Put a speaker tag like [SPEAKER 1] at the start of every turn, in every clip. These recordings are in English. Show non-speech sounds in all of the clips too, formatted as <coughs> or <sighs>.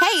[SPEAKER 1] Hey,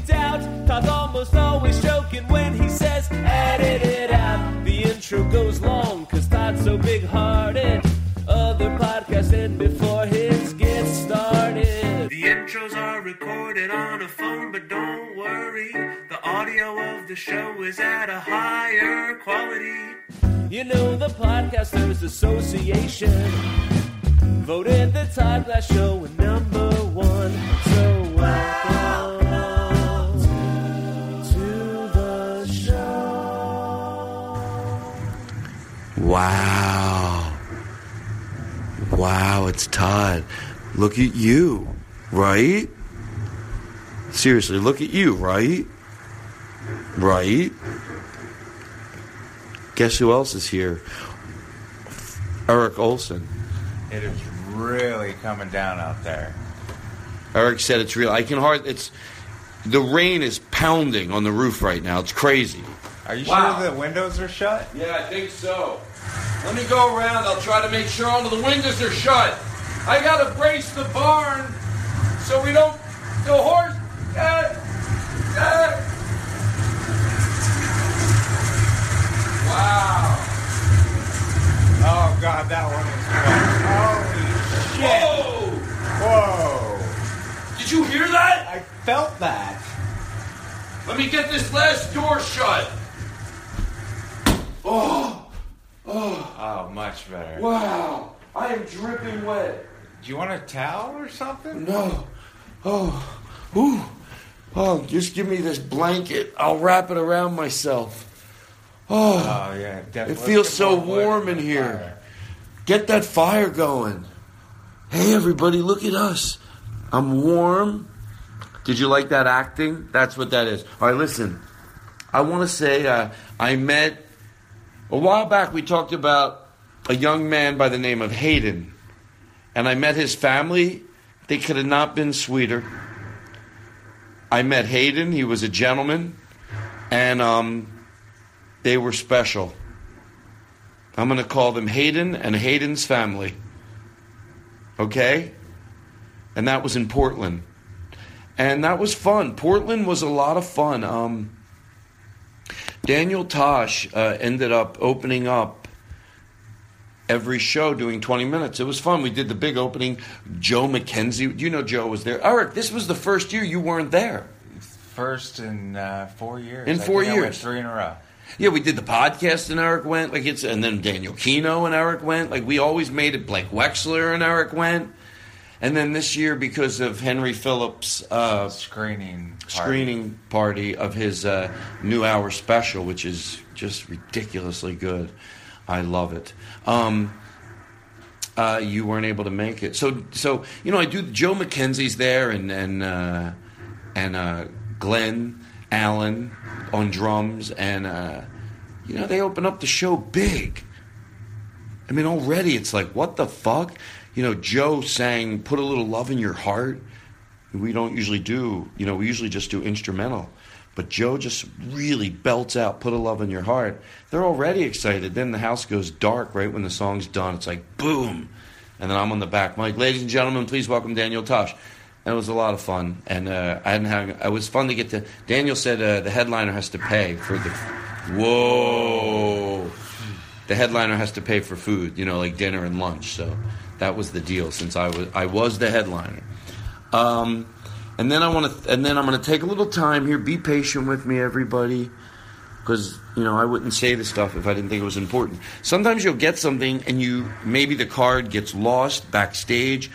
[SPEAKER 2] doubt. Todd's almost always joking when he says, edit it out. The intro goes long, cause Todd's so big hearted. Other podcasts end before his gets started. The intros are recorded on a phone, but don't worry. The audio of the show is at a higher quality. You know, the Podcasters Association voted the Todd Glass Show number one. So welcome to the show.
[SPEAKER 3] Wow. Wow, it's Todd. Look at you, right? Seriously, look at you, right? Right? Guess who else is here? Eric Olson.
[SPEAKER 4] It is really coming down out there.
[SPEAKER 3] Eric said it's real. I can hard. It's the rain is pounding on the roof right now. It's crazy.
[SPEAKER 4] Are you
[SPEAKER 3] Wow.
[SPEAKER 4] sure the windows are shut?
[SPEAKER 3] Yeah, I think so. Let me go around. I'll try to make sure all of the windows are shut. I gotta brace the barn so we don't. The horse. Uh, uh. Wow.
[SPEAKER 4] Oh god, that one is rough. Holy shit!
[SPEAKER 3] Whoa!
[SPEAKER 4] Whoa!
[SPEAKER 3] Did you hear that?
[SPEAKER 4] I felt that.
[SPEAKER 3] Let me get this last door shut.
[SPEAKER 4] Oh, much better.
[SPEAKER 3] Wow. I am dripping wet.
[SPEAKER 4] Do you want a towel or something?
[SPEAKER 3] No. Oh. Ooh. Oh, just give me this blanket. I'll wrap it around myself.
[SPEAKER 4] Oh yeah, definitely.
[SPEAKER 3] It feels so warm in here. Get that fire going. Hey, everybody, look at us. I'm warm. Did you like that acting? That's what that is. All right, listen. I want to say uh, I met a while back. We talked about a young man by the name of Hayden, and I met his family. They could have not been sweeter. I met Hayden. He was a gentleman, and um, they were special. I'm going to call them Hayden and Hayden's family. Okay? And that was in Portland. And that was fun. Portland was a lot of fun. Um, Daniel Tosh uh, ended up opening up every show doing 20 minutes. It was fun. We did the big opening. Joe McKenzie, you know Joe was there. Eric, this was the first year you weren't there.
[SPEAKER 4] First in uh, four years.
[SPEAKER 3] In
[SPEAKER 4] I
[SPEAKER 3] four
[SPEAKER 4] think I went
[SPEAKER 3] years.
[SPEAKER 4] three in a row.
[SPEAKER 3] Yeah, we did the podcast and Eric went. Like it's and then Daniel Kino and Eric went. Like we always made it. Blake Wexler and Eric went. And then this year, because of Henry Phillips' uh,
[SPEAKER 2] Screening. party.
[SPEAKER 3] screening party of his uh, new hour special, which is just ridiculously good. I love it. Um, uh, you weren't able to make it, so so you know I do. Joe McKenzie's there, and and uh, and uh, Glenn Allen on drums, and uh, you know they open up the show big. I mean, already it's like, what the fuck? You know, Joe sang Put a Little Love in Your Heart. We don't usually do, you know, we usually just do instrumental. But Joe just really belts out Put a Love in Your Heart. They're already excited. Then the house goes dark right when the song's done. It's like, boom. And then I'm on the back mic. Ladies and gentlemen, please welcome Daniel Tosh. And it was a lot of fun. And uh, I hadn't had, it was fun to get to. Daniel said uh, the headliner has to pay for the. Whoa the headliner has to pay for food, you know, like dinner and lunch. So that was the deal since I was I was the headliner. Um, and then I want to and then I'm going to take a little time here. Be patient with me, everybody, because you know I wouldn't say this stuff if I didn't think it was important. Sometimes you'll get something and you maybe the card gets lost backstage.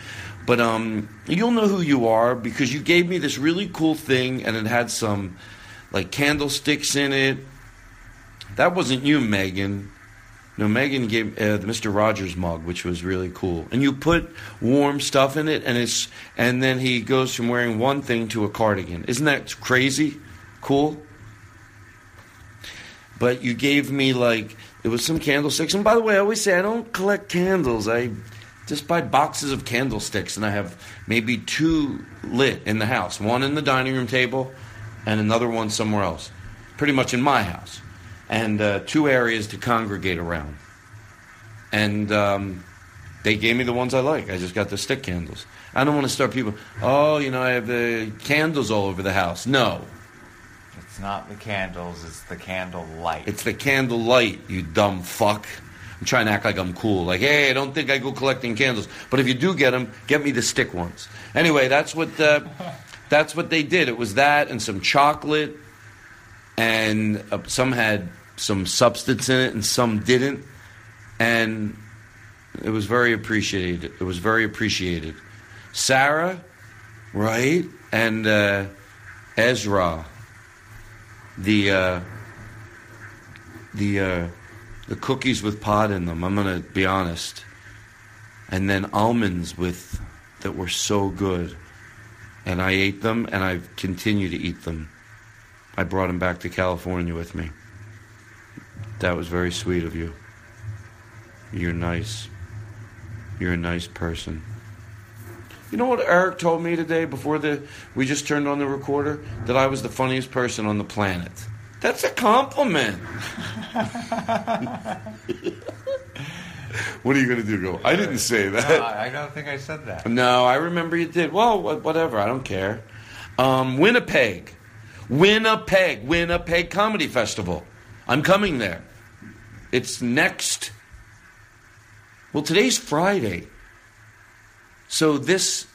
[SPEAKER 3] But um, you'll know who you are because you gave me this really cool thing, and it had some like candlesticks in it. That wasn't you, Megan. No, Megan gave uh, the Mister Rogers mug, which was really cool. And you put warm stuff in it, and it's and then he goes from wearing one thing to a cardigan. Isn't that crazy? Cool. But you gave me like it was some candlesticks. And by the way, I always say I don't collect candles. I just buy boxes of candlesticks, and I have maybe two lit in the house. One in the dining room table, and another one somewhere else. Pretty much in my house and uh, two areas to congregate around. And um, they gave me the ones I like. I just got the stick candles. I don't want to start people. Oh, you know, I have the candles all over the house. No,
[SPEAKER 2] It's not the candles, it's the candle light.
[SPEAKER 3] it's the candle light. You dumb fuck. I'm trying to act like I'm cool. Like, hey, I don't think I go collecting candles. But if you do get them, get me the stick ones. Anyway, that's what uh, that's what they did. It was that and some chocolate and uh, some had some substance in it and some didn't and it was very appreciated it was very appreciated sarah right and uh, ezra the uh, the uh, the cookies with pod in them i'm gonna be honest and then almonds with that were so good and i ate them and i continue to eat them I brought him back to California with me. That was very sweet of you. You're nice. You're a nice person. You know what Eric told me today before the we just turned on the recorder that I was the funniest person on the planet. That's a compliment. <laughs> what are you going to do? Go. I didn't say that.
[SPEAKER 2] I I don't think I said that.
[SPEAKER 3] No, I remember you did. Well, wha- whatever. I don't care. Um, Winnipeg, Winnipeg, Winnipeg Comedy Festival. I'm coming there. It's next. Well, today's Friday. So this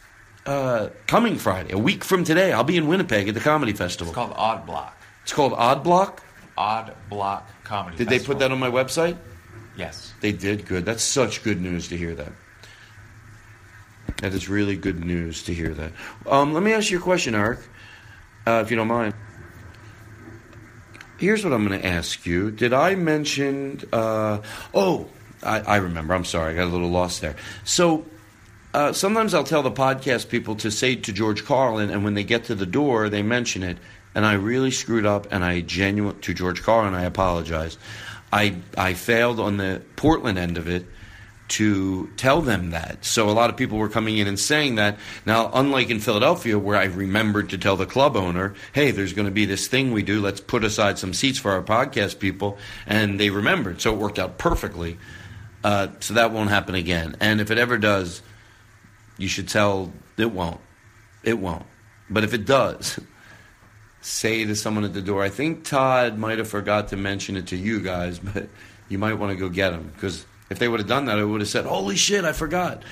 [SPEAKER 3] uh, coming Friday, a week from today, I'll be in Winnipeg at the comedy festival.
[SPEAKER 2] It's called Odd Block.
[SPEAKER 3] It's called Odd Block.
[SPEAKER 2] Odd Block Comedy
[SPEAKER 3] Did they put that on my website?
[SPEAKER 2] Yes.
[SPEAKER 3] They did good. That's such good news to hear that. That is really good news to hear that. Um, let me ask you a question, Eric, uh, if you don't mind. Here's what I'm going to ask you. Did I mention? Uh, oh, I, I remember. I'm sorry. I got a little lost there. So uh, sometimes I'll tell the podcast people to say to George Carlin, and when they get to the door, they mention it. And I really screwed up, and I genuine to George Carlin. I apologize. I I failed on the Portland end of it to tell them that. So a lot of people were coming in and saying that. Now, unlike in Philadelphia, where I remembered to tell the club owner, "Hey, there's going to be this thing we do. Let's put aside some seats for our podcast people," and they remembered, so it worked out perfectly. Uh, so that won't happen again. And if it ever does, you should tell it won't. It won't. But if it does, say to someone at the door, I think Todd might have forgot to mention it to you guys, <laughs> but you might want to go get him. Because if they would have done that, I would have said, Holy shit, I forgot.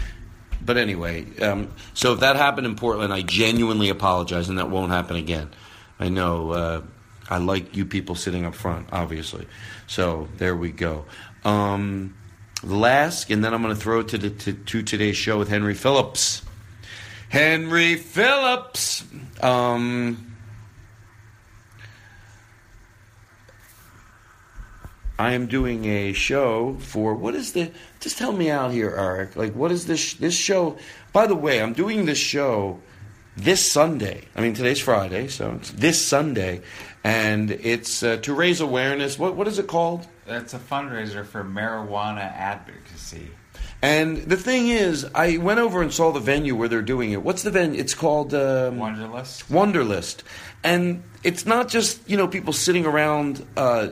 [SPEAKER 3] But anyway, um, so if that happened in Portland, I genuinely apologize, and that won't happen again. I know uh, I like you people sitting up front, obviously. So there we go. Um, Lask, and then I'm going to throw it to, the, to, to today's show with Henry Phillips. Henry Phillips. Um, I am doing a show for what is the? Just help me out here, Eric. Like, what is this? This show. By the way, I'm doing this show this Sunday. I mean, today's Friday, so it's this Sunday, and it's uh, to raise awareness. What what is it called?
[SPEAKER 2] That's a fundraiser for marijuana advocacy.
[SPEAKER 3] And the thing is, I went over and saw the venue where they're doing it. What's the venue? It's called um,
[SPEAKER 2] Wonderlust.
[SPEAKER 3] Wonderlist, and it's not just you know people sitting around. Uh,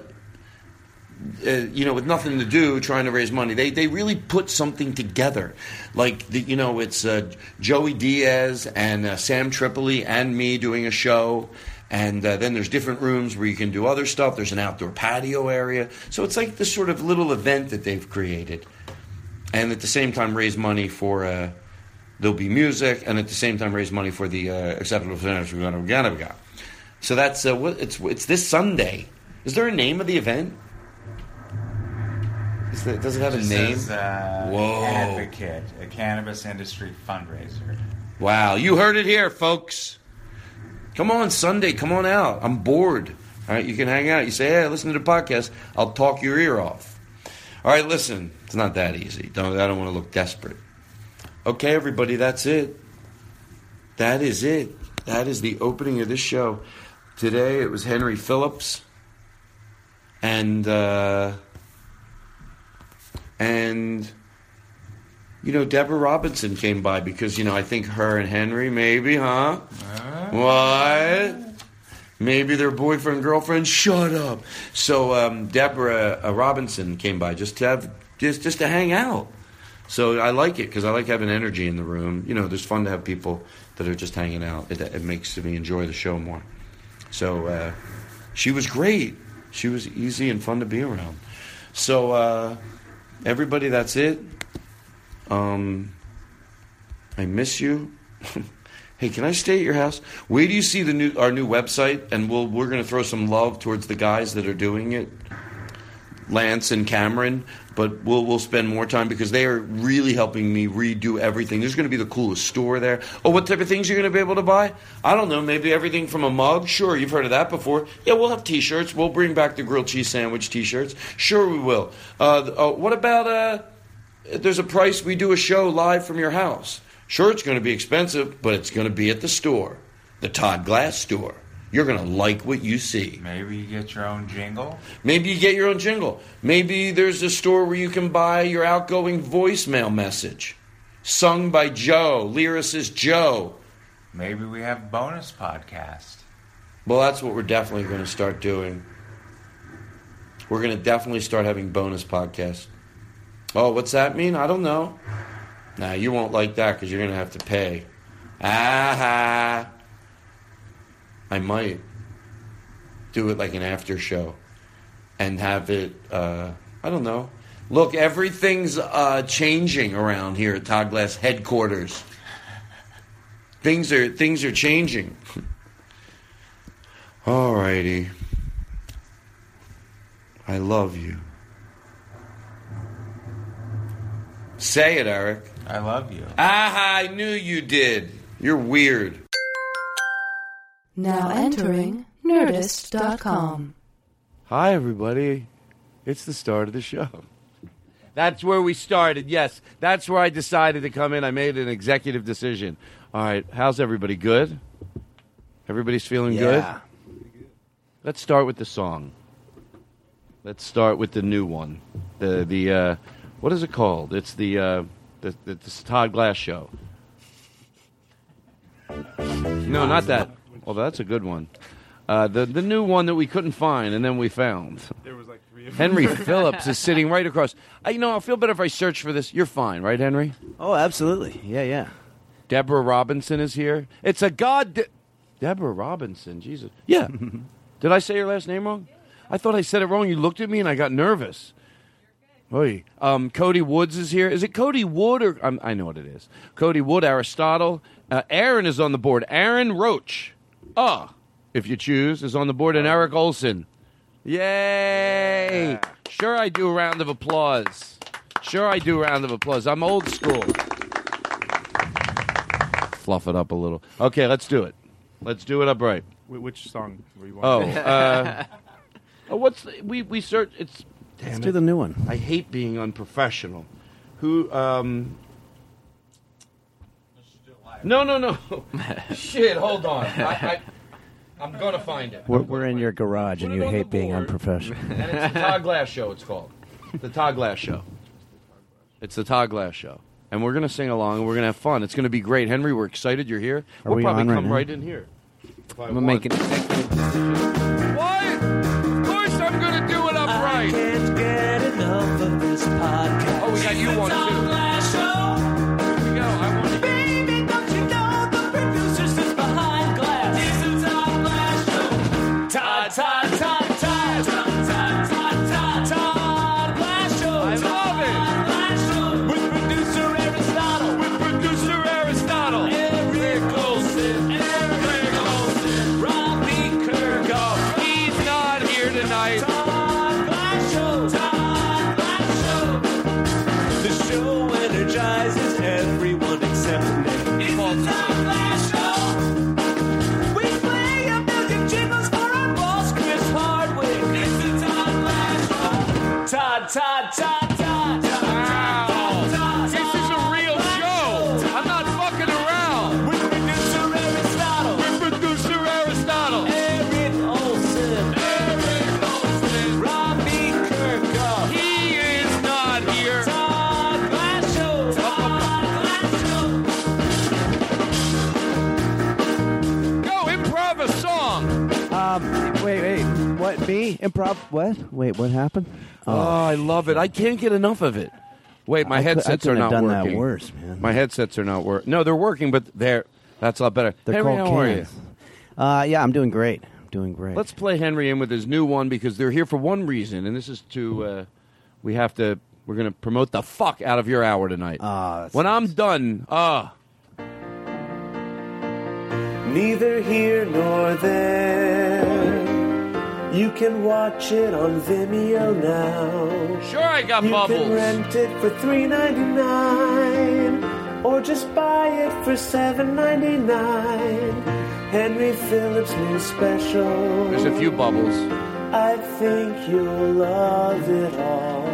[SPEAKER 3] uh, you know, with nothing to do, trying to raise money. They they really put something together, like the, you know, it's uh, Joey Diaz and uh, Sam Tripoli and me doing a show, and uh, then there's different rooms where you can do other stuff. There's an outdoor patio area, so it's like this sort of little event that they've created, and at the same time raise money for. Uh, there'll be music, and at the same time raise money for the uh, acceptable sinners we're going to got. So that's uh, what it's it's this Sunday. Is there a name of the event? Is there, does it have a
[SPEAKER 2] Just
[SPEAKER 3] name?
[SPEAKER 2] says, uh,
[SPEAKER 3] Whoa.
[SPEAKER 2] Advocate, a cannabis industry fundraiser.
[SPEAKER 3] Wow, you heard it here, folks. Come on Sunday, come on out. I'm bored. All right, you can hang out. You say, "Hey, listen to the podcast." I'll talk your ear off. All right, listen. It's not that easy. Don't I don't want to look desperate. Okay, everybody, that's it. That is it. That is the opening of this show. Today it was Henry Phillips and uh, and you know Deborah Robinson came by because you know I think her and Henry maybe, huh? What? Maybe their boyfriend girlfriend. Shut up. So um, Deborah uh, Robinson came by just to have just just to hang out. So I like it because I like having energy in the room. You know, there's fun to have people that are just hanging out. It, it makes me enjoy the show more. So uh, she was great. She was easy and fun to be around. So uh, everybody, that's it. Um, I miss you. <laughs> hey, can I stay at your house? Wait do you see the new our new website, and we'll we're gonna throw some love towards the guys that are doing it, Lance and Cameron. But we'll we'll spend more time because they are really helping me redo everything. There's gonna be the coolest store there. Oh, what type of things you're gonna be able to buy? I don't know. Maybe everything from a mug. Sure, you've heard of that before. Yeah, we'll have T-shirts. We'll bring back the grilled cheese sandwich T-shirts. Sure, we will. Uh, th- oh, what about uh? there's a price we do a show live from your house. Sure, it's going to be expensive, but it's going to be at the store, the Todd Glass store. You're going to like what you see.
[SPEAKER 2] Maybe you get your own jingle.
[SPEAKER 3] Maybe you get your own jingle. Maybe there's a store where you can buy your outgoing voicemail message sung by Joe, lyricist Joe.
[SPEAKER 2] Maybe we have bonus podcast.
[SPEAKER 3] Well, that's what we're definitely going to start doing. We're going to definitely start having bonus podcasts. Oh, what's that mean? I don't know. Nah, you won't like that because you're going to have to pay. Ah, I might do it like an after show and have it. Uh, I don't know. Look, everything's uh, changing around here at Todd Glass headquarters. Things are things are changing. <laughs> Alrighty. I love you. Say it, Eric.
[SPEAKER 2] I love you.
[SPEAKER 3] Ah, I knew you did. You're weird.
[SPEAKER 5] Now entering Nerdist.com.
[SPEAKER 3] Hi, everybody. It's the start of the show. That's where we started. Yes, that's where I decided to come in. I made an executive decision. All right, how's everybody? Good? Everybody's feeling good? Let's start with the song. Let's start with the new one. The the uh, what is it called? It's the uh, the, the, the Todd Glass show. No, not that. Although that's a good one. Uh, the the new one that we couldn't find and then we found. There was like three. <laughs> Henry Phillips is sitting right across. I, you know, I'll feel better if I search for this. You're fine, right, Henry?
[SPEAKER 6] Oh, absolutely. Yeah, yeah.
[SPEAKER 3] Deborah Robinson is here. It's a god. Deborah Robinson, Jesus. Yeah.
[SPEAKER 6] <laughs>
[SPEAKER 3] Did I say your last name wrong? I thought I said it wrong. You looked at me and I got nervous. Oy. Um, Cody Woods is here. Is it Cody Wood or um, I know what it is? Cody Wood, Aristotle. Uh, Aaron is on the board. Aaron Roach. Ah, if you choose, is on the board, and Eric Olson. Yay! Sure, I do a round of applause. Sure, I do a round of applause. I'm old school. fluff it up a little. Okay, let's do it. Let's do it upright.
[SPEAKER 7] Wh- which
[SPEAKER 3] <laughs>
[SPEAKER 7] song were you
[SPEAKER 3] Oh,
[SPEAKER 7] wanting?
[SPEAKER 3] uh, oh, what's the, we we search? It's <laughs> damn
[SPEAKER 8] Let's
[SPEAKER 3] it.
[SPEAKER 8] do the new one.
[SPEAKER 9] I hate being unprofessional. Who? Um,
[SPEAKER 3] No, no, <laughs> no. Shit, hold on. I, I, I'm gonna find it.
[SPEAKER 8] We're, we're in your garage and you hate being unprofessional.
[SPEAKER 3] And it's the Todd Glass Show. It's called the Todd Glass Show. It's the Todd Glass Show, and we're gonna sing along and we're gonna have fun. It's gonna be great, Henry. We're excited you're here.
[SPEAKER 8] Are
[SPEAKER 3] we'll
[SPEAKER 8] we
[SPEAKER 3] probably
[SPEAKER 8] on right
[SPEAKER 3] come
[SPEAKER 8] now?
[SPEAKER 3] right in here.
[SPEAKER 8] I'm gonna make it.
[SPEAKER 3] What? Of course I'm gonna do it upright. I
[SPEAKER 2] can't get enough of this podcast.
[SPEAKER 3] Oh, we got you one too.
[SPEAKER 2] Here
[SPEAKER 3] we go. I want
[SPEAKER 2] to. Baby, don't you know the producer sits behind glass? It's the Todd Glass Show. Todd, Todd, Todd, Todd, Todd, Todd, Todd, Todd, Todd Glass Show. I love it. Todd Glass Show with producer Aristotle. With producer Aristotle. Eric Olson. Eric Olson. Robbie Kirkhoff. He's not here tonight. Todd Glass Show. Todd Glass Show. The show energizes everyone except me. It's the Tom Glass Show. We play a million jingles for our boss, Chris Hardwick. It's the Tom Glass Show. Todd, Todd, Todd, Todd. Wow. This is a real show. I'm not fucking around. With producer Aristotle. With producer Aristotle. Eric Olson. Eric Olson. Robbie Kirkhoff. He is not here. Todd Glass Show. Todd Glass Show.
[SPEAKER 3] Go improv a song.
[SPEAKER 8] Um, wait, wait. What? Me? Improv? What? Wait, what happened?
[SPEAKER 3] Oh,
[SPEAKER 8] Uh,
[SPEAKER 3] I love it. I can't get enough of it. Wait, my
[SPEAKER 8] I cou- I
[SPEAKER 3] headsets are
[SPEAKER 8] couldn't
[SPEAKER 3] not
[SPEAKER 8] have done that
[SPEAKER 3] working.
[SPEAKER 8] worse, man.
[SPEAKER 3] My headsets are not working. No, they're working, but they're that's a lot better.
[SPEAKER 8] They're
[SPEAKER 3] Henry,
[SPEAKER 8] called
[SPEAKER 3] how are you?
[SPEAKER 8] cans. Uh, yeah, I'm doing great. I'm doing great.
[SPEAKER 3] Let's play Henry in with his new one because they're here for one reason, and this is to uh, we have to we're going to promote the fuck out of your hour tonight.
[SPEAKER 8] Ah,
[SPEAKER 3] when I'm done, ah,
[SPEAKER 2] Neither here nor there. You can watch it on Vimeo now.
[SPEAKER 3] Sure, I got
[SPEAKER 2] you
[SPEAKER 3] bubbles.
[SPEAKER 2] can rent it for $3.99 or just buy it for $7.99. Henry Phillips' new special.
[SPEAKER 3] there's a few bubbles.
[SPEAKER 2] I think you'll love it all.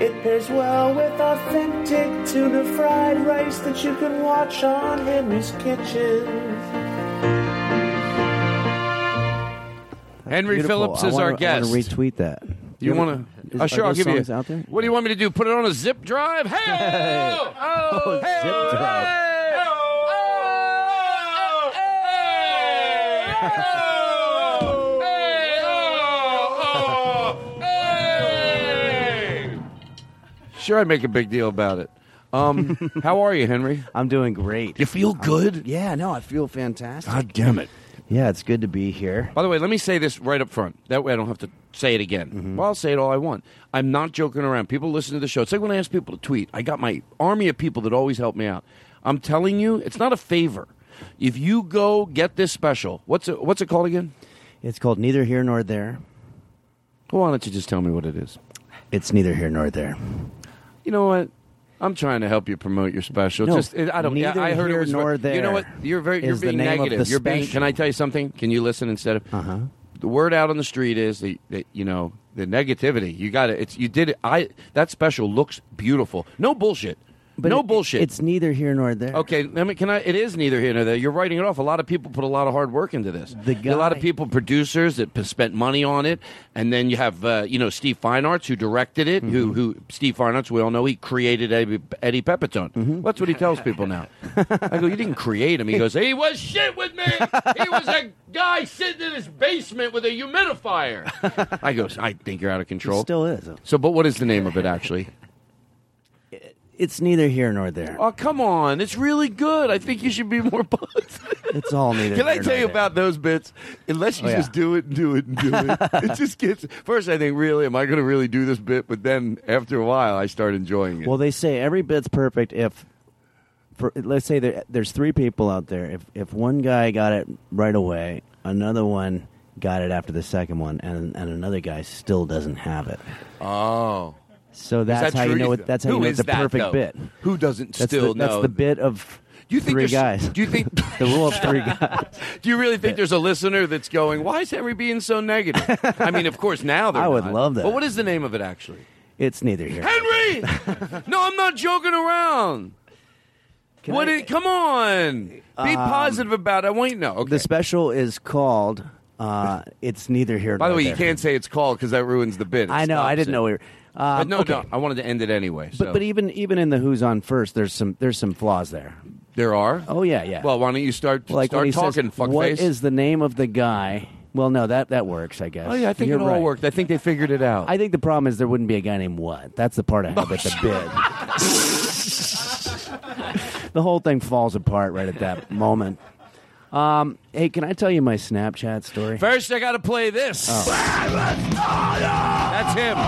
[SPEAKER 2] It pairs well with authentic tuna fried rice that you can watch on Henry's Kitchen.
[SPEAKER 3] Henry
[SPEAKER 8] Beautiful.
[SPEAKER 3] Phillips
[SPEAKER 8] I
[SPEAKER 3] is
[SPEAKER 8] wanna-
[SPEAKER 3] our guest.
[SPEAKER 8] I want to retweet that.
[SPEAKER 3] Do you want to?
[SPEAKER 8] is-
[SPEAKER 3] Uh,
[SPEAKER 8] are
[SPEAKER 3] sure, I'll
[SPEAKER 8] those
[SPEAKER 3] give you.
[SPEAKER 8] songs out there?
[SPEAKER 3] What do you want me to do? Put it on a zip drive? Hey!
[SPEAKER 8] <laughs>
[SPEAKER 3] oh,
[SPEAKER 8] zip drive.
[SPEAKER 3] oh, oh. Sure, I make a big deal about it.
[SPEAKER 8] <laughs>
[SPEAKER 3] Um, how are you, Henry?
[SPEAKER 8] I'm doing great.
[SPEAKER 3] You feel good?
[SPEAKER 8] Yeah, no, I feel fantastic.
[SPEAKER 3] God damn it.
[SPEAKER 8] Yeah, it's good to be here.
[SPEAKER 3] By the way, let me say this right up front. That way I don't have to say it again.
[SPEAKER 8] Mm-hmm.
[SPEAKER 3] Well, I'll say it all I want. I'm not joking around. People listen to the show. It's like when I ask people to tweet. I got my army of people that always help me out. I'm telling you, it's not a favor. If you go get this special, what's it, what's it called again?
[SPEAKER 8] It's called Neither Here Nor There.
[SPEAKER 3] Well, why don't you just tell me what it is?
[SPEAKER 8] It's neither here nor there.
[SPEAKER 3] You know what? I'm trying to help you promote your special.
[SPEAKER 8] No,
[SPEAKER 3] just I don't.
[SPEAKER 8] neither
[SPEAKER 3] I heard
[SPEAKER 8] here
[SPEAKER 3] it was
[SPEAKER 8] nor
[SPEAKER 3] You know
[SPEAKER 8] there
[SPEAKER 3] what? You're very. You're
[SPEAKER 8] is the
[SPEAKER 3] being
[SPEAKER 8] name of
[SPEAKER 3] negative.
[SPEAKER 8] the
[SPEAKER 3] you're being.
[SPEAKER 8] special. Uh-huh.
[SPEAKER 3] Can I tell you something? Can you listen instead of? Uh huh. The word out on the street is the, that you know the negativity. You got it. It's you did it. I that special looks beautiful. No bullshit. no
[SPEAKER 8] it-
[SPEAKER 3] bullshit.
[SPEAKER 8] It's neither here nor there.
[SPEAKER 3] Okay, let me. Can I? It is neither here nor there. You're writing it off. A lot of people put a lot of hard work into this.
[SPEAKER 8] The
[SPEAKER 3] a lot of
[SPEAKER 8] guy-
[SPEAKER 3] people, producers that p- spent money on it, and then you have uh, you know Steve Fine Arts who directed it.
[SPEAKER 8] Mm-hmm.
[SPEAKER 3] Who who Steve Fine Arts? We all know he created Eddie, Eddie Pepitone.
[SPEAKER 8] Mm-hmm.
[SPEAKER 3] Well, that's what he tells people now. I go, you didn't create him. He goes, he was shit with me.
[SPEAKER 8] <laughs>
[SPEAKER 3] He was a guy sitting in his basement with a humidifier. I go, I think you're out of control.
[SPEAKER 8] It still is.
[SPEAKER 3] so, but what is the name of it actually?
[SPEAKER 8] It's neither here nor there.
[SPEAKER 3] Oh, come on. It's really good. I think you should be more <laughs> positive.
[SPEAKER 8] It's all neither
[SPEAKER 3] Can
[SPEAKER 8] here
[SPEAKER 3] I
[SPEAKER 8] nor
[SPEAKER 3] tell you
[SPEAKER 8] there.
[SPEAKER 3] about those bits? Unless you
[SPEAKER 8] Oh, yeah.
[SPEAKER 3] just do it and do it and do
[SPEAKER 8] <laughs>
[SPEAKER 3] it, it just gets. First, I think, really, am I going to really do this bit? But then, after a while, I start enjoying it.
[SPEAKER 8] Well, they say every bit's perfect if, for, let's say there, there's three people out there. If if one guy got it right away, another one got it after the second one, and and another guy still doesn't have it.
[SPEAKER 3] oh,
[SPEAKER 8] So
[SPEAKER 3] Is
[SPEAKER 8] that's
[SPEAKER 3] that
[SPEAKER 8] how you
[SPEAKER 3] true?
[SPEAKER 8] know it, that's how
[SPEAKER 3] Who
[SPEAKER 8] you know
[SPEAKER 3] is
[SPEAKER 8] it's a
[SPEAKER 3] that,
[SPEAKER 8] perfect
[SPEAKER 3] though?
[SPEAKER 8] bit.
[SPEAKER 3] Who doesn't
[SPEAKER 8] That's
[SPEAKER 3] still
[SPEAKER 8] the, that's
[SPEAKER 3] know?
[SPEAKER 8] the bit of
[SPEAKER 3] Do you think
[SPEAKER 8] three
[SPEAKER 3] there's-
[SPEAKER 8] guys?
[SPEAKER 3] Do you think
[SPEAKER 8] <laughs> the rule of
[SPEAKER 3] <laughs>
[SPEAKER 8] three guys?
[SPEAKER 3] Do you really think there's a listener that's going, why is Henry being so negative? I mean, of course, now they're
[SPEAKER 8] <laughs> I would
[SPEAKER 3] not.
[SPEAKER 8] love that.
[SPEAKER 3] But what is the name of it, actually?
[SPEAKER 8] It's neither here.
[SPEAKER 3] Henry!
[SPEAKER 8] <laughs>
[SPEAKER 3] no, I'm not joking around. What? i- come on. Be
[SPEAKER 8] Um,
[SPEAKER 3] positive about it. I want you to know. Okay.
[SPEAKER 8] The special is called. Uh, it's neither here.
[SPEAKER 3] By the
[SPEAKER 8] nor
[SPEAKER 3] way, you
[SPEAKER 8] there.
[SPEAKER 3] can't say it's called because that ruins the bit. It
[SPEAKER 8] I know, I
[SPEAKER 3] stops
[SPEAKER 8] didn't
[SPEAKER 3] it.
[SPEAKER 8] know we were-
[SPEAKER 3] But
[SPEAKER 8] Um,
[SPEAKER 3] no,
[SPEAKER 8] okay.
[SPEAKER 3] no. I wanted to end it anyway.
[SPEAKER 8] But
[SPEAKER 3] so.
[SPEAKER 8] but even even in the Who's on first, there's some there's some flaws there.
[SPEAKER 3] There are.
[SPEAKER 8] Oh yeah, yeah.
[SPEAKER 3] Well, why don't you start
[SPEAKER 8] like when
[SPEAKER 3] start
[SPEAKER 8] he
[SPEAKER 3] talking,
[SPEAKER 8] says,
[SPEAKER 3] fuckface?
[SPEAKER 8] "What is the name of the guy?" Well, no, that that works, I guess.
[SPEAKER 3] Oh, yeah, I think
[SPEAKER 8] You're
[SPEAKER 3] it all
[SPEAKER 8] right.
[SPEAKER 3] worked. I think they figured it out.
[SPEAKER 8] I think the problem is there wouldn't be a guy named What. That's the part I have at the
[SPEAKER 3] <laughs>
[SPEAKER 8] bid. the whole thing falls apart right at that moment. Um, hey, can I tell you my Snapchat story?
[SPEAKER 3] First, I got to play this.
[SPEAKER 10] Oh.
[SPEAKER 3] That's him.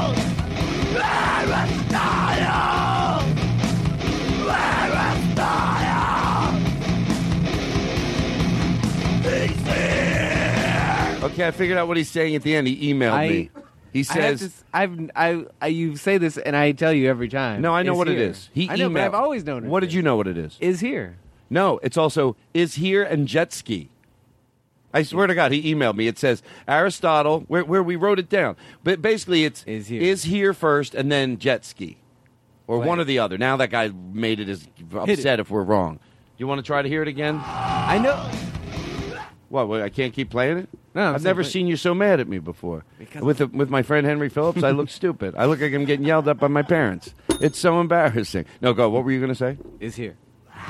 [SPEAKER 3] Okay, I figured out what he's saying at the end. He emailed
[SPEAKER 10] I-
[SPEAKER 3] me. He
[SPEAKER 10] I have
[SPEAKER 3] says,
[SPEAKER 10] to s- I've I, I you say this and I tell you every time.
[SPEAKER 3] "No, I know
[SPEAKER 10] It's
[SPEAKER 3] what it
[SPEAKER 10] here.
[SPEAKER 3] is." He
[SPEAKER 10] I know, but
[SPEAKER 3] emailed-
[SPEAKER 10] I've always known it.
[SPEAKER 3] What did you know? What it is?
[SPEAKER 10] Is here.
[SPEAKER 3] No, it's also is here and jet ski. I swear to God, he emailed me. It says Aristotle, where, where we wrote it down. But basically, it's is here, first and then jet ski, or one or the other. Now that guy made it as upset if we're wrong. You want to try to hear it again?
[SPEAKER 10] I know.
[SPEAKER 3] What? what, I can't keep playing it.
[SPEAKER 10] No, I'm
[SPEAKER 3] I've
[SPEAKER 10] saying
[SPEAKER 3] never
[SPEAKER 10] play-
[SPEAKER 3] seen you so mad at me before. with the, with my friend Henry Phillips, I look
[SPEAKER 10] <laughs>
[SPEAKER 3] stupid. I look like I'm getting yelled at by my parents. It's so embarrassing. No, go. What were you going to say?
[SPEAKER 10] Is here.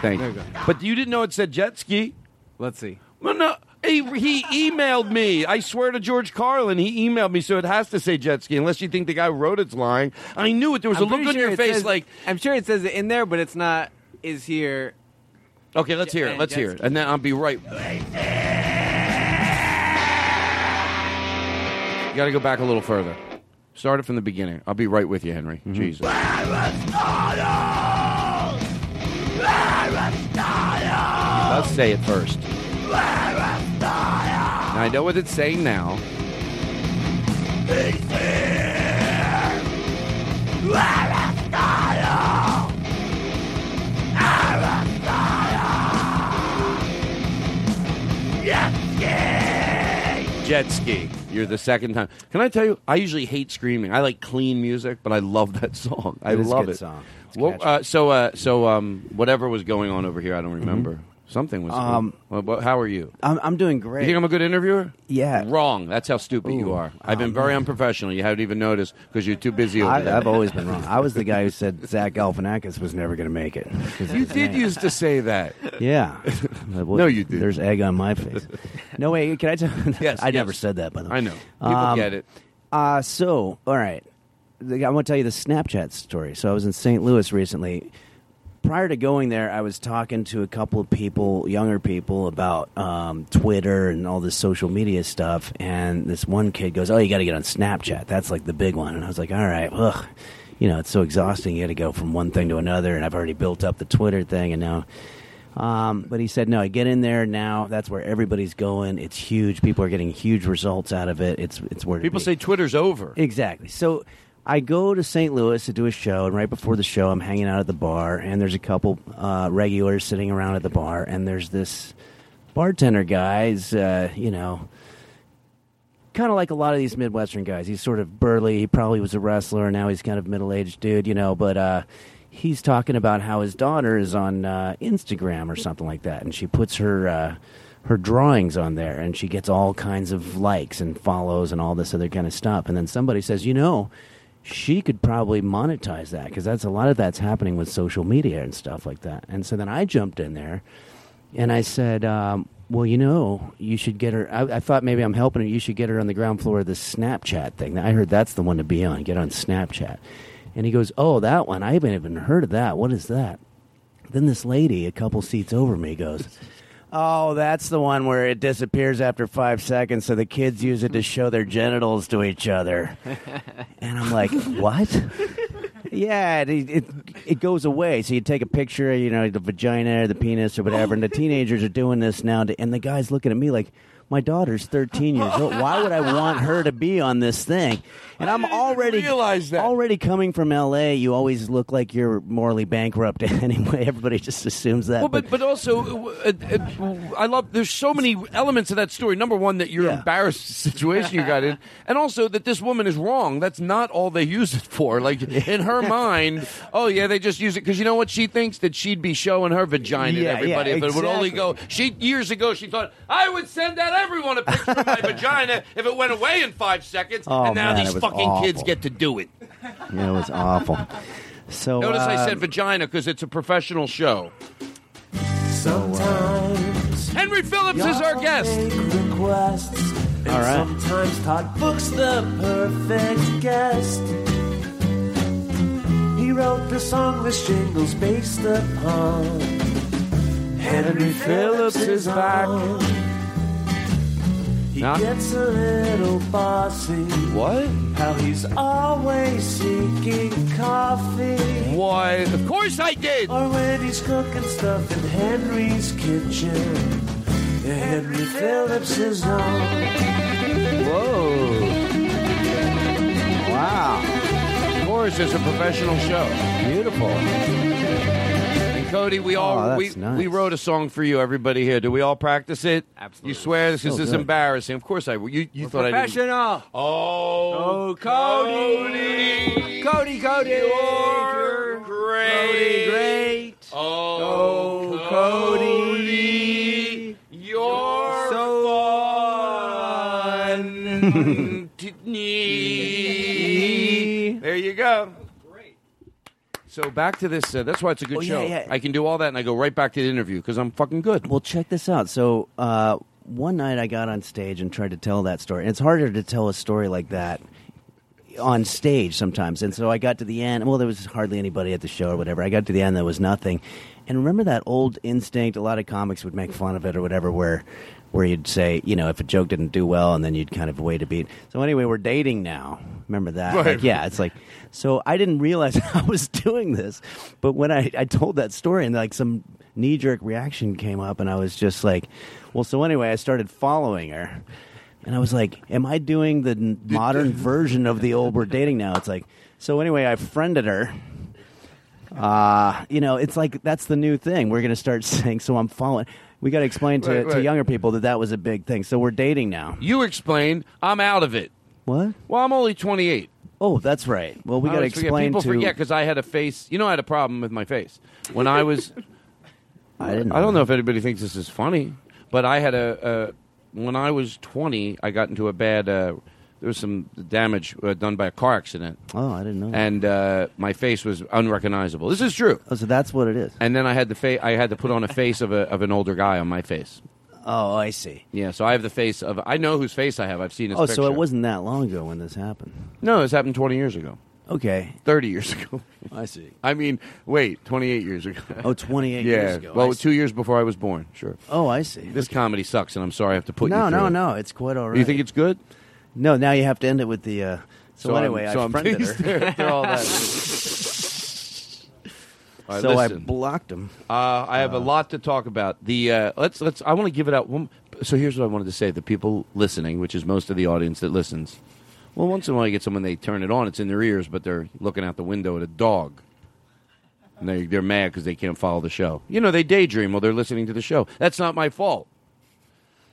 [SPEAKER 3] Thank
[SPEAKER 10] There
[SPEAKER 3] you.
[SPEAKER 10] you
[SPEAKER 3] But you didn't know it said jet ski.
[SPEAKER 10] Let's see.
[SPEAKER 3] Well, no, he, he emailed me. I swear to George Carlin, he emailed me, so it has to say jet ski, unless you think the guy who wrote it's lying. I knew it. There was
[SPEAKER 10] I'm
[SPEAKER 3] a look
[SPEAKER 10] pretty
[SPEAKER 3] on
[SPEAKER 10] sure
[SPEAKER 3] your
[SPEAKER 10] it
[SPEAKER 3] face
[SPEAKER 10] says-
[SPEAKER 3] like,
[SPEAKER 10] I'm sure it says it in there, but it's not. Is here.
[SPEAKER 3] okay, let's hear it.
[SPEAKER 10] and
[SPEAKER 3] Let's
[SPEAKER 10] jet
[SPEAKER 3] hear it. And then I'll be right. You got to go back a little further. Start it from the beginning. I'll be right with you, Henry.
[SPEAKER 8] Mm-hmm.
[SPEAKER 3] Jesus. Let's say it first. Now, I know what it's saying now. Jet ski. You're the second time. Can I tell you? I usually hate screaming. I like clean music, but I love that <laughs> song. I
[SPEAKER 8] It is a
[SPEAKER 3] love
[SPEAKER 8] good
[SPEAKER 3] it.
[SPEAKER 8] song. It's
[SPEAKER 3] Well,
[SPEAKER 8] catchy.
[SPEAKER 3] uh, so, uh, so um, whatever was going on over here, I don't remember. Something was.
[SPEAKER 8] Mm-hmm. Um,
[SPEAKER 3] Well, well, how are you?
[SPEAKER 8] I'm, I'm doing great.
[SPEAKER 3] You think I'm a good interviewer?
[SPEAKER 8] Yeah.
[SPEAKER 3] Wrong. That's how stupid you
[SPEAKER 8] Ooh. Oh,
[SPEAKER 3] are. I've been very unprofessional. You haven't even noticed because you're too busy over
[SPEAKER 8] I,
[SPEAKER 3] there.
[SPEAKER 8] I've always been
[SPEAKER 3] <laughs>
[SPEAKER 8] wrong. I was the guy who said Zach Galifianakis was never going to make it. 'Cause
[SPEAKER 3] You
[SPEAKER 8] his
[SPEAKER 3] did
[SPEAKER 8] name.
[SPEAKER 3] used to say that.
[SPEAKER 8] <laughs>
[SPEAKER 3] <laughs>
[SPEAKER 8] Yeah. no, you did. There's egg on my face. No, wait. Can I tell? <laughs>
[SPEAKER 3] Yes,
[SPEAKER 8] I never
[SPEAKER 3] yes.
[SPEAKER 8] said that. Um, By the way,
[SPEAKER 3] I know. People get it.
[SPEAKER 8] Uh, so, all right. The- I want to tell you the Snapchat story. So, I was in St. Louis recently. Prior to going there, I was talking to a couple of people, younger people, about um, Twitter and all this social media stuff. And this one kid goes, "Oh, you got to get on Snapchat. That's like the big one." And I was like, "All right, ugh, you know, it's so exhausting. You got to go from one thing to another, and I've already built up the Twitter thing, and now." Um, but he said, no, I get in there now. That's where everybody's going. It's huge. People are getting huge results out of it. It's it's where to
[SPEAKER 3] People
[SPEAKER 8] be."
[SPEAKER 3] say Twitter's over.
[SPEAKER 8] Exactly. So I go to St. Louis to do a show, and right before the show, I'm hanging out at the bar, and there's a couple uh, regulars sitting around at the bar, and there's this bartender guy's, uh, you know, kind of like a lot of these Midwestern guys. He's sort of burly. He probably was a wrestler, and now he's kind of middle aged dude, you know. But uh, he's talking about how his daughter is on uh, Instagram or something like that, and she puts her uh, her drawings on there, and she gets all kinds of likes and follows and all this other kind of stuff. And then somebody says, you know. She could probably monetize that because that's a lot of that's happening with social media and stuff like that. And so then I jumped in there and I said, um, "Well, you know, you should get her." I, I thought maybe I'm helping her. You should get her on the ground floor of this Snapchat thing. I heard that's the one to be on. Get on Snapchat. And he goes, "Oh, that one. I haven't even heard of that. What is that?" Then this lady, a couple seats over me, goes. Oh, that's the one where it disappears after five seconds, so the kids use it to show their genitals to each other. And I'm like, what? yeah, it, it it goes away. So you take a picture, you know, the vagina or the penis or whatever, and the teenagers are doing this now. to- and the guy's looking at me like, my daughter's 13 years old. Why would I want her to be on this thing? And I'm already already coming from L.A. You always look like you're morally bankrupt <laughs> anyway. Everybody just assumes that.
[SPEAKER 3] Well, but but also, uh, uh, uh, I love. There's so many elements of that story. Number one, that you're embarrassed the situation you got in,
[SPEAKER 8] <laughs>
[SPEAKER 3] and also that this woman is wrong. That's not all they use it for. Like in
[SPEAKER 8] <laughs>
[SPEAKER 3] her mind, oh yeah, they just use it because you know what she thinks that she'd be showing her vagina
[SPEAKER 2] Yeah,
[SPEAKER 3] to
[SPEAKER 2] yeah,
[SPEAKER 3] everybody if it would only
[SPEAKER 2] exactly.
[SPEAKER 3] go. She years ago she thought I would send out everyone a picture of <laughs>
[SPEAKER 8] <laughs>
[SPEAKER 3] my vagina if it went away in five seconds,
[SPEAKER 8] Oh,
[SPEAKER 3] and now
[SPEAKER 8] man,
[SPEAKER 3] these
[SPEAKER 8] it was
[SPEAKER 3] fucking kids
[SPEAKER 8] awful.
[SPEAKER 3] get to do it.
[SPEAKER 8] but yeah, it was awful. So
[SPEAKER 3] Notice I said
[SPEAKER 8] um,
[SPEAKER 3] vagina because it's a professional show. Henry Phillips is our guest.
[SPEAKER 2] Requests, and
[SPEAKER 3] All right.
[SPEAKER 2] Sometimes Todd Book's the perfect guest. He wrote the song this jingle's based upon. Henry Phillips is back. He gets a little bossy.
[SPEAKER 3] What?
[SPEAKER 2] How he's always seeking coffee.
[SPEAKER 3] Why? Of course I did.
[SPEAKER 2] Or when he's cooking stuff in Henry's kitchen. Yeah, Henry Phillips is on.
[SPEAKER 3] Whoa. Wow. Yours is a professional show. Beautiful. And Cody, we all
[SPEAKER 8] Oh, that's
[SPEAKER 3] we,
[SPEAKER 8] nice.
[SPEAKER 3] we wrote a song for you. Everybody here, do we all practice it? Absolutely. You swear this
[SPEAKER 8] So
[SPEAKER 3] is this is
[SPEAKER 8] good.
[SPEAKER 3] embarrassing. Of course I. You you thought I didn't.
[SPEAKER 10] Professional.
[SPEAKER 3] Oh,
[SPEAKER 10] oh, Cody. Cody, Cody. You're
[SPEAKER 3] great.
[SPEAKER 10] great.
[SPEAKER 3] Oh,
[SPEAKER 10] Cody.
[SPEAKER 3] You're
[SPEAKER 10] so
[SPEAKER 8] <laughs>
[SPEAKER 3] fun. there you go. So back to this. Uh, that's why it's a good
[SPEAKER 8] Oh, yeah,
[SPEAKER 3] show.
[SPEAKER 8] yeah.
[SPEAKER 3] I can do all that, and I go right back to the interview because I'm fucking good.
[SPEAKER 8] Well, check this out. So uh, one night I got on stage and tried to tell that story. And it's harder to tell a story like that on stage sometimes. And so I got to the end. Well, there was hardly anybody at the show or whatever. I got to the end. There was nothing. And remember that old instinct. A lot of comics would make fun of it or whatever. Where where you'd say, you know, if a joke didn't do well, and then you'd kind of wait a beat. So anyway, we're dating now. Remember that?
[SPEAKER 2] Right.
[SPEAKER 8] Like, yeah, it's like so I didn't realize <laughs> I was doing this, but when I, I told that story and like some knee jerk reaction came up, and I was just like, well, so anyway, I started following her, and I was like, am I doing the n- modern version of the old we're dating now? It's like so anyway, I friended her. Uh, you know, it's like that's the new thing. We're going to start <laughs> saying, so I'm following. We got to explain to,
[SPEAKER 3] Right,
[SPEAKER 8] to
[SPEAKER 3] right.
[SPEAKER 8] younger people that that was a big thing. So we're dating now.
[SPEAKER 3] You explained. I'm out of it.
[SPEAKER 8] What?
[SPEAKER 3] Well, I'm only 28.
[SPEAKER 8] Oh, that's right. Well, we
[SPEAKER 3] I
[SPEAKER 8] got to
[SPEAKER 3] always forget.
[SPEAKER 8] explain
[SPEAKER 3] People
[SPEAKER 8] to
[SPEAKER 3] forget because I had a face. You know, I had a problem with my face when I was.
[SPEAKER 8] <laughs> I didn't.
[SPEAKER 3] I don't know if anybody thinks this is funny, but I had a. a when I was 20, I got into a bad. Uh, there was some damage uh, done by a car accident,
[SPEAKER 8] Oh, I didn't know.
[SPEAKER 3] and uh, my face was unrecognizable. This is true.
[SPEAKER 8] Oh, so that's what it is.
[SPEAKER 3] And then I had the fa- I had to put on a face of a of an older guy on my face.
[SPEAKER 8] Oh, I see.
[SPEAKER 3] Yeah, so I have the face of. I know whose face I have. I've seen his.
[SPEAKER 8] Oh,
[SPEAKER 3] picture.
[SPEAKER 8] so it wasn't that long ago when this happened.
[SPEAKER 3] No, this happened 20 years ago.
[SPEAKER 8] Okay.
[SPEAKER 3] 30 years ago.
[SPEAKER 8] <laughs> I see.
[SPEAKER 3] I mean, wait, 28 years ago. <laughs>
[SPEAKER 8] Oh, 28
[SPEAKER 3] yeah.
[SPEAKER 8] years ago.
[SPEAKER 3] Well,
[SPEAKER 8] I see.
[SPEAKER 3] two years before I was born, sure.
[SPEAKER 8] Oh, I see.
[SPEAKER 3] This comedy sucks, and I'm sorry I have to put
[SPEAKER 8] no,
[SPEAKER 3] you through
[SPEAKER 8] no,
[SPEAKER 3] it.
[SPEAKER 8] no. It's quite all right.
[SPEAKER 3] You think it's good?
[SPEAKER 8] No, now you have to end it with the. Uh, so,
[SPEAKER 3] So I'm-
[SPEAKER 8] anyway,
[SPEAKER 3] so
[SPEAKER 8] I
[SPEAKER 3] I'm <laughs>
[SPEAKER 8] friended
[SPEAKER 3] pleased
[SPEAKER 8] her.
[SPEAKER 3] they're- they're all that. All right,
[SPEAKER 8] so I
[SPEAKER 3] listen.
[SPEAKER 8] blocked him.
[SPEAKER 3] Uh, I have a lot to talk about. The uh, let's let's. I want to give it out. One, so here's what I wanted to say: the people listening, which is most of the audience that listens. Well, once in a while you get someone they turn it on, it's in their ears, but they're looking out the window at a dog, and they they're mad because they can't follow the show. You know, they daydream while they're listening to the show. That's not my fault.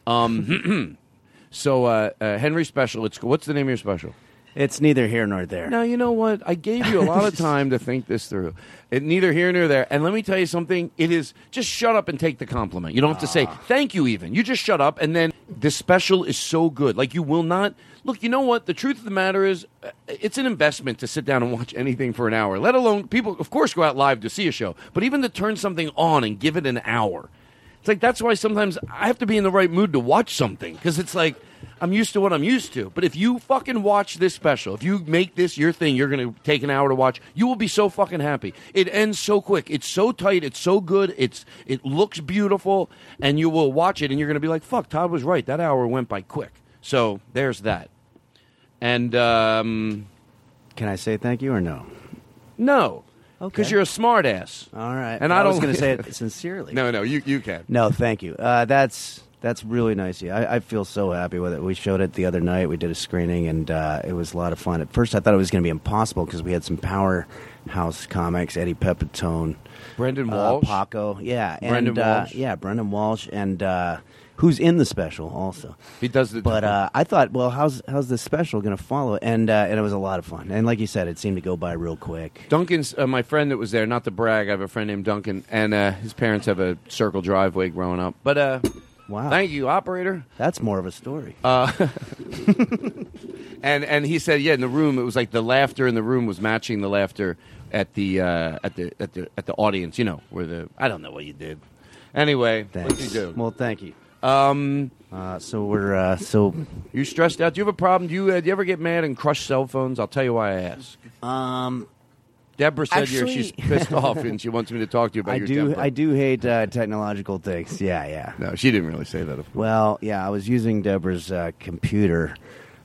[SPEAKER 3] Um, <clears throat> so uh, uh, Henry special. It's what's the name of your special?
[SPEAKER 8] It's neither here nor there.
[SPEAKER 3] Now you know what I gave you a lot
[SPEAKER 8] <laughs>
[SPEAKER 3] of time to think this through. It, neither here nor there. And let me tell you something. It is just shut up and take the compliment. You don't have to say
[SPEAKER 8] Ah.
[SPEAKER 3] thank you. Even you just shut up. And then this special is so good. Like you will not look. You know what? The truth of the matter is, uh, it's an investment to sit down and watch anything for an hour. Let alone people. Of course, go out live to see a show, but even to turn something on and give it an hour. It's like that's why sometimes I have to be in the right mood to watch something because it's like I'm used to what I'm used to. But if you fucking watch this special, if you make this your thing, you're gonna take an hour to watch. You will be so fucking happy. It ends so quick. It's so tight. It's so good. It's it looks beautiful, and you will watch it, and you're gonna be like, "Fuck, Todd was right. That hour went by quick." So there's that. And um,
[SPEAKER 8] Can I say thank you or no?
[SPEAKER 3] no, because you're a smartass.
[SPEAKER 8] All right.
[SPEAKER 3] And
[SPEAKER 8] Well,
[SPEAKER 3] I
[SPEAKER 8] I
[SPEAKER 3] don't <laughs>
[SPEAKER 8] was gonna say it sincerely.
[SPEAKER 3] No, no, you you can.
[SPEAKER 8] No, thank you. Uh, that's That's really nice. Yeah, I, I feel so happy with it. We showed it the other night. We did a screening, and uh, it was a lot of fun. At first, I thought it was going to be impossible because we had some powerhouse comics: Eddie Pepitone,
[SPEAKER 3] Brendan
[SPEAKER 8] uh,
[SPEAKER 3] Walsh?
[SPEAKER 8] Paco. Yeah, and,
[SPEAKER 3] Brendan
[SPEAKER 8] uh,
[SPEAKER 3] Walsh?
[SPEAKER 8] yeah, Brendan Walsh, and uh, who's in the special also.
[SPEAKER 3] He does the.
[SPEAKER 8] But uh, I thought, well, how's how's this special going to follow? And uh, and it was a lot of fun. And like you said, it seemed to go by real quick.
[SPEAKER 3] Duncan's uh, my friend that was there. Not to brag, I have a friend named Duncan, and uh, his parents have a circle driveway growing up. But uh,
[SPEAKER 8] wow,
[SPEAKER 3] thank you, operator.
[SPEAKER 8] That's more of a story.
[SPEAKER 3] Uh, <laughs> and and he said, yeah, in the room, it was like the laughter in the room was matching the laughter at the uh, at the at the at the audience. You know, where the I don't know what you did. Anyway, what you do?
[SPEAKER 8] Well, thank you.
[SPEAKER 3] Um,
[SPEAKER 8] uh, so we're uh, so
[SPEAKER 3] you stressed out. Do you have a problem? Do you, uh, do you ever get mad and crush cell phones? I'll tell you why I ask.
[SPEAKER 8] Um,
[SPEAKER 3] Deborah said here
[SPEAKER 8] actually-
[SPEAKER 3] she's pissed off and she wants me to talk to you about
[SPEAKER 8] <laughs> I
[SPEAKER 3] your
[SPEAKER 8] do
[SPEAKER 3] temper.
[SPEAKER 8] I do hate uh, technological things. Yeah, yeah.
[SPEAKER 3] No, she didn't really say that. Of
[SPEAKER 8] Well, yeah, I was using Deborah's uh, computer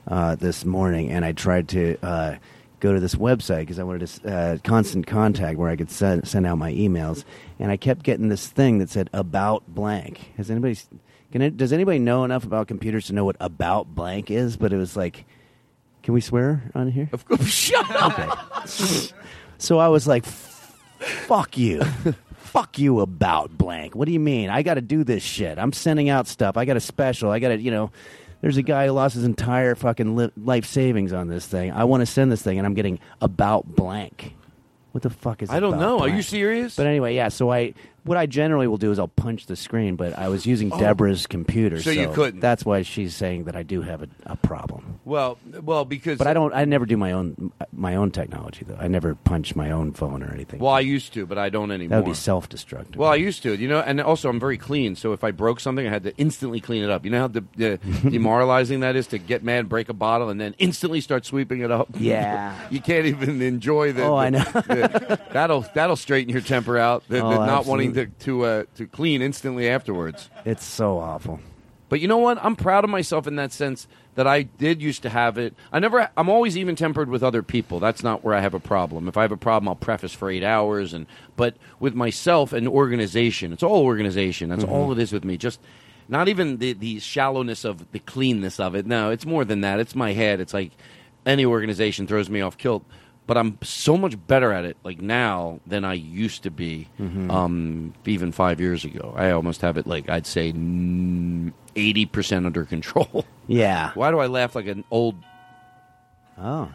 [SPEAKER 8] uh, this morning, and I tried to uh, go to this website because I wanted to uh, constant contact where I could send send out my emails, and I kept getting this thing that said about blank. Has anybody? s- Can it, does anybody know enough about computers to know what about blank is? But it was like, can we swear on here? Of
[SPEAKER 3] course, <laughs> shut
[SPEAKER 8] up. <laughs> so I was like,
[SPEAKER 3] <laughs>
[SPEAKER 8] fuck you. fuck you about blank. What do you mean? I got to do this shit. I'm sending out stuff. I got a special. I got to, you know, there's a guy who lost his entire fucking li- life savings on this thing. I want to send this thing and I'm getting about blank. What the fuck is
[SPEAKER 3] I don't
[SPEAKER 8] about
[SPEAKER 3] know. Are
[SPEAKER 8] blank?
[SPEAKER 3] you serious?
[SPEAKER 8] But anyway, yeah, so I what I generally will do is I'll punch the screen, but I was using
[SPEAKER 3] Oh.
[SPEAKER 8] Deborah's computer.
[SPEAKER 3] So you couldn't.
[SPEAKER 8] That's why she's saying that I do have a, a problem.
[SPEAKER 3] Well, well, because
[SPEAKER 8] But I don't I never do my own my own technology though. I never punch my own phone or anything.
[SPEAKER 3] Well, I used to, but I don't anymore.
[SPEAKER 8] That would be self-destructive.
[SPEAKER 3] Well, I used to, you know, and also I'm very clean. So if I broke something, I had to instantly clean it up. You know how de-
[SPEAKER 8] <laughs>
[SPEAKER 3] de- demoralizing that is to get mad, break a bottle, and then instantly start sweeping it up.
[SPEAKER 8] Yeah.
[SPEAKER 3] <laughs> you can't even enjoy the.
[SPEAKER 8] Oh, I
[SPEAKER 3] the-
[SPEAKER 8] know.
[SPEAKER 3] the- that'll that'll straighten your temper out. The, the
[SPEAKER 8] Oh,
[SPEAKER 3] not wanting to to uh, to clean instantly afterwards.
[SPEAKER 8] It's so awful.
[SPEAKER 3] But you know what? I'm proud of myself in that sense that I did used to have it. I never. I'm always even tempered with other people. That's not where I have a problem. If I have a problem, I'll preface for eight hours. And but with myself and organization, it's all organization. That's
[SPEAKER 11] Mhm.
[SPEAKER 3] all it is with me. Just not even the the shallowness of the cleanness of it. No, it's more than that. It's my head. It's like any organization throws me off kilt. But I'm so much better at it like now than I used to be
[SPEAKER 11] Mhm.
[SPEAKER 8] Mm-hmm. Mm.
[SPEAKER 3] um, even five years ago. I almost have it like I'd say eighty percent under control. <laughs>
[SPEAKER 8] Yeah.
[SPEAKER 3] Why do I laugh like an old?
[SPEAKER 8] Oh,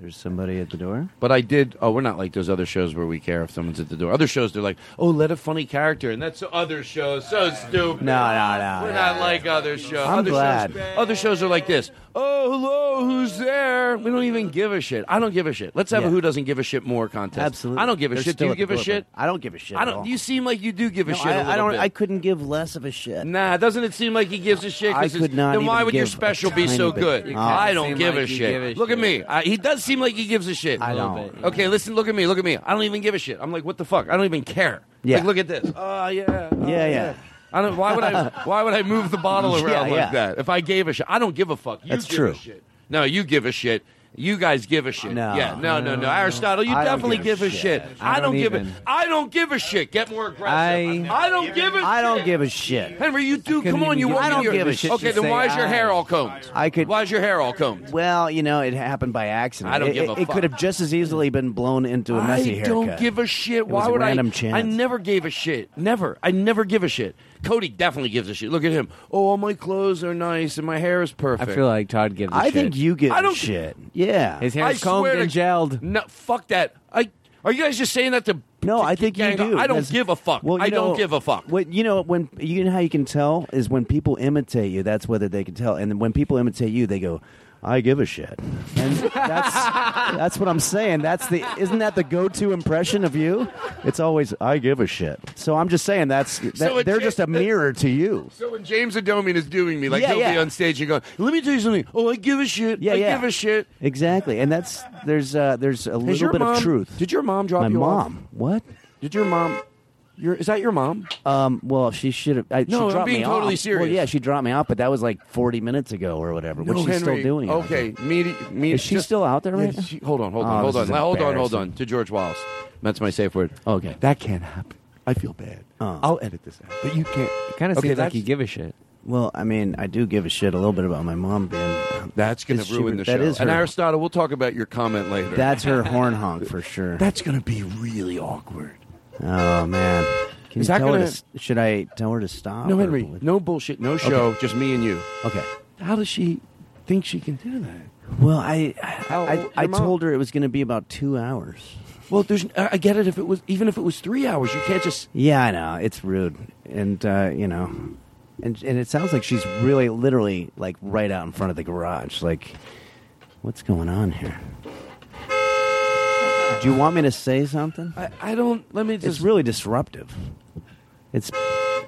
[SPEAKER 8] there's somebody at the door.
[SPEAKER 3] But I did. Oh, we're not like those other shows where we care if someone's at the door. Other shows, they're like, oh, let a funny character, and that's other shows. So stupid.
[SPEAKER 8] No, no, no,
[SPEAKER 3] We're
[SPEAKER 8] no,
[SPEAKER 3] not like other shows.
[SPEAKER 8] I'm
[SPEAKER 3] uh, other
[SPEAKER 8] glad.
[SPEAKER 3] Shows, other shows are like this. Oh, hello, who's there? We don't even give a shit. I don't give a shit. Let's have a
[SPEAKER 8] Yeah.
[SPEAKER 3] who doesn't give a shit more contest.
[SPEAKER 8] Absolutely.
[SPEAKER 3] I don't give a
[SPEAKER 8] They're
[SPEAKER 3] shit. Do
[SPEAKER 8] still
[SPEAKER 3] you
[SPEAKER 8] at the
[SPEAKER 3] give a
[SPEAKER 8] door,
[SPEAKER 3] shit?
[SPEAKER 8] but I don't give a shit
[SPEAKER 3] I
[SPEAKER 8] at
[SPEAKER 3] don't.
[SPEAKER 8] all.
[SPEAKER 3] You seem like you do give a
[SPEAKER 8] No,
[SPEAKER 3] shit.
[SPEAKER 8] I-
[SPEAKER 3] a
[SPEAKER 8] I
[SPEAKER 3] little
[SPEAKER 8] don't-
[SPEAKER 3] bit.
[SPEAKER 8] I couldn't give less of a shit.
[SPEAKER 3] Nah, doesn't it seem like he gives a shit? 'Cause
[SPEAKER 8] I
[SPEAKER 3] it's-
[SPEAKER 8] could not
[SPEAKER 3] Then why
[SPEAKER 8] even
[SPEAKER 3] would your
[SPEAKER 8] give a
[SPEAKER 3] special be
[SPEAKER 8] tiny
[SPEAKER 3] so
[SPEAKER 8] bit. Oh.
[SPEAKER 3] good?
[SPEAKER 8] You
[SPEAKER 3] I
[SPEAKER 8] kinda
[SPEAKER 3] don't
[SPEAKER 8] seem
[SPEAKER 3] give a
[SPEAKER 8] like you
[SPEAKER 3] shit.
[SPEAKER 8] give a
[SPEAKER 3] look at me. I, he does seem like he gives a shit.
[SPEAKER 8] I A little don't. bit,
[SPEAKER 3] Okay, listen. Look at me. Look at me. I don't even give a shit. I'm like, what the fuck? I don't even care.
[SPEAKER 8] <laughs> Yeah.
[SPEAKER 3] Like, look at this. Oh yeah. Oh,
[SPEAKER 8] Yeah, yeah.
[SPEAKER 3] I don't. Why would I? Why would I move the bottle around
[SPEAKER 8] <laughs> Yeah,
[SPEAKER 3] like
[SPEAKER 8] yeah.
[SPEAKER 3] that? If I gave a shit, I don't give a fuck. You
[SPEAKER 8] That's
[SPEAKER 3] give
[SPEAKER 8] true.
[SPEAKER 3] A shit. No, you give a shit. You guys give a shit.
[SPEAKER 8] No.
[SPEAKER 3] yeah, no, no, no. Aristotle, you
[SPEAKER 8] I don't
[SPEAKER 3] definitely give a, shit. I, don't, give a.
[SPEAKER 8] even.
[SPEAKER 3] I don't give a shit. Get more aggressive.
[SPEAKER 8] I-
[SPEAKER 3] I, don't give a shit.
[SPEAKER 8] I don't give a shit.
[SPEAKER 3] Henry, you do.
[SPEAKER 8] couldn't
[SPEAKER 3] Come on,
[SPEAKER 8] even
[SPEAKER 3] you
[SPEAKER 8] give-
[SPEAKER 3] want
[SPEAKER 8] I don't
[SPEAKER 3] your-
[SPEAKER 8] give a shit
[SPEAKER 3] Okay,
[SPEAKER 8] to
[SPEAKER 3] then
[SPEAKER 8] say
[SPEAKER 3] why is your
[SPEAKER 8] I-
[SPEAKER 3] hair all combed?
[SPEAKER 8] I could.
[SPEAKER 3] Why is your hair all combed?
[SPEAKER 8] Well, you know, it happened by accident.
[SPEAKER 3] I don't
[SPEAKER 8] it,
[SPEAKER 3] give a
[SPEAKER 8] it, It
[SPEAKER 3] fuck.
[SPEAKER 8] could have just as easily been blown into a messy
[SPEAKER 3] I
[SPEAKER 8] haircut.
[SPEAKER 3] don't give a shit.
[SPEAKER 8] It
[SPEAKER 3] Why
[SPEAKER 8] was a
[SPEAKER 3] would I?
[SPEAKER 8] random chance.
[SPEAKER 3] I never gave a shit. Never. I never give a shit. Cody definitely gives a shit. Look at him. Oh, all my clothes are nice and my hair is perfect.
[SPEAKER 10] I feel like Todd gives. a
[SPEAKER 3] I
[SPEAKER 10] shit.
[SPEAKER 3] think you give
[SPEAKER 10] I
[SPEAKER 3] I
[SPEAKER 10] don't
[SPEAKER 3] don't- shit.
[SPEAKER 8] Yeah.
[SPEAKER 10] his
[SPEAKER 3] I
[SPEAKER 10] hair's combed
[SPEAKER 3] swear
[SPEAKER 10] and
[SPEAKER 3] to-
[SPEAKER 10] gelled.
[SPEAKER 3] No, fuck that. I are you guys just saying that to? No, I think
[SPEAKER 8] you do.
[SPEAKER 3] I don't
[SPEAKER 8] That's-
[SPEAKER 3] give a fuck.
[SPEAKER 8] Well, you
[SPEAKER 3] I
[SPEAKER 8] know-
[SPEAKER 3] don't give a fuck.
[SPEAKER 8] What you know when you know how you can tell is when people imitate you. That's whether they can tell. And when people imitate you, they go, "I give a shit." And that's <laughs> that's what I'm saying. That's the isn't that the go-to impression of you? It's always "I give a shit." So I'm just saying that's that,
[SPEAKER 3] So it-
[SPEAKER 8] they're just a mirror to you.
[SPEAKER 3] So when James Adomian is doing me, like
[SPEAKER 8] Yeah,
[SPEAKER 3] he'll be
[SPEAKER 8] yeah.
[SPEAKER 3] on stage and go, "Let me tell you something. Oh, I give a shit.
[SPEAKER 8] Yeah,
[SPEAKER 3] I
[SPEAKER 8] yeah.
[SPEAKER 3] give a shit."
[SPEAKER 8] Exactly. And that's there's uh, there's a little
[SPEAKER 3] your
[SPEAKER 8] bit
[SPEAKER 3] mom-
[SPEAKER 8] of truth.
[SPEAKER 3] Did your mom drop
[SPEAKER 8] My
[SPEAKER 3] you off?
[SPEAKER 8] mom. What?
[SPEAKER 3] Did your mom? Your is that your mom?
[SPEAKER 8] Um. Well, she should have. I- she
[SPEAKER 3] No, I'm
[SPEAKER 8] dropped me
[SPEAKER 3] being totally
[SPEAKER 8] off.
[SPEAKER 3] serious.
[SPEAKER 8] Well, yeah, she dropped me off, but that was like 40 minutes ago or whatever.
[SPEAKER 3] No,
[SPEAKER 8] which she's
[SPEAKER 3] Henry.
[SPEAKER 8] still doing. it.
[SPEAKER 3] Okay, me, me.
[SPEAKER 8] Is she still out there right now?
[SPEAKER 3] she- hold on, hold
[SPEAKER 8] Oh,
[SPEAKER 3] on, hold
[SPEAKER 8] this
[SPEAKER 3] on,
[SPEAKER 8] is
[SPEAKER 3] Now, hold on, hold
[SPEAKER 8] embarrassing.
[SPEAKER 3] on. To George Wallace, that's my safe word.
[SPEAKER 8] Okay, Oh.
[SPEAKER 3] that can't happen. I feel bad. I'll edit this out,
[SPEAKER 10] but you can't. It kind of
[SPEAKER 3] Okay,
[SPEAKER 10] seems like
[SPEAKER 3] that's-
[SPEAKER 10] you give a shit.
[SPEAKER 8] Well, I mean, I do give a shit a little bit about my mom being. um,
[SPEAKER 3] That's going to ruin the show.
[SPEAKER 8] That is
[SPEAKER 3] and
[SPEAKER 8] her,
[SPEAKER 3] Aristotle, we'll talk about your comment later.
[SPEAKER 8] that's her horn honk for sure.
[SPEAKER 3] That's going to be really awkward.
[SPEAKER 8] Oh man, can
[SPEAKER 3] Is
[SPEAKER 8] you
[SPEAKER 3] that
[SPEAKER 8] tell her
[SPEAKER 3] gonna-
[SPEAKER 8] to s- should I tell her to stop?
[SPEAKER 3] no,
[SPEAKER 8] or-
[SPEAKER 3] Henry, no bullshit, no
[SPEAKER 8] Okay.
[SPEAKER 3] show, just me and you.
[SPEAKER 8] Okay.
[SPEAKER 3] How does she think she can do that?
[SPEAKER 8] Well, I
[SPEAKER 3] How
[SPEAKER 8] I,
[SPEAKER 3] old-
[SPEAKER 8] I
[SPEAKER 3] your mom-
[SPEAKER 8] told her it was going to be about two hours.
[SPEAKER 3] Well, there's. I I get it. If it was even if it was three hours, you can't just.
[SPEAKER 8] Yeah, I know it's rude, and uh, you know, and and it sounds like she's really, literally, like right out in front of the garage. Like, what's going on here? Do you want me to say something?
[SPEAKER 3] I, I don't. Let me
[SPEAKER 8] It's
[SPEAKER 3] just.
[SPEAKER 8] really disruptive. It's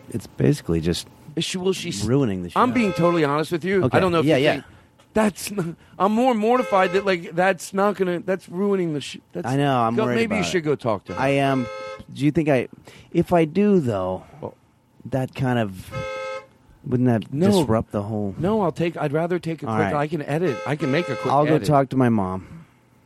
[SPEAKER 8] it's basically just
[SPEAKER 3] Is she, will she s-
[SPEAKER 8] ruining the show.
[SPEAKER 3] I'm being totally honest with you.
[SPEAKER 8] Okay.
[SPEAKER 3] I don't know. If
[SPEAKER 8] Yeah,
[SPEAKER 3] you
[SPEAKER 8] yeah.
[SPEAKER 3] Think, that's. Not, I'm more mortified that like that's not gonna. That's ruining the. Sh- that's,
[SPEAKER 8] I know. I'm
[SPEAKER 3] Go-
[SPEAKER 8] worried.
[SPEAKER 3] Maybe you
[SPEAKER 8] about
[SPEAKER 3] should
[SPEAKER 8] it.
[SPEAKER 3] go talk to her.
[SPEAKER 8] I am. Do you think I? If I do, though, that kind of wouldn't that
[SPEAKER 3] No.
[SPEAKER 8] disrupt the whole?
[SPEAKER 3] no, I'll take. I'd rather take a
[SPEAKER 8] All
[SPEAKER 3] quick.
[SPEAKER 8] right.
[SPEAKER 3] I can edit. I can make a quick.
[SPEAKER 8] I'll go
[SPEAKER 3] edit.
[SPEAKER 8] talk to my mom.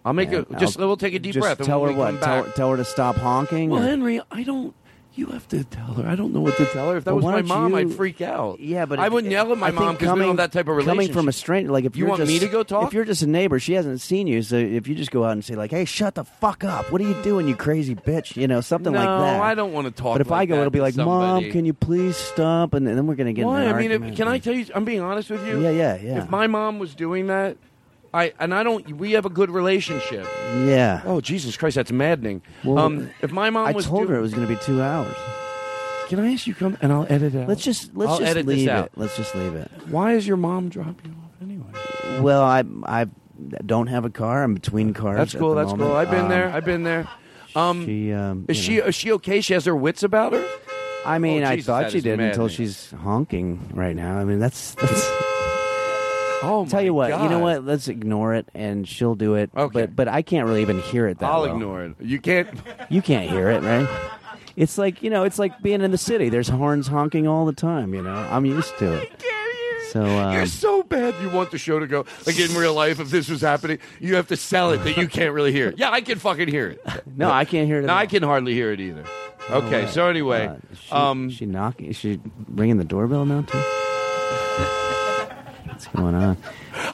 [SPEAKER 3] I'll make
[SPEAKER 8] and
[SPEAKER 3] a. Just
[SPEAKER 8] I'll-
[SPEAKER 3] we'll take a deep
[SPEAKER 8] just
[SPEAKER 3] breath. and
[SPEAKER 8] Tell
[SPEAKER 3] when
[SPEAKER 8] her
[SPEAKER 3] we
[SPEAKER 8] what?
[SPEAKER 3] come
[SPEAKER 8] Tell,
[SPEAKER 3] back-
[SPEAKER 8] her, tell her to stop honking.
[SPEAKER 3] Well,
[SPEAKER 8] or-
[SPEAKER 3] Henry, I don't. You have to tell her. I don't know what to tell her. If that
[SPEAKER 8] Well,
[SPEAKER 3] was
[SPEAKER 8] why
[SPEAKER 3] my
[SPEAKER 8] don't
[SPEAKER 3] mom, I'd
[SPEAKER 8] you-
[SPEAKER 3] freak out.
[SPEAKER 8] Yeah, but
[SPEAKER 3] I
[SPEAKER 8] if-
[SPEAKER 3] wouldn't yell at my
[SPEAKER 8] I think
[SPEAKER 3] mom because we
[SPEAKER 8] coming-
[SPEAKER 3] don't have that type of
[SPEAKER 8] Coming
[SPEAKER 3] relationship.
[SPEAKER 8] from a stranger, like if
[SPEAKER 3] You
[SPEAKER 8] you're
[SPEAKER 3] want
[SPEAKER 8] just,
[SPEAKER 3] me to go talk?
[SPEAKER 8] if you're just a neighbor, she hasn't seen you. So if you just go out and say like, "Hey, shut the fuck up! What are you doing, you crazy bitch?" You know, something like
[SPEAKER 3] No,
[SPEAKER 8] that.
[SPEAKER 3] I don't wanna talk
[SPEAKER 8] But if
[SPEAKER 3] like
[SPEAKER 8] I go,
[SPEAKER 3] that
[SPEAKER 8] it'll be
[SPEAKER 3] to
[SPEAKER 8] like,
[SPEAKER 3] somebody."
[SPEAKER 8] "Mom, can you please stop?" And then we're gonna get. in
[SPEAKER 3] Why?
[SPEAKER 8] an
[SPEAKER 3] I mean, if,
[SPEAKER 8] argument.
[SPEAKER 3] can I tell you? I'm being honest with you.
[SPEAKER 8] Yeah, yeah, yeah.
[SPEAKER 3] If my mom was doing that, I and I don't. We have a good relationship.
[SPEAKER 8] Yeah.
[SPEAKER 3] Oh Jesus Christ, that's maddening.
[SPEAKER 8] Well,
[SPEAKER 3] um, if my mom
[SPEAKER 8] I
[SPEAKER 3] was
[SPEAKER 8] told
[SPEAKER 3] do-
[SPEAKER 8] her it was going to be two hours.
[SPEAKER 3] Can I ask you come and I'll edit it out.
[SPEAKER 8] Let's just let's
[SPEAKER 3] I'll
[SPEAKER 8] just
[SPEAKER 3] edit this
[SPEAKER 8] leave
[SPEAKER 3] out.
[SPEAKER 8] it. Let's just leave it.
[SPEAKER 3] Why is your mom dropping you off anyway?
[SPEAKER 8] Well, I I don't have a car. I'm between cars.
[SPEAKER 3] That's
[SPEAKER 8] at
[SPEAKER 3] cool.
[SPEAKER 8] the
[SPEAKER 3] That's
[SPEAKER 8] moment.
[SPEAKER 3] cool. I've been
[SPEAKER 8] Um,
[SPEAKER 3] there. I've been there. Um,
[SPEAKER 8] She, um,
[SPEAKER 3] is
[SPEAKER 8] you
[SPEAKER 3] she
[SPEAKER 8] know.
[SPEAKER 3] is she okay? She has her wits about her.
[SPEAKER 8] I mean,
[SPEAKER 3] Oh,
[SPEAKER 8] I
[SPEAKER 3] Jesus,
[SPEAKER 8] thought
[SPEAKER 3] that
[SPEAKER 8] she
[SPEAKER 3] is
[SPEAKER 8] did until
[SPEAKER 3] maddening.
[SPEAKER 8] she's honking right now. I
[SPEAKER 3] <laughs>
[SPEAKER 8] mean, that's. that's
[SPEAKER 3] Oh,
[SPEAKER 8] tell you what. You know
[SPEAKER 3] God.
[SPEAKER 8] what? Let's ignore it, and she'll do it.
[SPEAKER 3] Okay.
[SPEAKER 8] But but I can't really even hear it. That
[SPEAKER 3] I'll
[SPEAKER 8] well.
[SPEAKER 3] ignore it. You can't.
[SPEAKER 8] <laughs> You can't hear it, right? It's like you know, it's like being in the city. There's horns honking all the time. You know, I'm used to it. So um,
[SPEAKER 3] You're so bad. You want the show to go like in real life. If this was happening, you have to sell it that you can't really hear <laughs> it. Yeah, I can fucking hear it.
[SPEAKER 8] no, I can't hear it. at
[SPEAKER 3] No,
[SPEAKER 8] all. Oh,
[SPEAKER 3] I can hardly hear it either. Okay,
[SPEAKER 8] right.
[SPEAKER 3] so anyway,
[SPEAKER 8] Uh, is she,
[SPEAKER 3] um,
[SPEAKER 8] is she knocking? Is she ringing the doorbell now too? What's going on?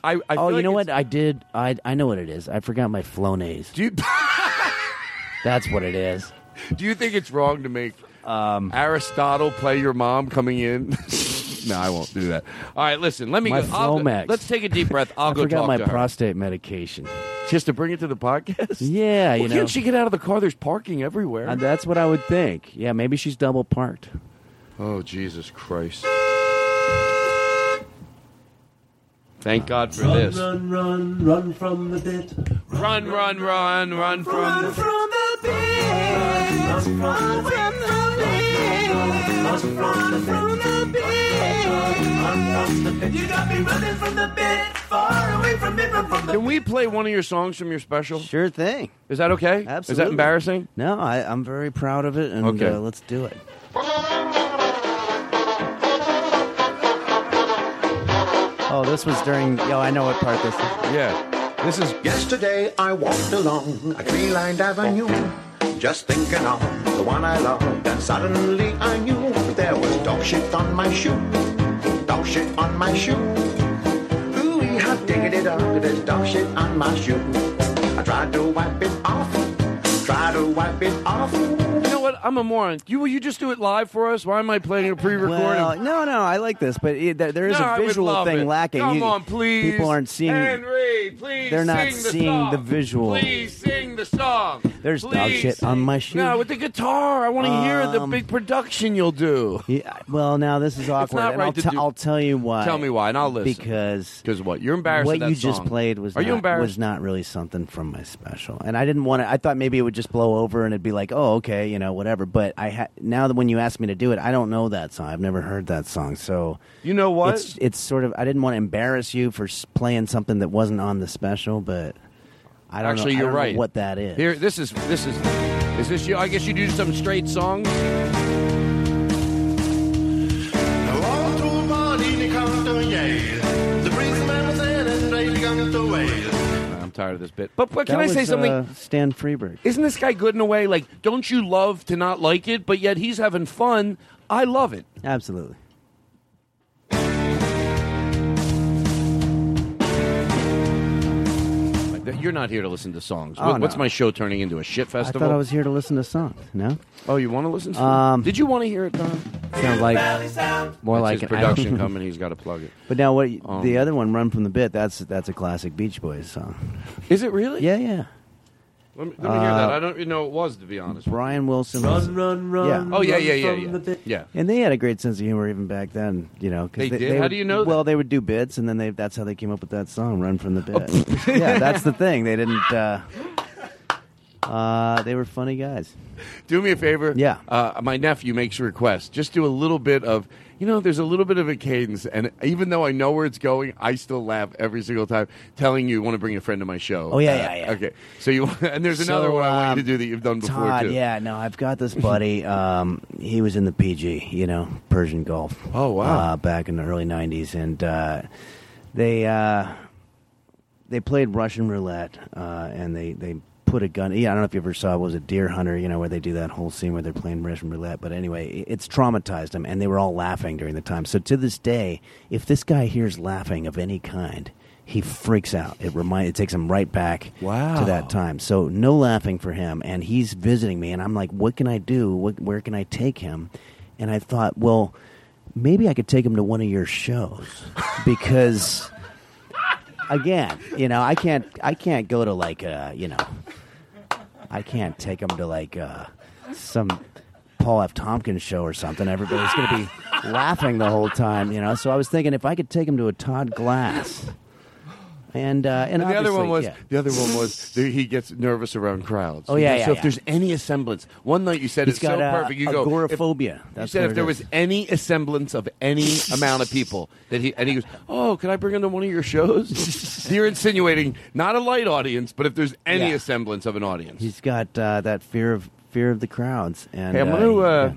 [SPEAKER 3] I, I
[SPEAKER 8] oh,
[SPEAKER 3] feel
[SPEAKER 8] you
[SPEAKER 3] like
[SPEAKER 8] know
[SPEAKER 3] it's-
[SPEAKER 8] what? I did. I I know what it is. I forgot my Flonase.
[SPEAKER 3] Do you, <laughs>
[SPEAKER 8] That's what it is.
[SPEAKER 3] do you think it's wrong to make
[SPEAKER 8] Um,
[SPEAKER 3] Aristotle play your mom coming
[SPEAKER 8] <laughs>
[SPEAKER 3] in? no, I won't do that. All right, listen. Let me.
[SPEAKER 8] My
[SPEAKER 3] go, I'll go-
[SPEAKER 8] Flomax.
[SPEAKER 3] Let's take a deep breath. I'll
[SPEAKER 8] I
[SPEAKER 3] go
[SPEAKER 8] forgot
[SPEAKER 3] talk
[SPEAKER 8] my
[SPEAKER 3] to her.
[SPEAKER 8] prostate medication.
[SPEAKER 3] Just to bring it to the podcast.
[SPEAKER 8] Yeah, you
[SPEAKER 3] Well,
[SPEAKER 8] know.
[SPEAKER 3] can't she get out of the car? There's parking everywhere.
[SPEAKER 8] Uh, that's what I would think. Yeah, maybe she's double parked.
[SPEAKER 3] Oh, Jesus Christ. Thank God for this.
[SPEAKER 2] Run, run, run from the bit.
[SPEAKER 3] Run, run, run, run from
[SPEAKER 2] Run
[SPEAKER 3] the.
[SPEAKER 2] from the bit. Run from the bit. Run from the bit. Run from the bit. You got me running from the bit. Far away from it, run from the
[SPEAKER 3] Can we play one of your songs from your special?
[SPEAKER 8] Sure thing.
[SPEAKER 3] Is that okay? Is that
[SPEAKER 8] Absolutely.
[SPEAKER 3] embarrassing?
[SPEAKER 8] No, I, I'm very proud of it, and
[SPEAKER 3] Okay.
[SPEAKER 8] uh, let's do it. Oh, this was during. Yo, I know what part this is.
[SPEAKER 3] Yeah. This is.
[SPEAKER 11] Yesterday I walked along a tree-lined avenue, just thinking of the one I loved. And suddenly I knew there was dog shit on my shoe, dog shit on my shoe. Ooh, how diggity dog, there's dog shit on my shoe. I tried to wipe it off, tried to wipe it off.
[SPEAKER 3] You know what? I'm a moron. You will you just do it live for us? Why am I playing a pre-recording?
[SPEAKER 8] Well, no, no, I like this, but it, there, there is
[SPEAKER 3] No, I
[SPEAKER 8] a
[SPEAKER 3] would
[SPEAKER 8] visual
[SPEAKER 3] love
[SPEAKER 8] thing
[SPEAKER 3] it.
[SPEAKER 8] lacking.
[SPEAKER 3] Come
[SPEAKER 8] You-
[SPEAKER 3] on, please.
[SPEAKER 8] People aren't seeing.
[SPEAKER 3] Henry, please.
[SPEAKER 8] They're not
[SPEAKER 3] sing the
[SPEAKER 8] seeing
[SPEAKER 3] song.
[SPEAKER 8] the visual.
[SPEAKER 3] Please sing the song.
[SPEAKER 8] There's
[SPEAKER 3] please.
[SPEAKER 8] dog shit on my shoe.
[SPEAKER 3] No, with the guitar. I want to hear the
[SPEAKER 8] Um,
[SPEAKER 3] big production you'll do.
[SPEAKER 8] Yeah, well, now this is awkward.
[SPEAKER 3] not
[SPEAKER 8] and
[SPEAKER 3] right
[SPEAKER 8] I'll,
[SPEAKER 3] to
[SPEAKER 8] te-
[SPEAKER 3] do-
[SPEAKER 8] I'll tell you why.
[SPEAKER 3] Tell me why, and I'll listen.
[SPEAKER 8] Because
[SPEAKER 3] Because what? You're embarrassed.
[SPEAKER 8] what
[SPEAKER 3] of that
[SPEAKER 8] you just
[SPEAKER 3] song.
[SPEAKER 8] played was
[SPEAKER 3] Are
[SPEAKER 8] not,
[SPEAKER 3] you embarrassed?
[SPEAKER 8] was not really something from my special, and I didn't want to. I thought maybe it would just blow over and it'd be like, oh, okay, you know, whatever. But I ha- now that when you asked me to do it, I don't know that song. I've never heard that song, so
[SPEAKER 3] You know what?
[SPEAKER 8] it's it's sort of. I didn't want to embarrass you for s- playing something that wasn't on the special, but I don't
[SPEAKER 3] Actually,
[SPEAKER 8] know, I
[SPEAKER 3] you're
[SPEAKER 8] don't know
[SPEAKER 3] right.
[SPEAKER 8] what that is.
[SPEAKER 3] Here, this is this is is this you? I guess you do some straight songs.
[SPEAKER 11] Walked through Bardini County, Yale. The priest man was in and they began to wail.
[SPEAKER 3] I'm tired of this bit. But but can
[SPEAKER 8] That
[SPEAKER 3] I say
[SPEAKER 8] was,
[SPEAKER 3] something?
[SPEAKER 8] uh, Stan Freeberg.
[SPEAKER 3] Isn't this guy good in a way? Like, don't you love to not like it, but yet he's having fun? I love it.
[SPEAKER 8] Absolutely.
[SPEAKER 3] Th- You're not here to listen to songs.
[SPEAKER 8] Oh,
[SPEAKER 3] What- What's
[SPEAKER 8] no.
[SPEAKER 3] my show turning into a shit
[SPEAKER 8] I
[SPEAKER 3] festival?
[SPEAKER 8] thought I was here to listen to songs. No,
[SPEAKER 3] Oh, you want to listen to
[SPEAKER 8] Um,
[SPEAKER 3] it? Did you want to hear it, Don?
[SPEAKER 8] sounds like more
[SPEAKER 3] That's
[SPEAKER 8] like
[SPEAKER 3] his
[SPEAKER 8] an
[SPEAKER 3] production company. He's got to plug it.
[SPEAKER 8] But now, what
[SPEAKER 3] Um,
[SPEAKER 8] the other one, "Run from the Bit"? That's that's a classic Beach Boys song.
[SPEAKER 3] Is it really?
[SPEAKER 8] Yeah, yeah.
[SPEAKER 3] Let me, let me hear that.
[SPEAKER 8] Uh,
[SPEAKER 3] I don't even know what it was, to be honest.
[SPEAKER 8] Brian Wilson.
[SPEAKER 3] Run,
[SPEAKER 8] was-
[SPEAKER 3] run, run,
[SPEAKER 8] Yeah.
[SPEAKER 3] Oh, yeah, run yeah, yeah, from yeah. the bit. Yeah.
[SPEAKER 8] And they had a great sense of humor even back then. You know, 'cause
[SPEAKER 3] They did? How
[SPEAKER 8] would-
[SPEAKER 3] do you know
[SPEAKER 8] Well, they would do bits, and then they, that's how they came up with that song, "Run from the
[SPEAKER 3] Oh.
[SPEAKER 8] Bit."
[SPEAKER 3] <laughs>
[SPEAKER 8] yeah, that's the thing. They didn't. Uh, uh, they were funny guys.
[SPEAKER 3] <laughs> Do me a favor.
[SPEAKER 8] Yeah.
[SPEAKER 3] Uh, my nephew makes a request. Just do a little bit of, you know, there's a little bit of a cadence, and even though I know where it's going, I still laugh every single time. Telling you, want to bring a friend to my show.
[SPEAKER 8] Oh, yeah,
[SPEAKER 3] Uh,
[SPEAKER 8] yeah, yeah.
[SPEAKER 3] Okay. So you <laughs> and there's
[SPEAKER 8] So,
[SPEAKER 3] another one I want you
[SPEAKER 8] um,
[SPEAKER 3] to do that you've done before
[SPEAKER 8] Todd,
[SPEAKER 3] too.
[SPEAKER 8] yeah, no, I've
[SPEAKER 3] <laughs>
[SPEAKER 8] got this buddy. Um, he was in the PG, you know, Persian Gulf.
[SPEAKER 3] Oh wow!
[SPEAKER 8] Uh, back in the early '90s, and uh, they uh, they played Russian roulette, uh, and they they put a gun. Yeah, I don't know if you ever saw. It was a Deer Hunter, you know, where they do that whole scene where they're playing Russian roulette. But anyway, it- it's traumatized them, and they were all laughing during the time. So to this day, if this guy hears laughing of any kind. He freaks out. It remind it takes him right back to that time. So no laughing for him, and he's visiting me, and I'm like, what can I do? What, where can I take him? And I thought, well, maybe I could take him to one of your shows because again, you know, I can't I can't go to like uh, you know, I can't take him to like uh some Paul F. Tompkins show or something. Everybody's going to be laughing the whole time, you know. So I was thinking if I could take him to a Todd Glass. And uh and,
[SPEAKER 3] And the other
[SPEAKER 8] obviously-
[SPEAKER 3] one was
[SPEAKER 8] yeah.
[SPEAKER 3] the other one was the, he gets nervous around crowds.
[SPEAKER 8] Oh, yeah,
[SPEAKER 3] You know,
[SPEAKER 8] yeah,
[SPEAKER 3] So
[SPEAKER 8] yeah.
[SPEAKER 3] if there's any semblance, one night you said
[SPEAKER 8] He's
[SPEAKER 3] it's
[SPEAKER 8] got,
[SPEAKER 3] so
[SPEAKER 8] uh,
[SPEAKER 3] perfect. You go
[SPEAKER 8] agoraphobia.
[SPEAKER 3] If,
[SPEAKER 8] That's
[SPEAKER 3] you
[SPEAKER 8] what
[SPEAKER 3] said
[SPEAKER 8] it
[SPEAKER 3] if there
[SPEAKER 8] is.
[SPEAKER 3] was any semblance of any amount of people that he and he goes, oh, can I bring him to one of your
[SPEAKER 8] <laughs>
[SPEAKER 3] shows? You're insinuating not a light audience, but if there's any
[SPEAKER 8] Yeah.
[SPEAKER 3] semblance of an audience.
[SPEAKER 8] He's got uh, that fear of fear of the crowds and
[SPEAKER 3] Hey, I'm
[SPEAKER 8] uh,
[SPEAKER 3] gonna.
[SPEAKER 8] yeah.
[SPEAKER 3] Uh,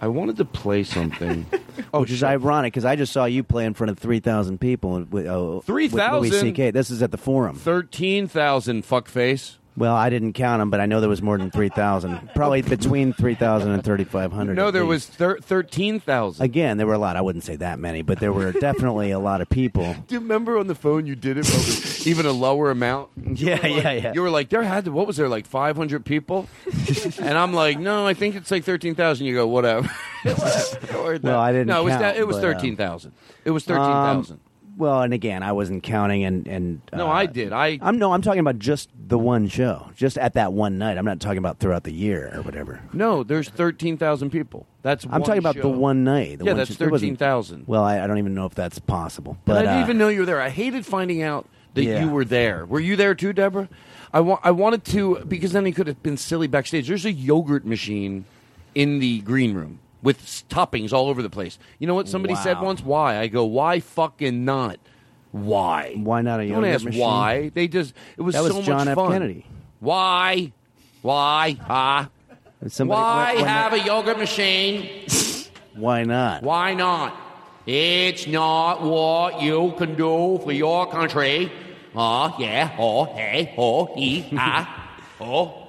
[SPEAKER 3] I wanted to play something. oh,
[SPEAKER 8] <laughs> which is ironic because I just saw you play in front of three thousand people. and With, oh, with Louis
[SPEAKER 3] 3,000?
[SPEAKER 8] CK. This is at the Forum.
[SPEAKER 3] Thirteen thousand fuckface.
[SPEAKER 8] Well, I didn't count them, but I know there was more than three thousand. Probably between three thousand and thirty-five hundred.
[SPEAKER 3] No, there was thir- thirteen thousand.
[SPEAKER 8] Again, there were a lot. I wouldn't say that many, but there were definitely a lot of people.
[SPEAKER 3] Do you remember on the phone you did it, but
[SPEAKER 8] <laughs>
[SPEAKER 3] with even a lower amount?
[SPEAKER 8] Yeah, yeah, yeah.
[SPEAKER 3] You were like, there had to, what was there, like 500
[SPEAKER 8] <laughs>
[SPEAKER 3] people? and I'm like, no, I think it's like 13,000. You go, whatever. <laughs>
[SPEAKER 8] Well, I didn't.
[SPEAKER 3] No, it was,
[SPEAKER 8] count,
[SPEAKER 3] that- it was
[SPEAKER 8] but, uh,
[SPEAKER 3] 13,000. It was 13,000.
[SPEAKER 8] um, well, and again, I wasn't counting, and and
[SPEAKER 3] no,
[SPEAKER 8] uh,
[SPEAKER 3] I did. I
[SPEAKER 8] I'm no, I'm talking about just the one show, just at that one night. I'm not talking about throughout the year or whatever.
[SPEAKER 3] No, there's 13,000 people. That's
[SPEAKER 8] I'm talking about the one night. The
[SPEAKER 3] yeah,
[SPEAKER 8] one
[SPEAKER 3] that's
[SPEAKER 8] sh- there wasn't-
[SPEAKER 3] 13,000.
[SPEAKER 8] Well, I, I don't even know if that's possible.
[SPEAKER 3] But
[SPEAKER 8] But
[SPEAKER 3] I didn't
[SPEAKER 8] uh,
[SPEAKER 3] even know you were there. I hated finding out that
[SPEAKER 8] Yeah.
[SPEAKER 3] you were there. Were you there too, Deborah? I wa- I wanted to because then he could have been silly backstage. There's a yogurt machine in the green room with s- toppings all over the place. You know what somebody said
[SPEAKER 8] Wow.
[SPEAKER 3] once? Why? I go, why fucking not? Why?
[SPEAKER 8] Why not a
[SPEAKER 3] Don't
[SPEAKER 8] yogurt
[SPEAKER 3] ask
[SPEAKER 8] machine?
[SPEAKER 3] why. They just it was
[SPEAKER 8] That was
[SPEAKER 3] so
[SPEAKER 8] John
[SPEAKER 3] much
[SPEAKER 8] F.
[SPEAKER 3] fun.
[SPEAKER 8] Kennedy.
[SPEAKER 3] Why? Why? Ah.
[SPEAKER 8] Somebody-
[SPEAKER 3] why
[SPEAKER 8] when- when-
[SPEAKER 3] have a yogurt machine?
[SPEAKER 8] <laughs> Why not?
[SPEAKER 3] Why not? It's not what you can do for your country. Ah, yeah, oh, hey, oh, he,
[SPEAKER 8] <laughs>
[SPEAKER 3] ah, oh,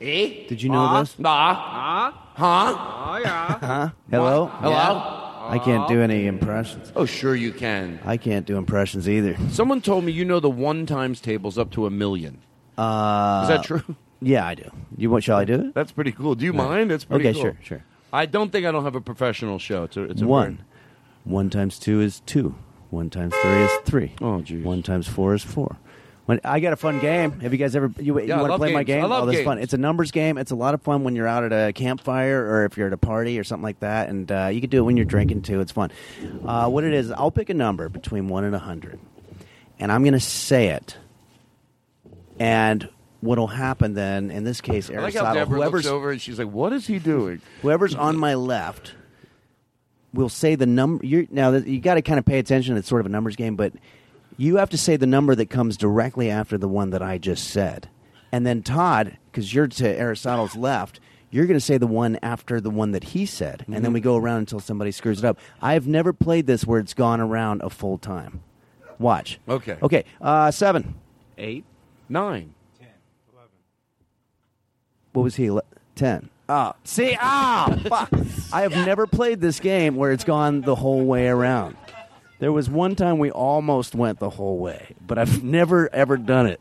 [SPEAKER 3] eh?
[SPEAKER 8] Did you know
[SPEAKER 3] ah,
[SPEAKER 8] this?
[SPEAKER 3] Ah, huh?
[SPEAKER 8] Huh? Hello?
[SPEAKER 3] Hello?
[SPEAKER 8] I can't do any impressions.
[SPEAKER 3] Oh, sure you can.
[SPEAKER 8] I can't do impressions either.
[SPEAKER 3] Someone told me you know the one times table's up to a million.
[SPEAKER 8] Uh,
[SPEAKER 3] Is that true?
[SPEAKER 8] Yeah, I do. You want? Shall I do it?
[SPEAKER 3] That's pretty cool. Do you
[SPEAKER 8] Yeah.
[SPEAKER 3] mind? That's pretty
[SPEAKER 8] Okay,
[SPEAKER 3] cool.
[SPEAKER 8] sure, sure.
[SPEAKER 3] I don't think I don't have a professional show. It's a, it's a
[SPEAKER 8] One. One times two is two. One times three is three.
[SPEAKER 3] Oh, geez.
[SPEAKER 8] One times four is four. When, I got a fun game. Have you guys ever? You,
[SPEAKER 3] Yeah, I
[SPEAKER 8] want to
[SPEAKER 3] love
[SPEAKER 8] play my
[SPEAKER 3] games.
[SPEAKER 8] game?
[SPEAKER 3] I love
[SPEAKER 8] oh, this is fun.
[SPEAKER 3] games.
[SPEAKER 8] It's a numbers game. It's a lot of fun when you're out at a campfire or if you're at a party or something like that. And uh, you can do it when you're drinking too. It's fun. Uh, what it is, I'll pick a number between one and a hundred, and I'm going to say it. And what'll happen then? In this case,
[SPEAKER 3] I like how
[SPEAKER 8] Aristotle,
[SPEAKER 3] Deborah
[SPEAKER 8] whoever's
[SPEAKER 3] looks over and she's like, "What is he doing?"
[SPEAKER 8] whoever's on my left will say the number. You're, now th- you got to kind of pay attention. It's sort of a numbers game, but you have to say the number that comes directly after the one that I just said, and then Todd, because you're to Aristotle's left. You're going to say the one after the one that he said, and then we go around until somebody screws it up. I've never played this where it's gone around a full time. Watch.
[SPEAKER 3] Okay.
[SPEAKER 8] Okay. Uh, seven.
[SPEAKER 10] Eight.
[SPEAKER 3] Nine.
[SPEAKER 8] What was he? Le- Ten. Oh, see, ah, fuck. I have never played this game where it's gone the whole way around. <laughs> There was one time we almost went the whole way, but I've never ever done it.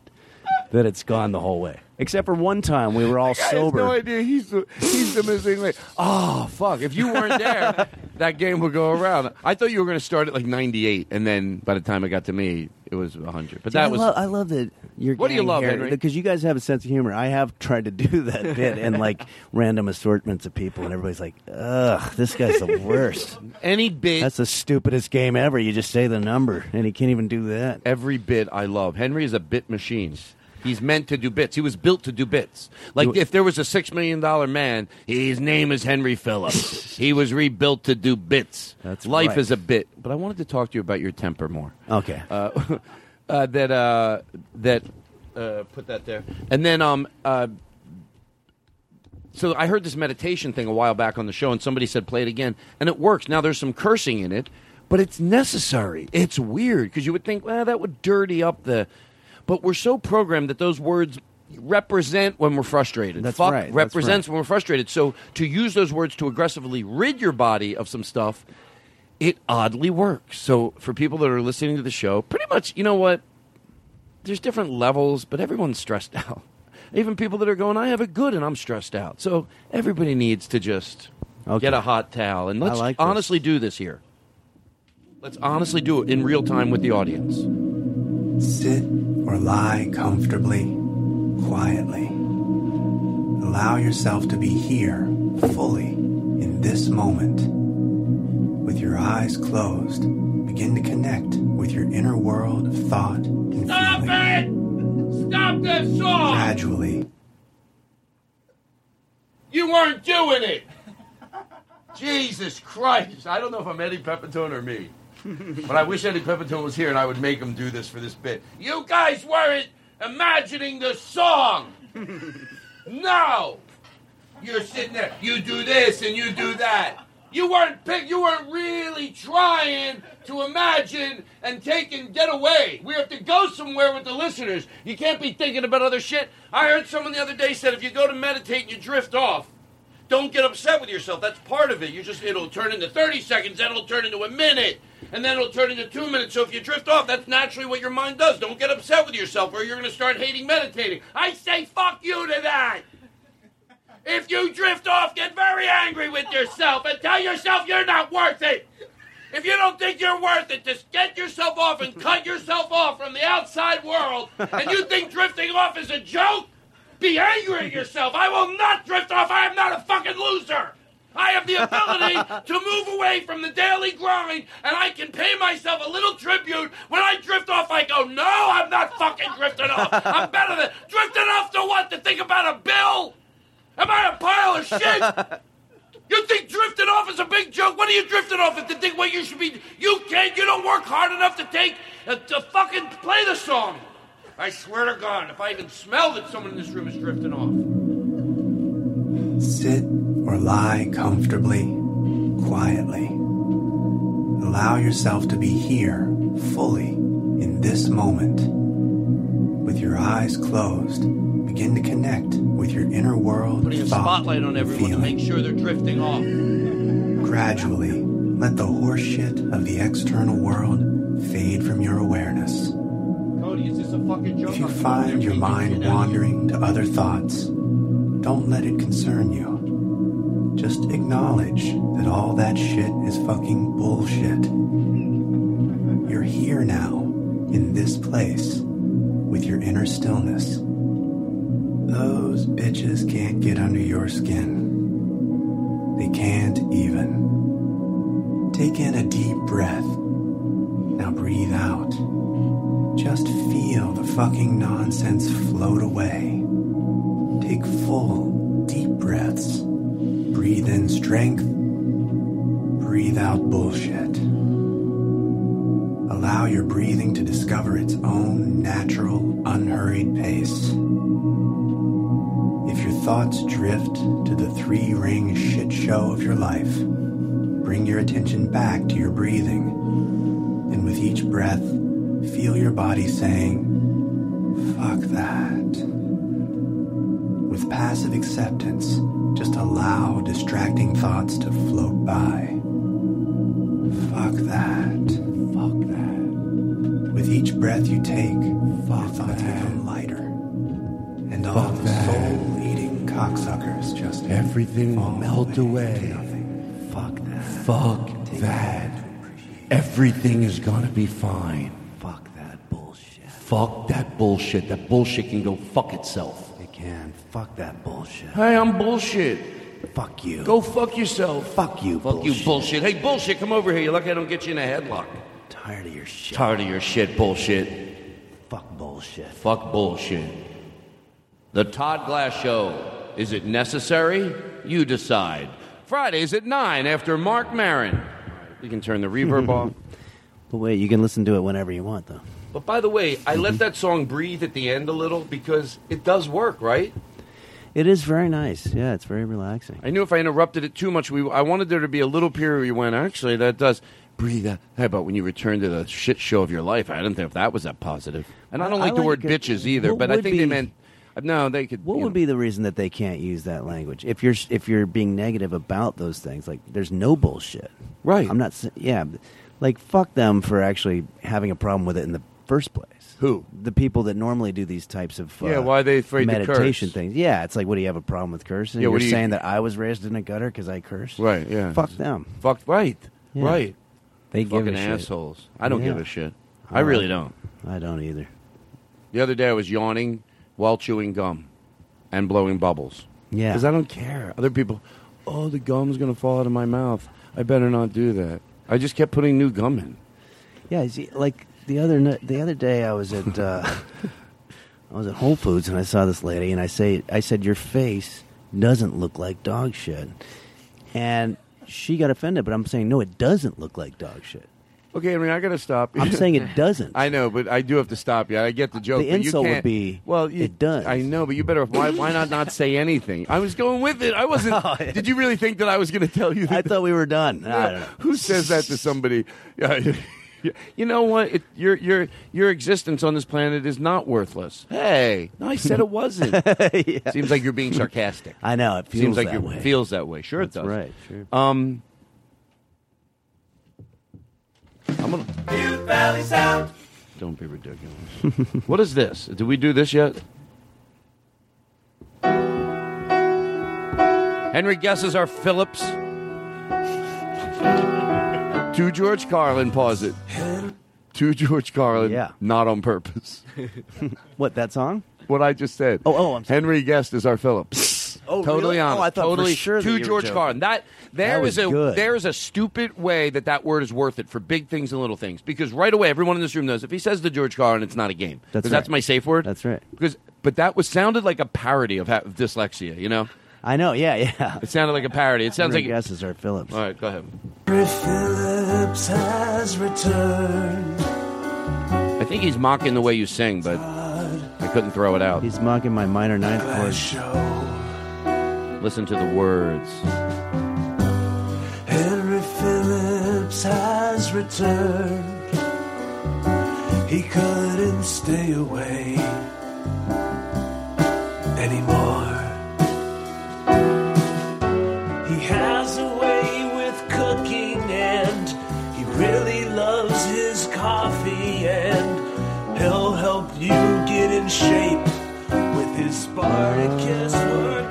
[SPEAKER 8] that it's gone the whole way. Except for one time we were all sober.
[SPEAKER 3] no idea. He's the he's the missing link. Oh fuck! If you weren't there, that game would go around. I thought you were going to start at like ninety eight, and then by the time it got to me, it was hundred. But
[SPEAKER 8] Dude,
[SPEAKER 3] that was
[SPEAKER 8] I love, I love that you're.
[SPEAKER 3] What do you
[SPEAKER 8] getting
[SPEAKER 3] love,
[SPEAKER 8] here,
[SPEAKER 3] Henry?
[SPEAKER 8] Because you guys have a sense of humor. I have tried to <laughs> do that bit and like random assortments of people, and everybody's like, "Ugh, this guy's the worst."
[SPEAKER 3] any bit.
[SPEAKER 8] That's the stupidest game ever. You just say the number, and he can't even do that.
[SPEAKER 3] Every bit I love. Henry is a bit machine. He's meant to do bits. He was built to do bits. Like if there was a six million dollar man, his name is Henry Phillips.
[SPEAKER 8] <laughs>
[SPEAKER 3] he was rebuilt to do bits. That's life
[SPEAKER 8] right.
[SPEAKER 3] is a bit. But I wanted to talk to you about your temper more.
[SPEAKER 8] Okay.
[SPEAKER 3] Uh, <laughs> uh, that uh, that uh, put that there, and then um. Uh, so I heard this meditation thing a while back on the show, and somebody said play it again, and it works. Now there's some cursing in it, but it's necessary. It's weird because you would think, well, that would dirty up the, but we're so programmed that those words represent when we're frustrated.
[SPEAKER 8] That's
[SPEAKER 3] Fuck
[SPEAKER 8] right, that's
[SPEAKER 3] represents
[SPEAKER 8] right.
[SPEAKER 3] when we're frustrated. So to use those words to aggressively rid your body of some stuff, it oddly works. So for people that are listening to the show, pretty much, you know what? There's different levels, but everyone's stressed <laughs> out. Even people that are going, I have it good and I'm stressed out. So everybody needs to just get a hot towel and
[SPEAKER 8] I
[SPEAKER 3] let's
[SPEAKER 8] like this.
[SPEAKER 3] honestly do this here. Let's honestly do it in real time with the audience.
[SPEAKER 7] Sit or lie comfortably, quietly. Allow yourself to be here fully in this moment. With your eyes closed, begin to connect with your inner world of thought and
[SPEAKER 2] Stop it! Stop that song!
[SPEAKER 7] gradually
[SPEAKER 3] You weren't doing it! Jesus Christ! I don't know if I'm Eddie Pepitone or me, <laughs> but I wish Eddie Pepitone was here and I would make him do this for this bit. You guys weren't imagining
[SPEAKER 12] <laughs>
[SPEAKER 3] the song! No! You're sitting there, you do this and you do that. You weren't pick, you weren't really trying to imagine and take and get away. We have to go somewhere with the listeners. You can't be thinking about other shit. I heard someone the other day said if you go to meditate and you drift off, don't get upset with yourself. That's part of it. You just it'll turn into 30 seconds, then it'll turn into a minute, and then it'll turn into 2 minutes. So if you drift off, that's naturally what your mind does. Don't get upset with yourself or you're going to start hating meditating. I say fuck you to that. If you drift off, get very angry with yourself and tell yourself you're not worth it. If you don't think you're worth it, just get yourself off and cut yourself off from the outside world. And you think drifting off is a joke? Be angry at yourself. I will not drift off. I am not a fucking loser. I have the ability to move away from the daily grind, and I can pay myself a little tribute. When I drift off, I go, no, I'm not fucking drifting off. I'm better than drifting off to what? To think about a bill? Am I a pile of shit? You think drifting off is a big joke? What are you drifting off? If the thing what you should be, you can't. You don't work hard enough to take uh, to fucking play the song. I swear to God, if I even smell that someone in this room is drifting off.
[SPEAKER 7] Sit or lie comfortably, quietly. Allow yourself to be here fully in this moment. With your eyes closed, begin to connect with your inner world
[SPEAKER 3] Putting a
[SPEAKER 7] of thought.
[SPEAKER 3] spotlight on everyone to make sure they're drifting off.
[SPEAKER 7] Gradually, let the horseshit of the external world fade from your awareness.
[SPEAKER 3] Cody, is this a fucking joke?
[SPEAKER 7] If you find your mind wandering to other thoughts, don't let it concern you. Just acknowledge that all that shit is fucking bullshit. You're here now, in this place, with your inner stillness. Those bitches can't get under your skin. They can't even. Take in a deep breath. Now breathe out. Just feel the fucking nonsense float away. Take full, deep breaths. Breathe in strength. Breathe out bullshit. Allow your breathing to discover its own natural, unhurried pace. If your thoughts drift to the three ring shit show of your life, bring your attention back to your breathing. And with each breath, feel your body saying, fuck that. With passive acceptance, just allow distracting thoughts to float by. Fuck that. Fuck that. With each breath you take, your thoughts become lighter all the soul-eating cocksuckers just
[SPEAKER 13] Everything will melt away.
[SPEAKER 7] Fuck that.
[SPEAKER 13] Fuck that. Everything is gonna be fine. Fuck that bullshit. Fuck that bullshit. That bullshit can go fuck itself.
[SPEAKER 7] It can. Fuck that bullshit.
[SPEAKER 13] Hey, I'm bullshit.
[SPEAKER 7] Fuck you.
[SPEAKER 13] Go fuck yourself.
[SPEAKER 7] Fuck you.
[SPEAKER 3] Fuck you, bullshit. Hey, bullshit, come over here. You're lucky I don't get you in a headlock.
[SPEAKER 7] Tired of your shit.
[SPEAKER 3] Tired of your shit, bullshit.
[SPEAKER 7] Fuck bullshit.
[SPEAKER 3] Fuck bullshit. The Todd Glass Show. Is it necessary? You decide. Fridays at 9 after Mark Marin. You can turn the
[SPEAKER 8] <laughs>
[SPEAKER 3] reverb off.
[SPEAKER 8] But wait, you can listen to it whenever you want, though.
[SPEAKER 3] But by the way, I let that song breathe at the end a little because it does work, right?
[SPEAKER 8] It is very nice. Yeah, it's very relaxing.
[SPEAKER 3] I knew if I interrupted it too much, we I wanted there to be a little period where you went, actually, that does breathe out. How about when you return to the shit show of your life? I didn't think if that was that positive. And I don't
[SPEAKER 8] I
[SPEAKER 3] like the
[SPEAKER 8] like
[SPEAKER 3] word
[SPEAKER 8] it 'cause
[SPEAKER 3] bitches either,
[SPEAKER 8] what
[SPEAKER 3] but I
[SPEAKER 8] would
[SPEAKER 3] think
[SPEAKER 8] be-
[SPEAKER 3] they meant. No, they could.
[SPEAKER 8] What
[SPEAKER 3] you
[SPEAKER 8] would be the reason that they can't use that language? If you're if you're being negative about those things, like there's no bullshit. Right. I'm not. s- Yeah. Like fuck them for actually having a problem with it in the first place.
[SPEAKER 3] Who?
[SPEAKER 8] The people that normally do these types of
[SPEAKER 3] Yeah,
[SPEAKER 8] uh,
[SPEAKER 3] why are they afraid to
[SPEAKER 8] meditation
[SPEAKER 3] curse?
[SPEAKER 8] things? Yeah, it's like, what do you have a problem with cursing?
[SPEAKER 3] Yeah, what
[SPEAKER 8] you're
[SPEAKER 3] do you-
[SPEAKER 8] saying that I was raised in a gutter because I cursed.
[SPEAKER 3] Right, yeah.
[SPEAKER 8] Fuck them.
[SPEAKER 3] Fuck right,
[SPEAKER 8] Yeah.
[SPEAKER 3] right.
[SPEAKER 8] They give a
[SPEAKER 3] fucking
[SPEAKER 8] shit.
[SPEAKER 3] assholes. I don't
[SPEAKER 8] Yeah.
[SPEAKER 3] give a shit. I really don't.
[SPEAKER 8] I don't either.
[SPEAKER 3] The other day I was yawning while chewing gum and blowing bubbles.
[SPEAKER 8] Yeah.
[SPEAKER 3] because I don't care. Other people, oh, the gum's gonna fall out of my mouth. I better not do that. I just kept putting new gum in.
[SPEAKER 8] Yeah, you see, like the other ni- the other day, I was at
[SPEAKER 3] <laughs>
[SPEAKER 8] uh, I was at Whole Foods and I saw this lady, and I say I said, "Your face doesn't look like dog shit," and she got offended. But I'm saying, no, it doesn't look like dog
[SPEAKER 3] <laughs>
[SPEAKER 8] shit.
[SPEAKER 3] Okay, I mean I gotta stop. you. <laughs>
[SPEAKER 8] I'm saying it doesn't.
[SPEAKER 3] I know, but I do have to stop you. I get the joke.
[SPEAKER 8] The
[SPEAKER 3] but you
[SPEAKER 8] insult would
[SPEAKER 3] can't-
[SPEAKER 8] be,
[SPEAKER 3] well, you, it does. I know, but you better. Why, why not not say anything? I was going with it. I
[SPEAKER 8] <laughs>
[SPEAKER 3] wasn't. Did you really think that I was going to tell you? That? I
[SPEAKER 8] Oh, thought we were done.
[SPEAKER 3] Who says that to somebody? <laughs> Yeah, you know what? It, your your your existence on this planet is not worthless. Hey, no, I said it <laughs>
[SPEAKER 8] <laughs>
[SPEAKER 3] wasn't. Seems like you're being sarcastic.
[SPEAKER 8] I know it feels
[SPEAKER 3] Seems like
[SPEAKER 8] that
[SPEAKER 3] it
[SPEAKER 8] way.
[SPEAKER 3] feels that way. Sure, it does.
[SPEAKER 8] right, sure.
[SPEAKER 3] Um, I'm gonna.
[SPEAKER 2] Butte Valley Sound.
[SPEAKER 3] Don't be ridiculous. <laughs> what is this? Did we do this yet? Henry guesses our Phillips. to George Carlin, pause it. To George Carlin,
[SPEAKER 8] Yeah.
[SPEAKER 3] not on purpose.
[SPEAKER 8] what that song?
[SPEAKER 3] What I just said.
[SPEAKER 8] Oh, oh, I'm sorry.
[SPEAKER 3] Henry guessed is our Phillips.
[SPEAKER 8] Oh,
[SPEAKER 3] totally
[SPEAKER 8] really?
[SPEAKER 3] honest.
[SPEAKER 8] Oh, I thought for
[SPEAKER 3] totally
[SPEAKER 8] sure that
[SPEAKER 3] to
[SPEAKER 8] you were
[SPEAKER 3] George
[SPEAKER 8] joking.
[SPEAKER 3] Carlin. That there
[SPEAKER 8] That
[SPEAKER 3] is
[SPEAKER 8] was
[SPEAKER 3] a
[SPEAKER 8] good.
[SPEAKER 3] there is a stupid way that that word is worth it for big things and little things because right away everyone in this room knows if he says the George Carlin, it's not a game.
[SPEAKER 8] That's
[SPEAKER 3] 'Cause
[SPEAKER 8] right.
[SPEAKER 3] that's my safe word.
[SPEAKER 8] That's right.
[SPEAKER 3] Because but that was sounded like a parody of, ha- of dyslexia. You know,
[SPEAKER 8] I know. Yeah, yeah.
[SPEAKER 3] it sounded like a parody. It sounds
[SPEAKER 8] Henry
[SPEAKER 3] like
[SPEAKER 8] guesses our Phillips.
[SPEAKER 3] All right, go ahead.
[SPEAKER 13] Henry Phillips has returned.
[SPEAKER 3] I think he's mocking the way you sing, but I couldn't throw it out.
[SPEAKER 8] He's mocking my minor ninth chord.
[SPEAKER 3] Listen to the words.
[SPEAKER 13] Henry Phillips has returned. He couldn't stay away anymore.
[SPEAKER 2] He has a way with cooking and he really loves his coffee and he'll help you get in shape with his Spartacus workout.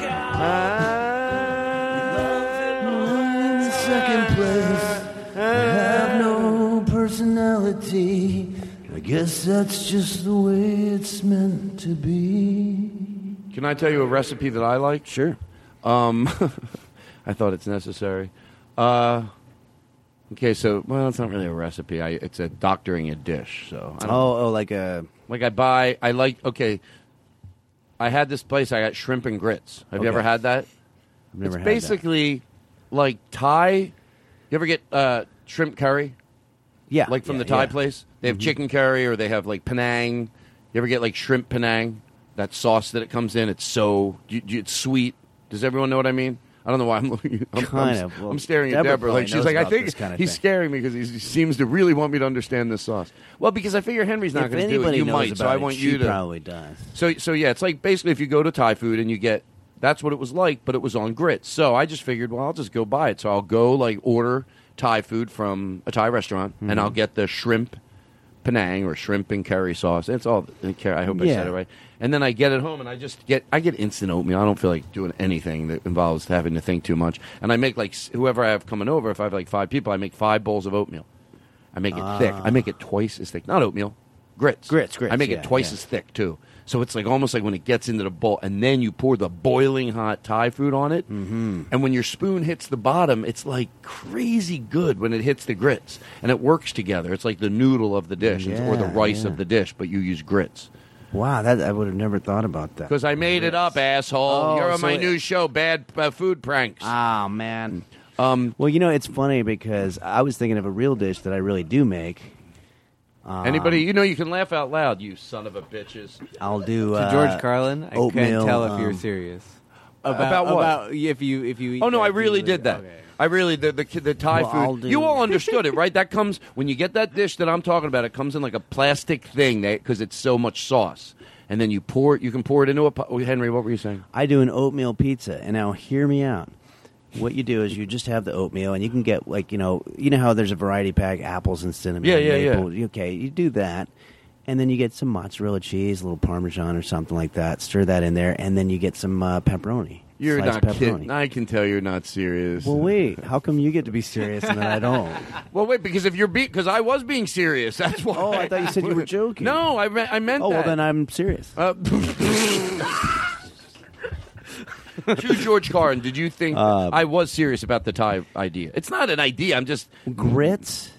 [SPEAKER 13] In second place, I have no personality. I guess that's just the way it's meant to be.
[SPEAKER 3] Can I tell you a recipe that I like? Sure. Um, <laughs> I thought it's necessary. Uh, okay, so well, it's not really a recipe. I, it's a doctoring a dish. So I don't,
[SPEAKER 8] Oh, oh, like a
[SPEAKER 3] like I buy. I like okay. I had this place. I got shrimp and grits. Have you
[SPEAKER 8] Okay.
[SPEAKER 3] ever had that?
[SPEAKER 8] I've never
[SPEAKER 3] it's
[SPEAKER 8] had that.
[SPEAKER 3] basically like Thai. You ever get uh, shrimp curry?
[SPEAKER 8] Yeah,
[SPEAKER 3] like from
[SPEAKER 8] yeah,
[SPEAKER 3] the Thai
[SPEAKER 8] yeah.
[SPEAKER 3] place. They have
[SPEAKER 8] Mhm.
[SPEAKER 3] chicken curry, or they have like Penang. You ever get like shrimp Penang? That sauce that it comes in, it's so you, you- it's sweet. Does everyone know what I mean? I don't know why I'm <laughs> looking. I'm,
[SPEAKER 8] Kind
[SPEAKER 3] I'm,
[SPEAKER 8] of. Well,
[SPEAKER 3] I'm staring at
[SPEAKER 8] Deborah
[SPEAKER 3] Deborah like
[SPEAKER 8] probably
[SPEAKER 3] she's
[SPEAKER 8] knows
[SPEAKER 3] like I
[SPEAKER 8] about
[SPEAKER 3] think
[SPEAKER 8] this kind of
[SPEAKER 3] he's
[SPEAKER 8] thing.
[SPEAKER 3] scaring me because he seems to really want me to understand this sauce. Well, because I figure Henry's not
[SPEAKER 8] If
[SPEAKER 3] going to do it.
[SPEAKER 8] anybody
[SPEAKER 3] You
[SPEAKER 8] knows
[SPEAKER 3] might, so
[SPEAKER 8] about
[SPEAKER 3] I
[SPEAKER 8] it,
[SPEAKER 3] want
[SPEAKER 8] she
[SPEAKER 3] you to.
[SPEAKER 8] probably does.
[SPEAKER 3] So so yeah, it's like basically if you go to Thai food and you get that's what it was like, but it was on grits. So I just figured, well, I'll just go buy it. So I'll go like order Thai food from a Thai restaurant, and
[SPEAKER 8] Mhm.
[SPEAKER 3] I'll get the shrimp Penang or shrimp and curry sauce. It's all in curry. I hope I
[SPEAKER 8] Yeah.
[SPEAKER 3] said it right. and then I get it home and I just get I get instant oatmeal. I don't feel like doing anything that involves having to think too much. And I make like s- whoever I have coming over. If I have like five people, I make five bowls of oatmeal. I make it thick.
[SPEAKER 8] Ah.
[SPEAKER 3] I make it twice as thick. Not oatmeal, grits. Grits,
[SPEAKER 8] grits,
[SPEAKER 3] I make
[SPEAKER 8] yeah,
[SPEAKER 3] it twice
[SPEAKER 8] yeah.
[SPEAKER 3] as thick too. So it's like almost like when it gets into the bowl, and then you pour the boiling hot Thai food on it, mm-hmm. and when your spoon hits the bottom, it's like crazy good when it hits the grits, and it works together. It's like the noodle of the dish it's- or the
[SPEAKER 8] Yeah,
[SPEAKER 3] rice
[SPEAKER 8] yeah.
[SPEAKER 3] of the dish, but you use grits.
[SPEAKER 8] Wow, that I would have never thought about that.
[SPEAKER 3] Because I made it up, asshole.
[SPEAKER 8] Oh,
[SPEAKER 3] You're on
[SPEAKER 8] so
[SPEAKER 3] my
[SPEAKER 8] it-
[SPEAKER 3] new show, Bad uh, Food Pranks.
[SPEAKER 8] Ah man. Um, well, you know, it's funny because I was thinking of a real dish that I really do make. Um,
[SPEAKER 3] Anybody, you know, you can laugh out loud, you son of a bitches.
[SPEAKER 8] I'll do
[SPEAKER 10] To
[SPEAKER 8] uh,
[SPEAKER 10] George Carlin, I couldn't
[SPEAKER 8] oatmeal,
[SPEAKER 10] tell if you were
[SPEAKER 8] um,
[SPEAKER 10] serious.
[SPEAKER 3] About what?
[SPEAKER 10] About if you if you eat
[SPEAKER 3] Oh no,
[SPEAKER 10] that,
[SPEAKER 3] I
[SPEAKER 10] you
[SPEAKER 3] really
[SPEAKER 10] would-
[SPEAKER 3] did that. I really the the, the Thai
[SPEAKER 10] Well, I'll
[SPEAKER 3] food.
[SPEAKER 10] do-
[SPEAKER 3] You all understood it, right? That comes when you get that dish that I'm talking about. It comes in like a plastic thing because it's so much sauce, and then you pour it. You can pour it into a. pot. Oh, Henry, what were you saying?
[SPEAKER 8] I do an oatmeal pizza, and now hear me out. What you do is you just have the oatmeal, and you can get like you know, you know how there's a variety pack, apples and cinnamon,
[SPEAKER 3] Yeah, yeah, yeah.
[SPEAKER 8] maple. Okay, you do that, and then you get some mozzarella cheese, a little parmesan or something like that. Stir that in there, and then you get some uh, pepperoni.
[SPEAKER 3] You're
[SPEAKER 8] sliced
[SPEAKER 3] not kidding. I can tell you're not serious.
[SPEAKER 8] Well, wait, how come you get to be serious and then I don't?
[SPEAKER 3] Well, wait, because if you're beat, because I was being serious. <laughs> That's why. Oh, I
[SPEAKER 8] thought you said you were joking.
[SPEAKER 3] No, I, me- I meant.
[SPEAKER 8] Oh well,
[SPEAKER 3] that.
[SPEAKER 8] then I'm serious.
[SPEAKER 3] Uh, <laughs> to George Carlin, did you think
[SPEAKER 8] Uh,
[SPEAKER 3] I was serious about the Thai idea? It's not an idea. I'm just
[SPEAKER 8] grits.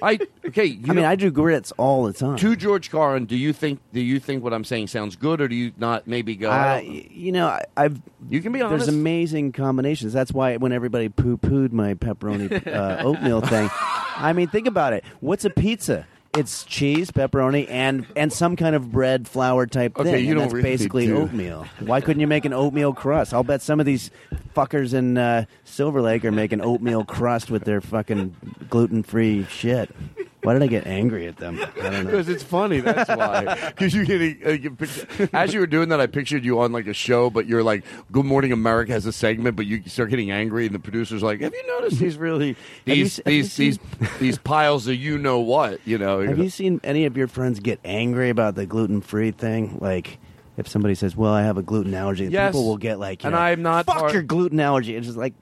[SPEAKER 3] I okay. <laughs> You
[SPEAKER 8] I mean,
[SPEAKER 3] know-
[SPEAKER 8] I do grits all the time.
[SPEAKER 3] to George Carlin, do you think do you think what I'm saying sounds good, or do you not maybe go?
[SPEAKER 8] Uh, y- you know, I, I've
[SPEAKER 3] you can be honest.
[SPEAKER 8] There's amazing combinations. That's why when everybody poo pooed
[SPEAKER 3] <laughs>
[SPEAKER 8] my pepperoni uh, oatmeal thing, I mean, think about it. What's a pizza? It's cheese, pepperoni, and and some kind of bread flour type
[SPEAKER 3] Okay,
[SPEAKER 8] thing.
[SPEAKER 3] you
[SPEAKER 8] and
[SPEAKER 3] don't
[SPEAKER 8] that's
[SPEAKER 3] really
[SPEAKER 8] basically
[SPEAKER 3] do.
[SPEAKER 8] oatmeal. Why couldn't you make an oatmeal crust? I'll bet some of these fuckers in uh, Silver Lake are making oatmeal crust with their fucking gluten free shit. Why did I get angry at them?
[SPEAKER 3] <laughs>
[SPEAKER 8] I don't know.
[SPEAKER 3] Because it's funny, that's why. <laughs> Because "Oh, you get a, a, you pic- as you were doing that, I pictured you on like a show, but you're like, "Good Morning America" has a segment, but you start getting angry, and the producer's like, "Have you noticed he's really
[SPEAKER 8] Have you
[SPEAKER 3] these
[SPEAKER 8] se- have you
[SPEAKER 3] these these these piles of you know what?" You know,
[SPEAKER 8] Have you seen any of your friends get angry about the gluten free thing? Like, if somebody says, "Well, I have a gluten allergy,"
[SPEAKER 3] Yes.
[SPEAKER 8] people will get like, you
[SPEAKER 3] And
[SPEAKER 8] know,
[SPEAKER 3] I'm not
[SPEAKER 8] fuck
[SPEAKER 3] part-
[SPEAKER 8] your gluten allergy." It's just like,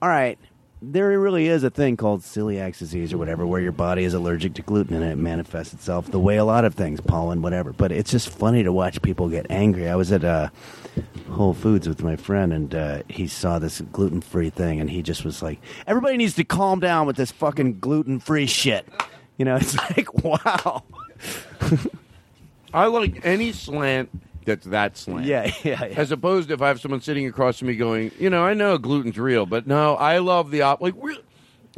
[SPEAKER 8] all right, there really is a thing called celiac disease or whatever, where your body is allergic to gluten and it manifests itself the way a lot of things, pollen, whatever. But it's just funny to watch people get angry. I was at uh, Whole Foods with my friend, and uh, he saw this gluten free thing, and he just was like, "Everybody needs to calm down with this fucking gluten free shit." You know, <laughs> it's like, wow.
[SPEAKER 3] I like any slant that's that slant.
[SPEAKER 8] Yeah, <laughs> yeah, yeah.
[SPEAKER 3] As opposed to if I have someone sitting across from me going, you know, I know gluten's real, but no, I love the op. Like, we're-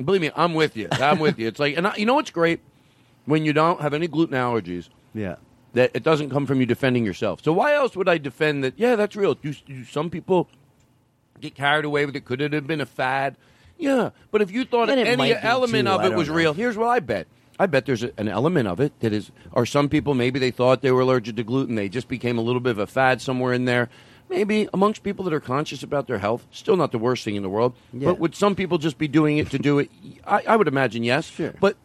[SPEAKER 3] believe me, I'm with you. I'm with you. It's like, and I, you know what's great when you don't have any gluten allergies.
[SPEAKER 8] Yeah.
[SPEAKER 3] That it doesn't come from you defending yourself. So why else would I defend that? Yeah, that's real. Do, do some people get carried away with it? Could it have been a fad? Yeah, but if you thought
[SPEAKER 8] And it
[SPEAKER 3] any
[SPEAKER 8] might be,
[SPEAKER 3] element
[SPEAKER 8] too.
[SPEAKER 3] of
[SPEAKER 8] I
[SPEAKER 3] it
[SPEAKER 8] don't
[SPEAKER 3] was
[SPEAKER 8] know.
[SPEAKER 3] real, here's what I bet. I bet there's a, an element of it that is, or some people maybe they thought they were allergic to gluten. They just became a little bit of a fad somewhere in there. Maybe amongst people that are conscious about their health, still not the worst thing in the world.
[SPEAKER 8] Yeah.
[SPEAKER 3] But would some people just be doing it to do it? I, I would imagine yes. Sure. But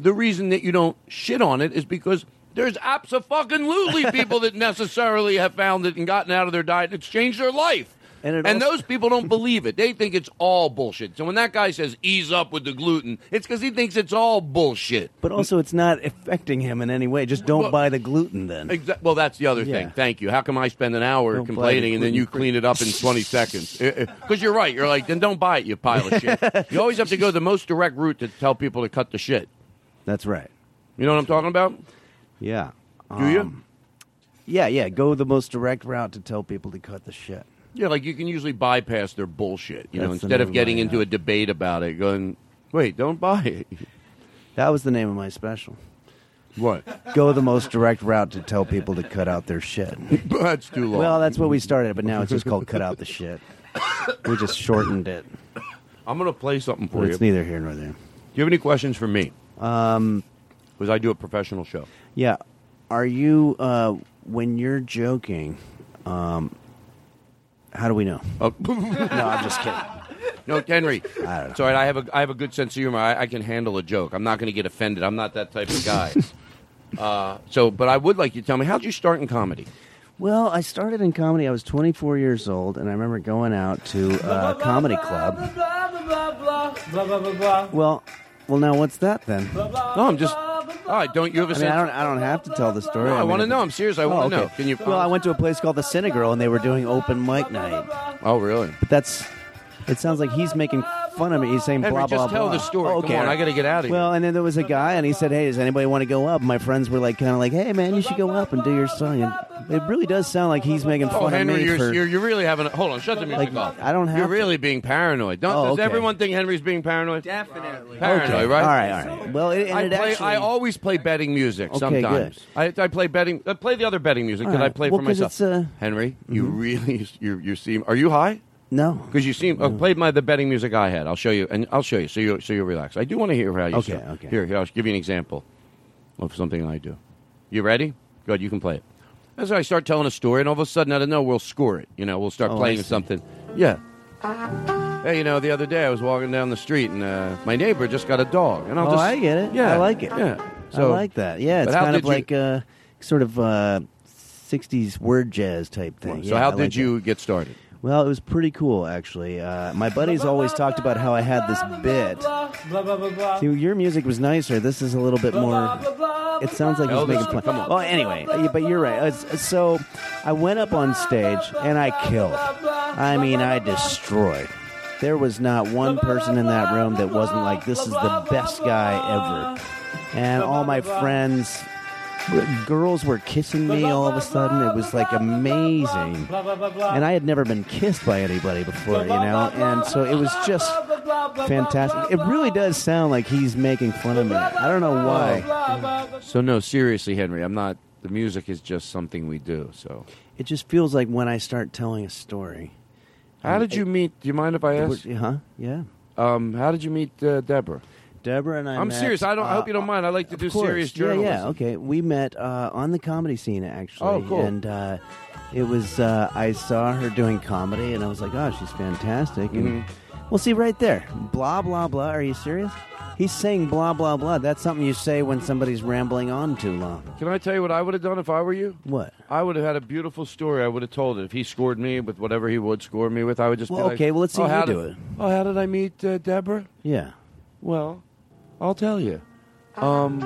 [SPEAKER 3] the reason that you don't shit on it is because there's
[SPEAKER 8] <laughs>
[SPEAKER 3] absolutely people that necessarily have found it and gotten out of their diet and it's changed their life.
[SPEAKER 8] And, it
[SPEAKER 3] And
[SPEAKER 8] also-
[SPEAKER 3] those people don't believe it. They think it's all bullshit. So when that guy says ease up with the gluten, it's because he thinks it's all bullshit.
[SPEAKER 8] But also, it's not affecting him in any way. Just don't buy the gluten then.
[SPEAKER 3] Exa- well, that's the other
[SPEAKER 8] Yeah.
[SPEAKER 3] thing. Thank you. How come I spend an hour
[SPEAKER 8] Don't buy
[SPEAKER 3] complaining
[SPEAKER 8] the
[SPEAKER 3] and then you
[SPEAKER 8] gluten-free.
[SPEAKER 3] clean it up
[SPEAKER 8] <laughs>
[SPEAKER 3] in 20 seconds? Because you're right. You're like, then don't buy it, you pile of shit.
[SPEAKER 8] <laughs>
[SPEAKER 3] You always have to go the most direct route to tell people to cut the shit.
[SPEAKER 8] That's right.
[SPEAKER 3] You know what I'm talking about?
[SPEAKER 8] Yeah. Um,
[SPEAKER 3] Do you?
[SPEAKER 8] Yeah, yeah. Go the most direct route to tell people to cut the shit.
[SPEAKER 3] Yeah, like you can usually bypass their bullshit, you know,
[SPEAKER 8] That's the
[SPEAKER 3] instead of
[SPEAKER 8] new
[SPEAKER 3] getting
[SPEAKER 8] line,
[SPEAKER 3] into a debate about it, going, wait, don't buy it.
[SPEAKER 8] That was the name of my special.
[SPEAKER 3] What?
[SPEAKER 8] Go the most direct route to tell people to cut out their shit.
[SPEAKER 3] <laughs> that's too long.
[SPEAKER 8] Well, that's what we started, but now it's just called cut out the shit. We just shortened it.
[SPEAKER 3] I'm going to play something for
[SPEAKER 8] But
[SPEAKER 3] you.
[SPEAKER 8] it's neither here nor there.
[SPEAKER 3] Do you have any questions for me? Um, because I do a professional show.
[SPEAKER 8] Yeah. Are you uh, when you're joking? Um, how do we know?
[SPEAKER 3] Oh.
[SPEAKER 8] <laughs> <laughs> no, I'm just kidding.
[SPEAKER 3] No, Henry. It's all right.
[SPEAKER 8] <laughs>
[SPEAKER 3] I have a I have a good sense of humor. I, I can handle a joke. I'm not going to get offended. I'm not that type of guy. Uh, so, but I would like you to tell me how'd you start in comedy?
[SPEAKER 8] Well, I started in comedy. I was 24 years old, and I remember going out to a comedy club.
[SPEAKER 2] Blah, blah, blah, blah, blah, blah, blah, blah.
[SPEAKER 8] Well, well, now what's that then?
[SPEAKER 3] No, I'm just. All right, don't you have a
[SPEAKER 8] I mean,
[SPEAKER 3] sense?
[SPEAKER 8] I don't. I don't have to tell the story.
[SPEAKER 3] No, I
[SPEAKER 8] mean,
[SPEAKER 3] wanna
[SPEAKER 8] if
[SPEAKER 3] know.
[SPEAKER 8] it-
[SPEAKER 3] I'm serious. I
[SPEAKER 8] Oh,
[SPEAKER 3] wanna
[SPEAKER 8] okay.
[SPEAKER 3] know. Can you-
[SPEAKER 8] Well, I went to a place called the Cinegirl, and they were doing open mic night.
[SPEAKER 3] Oh, really?
[SPEAKER 8] But that's. It sounds like he's making fun of me. He's saying
[SPEAKER 3] Henry,
[SPEAKER 8] blah
[SPEAKER 3] just
[SPEAKER 8] blah
[SPEAKER 3] tell
[SPEAKER 8] blah.
[SPEAKER 3] the story.
[SPEAKER 8] Oh,
[SPEAKER 3] Come
[SPEAKER 8] okay.
[SPEAKER 3] on, I gotta get outta here.
[SPEAKER 8] Well, and then there was a guy, and he said, "Hey, does anybody want to go up?" My friends were like, kind of like, "Hey, man, you should go up and do your song." And it really does sound like he's making
[SPEAKER 3] Oh,
[SPEAKER 8] fun of
[SPEAKER 3] Henry,
[SPEAKER 8] me
[SPEAKER 3] you're,
[SPEAKER 8] for.
[SPEAKER 3] you're, you're really having a. Hold on, shut the music off.
[SPEAKER 8] I don't have
[SPEAKER 3] You're
[SPEAKER 8] to.
[SPEAKER 3] really being paranoid. Don't,
[SPEAKER 8] Oh,
[SPEAKER 3] does
[SPEAKER 8] okay.
[SPEAKER 3] everyone think Henry's being paranoid? Definitely. Paranoid,
[SPEAKER 8] Okay.
[SPEAKER 3] right?
[SPEAKER 8] All right, all right. Well, it, and
[SPEAKER 3] I,
[SPEAKER 8] it
[SPEAKER 3] play,
[SPEAKER 8] actually.
[SPEAKER 3] I always play betting music
[SPEAKER 8] Okay,
[SPEAKER 3] sometimes. I, I play betting. I play the other betting music
[SPEAKER 8] All
[SPEAKER 3] that I
[SPEAKER 8] right.
[SPEAKER 3] play
[SPEAKER 8] Well,
[SPEAKER 3] for
[SPEAKER 8] 'cause
[SPEAKER 3] myself.
[SPEAKER 8] it's, uh,
[SPEAKER 3] Henry, you really you you seem. Are you high?
[SPEAKER 8] No. Mm-hmm.
[SPEAKER 3] Because you seem. Oh, play my the betting music I had. I'll show you, and I'll show you. So you so you relax. I do want to hear how you.
[SPEAKER 8] Okay,
[SPEAKER 3] sound.
[SPEAKER 8] okay.
[SPEAKER 3] Here, here, I'll give you an example of something I do. You ready? Good. You can play it. That's how I start telling a story, and all of a sudden, out of nowhere, we'll score it. You know, we'll start
[SPEAKER 8] Oh, I
[SPEAKER 3] playing
[SPEAKER 8] see.
[SPEAKER 3] something. Yeah. Hey, you know, the other day I was walking down the street, and uh, my neighbor just got a dog, and I'll
[SPEAKER 8] oh,
[SPEAKER 3] just.
[SPEAKER 8] I get it.
[SPEAKER 3] Yeah,
[SPEAKER 8] I like it.
[SPEAKER 3] Yeah.
[SPEAKER 8] I
[SPEAKER 3] So-
[SPEAKER 8] like that. Yeah, it's
[SPEAKER 3] But how
[SPEAKER 8] kind of
[SPEAKER 3] did you-
[SPEAKER 8] like uh, sort of uh, '60s word jazz type thing.
[SPEAKER 3] So
[SPEAKER 8] Yeah,
[SPEAKER 3] how
[SPEAKER 8] I
[SPEAKER 3] did
[SPEAKER 8] like
[SPEAKER 3] you get started?
[SPEAKER 8] that. Well, it was pretty cool, actually. Uh, my buddies always talked about how I had this bit.
[SPEAKER 2] Blah, blah, blah, blah.
[SPEAKER 8] See, your music was nicer. This is a little bit more. It sounds like he's
[SPEAKER 3] Elvis,
[SPEAKER 8] making fun.
[SPEAKER 3] come on.
[SPEAKER 8] Well, anyway, uh, but you're right. It's- So I went up on stage and I killed. I mean, I destroyed. There was not one person in that room that wasn't like, "This is the best guy ever," and all my friends. Girls were kissing me all of a sudden. It was like amazing. And I had never been kissed by anybody before, you know? And so it was just fantastic. It really does sound like he's making fun of me. I don't know why.
[SPEAKER 3] So no, seriously, Henry, I'm not. The music is just something we do. So
[SPEAKER 8] It just feels like when I start telling a story.
[SPEAKER 3] how did you meet? Do you mind if I ask?
[SPEAKER 8] Huh? Yeah.
[SPEAKER 3] Um, how did you meet uh, Deborah?
[SPEAKER 8] Deborah and I.
[SPEAKER 3] I'm
[SPEAKER 8] met,
[SPEAKER 3] serious. I don't. I
[SPEAKER 8] uh,
[SPEAKER 3] hope you don't mind. I like to do
[SPEAKER 8] Of course.
[SPEAKER 3] serious
[SPEAKER 8] yeah,
[SPEAKER 3] journalism.
[SPEAKER 8] yeah. Okay, we met uh, on the comedy scene actually.
[SPEAKER 3] Oh, cool.
[SPEAKER 8] And uh, it was uh, I saw her doing comedy, and I was like, oh, she's fantastic. And
[SPEAKER 3] Mm-hmm.
[SPEAKER 8] we'll see right there. Blah blah blah. Are you serious? He's saying blah blah blah. That's something you say when somebody's rambling on too long.
[SPEAKER 3] Can I tell you what I would have done if I were you?
[SPEAKER 8] What?
[SPEAKER 3] I would have had a beautiful story. I would have told it. If he scored me with whatever he would score me with, I would just.
[SPEAKER 8] Well,
[SPEAKER 3] be
[SPEAKER 8] okay,
[SPEAKER 3] Like,
[SPEAKER 8] well, let's see
[SPEAKER 3] oh,
[SPEAKER 8] you
[SPEAKER 3] how
[SPEAKER 8] do
[SPEAKER 3] did-
[SPEAKER 8] it.
[SPEAKER 3] Oh, how did I meet uh, Deborah?
[SPEAKER 8] Yeah. <laughs>
[SPEAKER 3] Well, I'll tell you. Um,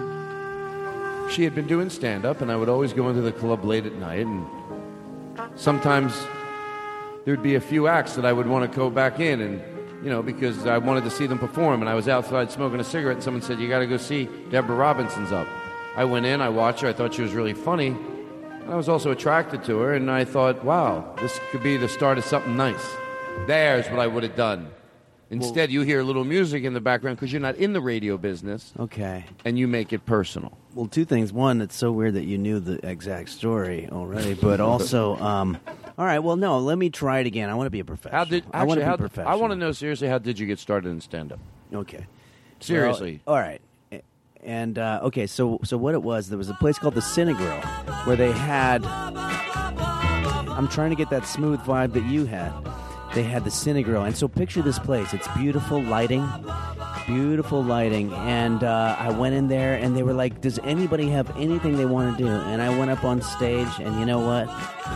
[SPEAKER 3] she had been doing stand up, and I would always go into the club late at night, and sometimes there'd be a few acts that I would want to go back in, and you know, because I wanted to see them perform, and I was outside smoking a cigarette, and someone said, "You got to go see Deborah Robinson's up." I went in, I watched her, I thought she was really funny, and I was also attracted to her, and I thought, "Wow, this could be the start of something nice." There's what I would have done. Instead, you hear a little music in the background because you're not in the radio business,
[SPEAKER 8] Okay.
[SPEAKER 3] and you make it personal.
[SPEAKER 8] Well, two things. One, it's so weird that you knew the exact story already,
[SPEAKER 3] <laughs>
[SPEAKER 8] but also, um, all right. Well, no, let me try it again. I want to be a professional.
[SPEAKER 3] How did
[SPEAKER 8] I want
[SPEAKER 3] actually,
[SPEAKER 8] to
[SPEAKER 3] how
[SPEAKER 8] be
[SPEAKER 3] did-
[SPEAKER 8] professional.
[SPEAKER 3] I want to know seriously how did you get started in stand up?
[SPEAKER 8] Okay.
[SPEAKER 3] Seriously.
[SPEAKER 8] Well, oh, all right. A- And uh, okay, so so what it was, there was a place called the Cinegrill where they had. I'm trying to get that smooth vibe that you had. They had the Cinegrill, and so picture this place. It's beautiful lighting, beautiful lighting, and uh, I went in there, and they were like, "Does anybody have anything they want to do?" And I went up on stage, and you know what? <laughs>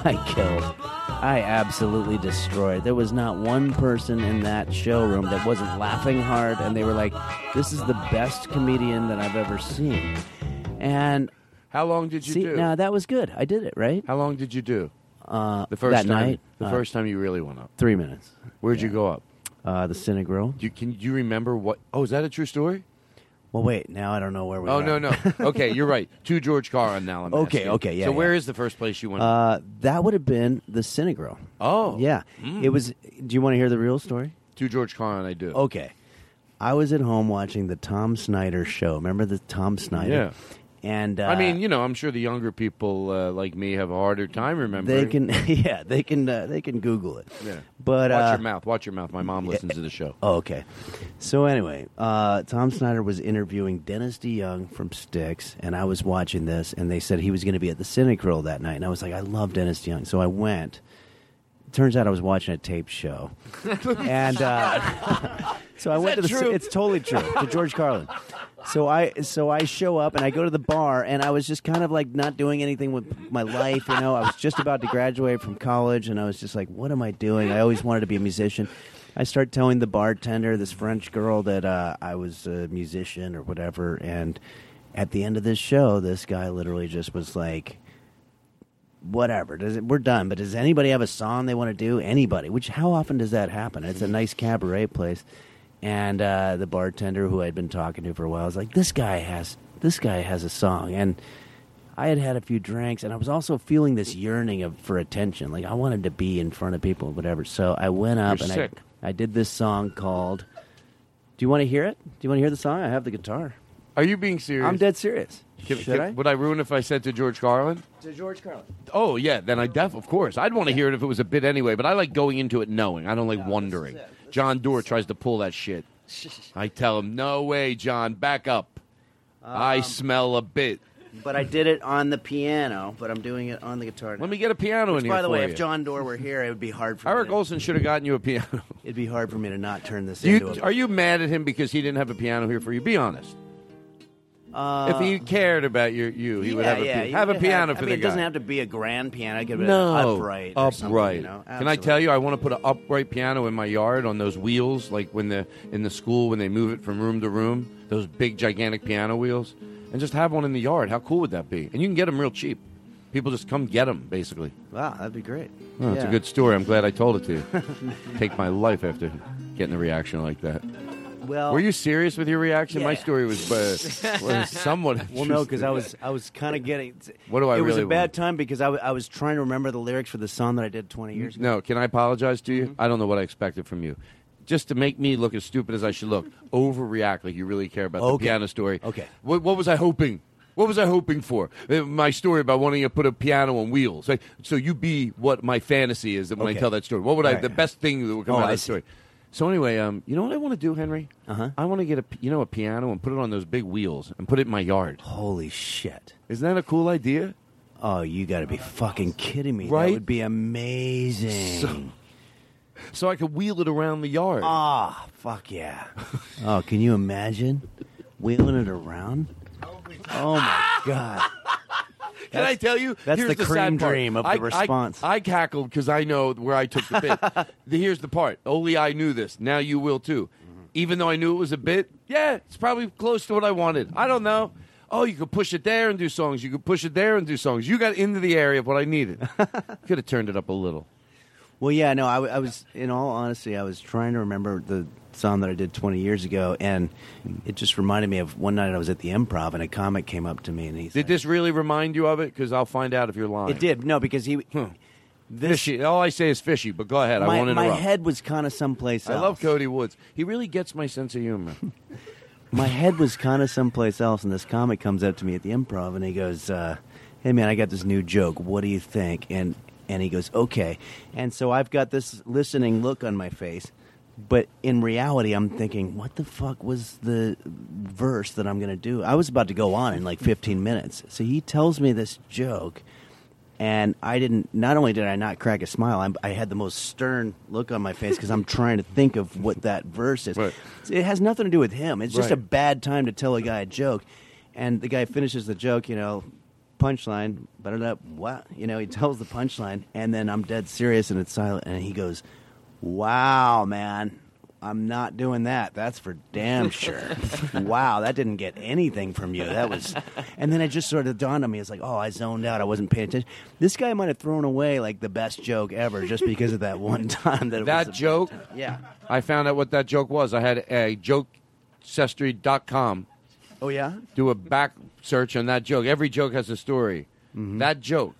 [SPEAKER 8] I killed. I absolutely destroyed. There was not one person in that showroom that wasn't laughing hard, and they were like, "This is the best comedian that I've ever seen." And
[SPEAKER 3] how long did you
[SPEAKER 8] see,
[SPEAKER 3] do?
[SPEAKER 8] Now that was good. I did it right.
[SPEAKER 3] How long did you do?
[SPEAKER 8] Uh,
[SPEAKER 3] The first
[SPEAKER 8] that
[SPEAKER 3] time,
[SPEAKER 8] night,
[SPEAKER 3] the
[SPEAKER 8] uh,
[SPEAKER 3] first time you really went up.
[SPEAKER 8] three minutes.
[SPEAKER 3] Where'd you go up?
[SPEAKER 8] Uh, the Cinegrill.
[SPEAKER 3] Do you, can do you remember what? Oh, is that a true story?
[SPEAKER 8] Well, wait. Now I don't know where we.
[SPEAKER 3] oh
[SPEAKER 8] are.
[SPEAKER 3] no no.
[SPEAKER 8] <laughs>
[SPEAKER 3] Okay, you're right. To George Carlin now. I'm
[SPEAKER 8] Okay,
[SPEAKER 3] asking.
[SPEAKER 8] okay, yeah,
[SPEAKER 3] So
[SPEAKER 8] yeah.
[SPEAKER 3] where is the first place you went?
[SPEAKER 8] Uh, that would have been the Cinegrill.
[SPEAKER 3] Oh.
[SPEAKER 8] Yeah.
[SPEAKER 3] Mm.
[SPEAKER 8] It was. Do you want to hear the real story?
[SPEAKER 3] to George Carlin, I do.
[SPEAKER 8] Okay. I was at home watching the Tom Snyder show. Remember the Tom Snyder? Yeah. And uh,
[SPEAKER 3] I mean, you know, I'm sure the younger people uh, like me have a harder time remembering.
[SPEAKER 8] they can. <laughs> Yeah, they can. Uh, they can Google it.
[SPEAKER 3] Yeah.
[SPEAKER 8] But
[SPEAKER 3] watch
[SPEAKER 8] uh,
[SPEAKER 3] your mouth. Watch your mouth. My
[SPEAKER 8] <laughs>
[SPEAKER 3] mom listens to the show.
[SPEAKER 8] Oh, okay. So anyway, uh, Tom Snyder was interviewing Dennis DeYoung from Styx, and I was watching this, and they said he was going to be at the Cinecroll that night, and I was like, I love Dennis DeYoung, so I went turns out I was watching a tape show,
[SPEAKER 13] <laughs>
[SPEAKER 8] and uh, so I
[SPEAKER 13] Is that
[SPEAKER 8] went to the.
[SPEAKER 13] true?
[SPEAKER 8] It's totally true to George Carlin. So I so I show up and I go to the bar and I was just kind of like not doing anything with my life, you know. I was just about to graduate from college and I was just like, what am I doing? I always wanted to be a musician. I start telling the bartender, this French girl, that uh, I was a musician or whatever. And at the end of this show, this guy literally just was like, whatever. Does it, we're done. But does anybody have a song they want to do? Anybody? Which how often does that happen? It's a
[SPEAKER 3] Mm-hmm.
[SPEAKER 8] nice cabaret place, and uh, the bartender who I'd been talking to for a while was like, "This guy has this guy has a song," and I had had a few drinks, and I was also feeling this yearning of for attention. Like I wanted to be in front of people, whatever. So I went up
[SPEAKER 3] You're
[SPEAKER 8] and
[SPEAKER 3] sick.
[SPEAKER 8] I, I did this song called. Do you want to hear it? Do you want to hear the song? I have the guitar.
[SPEAKER 3] Are you being serious?
[SPEAKER 8] I'm dead serious.
[SPEAKER 3] Can-
[SPEAKER 8] Should
[SPEAKER 3] can-
[SPEAKER 8] I?
[SPEAKER 3] Would I ruin if I said to George Carlin?
[SPEAKER 8] To George Carlin.
[SPEAKER 3] Oh yeah, then I def of course. I'd want to hear it if it was a bit anyway, but I like going into it knowing. I don't like wondering. John Doerr tries to pull that
[SPEAKER 8] <laughs>
[SPEAKER 3] shit. I tell him, "No way, John, back up. I
[SPEAKER 8] Um,
[SPEAKER 3] smell a bit."
[SPEAKER 8] But I did it on the piano, but I'm doing it on the guitar. Now.
[SPEAKER 3] Let me get a piano
[SPEAKER 8] Which,
[SPEAKER 3] in here.
[SPEAKER 8] by the
[SPEAKER 3] for
[SPEAKER 8] way,
[SPEAKER 3] you.
[SPEAKER 8] if John Doerr were here, it would be hard for
[SPEAKER 3] Eric
[SPEAKER 8] me. To,
[SPEAKER 3] Olson should have gotten you a piano.
[SPEAKER 8] it'd be hard for me to not turn <laughs> this
[SPEAKER 3] Do you-
[SPEAKER 8] into.
[SPEAKER 3] are you mad at him because he didn't have a piano here for you? Be honest.
[SPEAKER 8] A, uh,
[SPEAKER 3] if he cared about your you, he would
[SPEAKER 8] yeah,
[SPEAKER 3] have a,
[SPEAKER 8] uh, yeah,
[SPEAKER 3] piano.
[SPEAKER 8] you
[SPEAKER 3] have a
[SPEAKER 8] could
[SPEAKER 3] piano for
[SPEAKER 8] I mean,
[SPEAKER 3] the
[SPEAKER 8] It
[SPEAKER 3] guy.
[SPEAKER 8] doesn't have to be a grand piano. It could be
[SPEAKER 3] no,
[SPEAKER 8] an upright, or something,
[SPEAKER 3] upright.
[SPEAKER 8] You know?
[SPEAKER 3] Can I tell you? I want to put an upright piano in my yard on those wheels, like when the in the school when they move it from room to room, those big gigantic piano wheels, and just have one in the yard. How cool would that be? And you can get them real cheap. People just come get them, basically.
[SPEAKER 8] Wow, that'd be great.
[SPEAKER 3] Oh, It's a
[SPEAKER 8] Yeah.
[SPEAKER 3] good story. I'm glad I told it
[SPEAKER 8] <laughs>
[SPEAKER 3] to you. Take my life after getting a reaction like that.
[SPEAKER 8] Well,
[SPEAKER 3] Were you serious with your reaction? My
[SPEAKER 8] Yeah.
[SPEAKER 3] story was,
[SPEAKER 8] <laughs>
[SPEAKER 3] uh, was somewhat.
[SPEAKER 8] Well, no, because I was
[SPEAKER 3] interesting.
[SPEAKER 8] I was kind of getting.
[SPEAKER 3] What do I
[SPEAKER 8] It was
[SPEAKER 3] really
[SPEAKER 8] a bad time because I, w- I was trying to remember the lyrics for the song that I did 20 years ago. Mm-hmm.
[SPEAKER 3] No, can I apologize to you? I don't know what I expected from you. Just to make me look as stupid as I should
[SPEAKER 8] <laughs>
[SPEAKER 3] look, overreact like you really care about
[SPEAKER 8] Okay.
[SPEAKER 3] the piano story.
[SPEAKER 8] Okay.
[SPEAKER 3] What, what was I hoping? What was I hoping for? Uh, My story about wanting to put a piano on wheels. Like, so you be what my fantasy is that when I
[SPEAKER 8] Okay.
[SPEAKER 3] tell that story. What would I?
[SPEAKER 8] Right.
[SPEAKER 3] The best thing that would come
[SPEAKER 8] Oh,
[SPEAKER 3] out of
[SPEAKER 8] I
[SPEAKER 3] that
[SPEAKER 8] see.
[SPEAKER 3] story. So anyway, um, you know what I want to do, Henry? Uh-huh. I want to get a p- you know a piano and put it on those big wheels and put it in my yard.
[SPEAKER 8] Holy shit!
[SPEAKER 3] Isn't that a cool idea?
[SPEAKER 8] Oh, you got to be fucking kidding me!
[SPEAKER 3] Right?
[SPEAKER 8] That would be amazing.
[SPEAKER 3] So I could wheel it around the yard.
[SPEAKER 8] Ah, fuck yeah. Oh, can you imagine wheeling it around?
[SPEAKER 3] <laughs>
[SPEAKER 8] Oh my god!
[SPEAKER 3] Can
[SPEAKER 8] That's-
[SPEAKER 3] I tell you?
[SPEAKER 8] that's
[SPEAKER 3] here's
[SPEAKER 8] the cream
[SPEAKER 3] sad part.
[SPEAKER 8] dream of the
[SPEAKER 3] I-
[SPEAKER 8] response.
[SPEAKER 3] I, I cackled because I know where I took the
[SPEAKER 8] <laughs>
[SPEAKER 3] bit. The- here's the part. Only I knew this. Now you will too.
[SPEAKER 8] Mm-hmm.
[SPEAKER 3] Even though I knew it was a bit, yeah, it's probably close to what I wanted. I don't know. Oh, you could push it there and do songs. You could push it there and do songs. You got into the area of what I
[SPEAKER 8] <laughs>
[SPEAKER 3] needed. could have turned it up a little.
[SPEAKER 8] Well, yeah, no, I, w- I was, in all honesty, I was trying to remember the song that I did 20 years ago, and it just reminded me of one night I was at the improv, and a comic came up to me, and he
[SPEAKER 3] Did this really remind you of it? Because I'll find out if you're lying.
[SPEAKER 8] It did, no, because he.
[SPEAKER 3] fishy. All I say is fishy, but go ahead. I
[SPEAKER 8] my,
[SPEAKER 3] won't
[SPEAKER 8] my
[SPEAKER 3] interrupt.
[SPEAKER 8] head was kind of someplace
[SPEAKER 3] I
[SPEAKER 8] else.
[SPEAKER 3] love Cody Woods. He really gets my sense of humor.
[SPEAKER 8] my head was kind of someplace else, and this comic comes up to me at the improv, and he goes, uh, "Hey, man, I got this new joke. What do you think?" And and he goes, "Okay." And so I've got this listening look on my face, but in reality, I'm thinking, "What the fuck was the verse that I'm going to do?" I was about to go on in like 15 minutes. So he tells me this joke, and I didn't. Not only did I not crack a smile, I'm, I had the most stern look on my face because I'm trying to think of what that verse is. It has nothing to do with him. It's just
[SPEAKER 3] Right.
[SPEAKER 8] a bad time to tell a guy a joke, and the guy finishes the joke. You know, punchline. But what? You know, he tells the punchline, and then I'm dead serious, and it's silent, and he goes, "Wow, man." I'm not doing that. That's for damn sure. wow, that didn't get anything from you. That was <laughs> and then it just sort of dawned on me. It's like, oh, I zoned out. I wasn't paying attention. This guy might have thrown away like the best joke ever just because of that one <laughs> time. <laughs> That it
[SPEAKER 3] that
[SPEAKER 8] was a-
[SPEAKER 3] joke.
[SPEAKER 8] Yeah.
[SPEAKER 3] I found out what that joke was. I had a jokecestry.com
[SPEAKER 8] Oh yeah.
[SPEAKER 3] do a back search on that joke. Every joke has a story.
[SPEAKER 8] Mm-hmm.
[SPEAKER 3] That joke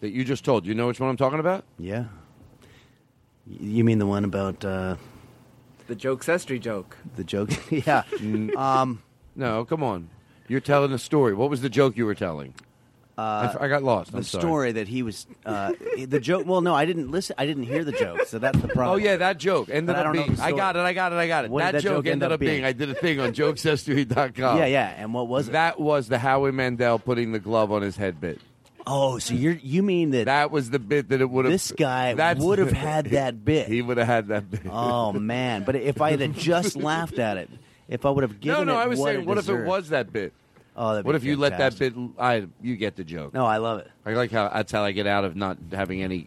[SPEAKER 3] that you just told, you know which one I'm talking about?
[SPEAKER 8] Yeah. Y- You mean the one about uh,
[SPEAKER 10] The jokesestry joke.
[SPEAKER 8] the joke? <laughs> yeah. Um,
[SPEAKER 3] no, come on. You're telling a story. What was the joke you were telling? I f- I got lost.
[SPEAKER 8] The
[SPEAKER 3] I'm sorry.
[SPEAKER 8] story that he was uh, the joke. Well, no, I didn't listen. I didn't hear the joke, so that's the problem.
[SPEAKER 3] Oh yeah, that joke ended
[SPEAKER 8] But I
[SPEAKER 3] up
[SPEAKER 8] don't know
[SPEAKER 3] being.
[SPEAKER 8] the
[SPEAKER 3] I
[SPEAKER 8] story.
[SPEAKER 3] got it. I got it. I got it.
[SPEAKER 8] What did
[SPEAKER 3] That, joke ended up being. I did a thing on jokesestry.com.
[SPEAKER 8] Yeah, yeah. And what was it?
[SPEAKER 3] That was the Howie Mandel putting the glove on his head bit.
[SPEAKER 8] Oh, so you you mean that
[SPEAKER 3] that was the bit that it would have.
[SPEAKER 8] This guy
[SPEAKER 3] That's-
[SPEAKER 8] would have had that bit.
[SPEAKER 3] He would have had that bit. <laughs>
[SPEAKER 8] Oh man! But if I had have just laughed at it, if I would have
[SPEAKER 3] No,
[SPEAKER 8] given
[SPEAKER 3] no,
[SPEAKER 8] it
[SPEAKER 3] I was
[SPEAKER 8] what
[SPEAKER 3] saying,
[SPEAKER 8] it
[SPEAKER 3] what if it
[SPEAKER 8] deserved.
[SPEAKER 3] was that bit?
[SPEAKER 8] Oh, that'd be
[SPEAKER 3] what if you let that
[SPEAKER 8] fantastic.
[SPEAKER 3] bit? I you get the joke.
[SPEAKER 8] No, I love it.
[SPEAKER 3] I like how that's how I get out of not having
[SPEAKER 8] <laughs>
[SPEAKER 3] any.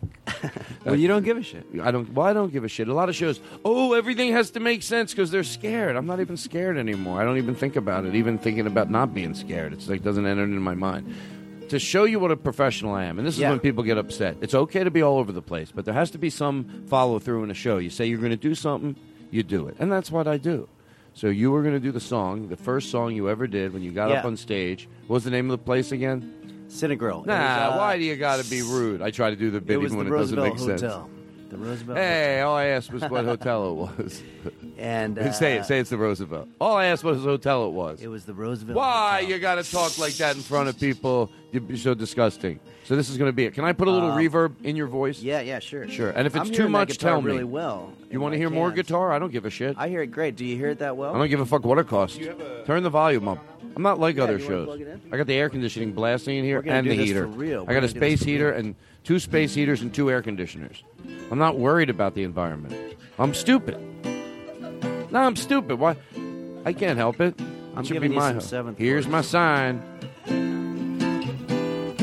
[SPEAKER 10] Well, you don't give a shit.
[SPEAKER 3] I don't. Well, I don't give a shit. A lot of shows. Oh, everything has to make sense because they're scared. I'm not even scared anymore. I don't even think about it. Even thinking about not being scared, it's like doesn't enter into my mind. To show you what a professional I am, and this is
[SPEAKER 14] Yeah.
[SPEAKER 3] when people get upset. It's okay to be all over the place, but there has to be some follow through in a show. You say you're going to do something, you do it, and that's what I do. So you were going to do the song, the first song you ever did when you got up
[SPEAKER 8] Yeah.
[SPEAKER 3] on stage. What was the name of the place again?
[SPEAKER 8] Cinegrill. It
[SPEAKER 3] Nah,
[SPEAKER 8] was, uh,
[SPEAKER 3] why do you got to be rude? I try to do the bit
[SPEAKER 8] It was
[SPEAKER 3] even
[SPEAKER 8] the
[SPEAKER 3] when it
[SPEAKER 8] Roosevelt
[SPEAKER 3] doesn't make
[SPEAKER 8] Hotel.
[SPEAKER 3] sense.
[SPEAKER 8] The Roosevelt.
[SPEAKER 3] Hey, all I asked was what hotel it was.
[SPEAKER 8] <laughs> And
[SPEAKER 3] <laughs> say
[SPEAKER 8] uh,
[SPEAKER 3] it, say it's the Roosevelt. All I asked was what hotel it was. It
[SPEAKER 8] was the Roosevelt.
[SPEAKER 3] Why you got to talk like that in front of people? You'd be so disgusting. So this is going to be it. Can I put a little
[SPEAKER 8] Um,
[SPEAKER 3] reverb in your voice?
[SPEAKER 8] Yeah, yeah, sure.
[SPEAKER 3] Sure. And if
[SPEAKER 8] I'm
[SPEAKER 3] it's too
[SPEAKER 8] hearing that
[SPEAKER 3] much,
[SPEAKER 8] guitar
[SPEAKER 3] tell me.
[SPEAKER 8] Really well.
[SPEAKER 3] You want to
[SPEAKER 8] I
[SPEAKER 3] hear more
[SPEAKER 8] can.
[SPEAKER 3] guitar? I don't give a shit.
[SPEAKER 8] I hear it great. Do you hear it that well?
[SPEAKER 3] I don't give a fuck what it costs. Turn the volume up. I'm not like other
[SPEAKER 8] you wanna
[SPEAKER 3] shows.
[SPEAKER 8] plug it in?
[SPEAKER 3] I got the air conditioning blasting in here
[SPEAKER 8] We're gonna
[SPEAKER 3] and
[SPEAKER 8] do
[SPEAKER 3] the
[SPEAKER 8] this
[SPEAKER 3] heater.
[SPEAKER 8] for real.
[SPEAKER 3] I
[SPEAKER 8] We're
[SPEAKER 3] got a
[SPEAKER 8] gonna do this
[SPEAKER 3] space
[SPEAKER 8] for
[SPEAKER 3] heater and two space heaters and two air conditioners. I'm not worried about the environment. I'm stupid. No, I'm stupid. Why? I can't help it.
[SPEAKER 8] I'm
[SPEAKER 3] It should
[SPEAKER 8] giving
[SPEAKER 3] be
[SPEAKER 8] you
[SPEAKER 3] my
[SPEAKER 8] some seventh
[SPEAKER 3] Here's my sign.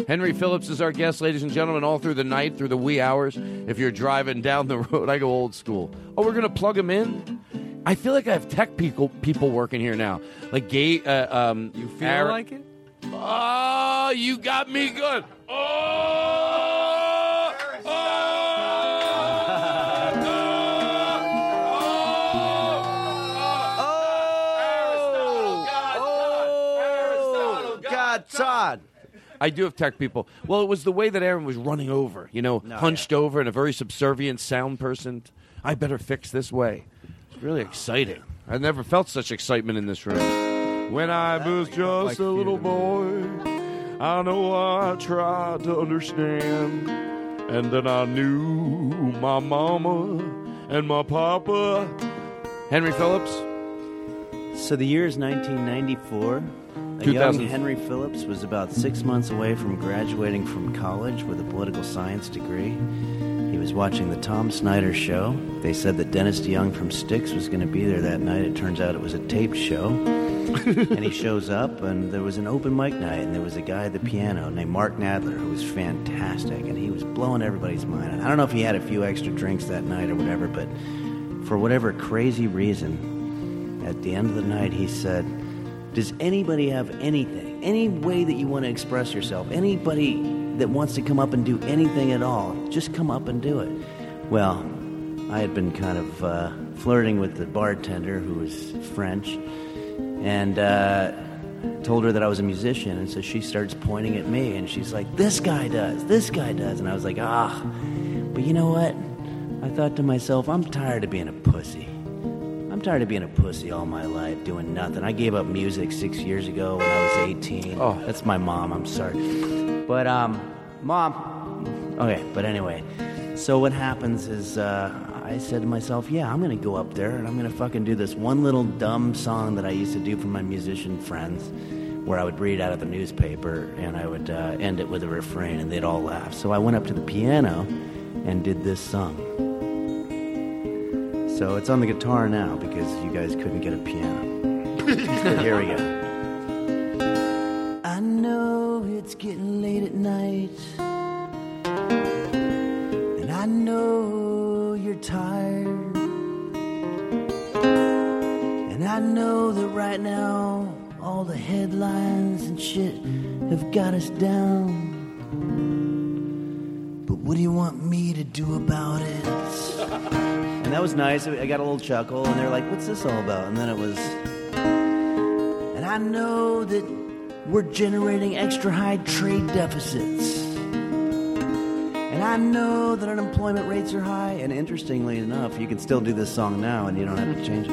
[SPEAKER 3] Henry Phillips is our guest, ladies and gentlemen, all through the night, through the wee hours. If you're driving down the <laughs> road, I go old school. Oh, we're gonna plug him in. I feel like I have tech people people working here now, like gay. Uh, um, you
[SPEAKER 10] feel like it?
[SPEAKER 3] Oh, you got me good. Oh,
[SPEAKER 13] Oh,
[SPEAKER 3] God, Todd. I do have tech people. Well, it was the way that Aaron was running over, you know, hunched over and a very subservient sound person. I better fix this way. It's really exciting. I never felt such excitement in this room. When I was just a little boy, I know I tried to understand. And then I knew my mama and my papa. Henry Phillips.
[SPEAKER 8] So the year is 1994. A young
[SPEAKER 3] 2000.
[SPEAKER 8] Henry Phillips was about six months away from graduating from college with a political science degree. He was watching the Tom Snyder show. They said that Dennis DeYoung from Styx was going to be there that night. It turns out it was a taped show. and
[SPEAKER 3] <laughs>
[SPEAKER 8] he shows up, and there was an open mic night, and there was a guy at the piano named Mark Nadler who was fantastic, and he was blowing everybody's mind. And I don't know if he had a few extra drinks that night or whatever, but for whatever crazy reason, at the end of the night, he said, Does anybody have anything, any way that you want to express yourself, anybody that wants to come up and do anything at all, just come up and do it? Well, I had been kind of uh, flirting with the bartender who was French and uh, told her that I was a musician. And so she starts pointing at me and she's like, This guy does, this guy does. And I was like, Ah, but you know what? I thought to myself, I'm tired of being a pussy. I'm tired of being a pussy all my life, doing nothing. I gave up music six years ago when I was 18. Oh, that's my mom. I'm sorry, but um, mom. Okay, but anyway, so what happens is uh, I said to myself, yeah, I'm gonna go up there and I'm gonna fucking do this one little dumb song that I used to do for my musician friends, where I would read out of a newspaper and I would uh, end it with a refrain and they'd all laugh. So I went up to the piano and did this song. So it's on the guitar now because you guys couldn't get a piano. but here we go.
[SPEAKER 13] I know it's getting late at night. And I know you're tired. And I know that right now all the headlines and shit have got us down. But what do you want me to do about it?
[SPEAKER 8] And that was nice. I got a little chuckle, and they're like, "What's this all about?" And then it was,
[SPEAKER 13] And I know that we're generating extra high trade deficits.
[SPEAKER 8] and I know that unemployment rates are high. And interestingly enough, you can still do this song now, and you don't have to change it. <laughs>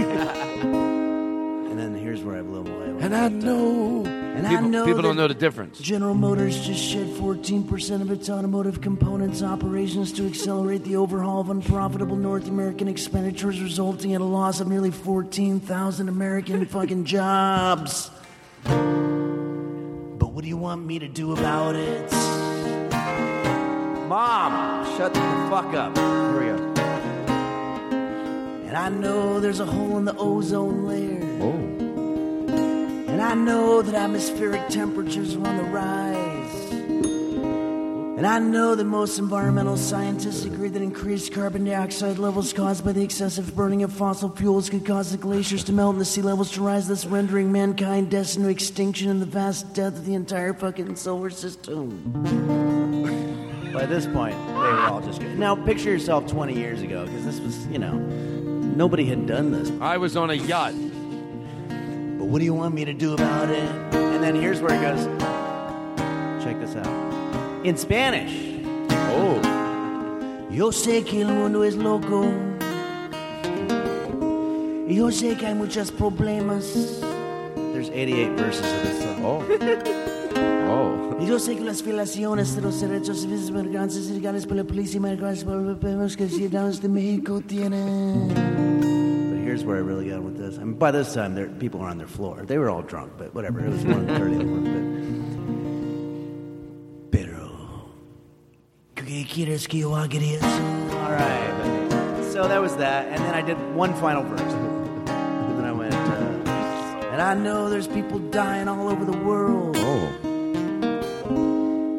[SPEAKER 8] and then here's where I blew them away.
[SPEAKER 13] And I know. And I
[SPEAKER 3] People-
[SPEAKER 13] know
[SPEAKER 3] people
[SPEAKER 13] that
[SPEAKER 3] don't know the difference.
[SPEAKER 13] General Motors just shed 14% of its automotive components operations to accelerate the overhaul of unprofitable North American expenditures, resulting in a loss of nearly
[SPEAKER 3] <laughs>
[SPEAKER 13] 14,000 American fucking jobs. But What do you want me to do about it?
[SPEAKER 14] Mom, shut the fuck up. Here we go.
[SPEAKER 13] And I know there's a hole in the ozone layer. And I know that atmospheric temperatures are on the rise. And I know that most environmental scientists agree that increased carbon dioxide levels caused by the excessive burning of fossil fuels could cause the glaciers to melt and the sea levels to rise, thus rendering mankind destined to extinction and the vast death of the entire fucking solar system.
[SPEAKER 8] By this point, they were all just good. Now, picture yourself 20 years ago, because this was, you know, nobody had done this.
[SPEAKER 3] I was on a yacht.
[SPEAKER 13] But what do you want me to do about it?
[SPEAKER 8] And then here's where it goes. Check this out. In Spanish. Oh.
[SPEAKER 13] Yo sé que el mundo es loco. Yo sé que hay muchos problemas.
[SPEAKER 8] There's 88 verses of this song.
[SPEAKER 13] <laughs>
[SPEAKER 3] Oh.
[SPEAKER 13] Y Yo sé que las violaciones de los derechos civiles y mercantes ilegales por la policía y mercantes por los pueblos que ciudadanos de México tienen.
[SPEAKER 8] But here's where I really got with this. I mean, by this time, there, people were on their floor. They were all drunk, but whatever. It was 1.30 in the morning.
[SPEAKER 13] ¿Qué quieres que yo haga de eso?
[SPEAKER 8] But, all right. but- so that was that. And then I did one final verse. And then I went, uh,
[SPEAKER 13] And I know Oh, there's people dying all over the world.
[SPEAKER 8] oh.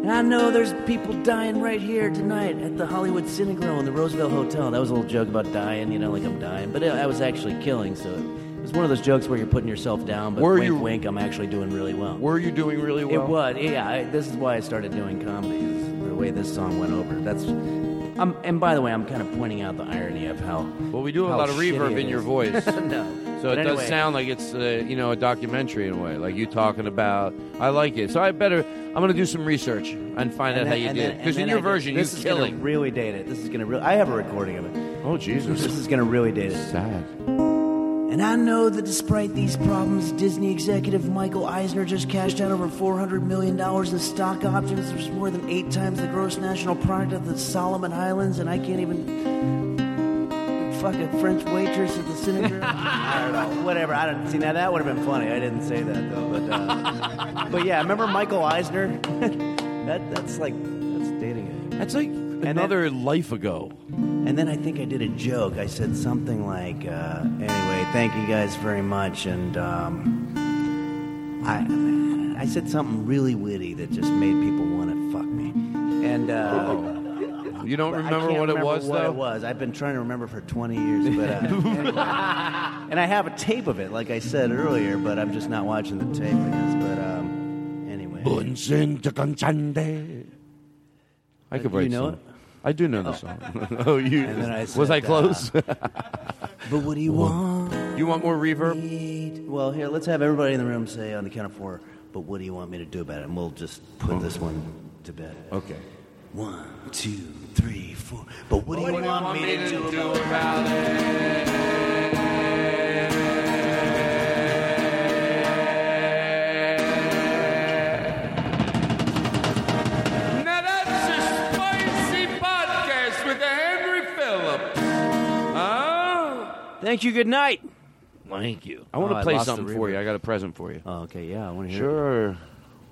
[SPEAKER 13] And I know there's people dying right here tonight at the Hollywood Cinegro in the Roosevelt Hotel. That was a little joke about dying, you know, like I'm dying. But I was actually killing, so it was one of those jokes where you're putting yourself down, but
[SPEAKER 8] Were
[SPEAKER 13] wink,
[SPEAKER 8] you-
[SPEAKER 13] wink, I'm actually doing really well.
[SPEAKER 3] Were you doing really
[SPEAKER 13] It was, yeah. I, this is why I started doing comedy, is the way this song went over. That's, I'm, and by the way, I'm kind of pointing out the irony of how.
[SPEAKER 3] Well, we do have a
[SPEAKER 13] how
[SPEAKER 3] lot of
[SPEAKER 13] shitty
[SPEAKER 3] reverb
[SPEAKER 13] it
[SPEAKER 3] in your
[SPEAKER 13] is.
[SPEAKER 3] voice.
[SPEAKER 13] <laughs> no.
[SPEAKER 3] So
[SPEAKER 13] But
[SPEAKER 3] it
[SPEAKER 13] anyway.
[SPEAKER 3] does sound like it's uh, you know a documentary in a way, like you talking about. I like it, so I better. I'm gonna do some research and find out
[SPEAKER 8] And
[SPEAKER 3] how
[SPEAKER 8] then-
[SPEAKER 3] you
[SPEAKER 8] and
[SPEAKER 3] did.
[SPEAKER 8] then-
[SPEAKER 3] Because in
[SPEAKER 8] and then
[SPEAKER 3] your
[SPEAKER 8] I did-
[SPEAKER 3] version,
[SPEAKER 8] this
[SPEAKER 3] you're
[SPEAKER 8] is
[SPEAKER 3] killing.
[SPEAKER 8] Gonna really date it. This is gonna. Re- I have a recording of it.
[SPEAKER 3] Oh Jesus!
[SPEAKER 8] This is gonna really date it.
[SPEAKER 3] Sad.
[SPEAKER 13] And I know that despite these problems, Disney executive Michael Eisner just cashed out over $400 million in stock options, which is more than eight times the gross national product of the Solomon Islands, and I can't even fuck a French waitress at the synagogue.
[SPEAKER 8] I don't know. Whatever. I don't see. Now that would have been funny. I didn't say that though.
[SPEAKER 3] <laughs>
[SPEAKER 8] But uh, but yeah, remember Michael Eisner? <laughs> that that's like that's dating it.
[SPEAKER 3] That's like another life ago.
[SPEAKER 8] And then I think I did a joke. I said something like, uh, "Anyway, thank you guys very much." And um, I I said something really witty that just made people want to fuck me. And uh,
[SPEAKER 3] you don't
[SPEAKER 8] but I
[SPEAKER 3] remember
[SPEAKER 8] can't
[SPEAKER 3] what it
[SPEAKER 8] remember
[SPEAKER 3] was,
[SPEAKER 8] what
[SPEAKER 3] though?
[SPEAKER 8] It was. I've been trying to remember for 20 years, but. Uh,
[SPEAKER 3] <laughs>
[SPEAKER 8] And I have a tape of it, like I said earlier, but I'm just not watching the tape, I guess. But um, anyway.
[SPEAKER 3] I could
[SPEAKER 8] You
[SPEAKER 3] write
[SPEAKER 8] know
[SPEAKER 3] some. I do know the song. <laughs> oh, you
[SPEAKER 8] And then I
[SPEAKER 3] was I
[SPEAKER 8] said, uh, <laughs>
[SPEAKER 3] close?
[SPEAKER 8] But what do you want?
[SPEAKER 3] you want more reverb?
[SPEAKER 8] Well, here, let's have everybody in the room say on the count of four, but what do you want me to do about it? And we'll just put this one to bed.
[SPEAKER 3] Okay.
[SPEAKER 8] One, two, three, four. But what, do you want, me to do about it?
[SPEAKER 2] Now that's a spicy podcast with Henry Phillips. Oh.
[SPEAKER 8] Thank you. Good night.
[SPEAKER 3] Thank you. I want
[SPEAKER 8] Oh,
[SPEAKER 3] to
[SPEAKER 8] I
[SPEAKER 3] play
[SPEAKER 8] lost the
[SPEAKER 3] something for you. I got a present for you.
[SPEAKER 8] Oh, okay, yeah, I want to hear. it.
[SPEAKER 3] Sure.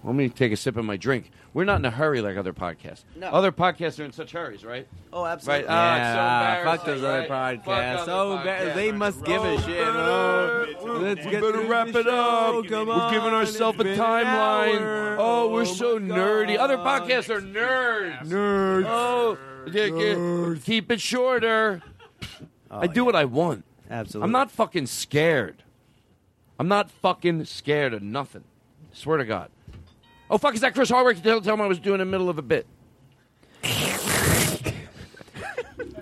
[SPEAKER 3] Let me take a sip of my drink. We're not in a hurry like other podcasts.
[SPEAKER 8] No.
[SPEAKER 3] Other podcasts are in such hurries, right?
[SPEAKER 8] Oh,
[SPEAKER 3] absolutely. Right. Ah, it's
[SPEAKER 10] Yeah,
[SPEAKER 3] so
[SPEAKER 10] fuck
[SPEAKER 3] embarrassing,
[SPEAKER 10] those other
[SPEAKER 3] right?
[SPEAKER 10] podcasts.
[SPEAKER 3] Fuck other
[SPEAKER 10] oh,
[SPEAKER 3] podcasts.
[SPEAKER 10] ba- they must give a shit. Oh, let's
[SPEAKER 3] we
[SPEAKER 10] get
[SPEAKER 3] better
[SPEAKER 10] through
[SPEAKER 3] wrap
[SPEAKER 10] the
[SPEAKER 3] it up.
[SPEAKER 10] show. Come
[SPEAKER 3] we're
[SPEAKER 10] on.
[SPEAKER 3] giving ourselves a timeline. Oh, we're so nerdy. Other podcasts are nerds. Nerds. Oh, yeah, yeah. keep it shorter. I do what I want.
[SPEAKER 8] Absolutely.
[SPEAKER 3] I'm not fucking scared. I'm not fucking scared of nothing. Swear to God. Oh fuck! Is that Chris Hardwick? Tell, tell him I was doing in the middle of a bit.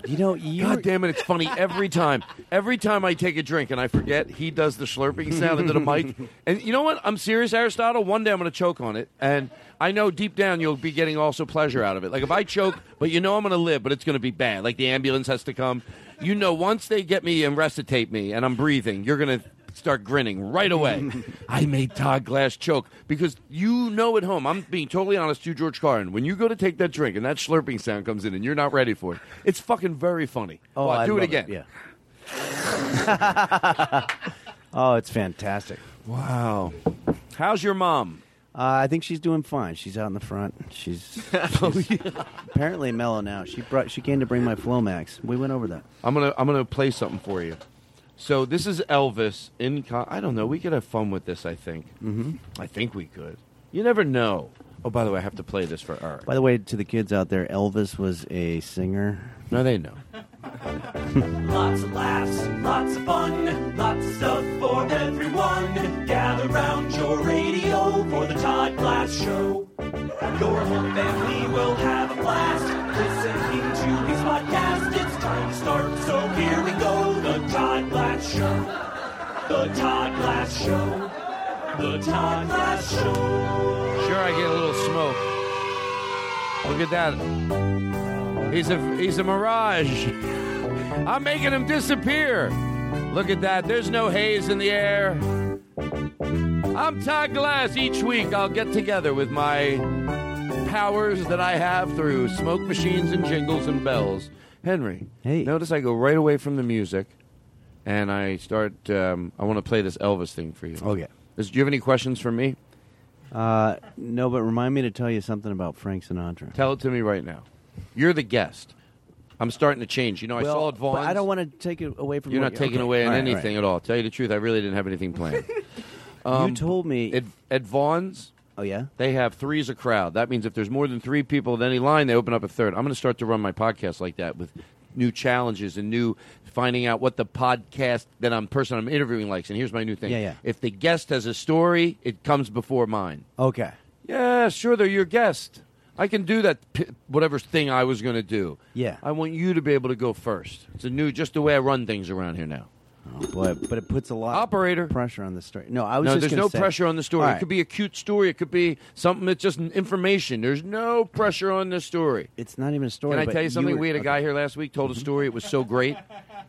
[SPEAKER 8] You know, you
[SPEAKER 3] God damn it, it's funny every time. Every time I take a drink and I forget, he does the slurping sound into the
[SPEAKER 8] <laughs>
[SPEAKER 3] mic. And you know what? I'm serious, Aristotle. One day I'm going to choke on it. And I know deep down you'll be getting also pleasure out of it. Like if I choke, but you know I'm going to live, but it's going to be bad. Like the ambulance has to come. You know, once they get me and resuscitate me and I'm breathing, you're going to start grinning right
[SPEAKER 8] <laughs>
[SPEAKER 3] away. I made Todd Glass choke because you know at home, I'm being totally honest to you, George Carlin. When you go to take that drink and that slurping sound comes in and you're not ready for it, it's fucking very funny.
[SPEAKER 8] Oh,
[SPEAKER 3] Well,
[SPEAKER 8] I
[SPEAKER 3] do it
[SPEAKER 8] love it,
[SPEAKER 3] again.
[SPEAKER 8] yeah. <laughs> Oh, it's fantastic.
[SPEAKER 3] Wow. How's your mom?
[SPEAKER 8] Uh, I think she's doing fine. She's out in the front.
[SPEAKER 3] <laughs>
[SPEAKER 8] She's, she's apparently mellow now. She brought. She came to bring my Flomax. We went over that.
[SPEAKER 3] I'm gonna I'm gonna play something for you. So this is Elvis in. Con- I don't know. We could have fun with this. I think. Mm-hmm. I think we could. You never know. Oh, by the way, I have to play this for Eric.
[SPEAKER 8] By the way, to the kids out there, Elvis was a singer.
[SPEAKER 3] No, they
[SPEAKER 8] <laughs>
[SPEAKER 3] know.
[SPEAKER 12] Lots of laughs, lots of fun, lots of stuff for everyone. Gather round your radio for the Todd Glass Show. Your whole family will have a blast listening to these podcasts. It's time to start, so here we go. The Todd Glass Show. The Todd Glass Show. The Todd Glass Show.
[SPEAKER 3] Sure, I get a little smoke. Look at that. He's a he's a mirage. <laughs> I'm making him disappear. Look at that. There's no haze in the air. I'm Todd Glass. Each week, I'll get together with my powers that I have through smoke machines and jingles and bells. Henry, hey. notice I go right away from the music, and I start. Um, I want to play this Elvis thing for you.
[SPEAKER 8] Okay.
[SPEAKER 3] Is, do you have any questions for me?
[SPEAKER 8] Uh, no, but remind me to tell you something about Frank Sinatra.
[SPEAKER 3] Tell it to me right now. You're the guest. I'm starting to change. You know, I
[SPEAKER 8] Well,
[SPEAKER 3] saw it. Vaughn's.
[SPEAKER 8] but I don't want to take it away from
[SPEAKER 3] You're
[SPEAKER 8] what
[SPEAKER 3] not taking
[SPEAKER 8] okay.
[SPEAKER 3] away
[SPEAKER 8] All right, all right.
[SPEAKER 3] anything at all. Tell you the truth, I really didn't have anything <laughs> planned. Um,
[SPEAKER 8] you told me
[SPEAKER 3] at, at Vaughn's.
[SPEAKER 8] Oh yeah,
[SPEAKER 3] they have three's a crowd. That means if there's more than three people at any line, they open up a third. I'm going to start to run my podcast like that with new challenges and new finding out what the podcast that I'm person I'm interviewing likes. And here's my new thing:
[SPEAKER 8] Yeah, yeah.
[SPEAKER 3] if the guest has a story, it comes before mine.
[SPEAKER 8] Okay.
[SPEAKER 3] Yeah, sure, they're your guest. I can do that, p- whatever thing I was going to do.
[SPEAKER 8] Yeah.
[SPEAKER 3] I want you to be able to go first. It's a new, just the way I run things around here now.
[SPEAKER 8] Oh, boy, but it puts a lot
[SPEAKER 3] operator of
[SPEAKER 8] pressure on the story. No, I was
[SPEAKER 3] no,
[SPEAKER 8] just
[SPEAKER 3] there's
[SPEAKER 8] gonna
[SPEAKER 3] no
[SPEAKER 8] say-
[SPEAKER 3] pressure on the story.
[SPEAKER 8] All
[SPEAKER 3] It
[SPEAKER 8] right.
[SPEAKER 3] could be a cute story. It could be something that's just n- information. There's no pressure on the story.
[SPEAKER 8] It's not even a story.
[SPEAKER 3] Can I
[SPEAKER 8] but
[SPEAKER 3] tell you something?
[SPEAKER 8] were-
[SPEAKER 3] we had a
[SPEAKER 8] okay.
[SPEAKER 3] guy here last week told a story. It was so great.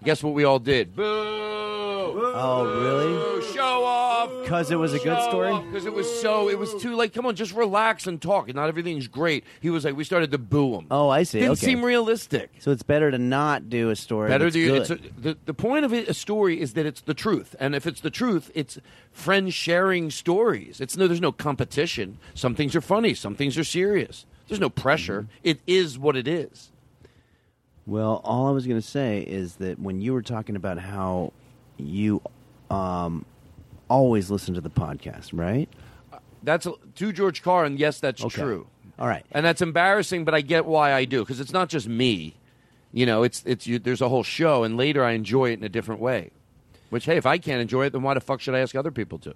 [SPEAKER 3] Guess what we all did? Boo!
[SPEAKER 8] Oh, really?
[SPEAKER 3] Show off.
[SPEAKER 8] Because it was a good story.
[SPEAKER 3] Because it was so, it was too like, come on, just relax and talk. Not everything's great. He was like, we started to boo him.
[SPEAKER 8] Oh, I see.
[SPEAKER 3] Didn't
[SPEAKER 8] okay.
[SPEAKER 3] seem realistic.
[SPEAKER 8] So it's better to not do a story.
[SPEAKER 3] Better
[SPEAKER 8] that's
[SPEAKER 3] to,
[SPEAKER 8] good.
[SPEAKER 3] it's a, the the point of it, a story is that it's the truth, and if it's the truth, it's friends sharing stories. It's no, there's no competition. Some things are funny, some things are serious. There's no pressure.
[SPEAKER 8] Mm-hmm.
[SPEAKER 3] It is what it is.
[SPEAKER 8] Well, all I was going to say is that when you were talking about how you um, always listen to the podcast, right?
[SPEAKER 3] That's to George Carr, and yes, that's true.
[SPEAKER 8] All right.
[SPEAKER 3] and that's embarrassing, but I get why I do because it's not just me. You know, it's it's you, there's a whole show, and later I enjoy it in a different way. Which hey, if I can't enjoy it, then why the fuck should I ask other people to?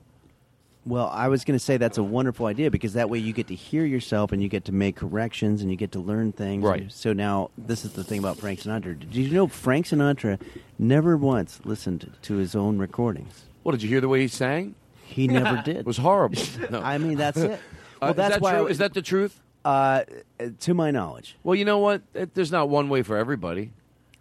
[SPEAKER 8] Well, I was going to say that's a wonderful idea because that way you get to hear yourself and you get to make corrections and you get to learn things.
[SPEAKER 3] Right.
[SPEAKER 8] So now this is the thing about Frank Sinatra. Did you know Frank Sinatra never once listened to his own recordings?
[SPEAKER 3] Well, did you hear the way he sang? <laughs>
[SPEAKER 8] He never did. It
[SPEAKER 3] was horrible. No.
[SPEAKER 8] I mean,
[SPEAKER 3] <laughs>
[SPEAKER 8] that's it.
[SPEAKER 3] Uh,
[SPEAKER 8] Well,
[SPEAKER 3] is
[SPEAKER 8] that's
[SPEAKER 3] that
[SPEAKER 8] why I
[SPEAKER 3] true?
[SPEAKER 8] was-
[SPEAKER 3] Is that the truth?
[SPEAKER 8] Uh, to my knowledge.
[SPEAKER 3] Well, you know what? It, there's not one way for everybody.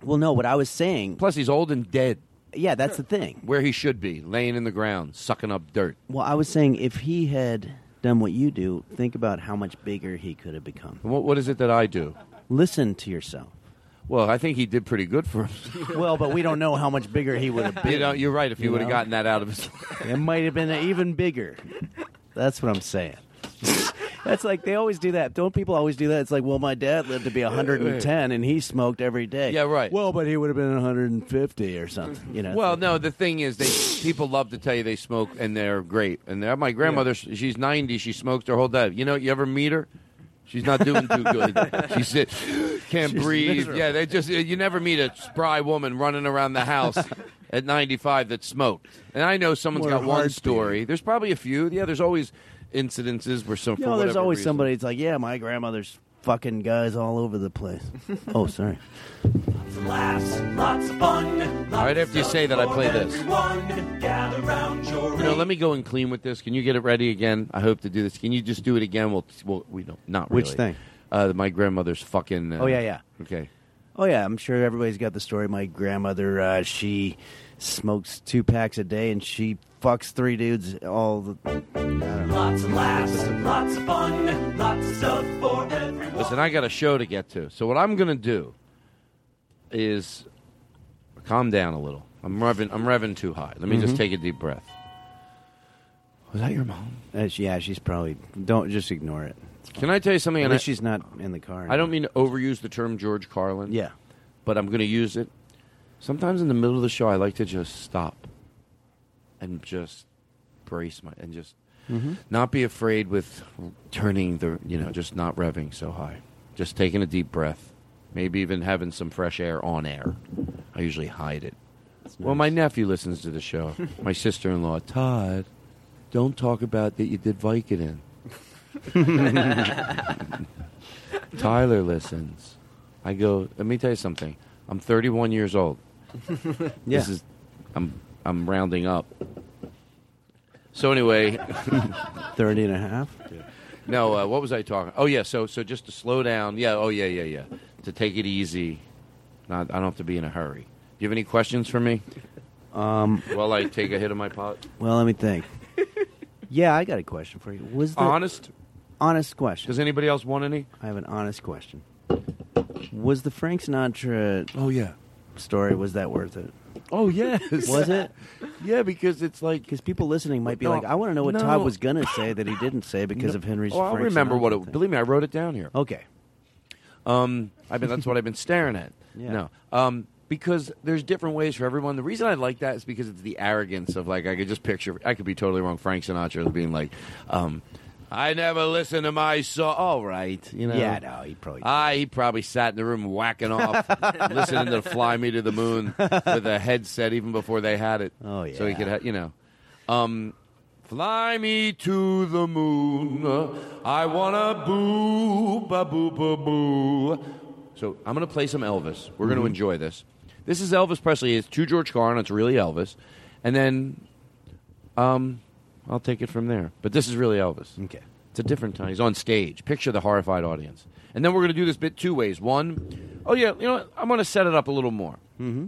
[SPEAKER 8] Well, no. What I was saying.
[SPEAKER 3] Plus, he's old and dead.
[SPEAKER 8] Yeah, that's the thing.
[SPEAKER 3] Where he should be, laying in the ground, sucking up dirt.
[SPEAKER 8] Well, I was saying if he had done what you do, think about how much bigger he could have
[SPEAKER 3] <laughs>
[SPEAKER 8] become.
[SPEAKER 3] What, what is it that I do?
[SPEAKER 8] Listen to yourself.
[SPEAKER 3] Well, I think he did pretty good for himself.
[SPEAKER 8] well, but we don't know how much bigger he would have been.
[SPEAKER 3] You know, you're right. If he
[SPEAKER 8] You
[SPEAKER 3] would have
[SPEAKER 8] know?
[SPEAKER 3] gotten that out of
[SPEAKER 8] <laughs>
[SPEAKER 3] his,
[SPEAKER 8] It might have been even bigger. That's what I'm saying. That's like they always do that. Don't people always do that? It's like, well, my dad lived to be 110 and he smoked every day.
[SPEAKER 3] Yeah, right.
[SPEAKER 8] Well, but he would have been 150 or something. You know.
[SPEAKER 3] Well, no. The thing is, they people love to tell you they smoke and they're great. And they're, my grandmother, she's 90. She smokes her whole day. You know, you ever meet her? She's not doing too good.
[SPEAKER 15] <laughs>
[SPEAKER 3] She's sit, can't
[SPEAKER 15] She's
[SPEAKER 3] breathe.
[SPEAKER 15] miserable.
[SPEAKER 3] Yeah, they just you never meet a spry woman running around the
[SPEAKER 15] <laughs>
[SPEAKER 3] house at 95 that smoked. And I know someone's
[SPEAKER 8] What a
[SPEAKER 3] got one
[SPEAKER 8] hard
[SPEAKER 3] story. There's probably a few. Yeah, there's always incidences where some.
[SPEAKER 8] You
[SPEAKER 3] for
[SPEAKER 8] know, there's
[SPEAKER 3] whatever
[SPEAKER 8] always
[SPEAKER 3] reason.
[SPEAKER 8] somebody. It's like, yeah, my grandmother's fucking guys all over the place. oh, sorry.
[SPEAKER 12] Laughs, lots of fun.
[SPEAKER 3] All right, after you say that, I play this.
[SPEAKER 12] Everyone, gather round your
[SPEAKER 3] You know, let me go and clean with this. Can you get it ready again? I hope to do this. Can you just do it again? Well, t- well we don't. Not really.
[SPEAKER 8] Which thing?
[SPEAKER 3] Uh, my grandmother's fucking. Uh,
[SPEAKER 8] Oh, yeah, yeah.
[SPEAKER 3] Okay.
[SPEAKER 8] Oh yeah, I'm sure everybody's got the story. My grandmother, uh, she smokes two packs a day and she fucks three dudes all the. I don't know.
[SPEAKER 12] Lots of laughs, lots of fun, lots of stuff for everyone.
[SPEAKER 3] Listen, I got a show to get to. So what I'm gonna do is
[SPEAKER 8] Mm-hmm.
[SPEAKER 3] calm down a little. I'm revving. I'm revving too high. Let me just
[SPEAKER 15] Mhm.
[SPEAKER 3] take a deep breath.
[SPEAKER 15] Was that your mom?
[SPEAKER 8] Uh, she- yeah, she's probably. Don't just ignore it.
[SPEAKER 3] Can I tell you something?
[SPEAKER 8] At
[SPEAKER 3] And
[SPEAKER 8] least
[SPEAKER 3] I-
[SPEAKER 8] she's not in the car.
[SPEAKER 3] I don't mean to overuse the term George Carlin. Yeah. But I'm going to use it. Sometimes in the middle of the show, I like to just stop and just brace my and just
[SPEAKER 8] Mm-hmm.
[SPEAKER 12] Mhm.
[SPEAKER 3] not be afraid with turning the you know just not revving so high, just taking a deep breath, maybe even having some fresh air on air. I usually hide it. Well, my nephew listens to the
[SPEAKER 8] <laughs>
[SPEAKER 3] show. my sister-in-law, Todd, don't talk about that you did Vicodin. <laughs> Tyler listens. I go, let me tell you something. I'm 31 years
[SPEAKER 8] <laughs>
[SPEAKER 3] old.
[SPEAKER 8] Yeah.
[SPEAKER 3] This is I'm I'm rounding up. So anyway, <laughs>
[SPEAKER 8] 30 and a half?
[SPEAKER 3] no, uh, what was I talking? Oh yeah, so so just to slow down. Yeah, oh yeah, yeah, yeah. To take it easy. Not I don't have to be in a hurry. Do you have any questions for me?
[SPEAKER 8] Um,
[SPEAKER 3] While I take a hit of my pot.
[SPEAKER 8] well, let me
[SPEAKER 3] <laughs>
[SPEAKER 8] think. yeah, I got a question for you. Was the
[SPEAKER 3] Honest?
[SPEAKER 8] Honest question.
[SPEAKER 3] Does anybody else want any?
[SPEAKER 8] I have an honest question. Was the Frank Sinatra?
[SPEAKER 3] Oh yeah.
[SPEAKER 8] Story was that worth it?
[SPEAKER 3] Oh yes.
[SPEAKER 8] Was it?
[SPEAKER 3] Yeah, because it's like
[SPEAKER 8] because people listening might be
[SPEAKER 3] No,
[SPEAKER 8] like, I want to know what
[SPEAKER 3] no.
[SPEAKER 8] Todd was gonna say that he didn't say because
[SPEAKER 3] No.
[SPEAKER 8] of Henry's.
[SPEAKER 3] Oh, I
[SPEAKER 8] Frank
[SPEAKER 3] remember
[SPEAKER 8] Sinatra
[SPEAKER 3] what it.
[SPEAKER 8] thing.
[SPEAKER 3] Believe me, I wrote it down here.
[SPEAKER 8] Okay.
[SPEAKER 3] Um, I've been. That's what I've been staring at.
[SPEAKER 8] <laughs> Yeah.
[SPEAKER 3] No. Um, because there's different ways for everyone. The reason I like that is because it's the arrogance of like I could just picture. I could be totally wrong. Frank Sinatra being like, um, "I never listen to my song." All right, you know.
[SPEAKER 8] Yeah, no, he
[SPEAKER 13] <laughs>
[SPEAKER 8] probably.
[SPEAKER 3] I Ah, he probably sat in the room whacking <laughs> off, listening to "Fly Me to the Moon" with a headset even before they had it. Oh yeah. So he could, ha- you know, um, "Fly Me to the Moon." I wanna boo ba boo ba boo. So I'm gonna play some Elvis. We're gonna
[SPEAKER 12] Mhm.
[SPEAKER 3] enjoy this. This is Elvis Presley. It's to George Carlin. It's really Elvis, and then, um, I'll take it from there. But this is really Elvis.
[SPEAKER 8] Okay.
[SPEAKER 3] It's a different time. He's on stage. Picture the horrified audience. And then we're going to do this bit two ways. One, oh, yeah, you know what? I'm going to set it up a little more. Mm-hmm.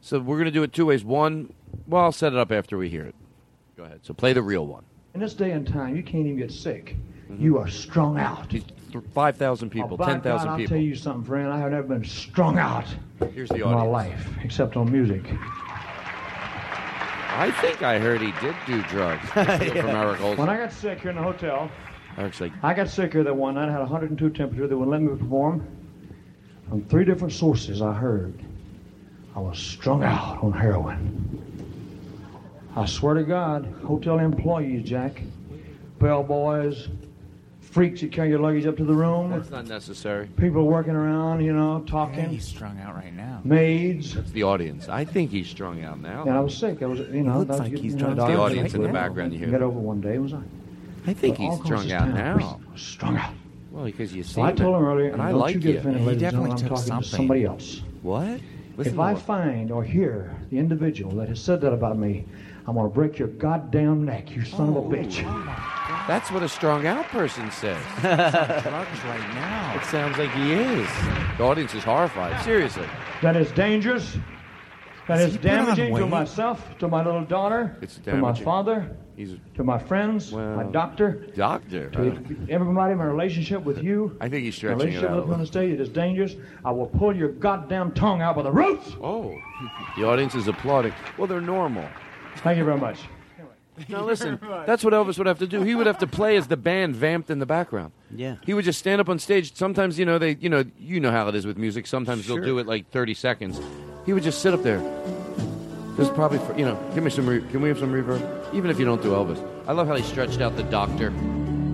[SPEAKER 3] So we're going to do it two ways. One, well, I'll set it up after we hear it. Go ahead. So play the real one.
[SPEAKER 16] In this day and time, you can't even get sick.
[SPEAKER 3] Mm-hmm.
[SPEAKER 16] You are strung out.
[SPEAKER 3] 5,000 people,
[SPEAKER 16] By
[SPEAKER 3] 10,000
[SPEAKER 16] God, I'll
[SPEAKER 3] people.
[SPEAKER 16] tell you something, friend. I have never been strung out
[SPEAKER 3] Here's the
[SPEAKER 16] in my
[SPEAKER 3] audience.
[SPEAKER 16] life, except on
[SPEAKER 3] <laughs>
[SPEAKER 16] music.
[SPEAKER 3] I think I heard he did do drugs. From Eric Olson.
[SPEAKER 16] When I got sick here in the hotel,
[SPEAKER 3] Eric's like,
[SPEAKER 16] I got sick here that one night. I had 102 temperature. They wouldn't let me perform. From three different sources, I heard I was strung out on heroin. I swear to God, hotel employees, Jack, bellboys, freaks that carry your luggage up to the room.
[SPEAKER 3] that's not necessary.
[SPEAKER 16] People working around, you know, talking.
[SPEAKER 17] He's strung out right now.
[SPEAKER 16] Maids.
[SPEAKER 3] That's the audience. I think he's strung out now.
[SPEAKER 16] And I was sick. I was, you know,
[SPEAKER 3] Looks
[SPEAKER 16] I was
[SPEAKER 3] like
[SPEAKER 16] getting,
[SPEAKER 3] he's
[SPEAKER 16] you know,
[SPEAKER 3] drunk. The audience in the background, you hear
[SPEAKER 16] Got
[SPEAKER 3] that.
[SPEAKER 16] over one day, was I?
[SPEAKER 3] I think
[SPEAKER 16] But all
[SPEAKER 3] he's
[SPEAKER 16] across
[SPEAKER 3] strung
[SPEAKER 16] this town,
[SPEAKER 3] out now.
[SPEAKER 16] Strung out.
[SPEAKER 3] Well, because you see.
[SPEAKER 16] Well, I told him earlier,
[SPEAKER 3] and I
[SPEAKER 16] don't
[SPEAKER 3] like
[SPEAKER 16] you get offended,
[SPEAKER 3] you.
[SPEAKER 16] ladies and gentlemen, I'm talking to somebody else.
[SPEAKER 3] What? Listen
[SPEAKER 16] if
[SPEAKER 3] to
[SPEAKER 16] I
[SPEAKER 3] what-
[SPEAKER 16] find or hear the individual that has said that about me, I'm going to break your goddamn neck, you son of a bitch.
[SPEAKER 3] That's what a strung out person says.
[SPEAKER 17] <laughs> drugs right now.
[SPEAKER 3] It sounds like he is. The audience is horrified. Seriously.
[SPEAKER 16] That is dangerous. That
[SPEAKER 3] Has
[SPEAKER 16] is
[SPEAKER 3] he put on
[SPEAKER 16] damaging to
[SPEAKER 3] weight?
[SPEAKER 16] myself, to my little daughter,
[SPEAKER 3] It's
[SPEAKER 16] to my
[SPEAKER 3] damaging.
[SPEAKER 16] father,
[SPEAKER 3] He's a
[SPEAKER 16] to my friends, my doctor,
[SPEAKER 3] doctor.
[SPEAKER 16] to everybody in my relationship with you.
[SPEAKER 3] I think he's
[SPEAKER 16] My
[SPEAKER 3] stretching it
[SPEAKER 16] relationship
[SPEAKER 3] out. a
[SPEAKER 16] with you on
[SPEAKER 3] little.
[SPEAKER 16] the stage, it is dangerous. I will pull your goddamn tongue out by the roots.
[SPEAKER 3] Oh. The audience is applauding. Well, they're normal.
[SPEAKER 16] Thank you very much.
[SPEAKER 3] <laughs> <laughs> Now listen, that's what Elvis would have to do. He would have to play as the band vamped in the background.
[SPEAKER 8] Yeah.
[SPEAKER 3] He would just stand up on stage. Sometimes, you know, they, you know, you know how it is with music. Sometimes
[SPEAKER 8] Sure.
[SPEAKER 3] they'll do it like 30 seconds. He would just sit up there. This is probably for, you know, give me some, re- can we have some reverb? Even if you don't do Elvis. I love how he stretched out the doctor.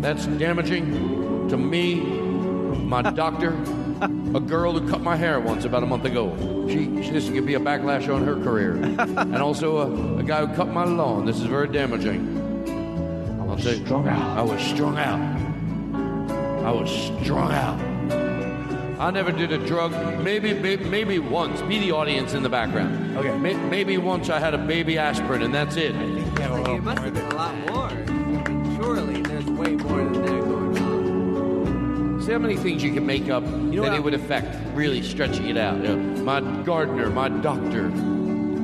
[SPEAKER 3] That's damaging to me, my <laughs> doctor, a girl who cut my hair once about a month ago. She, she this could be a backlash on her career. and also a, a guy who cut my lawn. This is very damaging. I was strung out. I was strung out. I was strung out. I never did a drug. Maybe, may- maybe once. Be the audience in the background. Okay. Maybe once I had a baby aspirin, and that's it.
[SPEAKER 14] It must have been a lot more. Surely there's way more than that going on.
[SPEAKER 3] See how many things you can make up that it would affect. Really stretching it out. You know, my gardener, my doctor.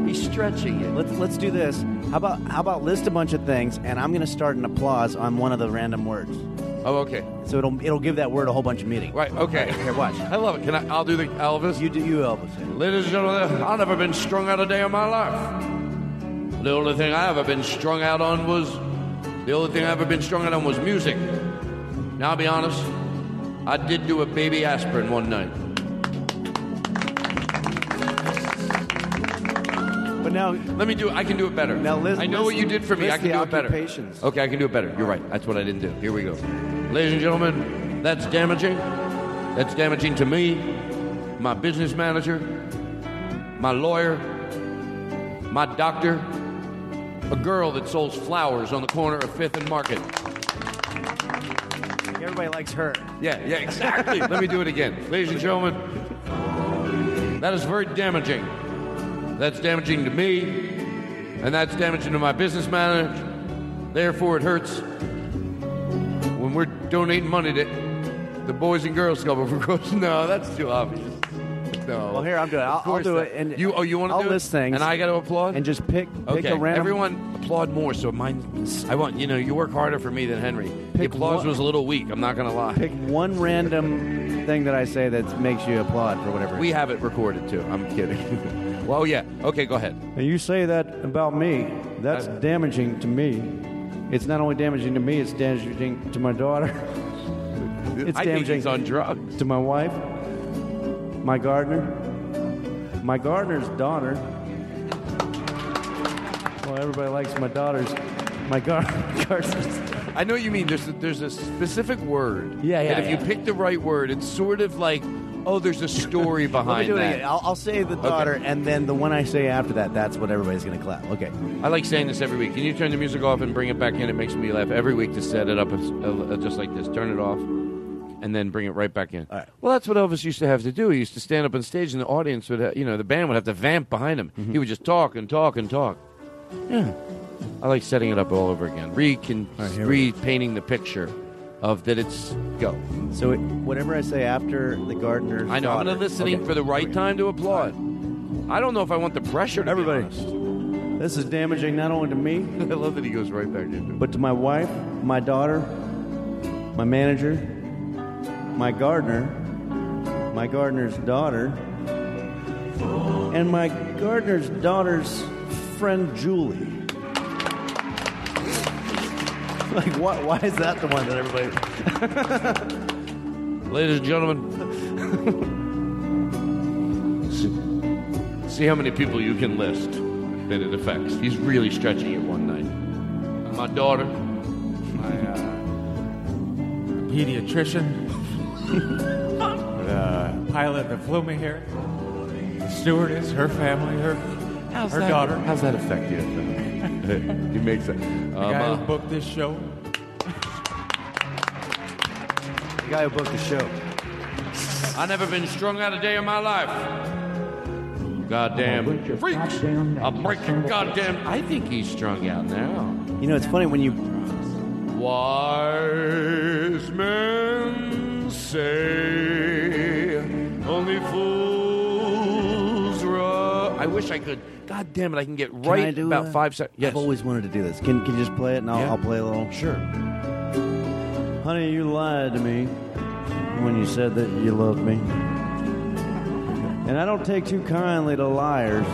[SPEAKER 3] He's stretching it.
[SPEAKER 8] Let's let's do this. How about how about list a bunch of things, and I'm going to start an applause on one of the random words.
[SPEAKER 3] Oh, okay.
[SPEAKER 8] So it'll it'll give that word a whole bunch of meaning.
[SPEAKER 3] Right. Okay.
[SPEAKER 8] Here, watch.
[SPEAKER 3] I love it. Can I? I'll do the Elvis.
[SPEAKER 8] You do you Elvis.
[SPEAKER 3] Ladies and gentlemen, I've never been strung out a day in my life. The only thing I ever been strung out on was The only thing I've ever been strung out on was music. Now, I'll be honest, I did do a baby aspirin one night.
[SPEAKER 8] But now,
[SPEAKER 3] let me do. I can do it better.
[SPEAKER 8] Now, listen,
[SPEAKER 3] I know what you did for me.
[SPEAKER 8] list
[SPEAKER 3] I can
[SPEAKER 8] the
[SPEAKER 3] do it better.
[SPEAKER 8] occupations.
[SPEAKER 3] Okay, I can do it better. You're right. That's what I didn't do. Here we go. Ladies and gentlemen, that's damaging. That's damaging to me, my business manager, my lawyer, my doctor, a girl that sells flowers on the corner of Fifth and Market.
[SPEAKER 8] Everybody likes her.
[SPEAKER 3] Yeah, yeah, exactly. Let me do it again. Ladies and gentlemen, that is very damaging. That's damaging to me, and that's damaging to my business manager. Therefore, it hurts when we're donating money to the Boys and Girls Club. Of course, <laughs> no, that's too obvious. No.
[SPEAKER 8] Well, here I'm doing. it. I'll,
[SPEAKER 3] Of
[SPEAKER 8] I'll
[SPEAKER 3] course
[SPEAKER 8] do
[SPEAKER 3] not.
[SPEAKER 8] it. And
[SPEAKER 3] you, oh, you want to
[SPEAKER 8] I'll
[SPEAKER 3] do
[SPEAKER 8] list
[SPEAKER 3] it?
[SPEAKER 8] things,
[SPEAKER 3] And I got to applaud.
[SPEAKER 8] and just pick pick
[SPEAKER 3] okay,
[SPEAKER 8] a random.
[SPEAKER 3] everyone applaud more. So mine, I want you know, you work harder for me than Henry. the
[SPEAKER 8] Pick
[SPEAKER 3] applause
[SPEAKER 8] one-
[SPEAKER 3] was a little weak. I'm not going to lie.
[SPEAKER 8] pick one random thing that I say that makes you applaud for whatever. it
[SPEAKER 3] We
[SPEAKER 8] is.
[SPEAKER 3] have it recorded too. I'm kidding. <laughs> well, yeah. Okay, go ahead.
[SPEAKER 8] And you say that about me. That's damaging to me. It's not only damaging to me, it's damaging to my
[SPEAKER 3] <laughs>
[SPEAKER 8] daughter. it's
[SPEAKER 3] I think
[SPEAKER 8] damaging
[SPEAKER 3] he's on drugs.
[SPEAKER 8] to my wife, my gardener, my gardener's daughter. Well, everybody likes my daughter's. My gar- <laughs> gardener's.
[SPEAKER 3] I know what you mean. There's a, there's a specific word.
[SPEAKER 8] Yeah, yeah,
[SPEAKER 3] That if
[SPEAKER 8] yeah.
[SPEAKER 3] you pick the right word, it's sort of like, oh, there's a story
[SPEAKER 8] <laughs> Let me
[SPEAKER 3] behind
[SPEAKER 8] do it
[SPEAKER 3] that.
[SPEAKER 8] again. I'll, I'll say the daughter, and then the one I say after that. That's what everybody's gonna clap. Okay.
[SPEAKER 3] I like saying this every week. Can you turn the music off and bring it back in? It makes me laugh every week to set it up as- uh, just like this. Turn it off and then bring it right back in. Well, that's what Elvis used to have to do. He used to stand up on stage and the audience would, ha- you know, the band would have to vamp behind him.
[SPEAKER 8] Mm-hmm.
[SPEAKER 3] He would just talk and talk and talk. Yeah. I like setting it up all over again, Recon-
[SPEAKER 8] here we
[SPEAKER 3] repainting the picture of that it's go.
[SPEAKER 8] So it, whatever I say after the gardener's.
[SPEAKER 3] I know. I'm
[SPEAKER 8] daughter-
[SPEAKER 3] not listening
[SPEAKER 8] Okay.
[SPEAKER 3] for the right time to applaud. I don't know if I want the pressure. To Everybody,
[SPEAKER 8] this is damaging not only to me.
[SPEAKER 3] <laughs> I love that he goes right back into. it.
[SPEAKER 8] But to my wife, my daughter, my manager, my gardener, my gardener's daughter, and my gardener's daughter's friend Julie. <laughs> Like, why, why is that the one that everybody. <laughs>
[SPEAKER 3] Ladies and gentlemen, see, <laughs> see how many people you can list that it affects. He's really stretching it one night. My daughter, my uh,
[SPEAKER 12] Pediatrician. the pilot that flew me here. The stewardess, her family, her,
[SPEAKER 3] How's
[SPEAKER 12] her
[SPEAKER 3] that-
[SPEAKER 12] daughter.
[SPEAKER 3] How's that affect you? <laughs> he makes um, uh, it.
[SPEAKER 12] The guy who booked this show.
[SPEAKER 8] the guy who booked the show.
[SPEAKER 3] I never been strung out a day in my life. Goddamn freaks! I'll break your goddamn. I think he's strung out now.
[SPEAKER 8] You know, it's funny when you
[SPEAKER 3] Wise men say only fools run. I wish I could. God damn it! I can get
[SPEAKER 8] Can I
[SPEAKER 3] right
[SPEAKER 8] do
[SPEAKER 3] about
[SPEAKER 8] a-
[SPEAKER 3] five seconds. Yes.
[SPEAKER 8] I've always wanted to do this. Can, can you just play it and I'll,
[SPEAKER 3] Yeah.
[SPEAKER 8] I'll play a little? Sure. Honey, you lied to me when you said that you loved me. And I don't take too kindly to liars.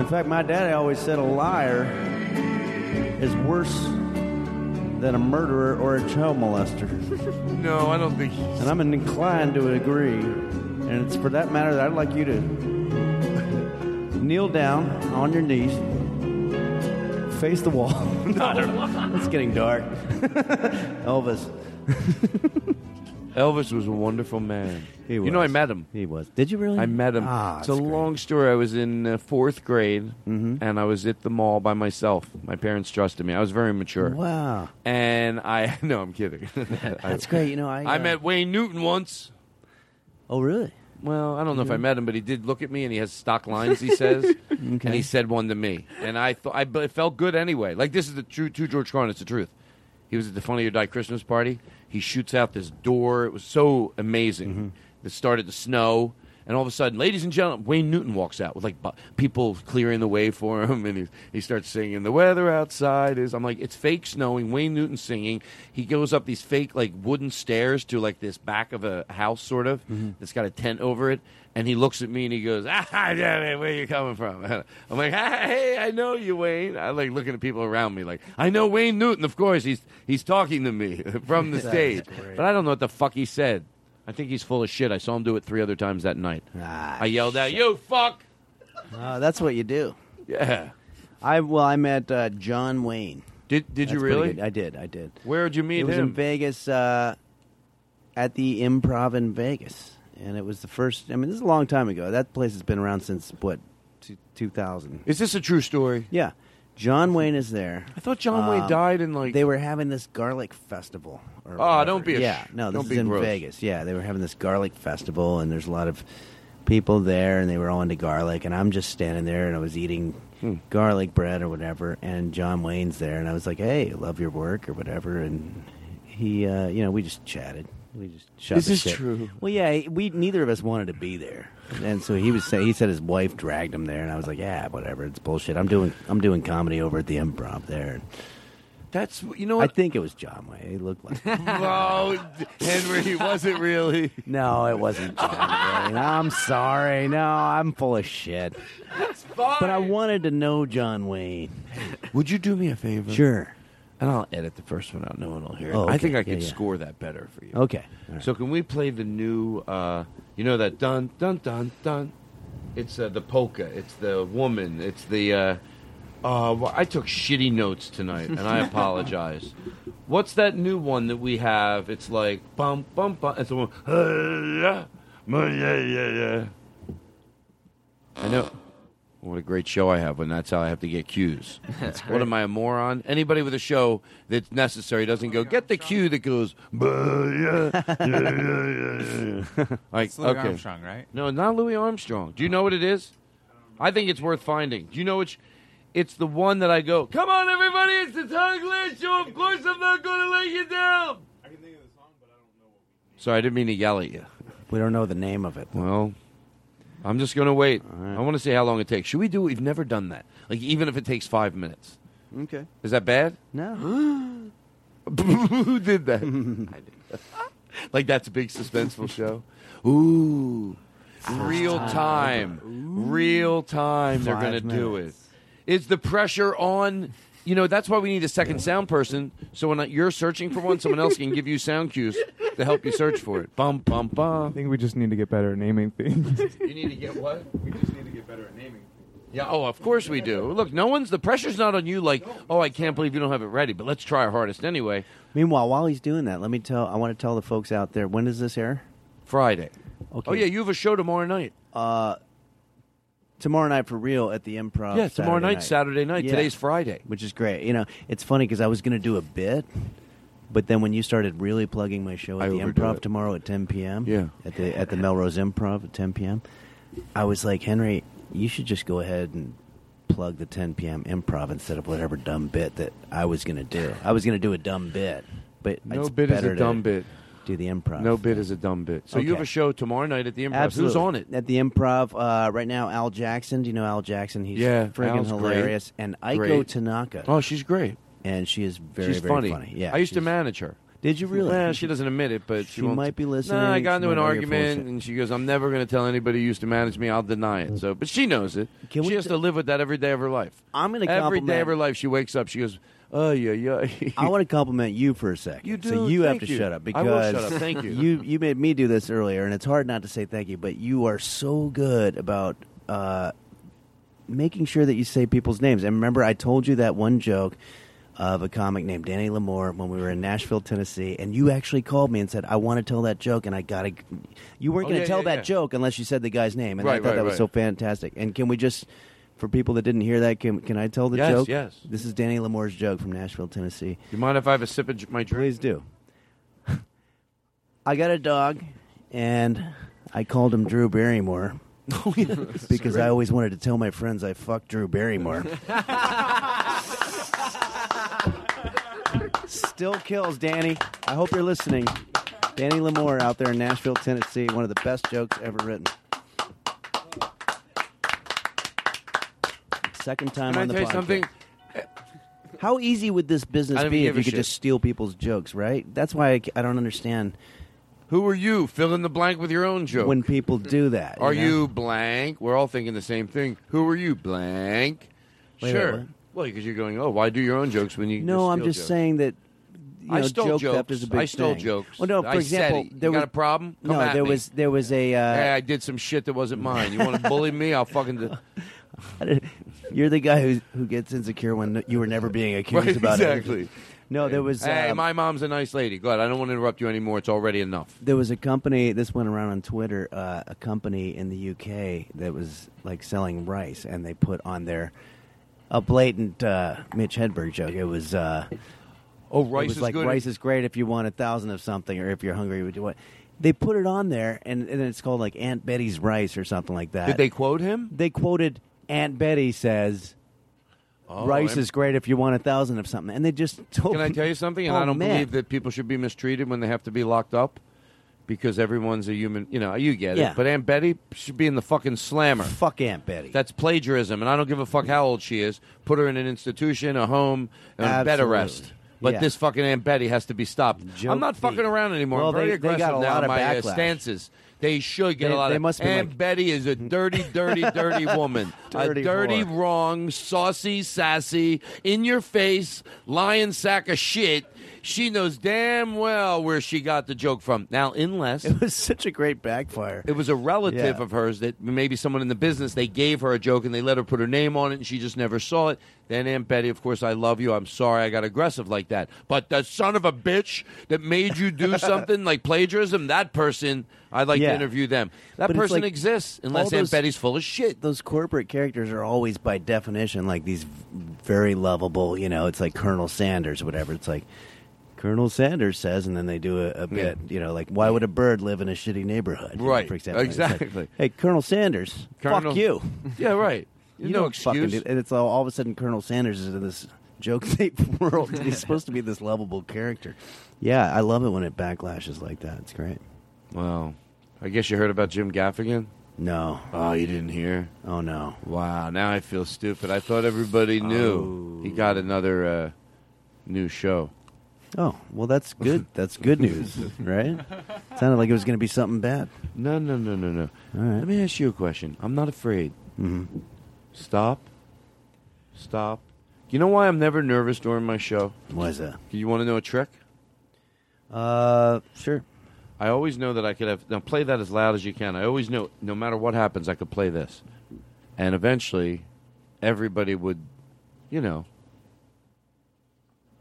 [SPEAKER 8] In fact, my daddy always said a liar is worse than a murderer or a child molester.
[SPEAKER 3] No, I don't think.
[SPEAKER 8] And I'm inclined to agree. And it's for that matter that I'd like you to <laughs> kneel down on your knees, face the wall. <laughs>
[SPEAKER 3] <laughs>
[SPEAKER 8] no, it's getting dark. Elvis.
[SPEAKER 3] Elvis was a wonderful man.
[SPEAKER 8] He
[SPEAKER 3] You know, I
[SPEAKER 8] was.
[SPEAKER 3] met him.
[SPEAKER 8] He was. Did you really?
[SPEAKER 3] I met him.
[SPEAKER 8] Ah,
[SPEAKER 3] it's a
[SPEAKER 8] that's great. Mm-hmm.
[SPEAKER 3] long story. I was in uh, fourth grade, and I was at the mall by myself. My parents trusted me. I was very mature.
[SPEAKER 8] Wow.
[SPEAKER 3] And I <laughs> no, I'm kidding.
[SPEAKER 8] That's great. You know, I.
[SPEAKER 3] I
[SPEAKER 8] uh,
[SPEAKER 3] met Wayne Newton once.
[SPEAKER 8] Oh, really? Mm-hmm.
[SPEAKER 3] Well, I don't know if I met him, but he did look at me, and he has stock lines. He
[SPEAKER 8] <laughs>
[SPEAKER 3] says, and he said one to me, and I thought I but it felt good anyway. Like this is the true to George Carlin. It's the truth. He was at the Funny or Die Christmas party. He shoots out this door. It was so amazing. It started to snow, And all of a sudden, ladies and gentlemen, Wayne Newton walks out with like bu- people clearing the way for him, <laughs> and he, he starts singing. The weather outside is. I'm like, it's fake snowing. Wayne Newton singing. He goes up these fake like wooden stairs to like this back of a house, sort of. That's got a tent over it. And he looks at me and he goes, <laughs> ah, yeah, where you coming from? <laughs> I'm like, ah, hey, I know you, Wayne. I like looking at people around me like, I know Wayne Newton. Of course, he's he's talking to me <laughs> from
[SPEAKER 18] <laughs>
[SPEAKER 3] the
[SPEAKER 18] That's
[SPEAKER 3] stage.
[SPEAKER 18] great.
[SPEAKER 3] But I don't know what the fuck he said. I think he's full of shit. I saw him do it three other times that night.
[SPEAKER 18] Ah,
[SPEAKER 3] I yelled out, "You
[SPEAKER 8] <laughs>
[SPEAKER 3] fuck!"
[SPEAKER 8] Uh, that's what you do.
[SPEAKER 3] Yeah.
[SPEAKER 8] I well, I met uh, John Wayne.
[SPEAKER 3] Did did you
[SPEAKER 8] That's pretty
[SPEAKER 3] really?
[SPEAKER 8] good. I did. I did.
[SPEAKER 3] Where'd you meet
[SPEAKER 8] it was
[SPEAKER 3] him?
[SPEAKER 8] in Vegas uh, at the Improv in Vegas, and it was the first. I mean, this is a long time ago. That place has been around since what two thousand.
[SPEAKER 3] Is this a true story?
[SPEAKER 8] Yeah, John Wayne is there.
[SPEAKER 3] <laughs>
[SPEAKER 8] Um,
[SPEAKER 3] I thought John
[SPEAKER 13] Um,
[SPEAKER 3] Wayne died in like
[SPEAKER 8] they were having this garlic festival. Or
[SPEAKER 3] Oh,
[SPEAKER 8] whatever.
[SPEAKER 3] don't be a
[SPEAKER 8] yeah.
[SPEAKER 3] sh-
[SPEAKER 8] no, this
[SPEAKER 3] don't
[SPEAKER 8] is
[SPEAKER 3] be
[SPEAKER 8] in
[SPEAKER 3] gross.
[SPEAKER 8] Vegas. Yeah, they were having this garlic festival, and there's a lot of people there, and they were all into garlic, and I'm just standing there, and I was eating
[SPEAKER 3] Hmm.
[SPEAKER 8] garlic bread or whatever, and John Wayne's there, and I was like, "Hey, love your work" or whatever, and he, uh, you know, we just chatted. We just shot
[SPEAKER 18] This
[SPEAKER 8] the
[SPEAKER 18] is
[SPEAKER 8] shit.
[SPEAKER 18] true.
[SPEAKER 8] Well, yeah, we neither of us wanted to be there, and so he was saying he said his wife dragged him there, and I was like, yeah, whatever, it's bullshit. I'm doing I'm doing comedy over at the Improv there.
[SPEAKER 3] That's you know
[SPEAKER 8] I think it was John Wayne. It looked like
[SPEAKER 3] Whoa, <laughs> Henry, was it really?
[SPEAKER 8] no, it wasn't John Wayne. I'm sorry. No, I'm full of shit. But I wanted to know John Wayne.
[SPEAKER 3] Would you do me a favor?
[SPEAKER 8] Sure.
[SPEAKER 3] And I'll edit the first one out. No one will hear it.
[SPEAKER 8] Oh,
[SPEAKER 3] I think
[SPEAKER 8] okay.
[SPEAKER 3] I could
[SPEAKER 8] Yeah, yeah.
[SPEAKER 3] score
[SPEAKER 17] <laughs>
[SPEAKER 3] that better for you.
[SPEAKER 8] Okay.
[SPEAKER 3] So can we play the new? Uh, you know that dun dun dun dun. It's uh, the polka. It's the woman. It's the. Uh, uh, well, I took shitty notes tonight, and I apologize. What's that new one that we have? It's like bum bum bum. It's the one. <gasps> yeah, yeah, yeah, yeah. I know. What a great show I have when that's how I have to get
[SPEAKER 8] <laughs>
[SPEAKER 3] cues. what am I, a moron? Anybody with a show that's necessary doesn't go, get the cue that goes, "Bah, yeah, yeah, yeah, yeah, yeah." Like,
[SPEAKER 17] It's Louis
[SPEAKER 3] okay.
[SPEAKER 17] Armstrong, right?
[SPEAKER 3] No, not Louis Armstrong. Do you know what it is? I think it's worth finding. Do you know which? It's the one that I go, come on, everybody, it's the Todd Glass show. Of course I'm not going to let you down. Sorry, I didn't mean to yell at you.
[SPEAKER 8] We don't know the name of it.
[SPEAKER 3] Well, I'm just going to wait. I want to see how long it takes. Should we do? We've never done that. Like even if it takes five minutes.
[SPEAKER 8] Okay.
[SPEAKER 3] Is that bad?
[SPEAKER 8] No.
[SPEAKER 3] <gasps>
[SPEAKER 8] <laughs>
[SPEAKER 3] Who did that? <laughs> I did. like that's a big suspenseful
[SPEAKER 8] <laughs>
[SPEAKER 3] show. Ooh. Real time. Real time they're going
[SPEAKER 18] Five
[SPEAKER 3] to do it. Is the pressure on? You know, that's why we need a second sound person. So when you're searching for one, someone else can give you sound cues to help you search for it. Bum, bum, bum. I
[SPEAKER 19] think we just need to get better at naming
[SPEAKER 8] <laughs>
[SPEAKER 19] things.
[SPEAKER 3] You need to get what? We just need to get better at naming. Yeah. Oh, of course we do. Look, no one's the pressure's not on you. Like, oh, I can't believe you don't have it ready, but let's try our hardest anyway.
[SPEAKER 8] Meanwhile, while he's doing that, let me tell. I want to tell the folks out there. When does this air?
[SPEAKER 3] Friday.
[SPEAKER 8] Okay.
[SPEAKER 3] Oh yeah, you have a show tomorrow night.
[SPEAKER 8] Uh, tomorrow night for real at the Improv.
[SPEAKER 3] Yeah, tomorrow
[SPEAKER 8] Saturday
[SPEAKER 3] night, Saturday night. Today's Friday,
[SPEAKER 8] which is great. You know, it's funny because I was going to do a bit, but then when you started really plugging my show at
[SPEAKER 3] I
[SPEAKER 8] the
[SPEAKER 3] overdo
[SPEAKER 8] Improv
[SPEAKER 3] it.
[SPEAKER 8] tomorrow at 10 p.m.
[SPEAKER 3] Yeah.
[SPEAKER 8] at the at the Melrose Improv at 10 p.m. I was like, Henry, you should just go ahead and plug the 10 p.m. Improv instead of whatever dumb bit that I was going to do. I was going to do a dumb bit, but
[SPEAKER 3] No
[SPEAKER 8] it's
[SPEAKER 3] bit is
[SPEAKER 8] better
[SPEAKER 3] a
[SPEAKER 8] to
[SPEAKER 3] dumb bit.
[SPEAKER 8] Do the improv.
[SPEAKER 3] No bit is a dumb bit. So you
[SPEAKER 8] Okay.
[SPEAKER 3] have a show tomorrow night at the Improv.
[SPEAKER 8] Absolutely.
[SPEAKER 3] Who's on it?
[SPEAKER 8] At the improv uh, right now, Al Jackson. Do you know Al Jackson? He's
[SPEAKER 3] Yeah,
[SPEAKER 8] friggin'
[SPEAKER 3] Al's great.
[SPEAKER 8] hilarious. And Aiko
[SPEAKER 3] Great.
[SPEAKER 8] Tanaka.
[SPEAKER 3] Oh, she's great.
[SPEAKER 8] And she is very,
[SPEAKER 3] she's
[SPEAKER 8] very
[SPEAKER 3] funny.
[SPEAKER 8] funny. Yeah,
[SPEAKER 3] I used to manage her.
[SPEAKER 8] Did you really?
[SPEAKER 3] Well, she doesn't admit it, but she,
[SPEAKER 8] She
[SPEAKER 3] won't-
[SPEAKER 8] might be listening.
[SPEAKER 3] Nah, I
[SPEAKER 8] She
[SPEAKER 3] got into an
[SPEAKER 8] might know you're full of
[SPEAKER 3] argument,
[SPEAKER 8] shit.
[SPEAKER 3] and she goes, "I'm never going to tell anybody who used to manage me. I'll deny it." So, but she knows it. she has to live with that every day of her life.
[SPEAKER 8] I'm gonna
[SPEAKER 3] every day
[SPEAKER 8] compliment-
[SPEAKER 3] of her life. She wakes up. She goes, "Oh yeah, yeah."
[SPEAKER 8] I want to compliment you for a second.
[SPEAKER 3] You
[SPEAKER 8] So
[SPEAKER 3] do?
[SPEAKER 8] you have
[SPEAKER 3] Thank
[SPEAKER 8] to
[SPEAKER 3] you.
[SPEAKER 8] shut up
[SPEAKER 3] I
[SPEAKER 8] because
[SPEAKER 3] will shut up. Thank you.
[SPEAKER 8] you you made me do this earlier, and it's hard not to say thank you. But you are so good about uh, making sure that you say people's names. And remember, I told you that one joke of a comic named Danny Lamore when we were in Nashville, Tennessee, and you actually called me and said, "I want to tell that joke," and I gotta. You weren't
[SPEAKER 18] Oh,
[SPEAKER 8] going to
[SPEAKER 18] yeah,
[SPEAKER 8] tell
[SPEAKER 18] yeah,
[SPEAKER 8] that
[SPEAKER 18] yeah.
[SPEAKER 8] joke unless you said the guy's name, and I
[SPEAKER 18] Right,
[SPEAKER 8] thought
[SPEAKER 18] right,
[SPEAKER 8] that was
[SPEAKER 18] right.
[SPEAKER 8] so fantastic. And can we just? For people that didn't hear that, can, can I tell the
[SPEAKER 3] Yes,
[SPEAKER 8] joke?
[SPEAKER 3] yes.
[SPEAKER 8] This is Danny Lamore's joke from Nashville, Tennessee.
[SPEAKER 3] You mind if I have a sip of j- my drink?
[SPEAKER 8] Please do. <laughs> I got a dog, and I called him
[SPEAKER 3] <laughs>
[SPEAKER 8] Drew Barrymore
[SPEAKER 3] Oh,
[SPEAKER 8] because
[SPEAKER 18] great.
[SPEAKER 8] I always wanted to tell my friends I fucked
[SPEAKER 3] <laughs>
[SPEAKER 8] Drew Barrymore. Still kills, Danny. I hope you're listening. Danny Lamore out there in Nashville, Tennessee, one of the best jokes ever written. Second time
[SPEAKER 3] Can I
[SPEAKER 8] on the
[SPEAKER 3] tell you
[SPEAKER 8] podcast.
[SPEAKER 3] something?
[SPEAKER 8] How easy would this
[SPEAKER 3] I
[SPEAKER 8] business
[SPEAKER 3] don't
[SPEAKER 8] be
[SPEAKER 3] give a
[SPEAKER 8] if you could
[SPEAKER 3] shit.
[SPEAKER 8] just steal people's jokes, right? That's why I, c- I don't understand.
[SPEAKER 3] Who are you? Fill in the blank with your own joke.
[SPEAKER 8] When people do that,
[SPEAKER 3] Are
[SPEAKER 8] know?
[SPEAKER 3] you blank? We're all thinking the same thing. Who are you blank?
[SPEAKER 8] Wait,
[SPEAKER 3] sure.
[SPEAKER 8] wait, what?
[SPEAKER 3] well, because you're going, oh, why do your own jokes when you? can
[SPEAKER 8] No, I'm
[SPEAKER 3] steal
[SPEAKER 8] just
[SPEAKER 3] jokes?
[SPEAKER 8] saying that. You know,
[SPEAKER 3] I stole
[SPEAKER 8] joke
[SPEAKER 3] jokes.
[SPEAKER 8] theft is a big
[SPEAKER 3] I stole
[SPEAKER 8] thing.
[SPEAKER 3] jokes.
[SPEAKER 8] Well, no, for
[SPEAKER 3] I said
[SPEAKER 8] example,
[SPEAKER 3] it. You
[SPEAKER 8] there
[SPEAKER 3] got
[SPEAKER 8] was-
[SPEAKER 3] a problem? Come
[SPEAKER 8] no,
[SPEAKER 3] at
[SPEAKER 8] there
[SPEAKER 3] me.
[SPEAKER 8] was there was a. Uh,
[SPEAKER 3] hey, I did some shit that wasn't mine. You want to bully me? I'll fucking.
[SPEAKER 8] <laughs>
[SPEAKER 3] Do-
[SPEAKER 8] You're the guy who who gets insecure when you were never being accused
[SPEAKER 3] Right,
[SPEAKER 8] about it.
[SPEAKER 3] exactly.
[SPEAKER 8] No, there was
[SPEAKER 3] hey,
[SPEAKER 8] um,
[SPEAKER 3] my mom's a nice lady. Go ahead. I don't want to interrupt you anymore. It's already enough.
[SPEAKER 8] there was a company. This went around on Twitter. Uh, a company in the UK that was like selling rice, and they put on their a blatant uh, Mitch Hedberg joke. It was. Uh,
[SPEAKER 3] Oh,
[SPEAKER 8] it
[SPEAKER 3] rice
[SPEAKER 8] was
[SPEAKER 3] is
[SPEAKER 8] like
[SPEAKER 3] good.
[SPEAKER 8] rice is great if you want a thousand of something, or if you're hungry, would you want? They put it on there, and, and it's called like Aunt Betty's rice or something like that.
[SPEAKER 3] Did they quote him?
[SPEAKER 8] They quoted Aunt Betty says,
[SPEAKER 3] Oh,
[SPEAKER 8] "Rice
[SPEAKER 3] I'm-
[SPEAKER 8] is great if you want a thousand of something," and they just told.
[SPEAKER 3] Can I tell you something? And
[SPEAKER 8] Oh,
[SPEAKER 3] I don't
[SPEAKER 8] man.
[SPEAKER 3] believe that people should be mistreated when they have to be locked up because everyone's a human. You know, you get
[SPEAKER 8] Yeah.
[SPEAKER 3] it. But Aunt Betty should be in the fucking slammer.
[SPEAKER 8] Fuck Aunt Betty.
[SPEAKER 3] That's plagiarism, and I don't give a fuck how old she is. Put her in an institution, a home, and a bed
[SPEAKER 8] Absolutely.
[SPEAKER 3] arrest. But
[SPEAKER 8] Yeah.
[SPEAKER 3] this fucking Aunt Betty has to be stopped.
[SPEAKER 8] Joke
[SPEAKER 3] I'm not fucking
[SPEAKER 8] thief.
[SPEAKER 3] around anymore.
[SPEAKER 8] Well,
[SPEAKER 3] I'm very
[SPEAKER 8] they- they
[SPEAKER 3] aggressive
[SPEAKER 8] got a
[SPEAKER 3] now
[SPEAKER 8] lot
[SPEAKER 3] in
[SPEAKER 8] of
[SPEAKER 3] my uh,
[SPEAKER 8] backlash.
[SPEAKER 3] stances. They should get
[SPEAKER 8] They-
[SPEAKER 3] a lot
[SPEAKER 8] they
[SPEAKER 3] of.
[SPEAKER 8] must be
[SPEAKER 3] Aunt
[SPEAKER 8] like-
[SPEAKER 3] Betty is
[SPEAKER 8] <laughs>
[SPEAKER 3] a dirty, dirty, <laughs> dirty woman.
[SPEAKER 8] Dirty
[SPEAKER 3] a dirty,
[SPEAKER 8] whore.
[SPEAKER 3] wrong, saucy, sassy, in your face, lying sack of shit. She knows damn well where she got the joke from. Now, unless
[SPEAKER 8] It was such a great backfire.
[SPEAKER 3] it was a relative
[SPEAKER 8] Yeah.
[SPEAKER 3] of hers that maybe someone in the business they gave her a joke and they let her put her name on it and she just never saw it. Then Aunt Betty, of course, I love you. I'm sorry I got aggressive like that. But the son of a bitch that made you
[SPEAKER 8] <laughs>
[SPEAKER 3] do something like plagiarism, that person, I'd like
[SPEAKER 8] Yeah.
[SPEAKER 3] to interview them. That
[SPEAKER 8] But it's
[SPEAKER 3] person
[SPEAKER 8] like
[SPEAKER 3] exists unless
[SPEAKER 8] all
[SPEAKER 3] Aunt
[SPEAKER 8] those-
[SPEAKER 3] Betty's full of shit.
[SPEAKER 8] Those corporate characters are always, by definition, like these v- very lovable. You know, it's like Colonel Sanders, whatever. It's like Colonel Sanders says, and then they do a, a bit. You know, like why would a bird live in a shitty neighborhood? you know,
[SPEAKER 3] Right.
[SPEAKER 8] For example, It's like,
[SPEAKER 3] Exactly.
[SPEAKER 8] hey, Colonel Sanders,
[SPEAKER 3] Colonel-
[SPEAKER 8] fuck you.
[SPEAKER 3] <laughs> Yeah, right.
[SPEAKER 8] You
[SPEAKER 3] no
[SPEAKER 8] don't fucking
[SPEAKER 3] excuse.
[SPEAKER 8] do- and it's all, all of a sudden Colonel Sanders is in this joke <laughs> tape world.
[SPEAKER 3] <laughs>
[SPEAKER 8] He's supposed to be this lovable character. Yeah, I love it when it backlashes like that. It's great.
[SPEAKER 3] Wow. I guess you heard about Jim Gaffigan?
[SPEAKER 8] No.
[SPEAKER 3] Oh, you didn't hear?
[SPEAKER 8] Oh no.
[SPEAKER 3] Wow, now I feel stupid. I thought everybody knew. He got another uh, new show.
[SPEAKER 8] Oh, well, that's good. That's good
[SPEAKER 3] <laughs>
[SPEAKER 8] news, right? Sounded like it was going to be something bad.
[SPEAKER 3] No, no, no, no, no.
[SPEAKER 8] All right.
[SPEAKER 3] Let me ask you a question. I'm not afraid. Mm-hmm. Stop. Stop. You know why I'm never nervous during my show?
[SPEAKER 8] Why is that?
[SPEAKER 3] You want to know a trick?
[SPEAKER 8] Uh, sure.
[SPEAKER 3] I always know that I could have. Now play that as loud as you can. I always know, no matter what happens, I could play this, and eventually, everybody would, you know,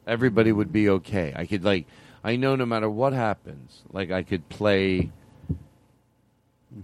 [SPEAKER 3] everybody would be okay. I could like, I know no matter what happens, like I could play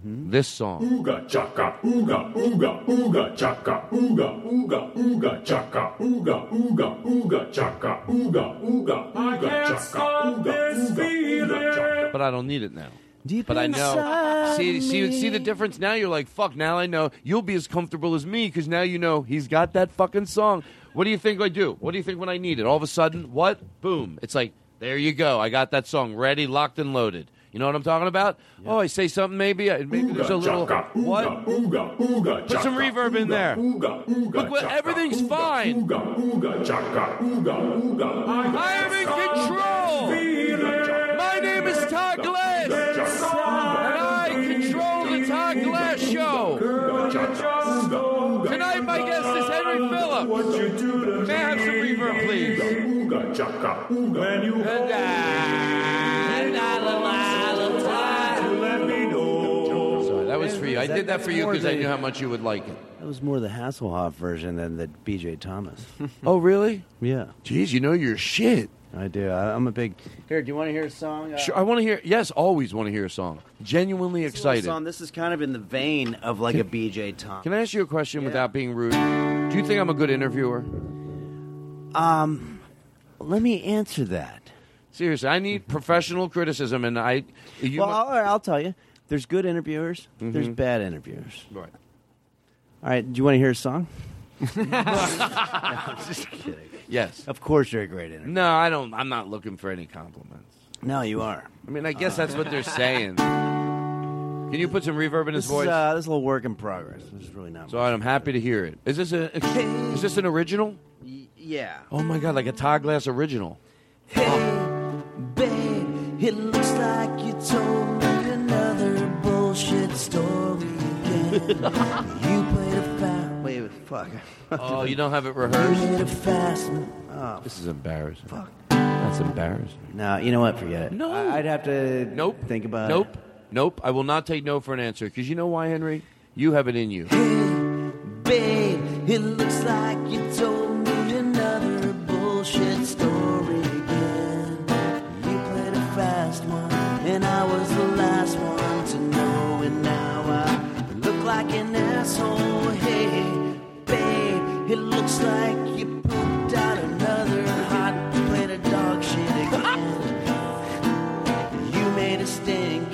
[SPEAKER 3] this song.
[SPEAKER 18] Ooga chaka, ooga, ooga, ooga chaka, ooga, ooga, ooga chaka, ooga, ooga, ooga chaka, ooga, ooga,
[SPEAKER 12] I
[SPEAKER 18] ooga
[SPEAKER 12] can't
[SPEAKER 18] chaka,
[SPEAKER 12] stop
[SPEAKER 18] ooga,
[SPEAKER 12] this
[SPEAKER 18] ooga, ooga chaka.
[SPEAKER 3] but I don't need it now.
[SPEAKER 8] Deep
[SPEAKER 3] but I know.
[SPEAKER 12] inside
[SPEAKER 3] See, see,
[SPEAKER 12] me.
[SPEAKER 3] see the difference now. You're like, fuck. Now I know you'll be as comfortable as me because now you know he's got that fucking song. What do you think I do? What do you think when I need it? All of a sudden, what? Boom! It's like there you go. I got that song ready, locked and loaded. You know what I'm talking about? Oh, I say something. Maybe, I- maybe there's a little what?
[SPEAKER 18] Ooga, ooga,
[SPEAKER 3] Put some
[SPEAKER 18] chaka,
[SPEAKER 3] reverb in
[SPEAKER 18] ooga,
[SPEAKER 3] there.
[SPEAKER 18] Ooga, ooga,
[SPEAKER 3] Look, what,
[SPEAKER 18] chaka,
[SPEAKER 3] everything's
[SPEAKER 18] ooga,
[SPEAKER 3] fine.
[SPEAKER 18] Ooga, ooga, chaka, ooga, ooga.
[SPEAKER 3] I'm in control. My name is Todd Glass, and I control the Todd Glass Show. Tonight, my guest is Henry Phillips. May I have some reverb, please?
[SPEAKER 18] When you
[SPEAKER 12] And I, and I, la, la, la, la.
[SPEAKER 18] let me know.
[SPEAKER 3] Sorry, that was for you. I did that for you because I knew <laughs> how much you would like it.
[SPEAKER 8] That was more the Hasselhoff version than the BJ <laughs> Thomas.
[SPEAKER 3] Oh, really?
[SPEAKER 8] yeah.
[SPEAKER 3] Jeez, you know your shit.
[SPEAKER 8] I do. I, I'm a big. Here, do you want to hear a song? Uh,
[SPEAKER 3] Sure, I want to hear. Yes, always want to hear a song. Genuinely
[SPEAKER 8] this little
[SPEAKER 3] excited.
[SPEAKER 8] Song. This is kind of in the vein of like a BJ Thomas.
[SPEAKER 3] Can I ask you a question without being rude? Do you think I'm a good interviewer?
[SPEAKER 8] Um, let me answer that.
[SPEAKER 3] Seriously, I need professional criticism, and I. You
[SPEAKER 8] well,
[SPEAKER 3] mu-
[SPEAKER 8] all right, I'll tell you. There's good interviewers. There's
[SPEAKER 3] Mhm.
[SPEAKER 8] bad interviewers.
[SPEAKER 3] Right.
[SPEAKER 8] All right. Do you want to hear a song?
[SPEAKER 3] Yes.
[SPEAKER 8] Of course, you're a great interviewer.
[SPEAKER 3] No, I don't. I'm not looking for any compliments.
[SPEAKER 8] No, you are. Uh.
[SPEAKER 3] I mean, I guess that's what they're saying. Can you put some reverb in his
[SPEAKER 8] This is,
[SPEAKER 3] voice?
[SPEAKER 8] uh, this is a little work in progress. This is really not.
[SPEAKER 3] so I'm happy to hear it. Is this a, is this an original?
[SPEAKER 13] Yeah.
[SPEAKER 3] Oh my god, like a Todd Glass
[SPEAKER 8] <laughs>
[SPEAKER 3] original.
[SPEAKER 13] Babe, it looks like you told me another bullshit story again. <laughs> you played a fast. Wait, fuck.
[SPEAKER 3] Oh, you don't have it
[SPEAKER 13] You
[SPEAKER 3] rehearsed.
[SPEAKER 13] played a fast.
[SPEAKER 8] Oh.
[SPEAKER 3] This is embarrassing. Fuck. That's embarrassing.
[SPEAKER 8] No, you know what? Forget it.
[SPEAKER 3] No.
[SPEAKER 8] I'd have to
[SPEAKER 3] nope.
[SPEAKER 8] think about it.
[SPEAKER 3] Nope. Nope. I will not take no for an answer because you know why, Henry? You have it in
[SPEAKER 8] <laughs>
[SPEAKER 3] you.
[SPEAKER 13] Babe, it looks like you told me another bullshit story again. You played a fast one, and I was the last one to know. And now I look like an asshole. Hey, babe, it looks like you pooped out another hot plate of dog shit again. You made a stinker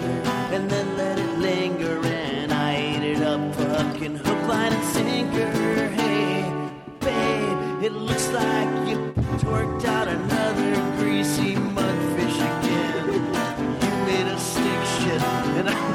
[SPEAKER 13] and then let it linger, and I ate it up, fucking hook, line, and sinker. Hey, babe, it looks like you torqued out another greasy mudfish again. You made a stick shit, and I.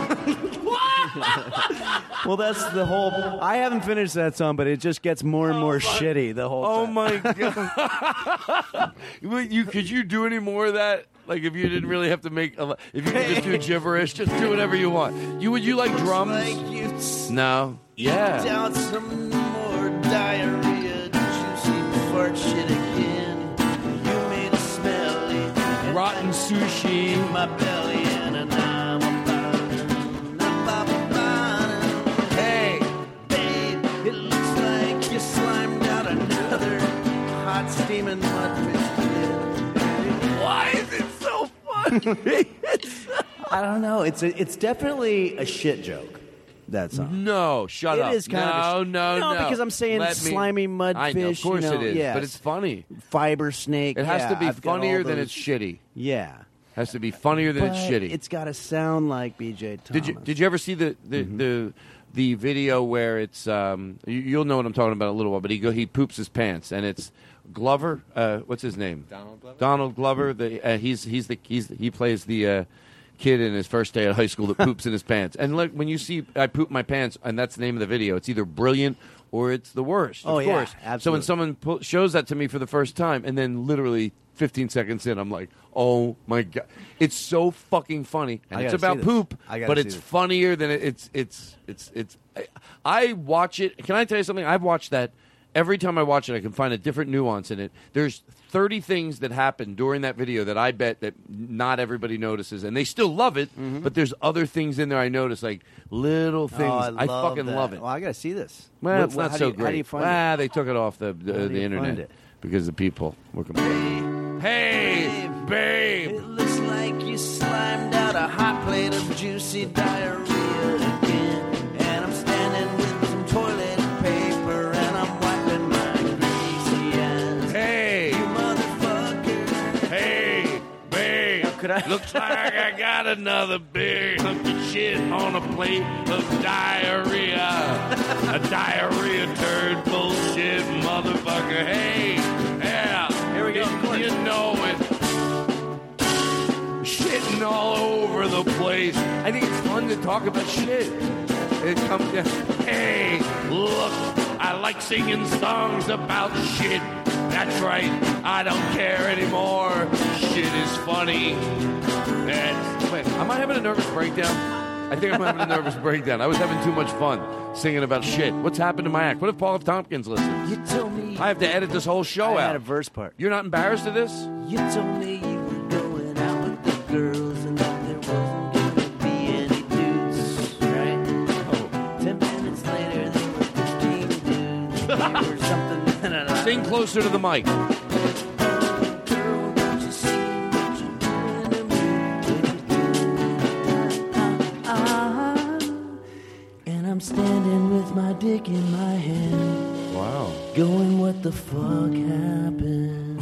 [SPEAKER 8] Well, that's the whole. I haven't finished that song, but it just gets more and more shitty the whole.
[SPEAKER 3] Oh <laughs> my god! Wait, you could you do any more of that? Like if you didn't really have to make, a, lo- if you could just
[SPEAKER 8] <laughs>
[SPEAKER 3] do gibberish, just do whatever you want. You would you like drums?
[SPEAKER 13] like you
[SPEAKER 3] no.
[SPEAKER 13] Put
[SPEAKER 3] Yeah.
[SPEAKER 13] Down some more diarrhea, juicy fart shit again. You made a smelly and rotten
[SPEAKER 3] sushi
[SPEAKER 13] in my belly, and an I'm about Hey, babe, it looks like you slimed out another hot steaming mudfish. again. Why is it so
[SPEAKER 8] <laughs>
[SPEAKER 13] funny?
[SPEAKER 8] I don't know. It's a, it's definitely a shit joke. That song.
[SPEAKER 3] No, shut
[SPEAKER 8] It
[SPEAKER 3] up.
[SPEAKER 8] is kind
[SPEAKER 3] no,
[SPEAKER 8] of a sh-
[SPEAKER 3] no, no,
[SPEAKER 8] No, because I'm saying
[SPEAKER 3] Let me-
[SPEAKER 8] slimy mudfish,
[SPEAKER 3] I know, of
[SPEAKER 8] you
[SPEAKER 3] course
[SPEAKER 8] know,
[SPEAKER 3] it is,
[SPEAKER 8] yes.
[SPEAKER 3] but it's funny.
[SPEAKER 8] Fiber snake.
[SPEAKER 3] It has
[SPEAKER 8] yeah,
[SPEAKER 3] to be
[SPEAKER 8] I've got all
[SPEAKER 3] funnier than
[SPEAKER 8] those-
[SPEAKER 3] it's shitty.
[SPEAKER 8] Yeah.
[SPEAKER 3] Has to be funnier than it's
[SPEAKER 8] But
[SPEAKER 3] shitty.
[SPEAKER 8] It's got to sound like BJ Thomas.
[SPEAKER 3] Did you did you ever see the the
[SPEAKER 8] Mm-hmm.
[SPEAKER 3] the, the video where it's um you, you'll know what I'm talking about in a little while, but he go he poops his pants and it's Glover. Uh, what's his name? Donald Glover. Donald Glover. The uh, he's he's the he's he plays the. Uh, Kid in his first day at high school that poops in his pants, and look when you see I poop my pants, and that's the name of the video. It's either brilliant or it's the worst.
[SPEAKER 8] Oh,
[SPEAKER 3] of
[SPEAKER 8] yeah,
[SPEAKER 3] course. So when
[SPEAKER 8] absolutely.
[SPEAKER 3] someone pu- shows that to me for the first time, and then literally 15 seconds in, I'm like, oh my god, it's so fucking funny, and
[SPEAKER 8] I
[SPEAKER 3] it's
[SPEAKER 8] gotta see
[SPEAKER 3] about
[SPEAKER 8] this.
[SPEAKER 3] poop,
[SPEAKER 8] I gotta
[SPEAKER 3] but
[SPEAKER 8] see
[SPEAKER 3] it's
[SPEAKER 8] this.
[SPEAKER 3] funnier than it, it's it's it's it's. I, I watch it. Can I tell you something? I've watched that. Every time I watch it, I can find a different nuance in it. There's 30 things that happen during that video that I bet that not everybody notices, and they still love it. But there's other things in there I notice, like little
[SPEAKER 8] Mm-hmm. Oh,
[SPEAKER 3] things. I,
[SPEAKER 8] love
[SPEAKER 3] fucking
[SPEAKER 8] that.
[SPEAKER 3] love it.
[SPEAKER 8] Well, I got to see this.
[SPEAKER 3] Well,
[SPEAKER 8] Wh-
[SPEAKER 3] it's
[SPEAKER 8] wh-
[SPEAKER 3] not
[SPEAKER 8] how
[SPEAKER 3] so
[SPEAKER 8] do you,
[SPEAKER 3] great.
[SPEAKER 8] How do you find
[SPEAKER 3] ah, they took it off the
[SPEAKER 8] How
[SPEAKER 3] the,
[SPEAKER 8] do
[SPEAKER 3] the
[SPEAKER 8] you
[SPEAKER 3] internet
[SPEAKER 8] find it?
[SPEAKER 3] because the people were complaining. Hey, babe.
[SPEAKER 13] It looks like you slimed out a hot plate of juicy diarrhea again. And I'm standing with some toilet paper and I'm wiping my greasy ass.
[SPEAKER 3] Hey!
[SPEAKER 13] You motherfucker.
[SPEAKER 3] Hey, babe. Looks like I got another big hunk of shit on a plate of diarrhea. a diarrhea turd bullshit motherfucker. Hey, yeah. Here we go. You, know it. Shitting all over the place. I think it's fun to talk about shit. It comes down. Hey, look, I like singing songs about shit. That's right, I don't care anymore. Shit is funny. And wait, am I having a nervous breakdown? I think I'm having a nervous breakdown. I was having too much fun singing about shit. What's happened to my act? What if Paul F. Tompkins listens?
[SPEAKER 13] You tell me.
[SPEAKER 3] I have to edit this whole show
[SPEAKER 8] I
[SPEAKER 3] out.
[SPEAKER 8] had a verse part.
[SPEAKER 3] You're not embarrassed of this?
[SPEAKER 13] You told me you were going out with the girls and that there wasn't going to be any dudes, right? Oh. Ten minutes later, there were 15 dudes or something. <laughs> And I-
[SPEAKER 3] Sing closer to the mic.
[SPEAKER 13] Uh-huh. And I'm standing with my dick in my hand,
[SPEAKER 3] Wow.
[SPEAKER 13] going, what the fuck happened?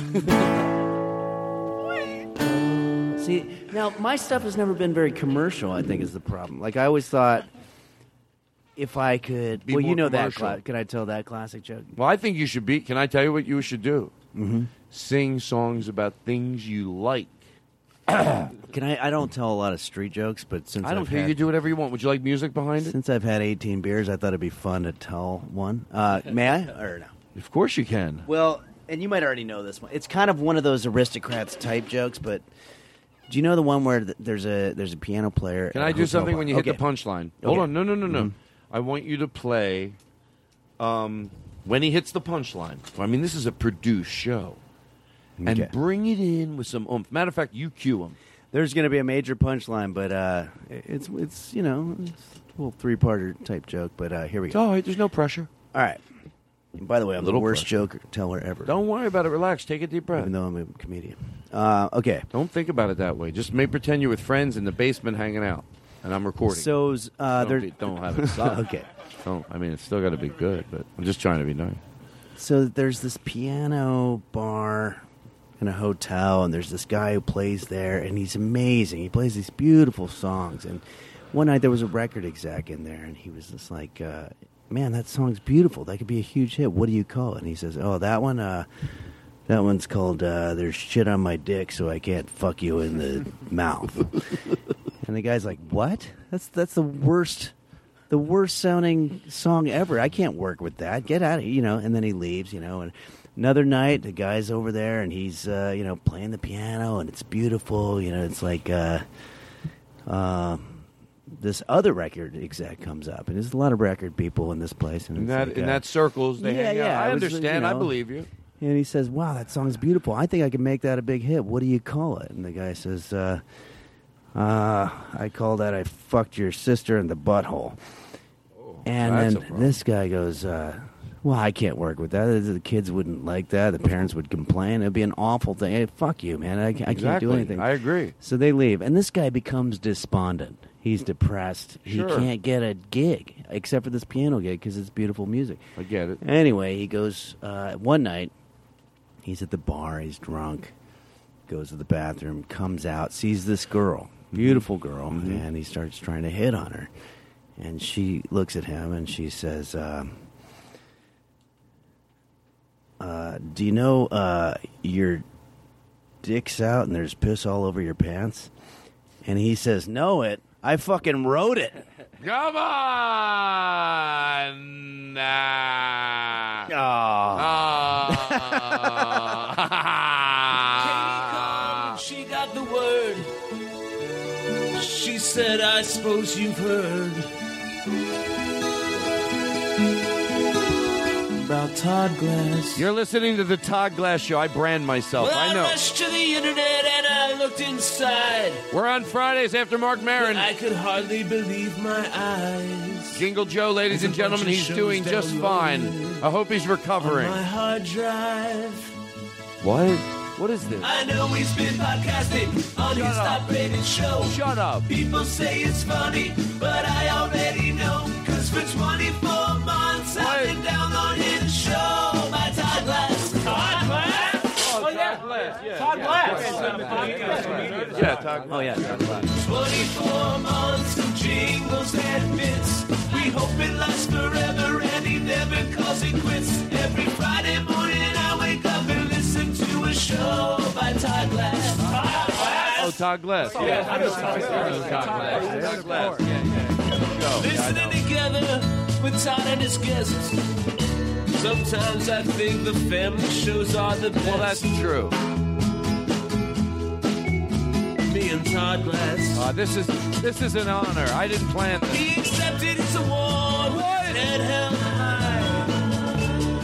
[SPEAKER 13] <laughs>
[SPEAKER 8] See, now my stuff has never been very commercial. I think is the problem. Like I always thought, if I could,
[SPEAKER 3] Be
[SPEAKER 8] well, you
[SPEAKER 3] more
[SPEAKER 8] know that.
[SPEAKER 3] commercial.
[SPEAKER 8] Cla- can I tell that classic joke?
[SPEAKER 3] Well, I think you should be.
[SPEAKER 8] <coughs>
[SPEAKER 3] Can I tell you what you should do? Mm-hmm. Sing songs about things you like.
[SPEAKER 8] Can I? I don't tell a lot of street jokes, but since
[SPEAKER 3] I don't
[SPEAKER 8] have
[SPEAKER 3] care.
[SPEAKER 8] Had,
[SPEAKER 3] You do whatever you want. Would you like music behind it?
[SPEAKER 8] Since I've had 18 beers, I thought it'd be fun to tell one.
[SPEAKER 3] <laughs>
[SPEAKER 8] Uh, may I or no?
[SPEAKER 3] Of course you can.
[SPEAKER 8] Well, and you might already know this one. It's kind of one of those aristocrats type jokes, but do you know the one where th- there's a there's a piano player?
[SPEAKER 3] Can
[SPEAKER 8] at a
[SPEAKER 3] I do
[SPEAKER 8] hotel
[SPEAKER 3] something
[SPEAKER 8] bar?
[SPEAKER 3] when you hit
[SPEAKER 8] Okay.
[SPEAKER 3] the punchline? Hold
[SPEAKER 8] Okay. Mm-hmm.
[SPEAKER 3] on. No, no, no, no. I want you to play um, when he hits the punchline. I mean, this is a produced show.
[SPEAKER 8] Okay.
[SPEAKER 3] And bring it in with some oomph. Matter of fact, you cue him.
[SPEAKER 8] There's going to be a major punchline, but uh, it's it's you know it's a little three parter type joke. But uh, here we
[SPEAKER 3] It's
[SPEAKER 8] go.
[SPEAKER 3] all right. Oh, There's no pressure.
[SPEAKER 8] All right. And by the way, I'm
[SPEAKER 3] Little
[SPEAKER 8] the worst joke teller ever.
[SPEAKER 3] Don't worry about it. Relax. Take a deep breath.
[SPEAKER 8] Even though I'm a comedian. Uh, okay.
[SPEAKER 3] Don't think about it that way. Just may pretend you're with friends in the basement hanging out, and I'm recording.
[SPEAKER 8] So uh,
[SPEAKER 3] don't,
[SPEAKER 8] there-
[SPEAKER 3] be- don't have
[SPEAKER 8] <laughs>
[SPEAKER 3] it. suck.
[SPEAKER 8] okay.
[SPEAKER 3] Don't. I mean, it's still got to be good, but I'm just trying to be nice.
[SPEAKER 8] So there's this piano bar in a hotel, and there's this guy who plays there, and he's amazing. He plays these beautiful songs. And one night there was a record exec in there, and he was just like, uh, "Man, that song's beautiful. That could be a huge hit. What do you call it?" And he says, "Oh, that one." Uh, that one's called uh, "There's shit on my dick, so I can't fuck you in the mouth." And the guy's like, "What? That's that's the worst, the worst sounding song ever. I can't work with that. Get out of here, you know." And then he leaves, you know. And another night, the guy's over there and he's uh, you know playing the piano and it's beautiful, you know. It's like uh, uh, this other record exec comes up and there's a lot of record people in this place. And
[SPEAKER 3] In
[SPEAKER 8] it's
[SPEAKER 3] that
[SPEAKER 8] like,
[SPEAKER 3] in
[SPEAKER 8] uh,
[SPEAKER 3] that circles, they
[SPEAKER 8] yeah,
[SPEAKER 3] hang
[SPEAKER 8] yeah,
[SPEAKER 3] out. I
[SPEAKER 8] it was,
[SPEAKER 3] understand. I
[SPEAKER 8] you know,
[SPEAKER 3] believe you.
[SPEAKER 8] and he says, "Wow, that song's beautiful. I think I can make that a big hit. What do you call it?" And the guy says, "Uh, uh I call that I fucked your sister in the butthole."
[SPEAKER 3] Oh,
[SPEAKER 8] and
[SPEAKER 20] that's a
[SPEAKER 8] then this guy goes, uh, "Well, I can't work with that. The kids wouldn't like that. The parents would complain. It'd be an awful thing. Hey, fuck you, man. I, ca- I can't do
[SPEAKER 3] Exactly.
[SPEAKER 8] anything."
[SPEAKER 3] I agree.
[SPEAKER 8] So they leave, and this guy becomes despondent. He's depressed.
[SPEAKER 3] Sure.
[SPEAKER 8] He can't get a gig except for this piano gig because it's beautiful music.
[SPEAKER 3] I get it.
[SPEAKER 8] Anyway, he goes uh, one night. He's at the bar. He's drunk. Goes to the bathroom. Comes out. Sees this girl,
[SPEAKER 3] Mm-hmm.
[SPEAKER 8] beautiful girl, and he starts trying to hit on her. And she looks at him and she says, um, uh, "Do you know uh, your dick's out and there's piss all over your pants?" And he says, "No, it. I fucking wrote it."
[SPEAKER 3] Come on. Ah. Ah.
[SPEAKER 2] Um, she got the word. She said, I suppose you've heard about Todd Glass.
[SPEAKER 3] You're listening to the Todd Glass Show. I brand myself.
[SPEAKER 2] well,
[SPEAKER 3] Oh, I know.
[SPEAKER 2] rushed to the internet and I looked inside.
[SPEAKER 3] We're on Fridays after Mark Maron.
[SPEAKER 2] I could hardly believe my eyes.
[SPEAKER 3] Jingle Joe, ladies and
[SPEAKER 2] There's a bunch
[SPEAKER 3] gentlemen,
[SPEAKER 2] of
[SPEAKER 3] he's
[SPEAKER 2] shows
[SPEAKER 3] doing just fine.
[SPEAKER 2] downloaded
[SPEAKER 3] I hope he's
[SPEAKER 2] On
[SPEAKER 3] recovering.
[SPEAKER 2] my hard drive.
[SPEAKER 3] What? What is this?
[SPEAKER 2] I know he's been podcasting on his top rated show.
[SPEAKER 3] Shut up.
[SPEAKER 2] People say it's funny, but I already know. Cause for 24 months I've been downloading the show by Todd Glass. Todd Glass? Oh, yeah. Todd Glass.
[SPEAKER 3] <laughs> Yeah, Todd. Oh yeah.
[SPEAKER 2] 24 months of jingles and bits. We hope it lasts forever and he never calls it quits. Every Friday morning I wake up and listen to a show by Todd Glass. Todd Glass.
[SPEAKER 3] Oh, Todd Glass. Yeah. Todd Glass. Yeah,
[SPEAKER 2] Listening together with Todd and his guests. Sometimes I think the family shows are the best. Well, that's
[SPEAKER 3] true.
[SPEAKER 2] Me and Todd Glass.
[SPEAKER 3] Uh, this is this is an honor. I didn't plan this.
[SPEAKER 2] He accepted his award. And held high.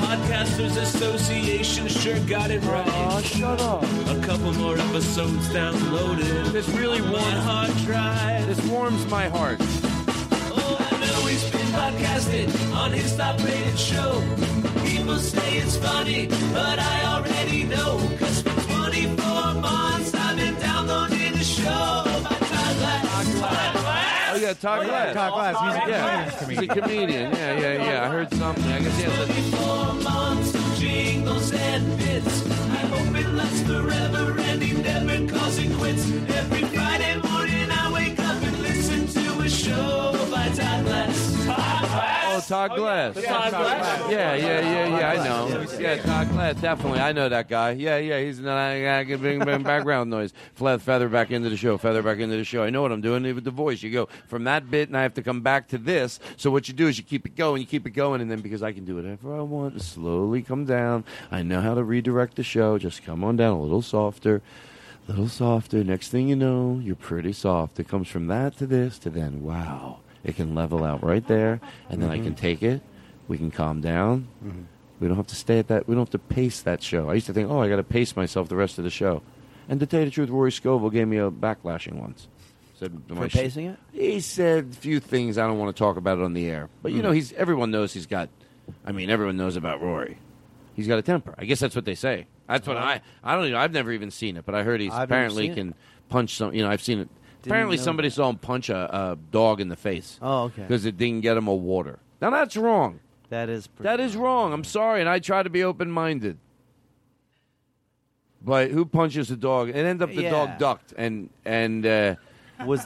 [SPEAKER 2] Podcasters Association sure got it right. shut up. A couple more episodes downloaded. This really warms my hard drive.
[SPEAKER 3] This warms my heart.
[SPEAKER 2] Oh, I know he's been podcasted on his top rated show. People say it's funny, but I already know. Cause for 24 months I've been downloading the show. By Todd Glass. Todd Glass.
[SPEAKER 3] Oh yeah, Todd Glass.
[SPEAKER 2] Todd Glass. He's a-
[SPEAKER 3] yeah.
[SPEAKER 2] comedian.
[SPEAKER 3] He's a comedian. Yeah, yeah, yeah. I heard something. I guess he had the-
[SPEAKER 2] Four months of jingles and bits. I hope it lasts forever and he never calls it quits. Every Friday morning I wake up and listen to a show by Todd Glass. Todd
[SPEAKER 3] Oh
[SPEAKER 2] Glass.
[SPEAKER 3] Oh, Todd Glass.
[SPEAKER 12] The Todd Glass.
[SPEAKER 3] Yeah, yeah, yeah, yeah. I know.
[SPEAKER 12] Glass.
[SPEAKER 3] Yeah, Todd Glass. Definitely, I know that guy. Yeah, yeah. He's not. I can bring bring background noise. Fle- feather back into the show. Feather back into the show. I know what I'm doing with the voice. You go from that bit, and I have to come back to this. So what you do is you keep it going, you keep it going, and then because I can do whatever I want, to slowly come down. I know how to redirect the show. Just come on down a little softer little softer. Next thing you know, you're pretty soft. It comes from that to this to then. Wow. It can level out right there, and then I
[SPEAKER 12] Mhm.
[SPEAKER 8] Mm-hmm.
[SPEAKER 3] can take it. We can calm down.
[SPEAKER 12] Mhm.
[SPEAKER 3] We don't have to stay at that. We don't have to pace that show. I used to think, oh, I got to pace myself the rest of the show. And to tell you the truth, Rory Scovel gave me a backlashing once. Said
[SPEAKER 8] For
[SPEAKER 3] my sh-
[SPEAKER 8] pacing it?
[SPEAKER 3] He said a few things. I don't want to talk about it on the air, but you
[SPEAKER 8] Mhm.
[SPEAKER 3] know, he's everyone knows he's got. I mean, everyone knows about Rory. He's got a temper. I guess that's what they say. That's what I. I don't even. I've never even seen it, but I heard he
[SPEAKER 8] I've never
[SPEAKER 3] apparently
[SPEAKER 8] seen
[SPEAKER 3] can punch some. You know, I've seen it.
[SPEAKER 8] Didn't
[SPEAKER 3] apparently,
[SPEAKER 8] know
[SPEAKER 3] somebody saw him punch a, a dog in the face.
[SPEAKER 8] Oh, okay.
[SPEAKER 3] Because it didn't get him a water. Now that's wrong.
[SPEAKER 8] That is
[SPEAKER 3] That is wrong. I'm sorry, and I try to be open minded. But who punches a dog? It ended up the
[SPEAKER 8] Yeah.
[SPEAKER 3] dog ducked, and and uh,
[SPEAKER 8] was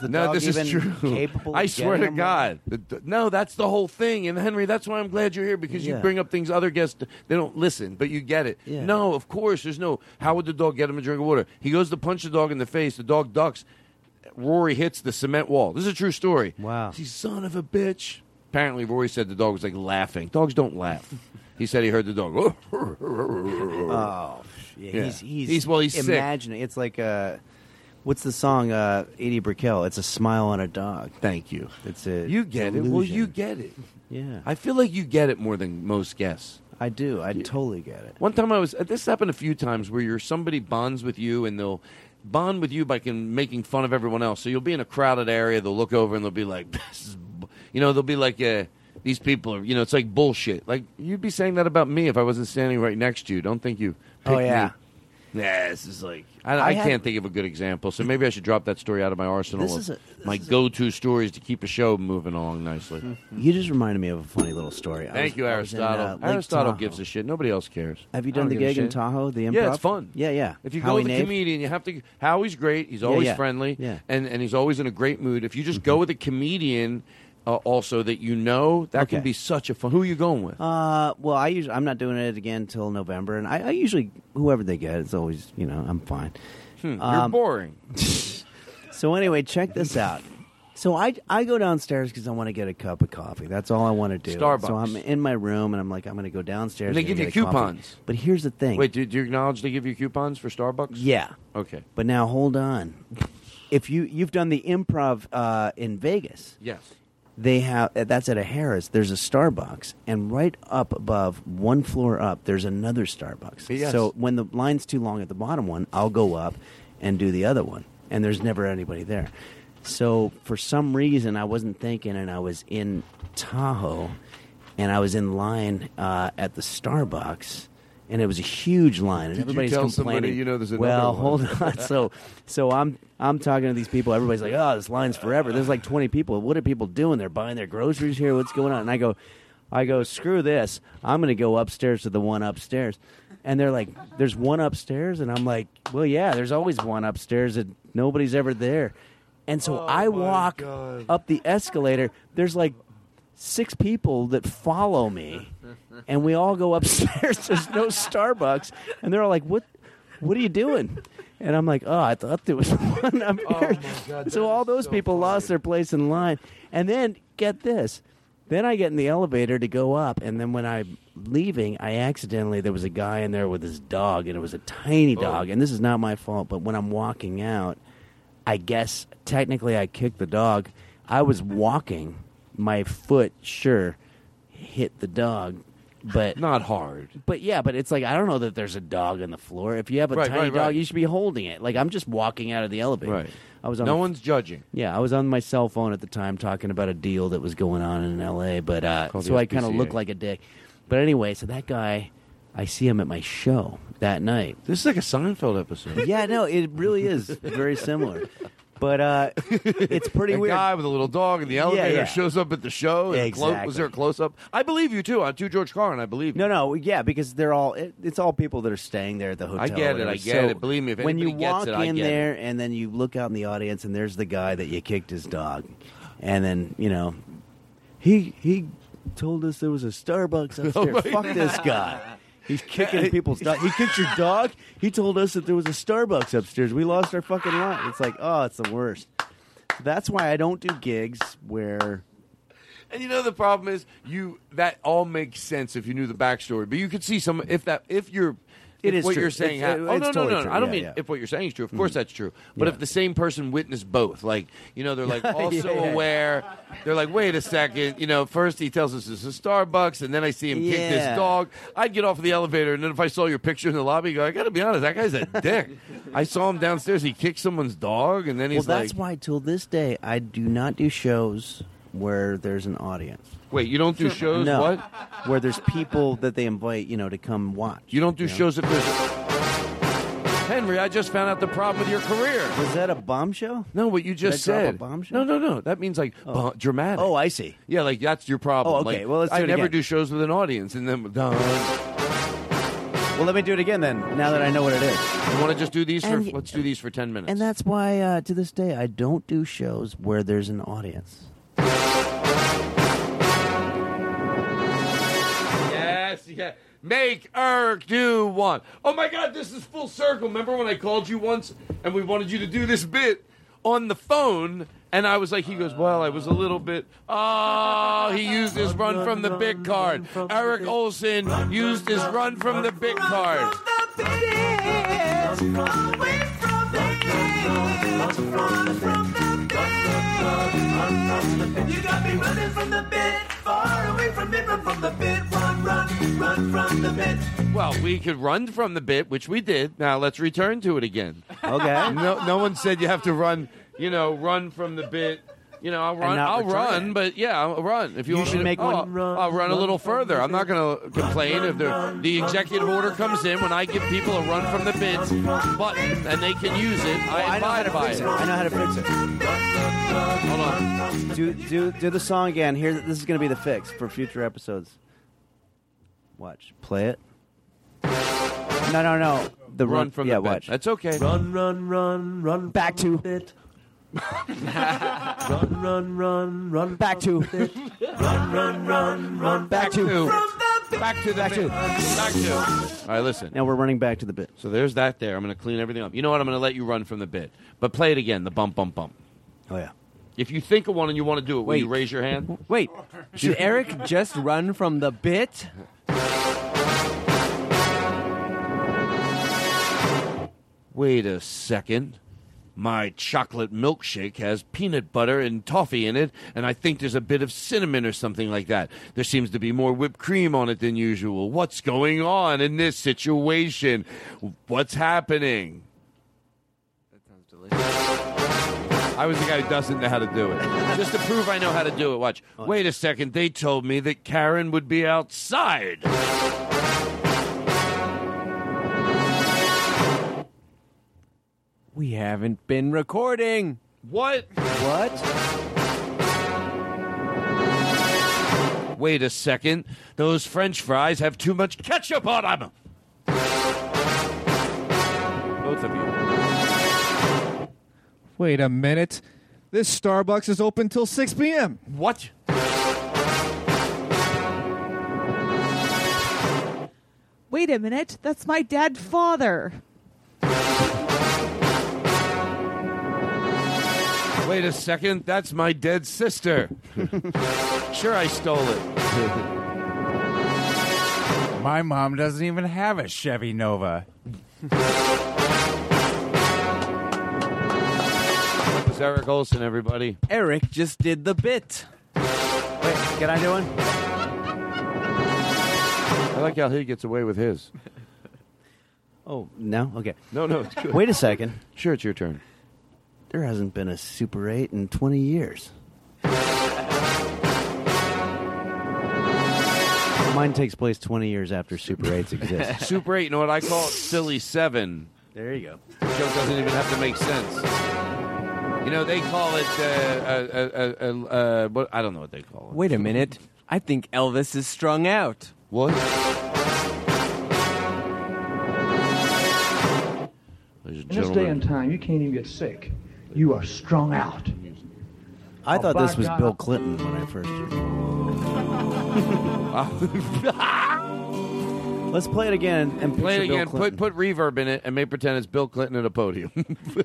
[SPEAKER 3] <laughs>
[SPEAKER 8] the
[SPEAKER 3] no,
[SPEAKER 8] dog
[SPEAKER 3] this is
[SPEAKER 8] even
[SPEAKER 3] true.
[SPEAKER 8] capable
[SPEAKER 3] I
[SPEAKER 8] of
[SPEAKER 3] swear
[SPEAKER 8] getting
[SPEAKER 3] to
[SPEAKER 8] him
[SPEAKER 3] God, the, d- no, that's the whole thing. And Henry, that's why I'm glad you're here because
[SPEAKER 8] Yeah.
[SPEAKER 3] you bring up things other guests they don't listen, but you get it.
[SPEAKER 8] Yeah.
[SPEAKER 3] No, of course, there's no. How would the dog get him a drink of water? He goes to punch the dog in the face. The dog ducks. Rory hits the cement wall. This is a true story. Wow. He's son of a bitch. Apparently, Rory said the dog was like laughing. Dogs don't laugh. he said he heard the dog. <laughs>
[SPEAKER 8] Oh,
[SPEAKER 3] oh,
[SPEAKER 8] yeah, He's, he's
[SPEAKER 3] well, he's sick.
[SPEAKER 8] imagining. It's like uh, what's the song? Uh, Edie Brickell. It's a smile on a dog.
[SPEAKER 3] Thank you.
[SPEAKER 8] It's a
[SPEAKER 3] You get it. Well,
[SPEAKER 8] illusion.
[SPEAKER 3] you get it.
[SPEAKER 8] Yeah.
[SPEAKER 3] I feel like you get it more than most guests.
[SPEAKER 8] I do. I totally get it.
[SPEAKER 3] One time I was. This happened a few times where you're somebody bonds with you and they'll bond with you by can, making fun of everyone else. So you'll be in a crowded area. They'll look over and they'll be like, <laughs> "This is," bu-" you know, they'll be like, uh, "These people are," you know, it's like bullshit. Like you'd be saying that about me if I wasn't standing right next to you. Don't think you.
[SPEAKER 8] Oh,
[SPEAKER 3] picked me.
[SPEAKER 8] yeah.
[SPEAKER 3] Yeah, this is like I, I,
[SPEAKER 8] I had-
[SPEAKER 3] can't think of a good example, so maybe I should drop that story out of my arsenal.
[SPEAKER 8] This
[SPEAKER 3] of
[SPEAKER 8] is a-
[SPEAKER 3] my go-to stories to keep a show moving along nicely.
[SPEAKER 8] <laughs> You just reminded me of a funny little story. I
[SPEAKER 3] Thank
[SPEAKER 8] was-
[SPEAKER 3] you,
[SPEAKER 8] I was in, uh,
[SPEAKER 3] Aristotle.
[SPEAKER 8] Lake
[SPEAKER 3] Aristotle
[SPEAKER 8] Tahoe.
[SPEAKER 3] gives a shit. Nobody else cares.
[SPEAKER 8] Have you
[SPEAKER 3] I
[SPEAKER 8] done
[SPEAKER 3] don't
[SPEAKER 8] the
[SPEAKER 3] give a
[SPEAKER 8] gig in
[SPEAKER 3] shit.
[SPEAKER 8] Tahow? Oh, The
[SPEAKER 3] Yeah,
[SPEAKER 8] improv?
[SPEAKER 3] it's fun.
[SPEAKER 8] Yeah, yeah.
[SPEAKER 3] If you
[SPEAKER 8] Howie
[SPEAKER 3] go with
[SPEAKER 8] Nave?
[SPEAKER 3] a comedian, you have to. Howie's great. He's
[SPEAKER 8] Yeah,
[SPEAKER 3] always
[SPEAKER 8] yeah.
[SPEAKER 3] friendly.
[SPEAKER 8] Yeah. Mm-hmm.
[SPEAKER 3] And and he's always in a great mood. If you just go with a comedian, uh, also that you know, that can
[SPEAKER 8] Okay.
[SPEAKER 3] be such a fun. Who are you going with?
[SPEAKER 8] Uh, well, I usually I'm not doing it again until November, and I, I usually whoever they get, it's always you know I'm fine.
[SPEAKER 3] Hmm, you're
[SPEAKER 8] Um,
[SPEAKER 3] boring.
[SPEAKER 8] <laughs> So anyway, check this out. So I I go downstairs because I want to get a cup of coffee. That's all I want to do.
[SPEAKER 3] Starbucks.
[SPEAKER 8] So I'm in my room and I'm like I'm going to go downstairs.
[SPEAKER 3] And they
[SPEAKER 8] I'm
[SPEAKER 3] give
[SPEAKER 8] gonna
[SPEAKER 3] you
[SPEAKER 8] get a coffee.
[SPEAKER 3] coupons.
[SPEAKER 8] But here's the thing.
[SPEAKER 3] Wait, do, do you acknowledge they give you coupons for Starbucks?
[SPEAKER 8] Yeah.
[SPEAKER 3] Okay.
[SPEAKER 8] But now hold on. If you you've done the improv uh, in Vegas,
[SPEAKER 3] Yes.
[SPEAKER 8] they have uh, that's at a Harris. There's a Starbucks, and right up above, one floor up, there's another Starbucks.
[SPEAKER 3] Yes.
[SPEAKER 8] So when the line's too long at the bottom one, I'll go up and do the other one, and there's never anybody there. So for some reason, I wasn't thinking, and I was in Tahoe, and I was in line uh, at the Starbucks. And it was a huge line, and
[SPEAKER 3] Did you
[SPEAKER 8] everybody's
[SPEAKER 3] tell somebody,
[SPEAKER 8] complaining.
[SPEAKER 3] you know, there's another
[SPEAKER 8] well,
[SPEAKER 3] one?
[SPEAKER 8] hold on. <laughs> So so I'm I'm talking to these people. Everybody's like, "Oh, this line's forever." There's like 20 people. What are people doing? They're buying their groceries here. What's going on? And I go, I go, screw this. I'm going to go upstairs to the one upstairs. And they're like, "There's one upstairs," and I'm like, "Well, yeah. There's always one upstairs, and nobody's ever there." And so
[SPEAKER 3] Oh
[SPEAKER 8] I walk up the escalator. There's like six people that
[SPEAKER 3] <laughs>
[SPEAKER 8] follow me, and we all go upstairs. <laughs> There's no Starbucks, and they're all like, "What? What are you doing?" And I'm like, "Oh, I thought there was <laughs> one up here." so all those people lost their place in line, and then get this. Then I get in the elevator to go up, and then when I'm leaving, I accidentally there was a guy in there with his dog, and it was a tiny dog, and this is not my fault. But when I'm walking out, I guess technically I kicked the dog. I was walking, my foot sure hit the dog, but
[SPEAKER 3] not hard.
[SPEAKER 8] But yeah, but it's like I don't know that there's a dog on the floor. If you have a
[SPEAKER 3] Right,
[SPEAKER 8] tiny
[SPEAKER 3] right,
[SPEAKER 8] dog,
[SPEAKER 3] right.
[SPEAKER 8] you should be holding it. Like I'm just walking out of the elevator.
[SPEAKER 3] Right.
[SPEAKER 8] I was on
[SPEAKER 3] No
[SPEAKER 8] the-
[SPEAKER 3] one's judging.
[SPEAKER 8] Yeah, I was on my cell phone at the time talking about a deal that was going on in L.A. But uh,
[SPEAKER 3] Called the
[SPEAKER 8] so I kind of
[SPEAKER 3] SPCA.
[SPEAKER 8] looked like a dick. But anyway, so that guy, I see him at my show that night.
[SPEAKER 3] This is like a Seinfeld episode.
[SPEAKER 8] yeah, no, it really is very similar. But uh, it's pretty
[SPEAKER 3] a
[SPEAKER 8] weird.
[SPEAKER 3] guy with a little dog in the elevator
[SPEAKER 8] yeah.
[SPEAKER 3] shows up at the show. and a clo-
[SPEAKER 8] Exactly.
[SPEAKER 3] was there a close up? I believe you too. I'm too George Carlin. I believe.
[SPEAKER 8] No, no, yeah, because they're all it, it's all people that are staying there at the hotel.
[SPEAKER 3] I
[SPEAKER 8] or
[SPEAKER 3] get it. I
[SPEAKER 8] whatever.
[SPEAKER 3] get
[SPEAKER 8] So
[SPEAKER 3] it. Believe me, if
[SPEAKER 8] when you
[SPEAKER 3] anybody gets
[SPEAKER 8] walk
[SPEAKER 3] it, I
[SPEAKER 8] in
[SPEAKER 3] get it.
[SPEAKER 8] there and then you look out in the audience and there's the guy that you kicked his dog, and then you know he he told us there was
[SPEAKER 3] <laughs>
[SPEAKER 8] a Starbucks upstairs.
[SPEAKER 5] Oh my
[SPEAKER 8] Fuck this
[SPEAKER 5] God.
[SPEAKER 8] guy. He's kicking people's dog. He kicked your dog. He told us that there was a Starbucks upstairs. We lost our fucking lot. It's like, oh, it's the worst. That's why I don't do gigs where
[SPEAKER 3] And you know the problem is you that all makes sense if you knew the backstory, but you could see some if that if you're
[SPEAKER 8] It
[SPEAKER 3] if
[SPEAKER 8] is
[SPEAKER 3] what
[SPEAKER 8] true.
[SPEAKER 3] you're saying.
[SPEAKER 8] It's-
[SPEAKER 3] hap-
[SPEAKER 8] it-
[SPEAKER 3] oh
[SPEAKER 8] it's
[SPEAKER 3] no,
[SPEAKER 8] totally
[SPEAKER 3] no, no!
[SPEAKER 8] true.
[SPEAKER 3] I don't
[SPEAKER 8] Yeah,
[SPEAKER 3] mean
[SPEAKER 8] yeah. Mm.
[SPEAKER 3] if what you're saying is true. Of course that's true. But
[SPEAKER 8] Yeah.
[SPEAKER 3] if the same person witnessed both, like you know, they're like
[SPEAKER 8] <laughs> Yeah,
[SPEAKER 3] also
[SPEAKER 8] yeah.
[SPEAKER 3] aware. They're like, wait a second. You know, first he tells us it's a Starbucks, and then I see him kick
[SPEAKER 8] Yeah.
[SPEAKER 3] this dog. I'd get off of the elevator, and then if I saw your picture in the lobby, I go, I got to be honest, that guy's a
[SPEAKER 8] <laughs>
[SPEAKER 3] dick. I saw him downstairs. He kicked someone's dog, and then
[SPEAKER 8] Well,
[SPEAKER 3] he's like,
[SPEAKER 8] that's why till this day I do not do shows where there's an audience.
[SPEAKER 3] wait, you don't do shows?
[SPEAKER 8] no,
[SPEAKER 3] What?
[SPEAKER 8] Where there's people that they invite, you know, to come watch.
[SPEAKER 3] You don't do shows if there's. Henry, I just found out the problem with your career.
[SPEAKER 8] Was that a bombshell?
[SPEAKER 3] No, what you
[SPEAKER 8] Did I
[SPEAKER 3] just
[SPEAKER 8] drop a
[SPEAKER 3] said.
[SPEAKER 8] bombshell?
[SPEAKER 3] No, no, no. That means like bu- dramatic. Oh,
[SPEAKER 8] I see.
[SPEAKER 3] Yeah, like that's your problem.
[SPEAKER 8] Oh, okay.
[SPEAKER 3] Like,
[SPEAKER 8] Well, let's do
[SPEAKER 3] I
[SPEAKER 8] it
[SPEAKER 3] never
[SPEAKER 8] again.
[SPEAKER 3] do shows with an audience, and then done.
[SPEAKER 8] Well, let me do it again then. Now that I know what it is.
[SPEAKER 3] You want to just do these? For,
[SPEAKER 8] And y-
[SPEAKER 3] let's do these for ten minutes.
[SPEAKER 8] <laughs> And that's why uh, to this day I don't do shows where there's an audience.
[SPEAKER 3] Yes, yeah. Make Eric do one. Oh my God, this is full circle. Remember when I called you once and we wanted you to do this bit on the phone? And I was like, he goes, well, I was a little bit. Oh, he used his run from the big card. Eric Olson used his run from the big card.
[SPEAKER 12] You got me running from the bit, far away from it, run from the bit, run, run, run from the bit.
[SPEAKER 3] Well, we could run from the bit, which we did. Now let's return to it again.
[SPEAKER 8] Okay.
[SPEAKER 3] No, no one said you have to run. You know, run from the bit. You know, I'll run.
[SPEAKER 8] not
[SPEAKER 3] I'll
[SPEAKER 8] return
[SPEAKER 3] run, but yeah, I'll run. If you,
[SPEAKER 8] You
[SPEAKER 3] want me
[SPEAKER 8] should
[SPEAKER 3] to-
[SPEAKER 8] make
[SPEAKER 3] oh,
[SPEAKER 8] one-
[SPEAKER 3] I'll- I'll run a little further. I'm not going to complain if the the executive order comes in when I give people a run from the bit button and they can use it. I abide by
[SPEAKER 8] fix
[SPEAKER 3] it.
[SPEAKER 8] it. I know how to fix it.
[SPEAKER 3] Hold on.
[SPEAKER 8] Do do do the song again. Here, this is going to be the fix for future episodes. Watch, play <laughs> it. No, no, no. The
[SPEAKER 3] Run from
[SPEAKER 8] yeah,
[SPEAKER 3] the bit.
[SPEAKER 8] watch.
[SPEAKER 3] That's okay.
[SPEAKER 8] Run, run, run, run. Back to it.
[SPEAKER 12] Run, run, run, run.
[SPEAKER 8] Back to. <laughs>
[SPEAKER 12] Run, run, run, run.
[SPEAKER 8] Back to.
[SPEAKER 3] Back to the
[SPEAKER 12] back
[SPEAKER 3] bit. Back to. All right, listen.
[SPEAKER 8] Now we're running back to the bit.
[SPEAKER 3] So there's that. There, I'm going to clean everything up. You know what? I'm going to let you run from the bit, but play it again. The bump, bump, bump.
[SPEAKER 8] Oh yeah.
[SPEAKER 3] If you think of one and you want to do it, will you
[SPEAKER 10] Wait.
[SPEAKER 3] raise your hand?
[SPEAKER 10] Wait, should Eric just run from the bit?
[SPEAKER 3] Wait a second. My chocolate milkshake has peanut butter and toffee in it, and I think there's a bit of cinnamon or something like that. There seems to be more whipped cream on it than usual. What's going on in this situation? What's happening? I was the guy who doesn't know how to do it. Just to prove I know how to do it, watch. Wait a second, they told me that Karen would be outside.
[SPEAKER 10] We haven't been recording.
[SPEAKER 3] What?
[SPEAKER 10] What?
[SPEAKER 3] Wait a second, those french fries have too much ketchup on them. Both of you.
[SPEAKER 21] Wait a minute. This Starbucks is open till 6 p.m.
[SPEAKER 3] What?
[SPEAKER 22] <laughs> Wait a minute, that's my dad father.
[SPEAKER 3] Wait a second, that's my dead sister. <laughs> sure, I stole it.
[SPEAKER 5] My mom doesn't even have a Chevy Nova.
[SPEAKER 3] It was Eric Olson, everybody.
[SPEAKER 10] Eric just did the bit.
[SPEAKER 8] Wait, can I do one?
[SPEAKER 3] I like how he gets away with his.
[SPEAKER 8] Oh no, okay.
[SPEAKER 3] No, no. It's good.
[SPEAKER 8] Wait a second.
[SPEAKER 3] Sure, it's your turn.
[SPEAKER 8] There hasn't been a Super Eight in twenty years. Mine takes place twenty years after Super Eights <laughs> exist.
[SPEAKER 3] Super 8, you know what I call it? Silly 7.
[SPEAKER 8] There you go.
[SPEAKER 3] The joke doesn't even have to make sense. You know, they call it, uh, uh, uh, uh, uh, what, I don't know what they call it.
[SPEAKER 10] Wait a minute. I think Elvis is strung out.
[SPEAKER 3] What? Ladies and
[SPEAKER 16] In this day and time, you can't even get sick. You are strung out. Oh,
[SPEAKER 8] I thought this
[SPEAKER 16] by
[SPEAKER 8] was
[SPEAKER 16] God.
[SPEAKER 8] Bill Clinton when I first heard.
[SPEAKER 3] <laughs>
[SPEAKER 8] it. Let's play it again and
[SPEAKER 3] Play it
[SPEAKER 8] picture Bill
[SPEAKER 3] again. Put
[SPEAKER 8] Clinton.
[SPEAKER 3] put reverb in it and make pretend it's Bill Clinton at a podium.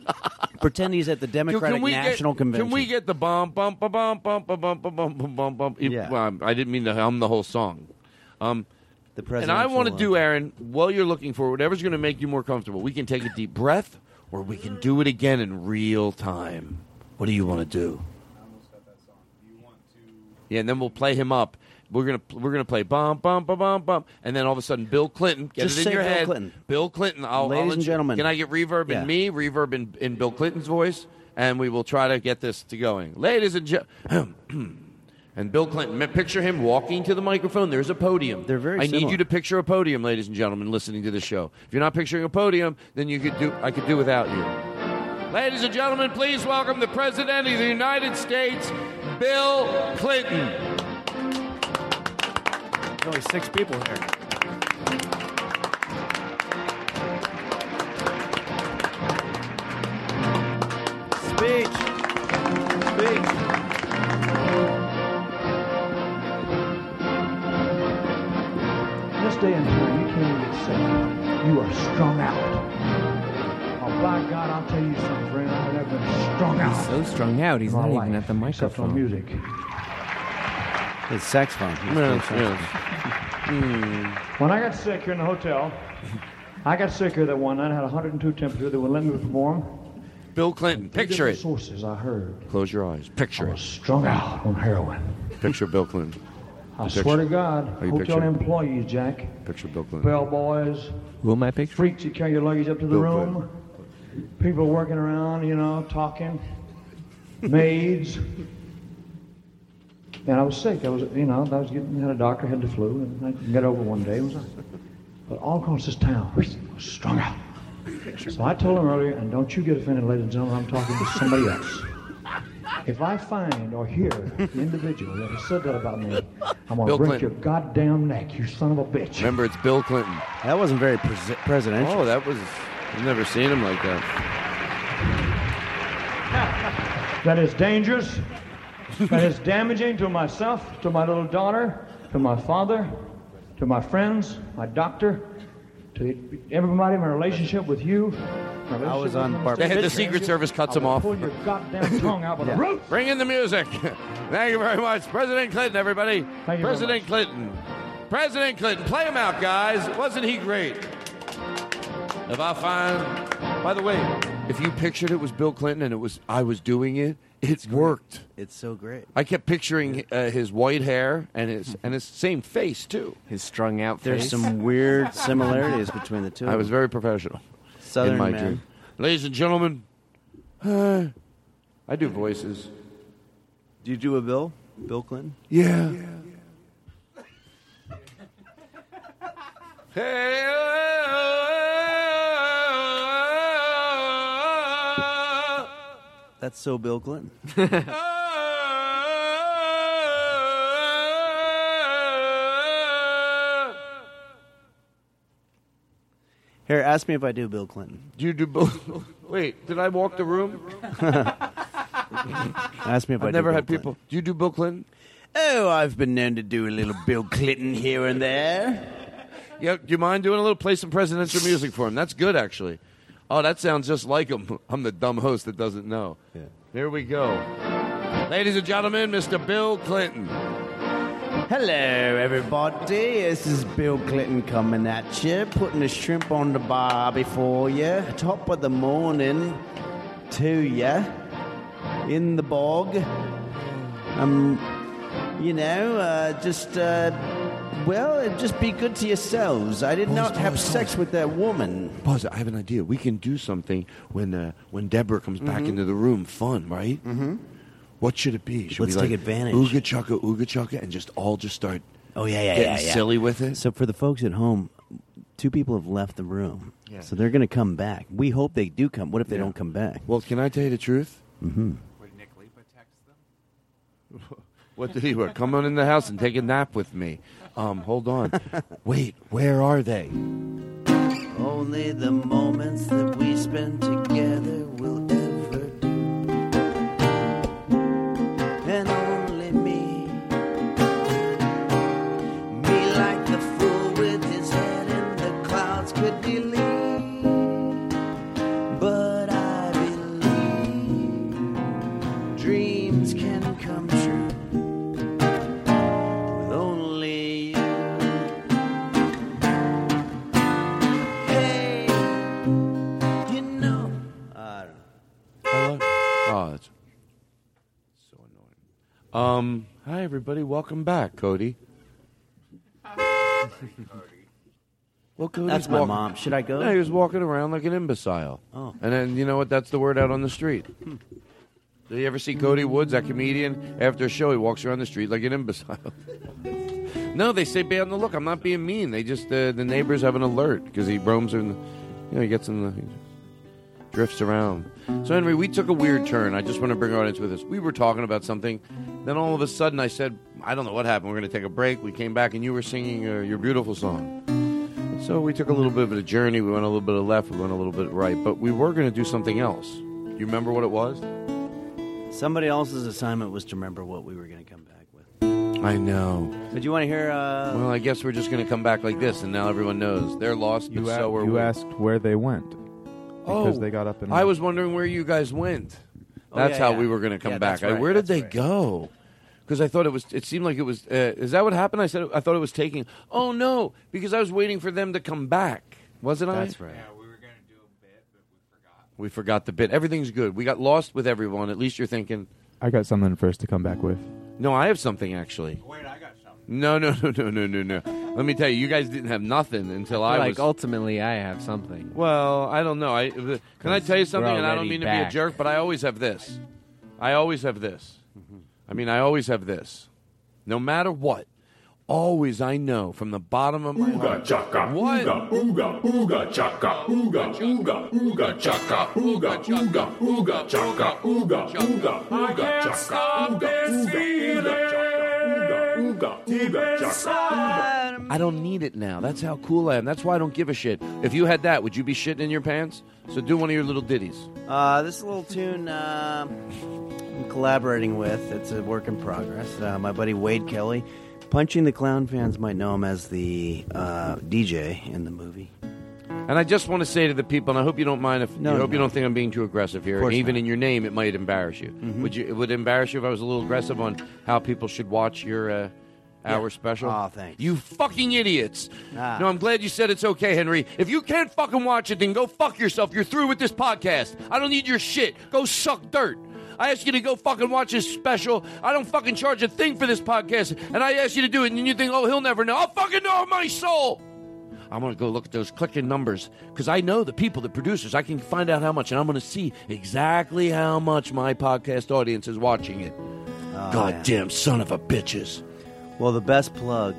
[SPEAKER 8] <laughs> pretend he's at the Democratic National
[SPEAKER 3] get,
[SPEAKER 8] Convention.
[SPEAKER 3] Can we get the bump bump bump bump bump bump bum bum bum bum bum?
[SPEAKER 8] Yeah.
[SPEAKER 3] Well, I'm- I didn't mean to hum the whole song. Um,
[SPEAKER 8] the
[SPEAKER 3] and I
[SPEAKER 8] presidential
[SPEAKER 3] want to
[SPEAKER 8] one.
[SPEAKER 3] do, Aaron, while you're looking for whatever's going to make you more comfortable. We can take a deep breath, or we can do it again in real time. What do you want to do? Yeah, and then we'll play him up. We're gonna we're gonna play bum bum bum bum bum, and then all of a sudden Bill Clinton get
[SPEAKER 8] Just
[SPEAKER 3] it in
[SPEAKER 8] say
[SPEAKER 3] your
[SPEAKER 8] Bill
[SPEAKER 3] head.
[SPEAKER 8] Clinton.
[SPEAKER 3] Bill Clinton. I'll, I'll
[SPEAKER 8] Ladies
[SPEAKER 3] let
[SPEAKER 8] and
[SPEAKER 3] you-
[SPEAKER 8] gentlemen.
[SPEAKER 3] can I get reverb
[SPEAKER 8] Yeah.
[SPEAKER 3] in me, reverb in, in Bill Clinton's voice, and we will try to get this to going. Ladies and
[SPEAKER 8] Um,
[SPEAKER 3] gentlemen. And Bill Clinton, ma- picture him walking to the microphone. There's a podium. They're very. I need
[SPEAKER 8] similar.
[SPEAKER 3] you to picture a podium, ladies and gentlemen, listening to this show. If you're not picturing a podium, then you could do. I could do without you. Ladies and gentlemen, please welcome the President of the United States, Bill Clinton.
[SPEAKER 8] Only six people here. Speech. Speech.
[SPEAKER 16] In this day and time, you can't even get set up. You are strung out. Oh, by God, I'll tell you something, friend. I've never been strung out.
[SPEAKER 21] He's so strung out. He's
[SPEAKER 16] My
[SPEAKER 21] not
[SPEAKER 16] life,
[SPEAKER 21] even at the microphone.
[SPEAKER 16] music.
[SPEAKER 8] His saxophone.
[SPEAKER 21] Yes,
[SPEAKER 3] Hmm.
[SPEAKER 16] When I got sick here in the hotel, I got sick here that one night. I had 102 temperature. They wouldn't let me perform.
[SPEAKER 3] Bill Clinton, picture it.
[SPEAKER 16] Sources I heard.
[SPEAKER 3] Close your eyes. Picture it.
[SPEAKER 16] Strung out on heroin.
[SPEAKER 3] Picture Bill Clinton.
[SPEAKER 16] I
[SPEAKER 3] Picture.
[SPEAKER 16] swear to God,
[SPEAKER 3] Are you
[SPEAKER 16] hotel
[SPEAKER 3] picturing?
[SPEAKER 16] employees, Jack,
[SPEAKER 3] Picture Bill Clinton.
[SPEAKER 16] bellboys,
[SPEAKER 21] Who am I picturing?
[SPEAKER 16] freaks that carry your luggage up to the
[SPEAKER 21] Bill
[SPEAKER 16] room, people working around, you know, talking, maids. And I was sick. I was, you know, I was getting had a doctor, had the flu, and I got over one day. It was like, but all across this town, I was strung out. So I told him earlier, and don't you get offended, ladies and gentlemen, I'm talking to somebody else. If I find or hear the individual that has said that about me, I'm gonna
[SPEAKER 3] Bill
[SPEAKER 16] break
[SPEAKER 3] Clinton.
[SPEAKER 16] your goddamn neck, you son of a bitch.
[SPEAKER 3] Remember, it's Bill Clinton.
[SPEAKER 8] That wasn't very pres- presidential.
[SPEAKER 3] Oh, that was. I've never seen him like that.
[SPEAKER 16] That is dangerous. that is damaging to myself, to my little daughter, to my father, to my friends, my doctor, to everybody in my relationship with you. I
[SPEAKER 8] was on
[SPEAKER 3] They had the Secret Service cuts him off.
[SPEAKER 16] Pull your goddamn tongue out
[SPEAKER 3] <laughs>
[SPEAKER 16] with a root.
[SPEAKER 3] Bring in the music. <laughs> Thank you very much, President Clinton. Everybody,
[SPEAKER 16] Thank you very
[SPEAKER 3] President Clinton. President Clinton, play him out, guys. Wasn't he great? If I find, by the way, if you pictured it was Bill Clinton and it was I was doing it, it worked.
[SPEAKER 8] It's so great.
[SPEAKER 3] I kept picturing uh, his white hair and his and his same face too.
[SPEAKER 8] His strung out There's
[SPEAKER 3] face.
[SPEAKER 8] <laughs> some weird <laughs> similarities between the two.
[SPEAKER 3] I was very professional.
[SPEAKER 8] Southern
[SPEAKER 3] in my
[SPEAKER 8] man.
[SPEAKER 3] dream. Ladies and
[SPEAKER 8] <sighs>
[SPEAKER 3] gentlemen, uh, I do voices.
[SPEAKER 8] Do you do a Bill? Bill Clinton?
[SPEAKER 3] Yeah. <laughs> Hey,
[SPEAKER 8] That's so Bill Clinton. Here, ask me if I do Bill Clinton.
[SPEAKER 3] Do you do Bill? Wait, did I walk the room?
[SPEAKER 8] <laughs> Ask me if
[SPEAKER 3] I've
[SPEAKER 8] I do
[SPEAKER 3] never
[SPEAKER 8] Bill
[SPEAKER 3] had
[SPEAKER 8] Clinton.
[SPEAKER 3] people. Do you do Bill Clinton?
[SPEAKER 8] Oh, I've been known to do a little Bill Clinton here
[SPEAKER 3] <laughs>
[SPEAKER 8] and there.
[SPEAKER 3] Yeah, do you mind doing a little play some presidential music for him? That's good, actually. Oh, that sounds just like him. <laughs> I'm the dumb host that doesn't know. Here we go. Ladies and gentlemen, Mr. Bill Clinton.
[SPEAKER 8] Hello, everybody. This is Bill Clinton coming at you, putting the shrimp on the bar before you. Top of the morning to you in the bog. Um, you know, uh, just uh, well, just be good to yourselves. I did not have sex with that woman.
[SPEAKER 3] Pause. it. I have an idea. We can do something when uh, when Deborah comes back
[SPEAKER 8] Mhm.
[SPEAKER 3] into the room. Fun, right? Mm-hmm. What should it be? Should
[SPEAKER 8] Let's
[SPEAKER 3] we like,
[SPEAKER 8] take advantage.
[SPEAKER 3] Ooga chaka, ooga chaka, and just all just start.
[SPEAKER 8] Oh yeah, yeah,
[SPEAKER 3] getting
[SPEAKER 8] yeah, yeah.
[SPEAKER 3] Silly with it.
[SPEAKER 8] So for the folks at home, two people have left the room,
[SPEAKER 3] Yeah.
[SPEAKER 8] so they're going to come back. We hope they do come. What if they
[SPEAKER 3] Yeah.
[SPEAKER 8] don't come back?
[SPEAKER 3] Well, can I tell you the truth?
[SPEAKER 8] Mm-hmm.
[SPEAKER 3] <laughs> What did he wear? Come on in the house and take a nap with me. Um, hold on. <laughs> Wait, where are they?
[SPEAKER 13] Only the moments that we spend together will ever do. And only me
[SPEAKER 3] Oh, Um, hi everybody, welcome back, Cody. uh, Well, Cody's
[SPEAKER 8] That's my
[SPEAKER 3] walk-
[SPEAKER 8] mom. Should I go?
[SPEAKER 3] No, he was walking around like an imbecile.
[SPEAKER 8] Oh. Hmm.
[SPEAKER 3] And then you know what? That's the word out on the street. Did you ever see Cody Woods, that comedian? After a show, he walks around the street like an imbecile. <laughs> no, they say be on the look. I'm not being mean. They just uh, the neighbors have an alert because he roams in, you know, he gets in the, he drifts around. So Henry, we took a weird turn. I just want to bring our audience with us. We were talking about something, then all of a sudden I said, I don't know what happened. We're going to take a break. We came back and you were singing uh, your beautiful song. So we took a little bit of a journey. We went a little bit of left, we went a little bit right, but we were going to do something else. You remember what it was?
[SPEAKER 8] Somebody else's assignment was to remember what we were going to come back with.
[SPEAKER 3] I know.
[SPEAKER 8] But you want to hear? Uh,
[SPEAKER 3] Well, I guess we're just going to come back like this, and now everyone knows they're lost, but
[SPEAKER 19] You, a-
[SPEAKER 3] so are
[SPEAKER 19] you
[SPEAKER 3] we.
[SPEAKER 19] asked where they went. Because
[SPEAKER 3] Oh,
[SPEAKER 19] they got up and
[SPEAKER 3] I was wondering where you guys went.
[SPEAKER 19] Oh,
[SPEAKER 3] That's
[SPEAKER 19] yeah,
[SPEAKER 3] how
[SPEAKER 19] yeah.
[SPEAKER 3] we were going to come
[SPEAKER 19] Yeah,
[SPEAKER 3] back.
[SPEAKER 19] that's
[SPEAKER 3] I-
[SPEAKER 19] right,
[SPEAKER 3] where did they go? Because I thought it was. It seemed like it was. Uh, is that what happened? I said I thought it was taking. Oh no! Because I was waiting for them to come back. Wasn't I?
[SPEAKER 8] That's right.
[SPEAKER 3] We forgot the bit. Everything's good. We got lost with everyone. At least you're thinking.
[SPEAKER 19] I got something first to come back with.
[SPEAKER 3] No, I have something actually. Wait, I got something. No, no, no, no, no, no, no. Let me tell you, you guys didn't have nothing until I,
[SPEAKER 10] like
[SPEAKER 3] was.
[SPEAKER 10] ultimately, I have something.
[SPEAKER 3] Well, I don't know. I uh, can I tell you something?
[SPEAKER 10] we're
[SPEAKER 3] And I don't
[SPEAKER 10] already
[SPEAKER 3] mean to be a
[SPEAKER 10] back.
[SPEAKER 3] jerk, but I always have this. I always have this.
[SPEAKER 10] Mm-hmm.
[SPEAKER 3] I mean, I always have this. No matter what, always I know from the bottom of my
[SPEAKER 18] Ooga
[SPEAKER 3] heart.
[SPEAKER 18] chaka,
[SPEAKER 3] What?
[SPEAKER 18] ooga, ooga, ooga chaka, ooga, ooga, ooga chaka, ooga, ooga, ooga chaka, ooga, ooga, ooga chaka, ooga, ooga, ooga, ooga, ooga, ooga
[SPEAKER 8] Uh,
[SPEAKER 18] chaka, ooga.
[SPEAKER 3] I don't need it now. That's how cool I am. That's why I don't give a shit. If you had that, would you be shitting in your pants? So do one of your little ditties.
[SPEAKER 8] Uh, this little tune
[SPEAKER 13] um,
[SPEAKER 8] uh, I'm collaborating with. It's a work in progress. Uh, my buddy Wade Kelly. Punching the Clown fans might know him as the uh, DJ in the movie.
[SPEAKER 3] And I just want to say to the people, and I hope you don't mind if
[SPEAKER 8] No,
[SPEAKER 3] you hope you
[SPEAKER 8] no.
[SPEAKER 3] don't think I'm being too aggressive here.
[SPEAKER 8] Of course
[SPEAKER 3] Even
[SPEAKER 8] not. Mm-hmm.
[SPEAKER 3] in your name, it might embarrass you. Would you? It would embarrass you if I was a little aggressive on how people should watch your uh, hour special.
[SPEAKER 8] Aw, thanks.
[SPEAKER 3] You fucking idiots!
[SPEAKER 8] Ah.
[SPEAKER 3] No, I'm glad you said it's okay, Henry. If you can't fucking watch it, then go fuck yourself. You're through with this podcast. I don't need your shit. Go suck dirt. I asked you to go fucking watch this special. I don't fucking charge a thing for this podcast, and I asked you to do it, and you think, oh, he'll never know. I'll fucking know in my soul. I'm going to go look at those clicking numbers because I know the people, the producers. I can find out how much, and I'm going to see exactly how much my podcast audience is watching it. Goddamn son of a bitches.
[SPEAKER 8] Oh, Well, the best plug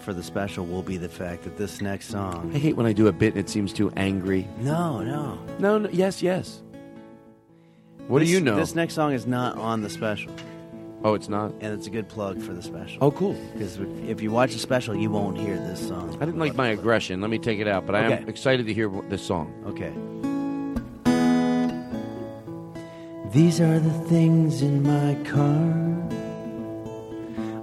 [SPEAKER 8] for the special will be the fact that this next song.
[SPEAKER 3] I hate when I do a bit and it seems too angry.
[SPEAKER 8] No, no.
[SPEAKER 3] No, no yes, yes. What
[SPEAKER 8] This-
[SPEAKER 3] do you know?
[SPEAKER 8] This next song is not on the special.
[SPEAKER 3] Oh, it's not?
[SPEAKER 8] And it's a good plug for the special.
[SPEAKER 3] Oh, cool.
[SPEAKER 8] Because if you watch the special, you won't hear this song.
[SPEAKER 3] I didn't like my aggression. Let me take it out, but I am
[SPEAKER 8] Okay.
[SPEAKER 3] excited to hear wh- this song.
[SPEAKER 8] Okay. These are the things in my car.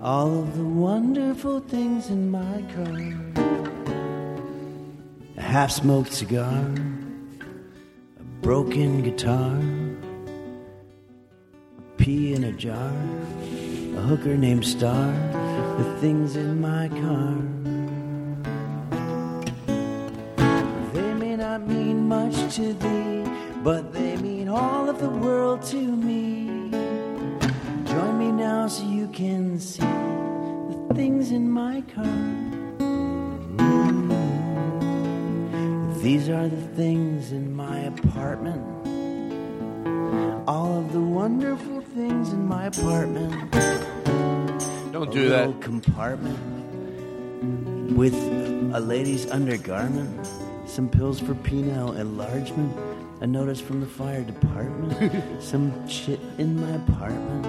[SPEAKER 8] All of the wonderful things in my car. A half smoked cigar. A broken guitar. A pee in a jar. A hooker named Star. The things in my car. They may not mean much to thee, but they mean all of the world to me. Join me now so you can see the things in my car. These are the things in my apartment. All of the wonderful things in my apartment.
[SPEAKER 3] Don't
[SPEAKER 8] A
[SPEAKER 3] do that.
[SPEAKER 8] little compartment with a lady's undergarment, some pills for penile enlargement, a notice from the fire department, some shit in my apartment.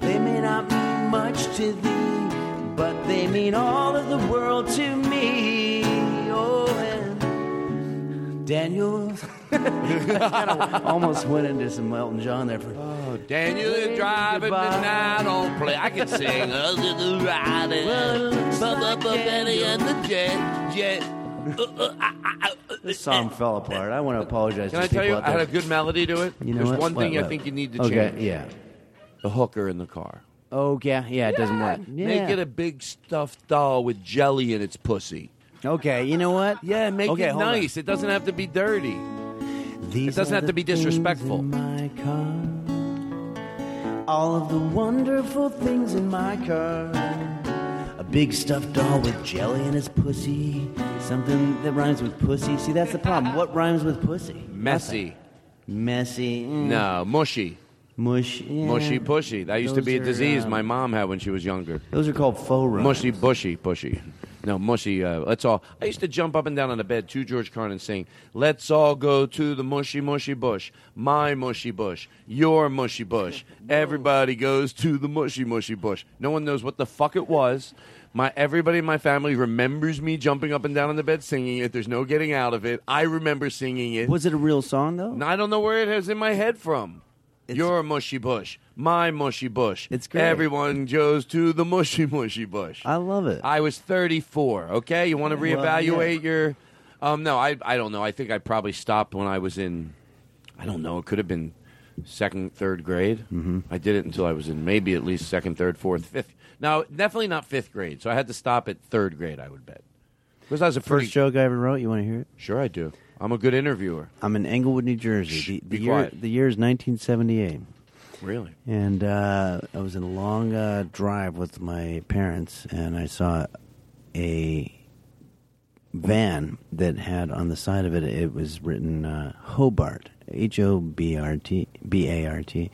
[SPEAKER 8] They may not mean much to thee, but they mean all of the world to me. Oh, and Daniel. <laughs> I kinda almost went into some Elton John there for. Oh,
[SPEAKER 3] Daniel is driving tonight on play. I can
[SPEAKER 19] <laughs>
[SPEAKER 3] sing. Us in the riding. Benny and the jet, jet. Uh, <laughs>
[SPEAKER 8] This song fell apart. I want to apologize
[SPEAKER 3] Can
[SPEAKER 8] to
[SPEAKER 3] I
[SPEAKER 8] people
[SPEAKER 3] tell you,
[SPEAKER 8] out
[SPEAKER 3] I had
[SPEAKER 8] there.
[SPEAKER 3] a good melody to it.
[SPEAKER 8] You know
[SPEAKER 3] There's
[SPEAKER 8] what?
[SPEAKER 3] one
[SPEAKER 8] What,
[SPEAKER 3] thing I
[SPEAKER 8] what?
[SPEAKER 3] think you need to
[SPEAKER 8] Okay,
[SPEAKER 3] change.
[SPEAKER 8] yeah.
[SPEAKER 3] The hooker in the car.
[SPEAKER 8] Oh yeah, yeah, it doesn't work.
[SPEAKER 3] Make it a big stuffed doll with jelly in its pussy.
[SPEAKER 8] okay. You know what?
[SPEAKER 3] Yeah, make
[SPEAKER 8] Okay,
[SPEAKER 3] it
[SPEAKER 8] hold on.
[SPEAKER 3] nice. It doesn't have to be dirty.
[SPEAKER 8] These
[SPEAKER 3] it doesn't
[SPEAKER 8] are
[SPEAKER 3] have
[SPEAKER 8] the
[SPEAKER 3] to be
[SPEAKER 8] things
[SPEAKER 3] disrespectful.
[SPEAKER 8] in my car.
[SPEAKER 13] all of the wonderful things in my car.
[SPEAKER 8] A big stuffed doll with jelly in his pussy. Something that rhymes with pussy. See, that's the problem. What rhymes with pussy?
[SPEAKER 3] Messy.
[SPEAKER 8] Messy. mm.
[SPEAKER 3] No, mushy.
[SPEAKER 8] Mush. yeah.
[SPEAKER 3] Mushy pushy. That used to
[SPEAKER 8] Those
[SPEAKER 3] be a
[SPEAKER 8] are,
[SPEAKER 3] disease
[SPEAKER 8] uh,
[SPEAKER 3] my mom had when she was younger.
[SPEAKER 8] Those are called faux rhymes.
[SPEAKER 3] Mushy bushy pushy. No, mushy. Uh, let's all. I used to jump up and down on the bed to George Carlin sing, Let's all go to the mushy mushy bush. My mushy bush. Your mushy bush. Everybody goes to the mushy mushy bush. No one knows what the fuck it was. My everybody in my family remembers me jumping up and down on the bed singing it. There's no getting out of it. I remember singing it.
[SPEAKER 8] Was it a real song though?
[SPEAKER 3] And I don't know where it is in my head from. Your mushy bush, my mushy bush. It's
[SPEAKER 8] great.
[SPEAKER 3] Everyone goes to the mushy mushy bush.
[SPEAKER 8] I love it.
[SPEAKER 3] I was 34. Okay, you want to
[SPEAKER 8] Well, yeah.
[SPEAKER 3] reevaluate your? Um, no, I I don't know. I think I probably stopped when I was in. I don't know. It could have been second, third grade. Mm-hmm. I did it until I was in maybe at least second, third, fourth, fifth. Now, definitely not <laughs> fifth grade. So I had to stop at third grade. I would bet because I was a pretty
[SPEAKER 8] First joke I ever wrote. You want to hear it?
[SPEAKER 3] Sure, I do. I'm a good interviewer.
[SPEAKER 8] I'm in Englewood, New Jersey. The, the
[SPEAKER 3] be
[SPEAKER 8] year
[SPEAKER 3] quiet.
[SPEAKER 8] the year is 1978,
[SPEAKER 3] Really?
[SPEAKER 8] and uh, I was in a long uh, drive with my parents, and I saw a van that had on the side of it it was written uh, Hobart, H O B R T B A R T,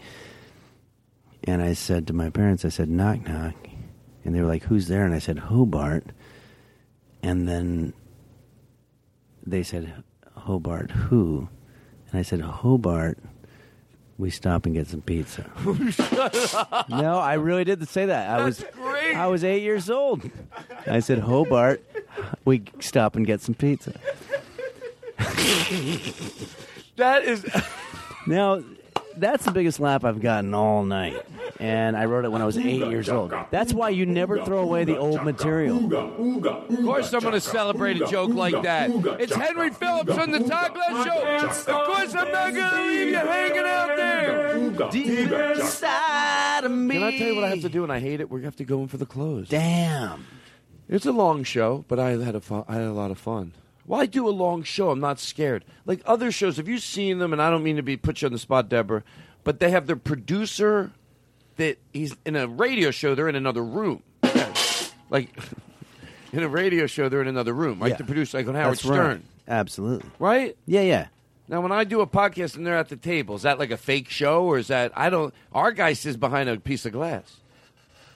[SPEAKER 8] and I said to my parents, I said knock knock, and they were like, who's there? And I said Hobart, and then they said Hobart who, and I said Hobart. We stop and get some pizza. no, I really did say that. I was I was eight years old. I said Hobart. We stop and get some pizza.
[SPEAKER 3] that is.
[SPEAKER 8] Now, that's the biggest laugh I've gotten all night, and I wrote it when I was eight years old. That's why you never throw away the old material.
[SPEAKER 3] Of course, I'm going to celebrate a joke like that. It's Henry Phillips on the Todd Glass Show. Of course, I'm not going to leave you hanging out there.
[SPEAKER 13] Deep inside of me.
[SPEAKER 3] Can I tell you what I have to do? And I hate it. We're going to have to go in for the close.
[SPEAKER 8] Damn.
[SPEAKER 3] It's a long show, but I had a fu- I had a lot of fun. Why do a long show? I'm not scared. Like other shows, have you seen them? And I don't mean to be put you on the spot, Deborah, but they have their producer that he's in a radio show. They're in another room. Like <laughs> in a radio show, they're in another room. Like
[SPEAKER 8] Yeah.
[SPEAKER 3] the producer, like on Howard
[SPEAKER 8] That's
[SPEAKER 3] Stern.
[SPEAKER 8] right. Absolutely.
[SPEAKER 3] Right?
[SPEAKER 8] Yeah, yeah.
[SPEAKER 3] Now, when I do a podcast and they're at the table, is that like a fake show or is that I don't? Our guy sits behind a piece of glass.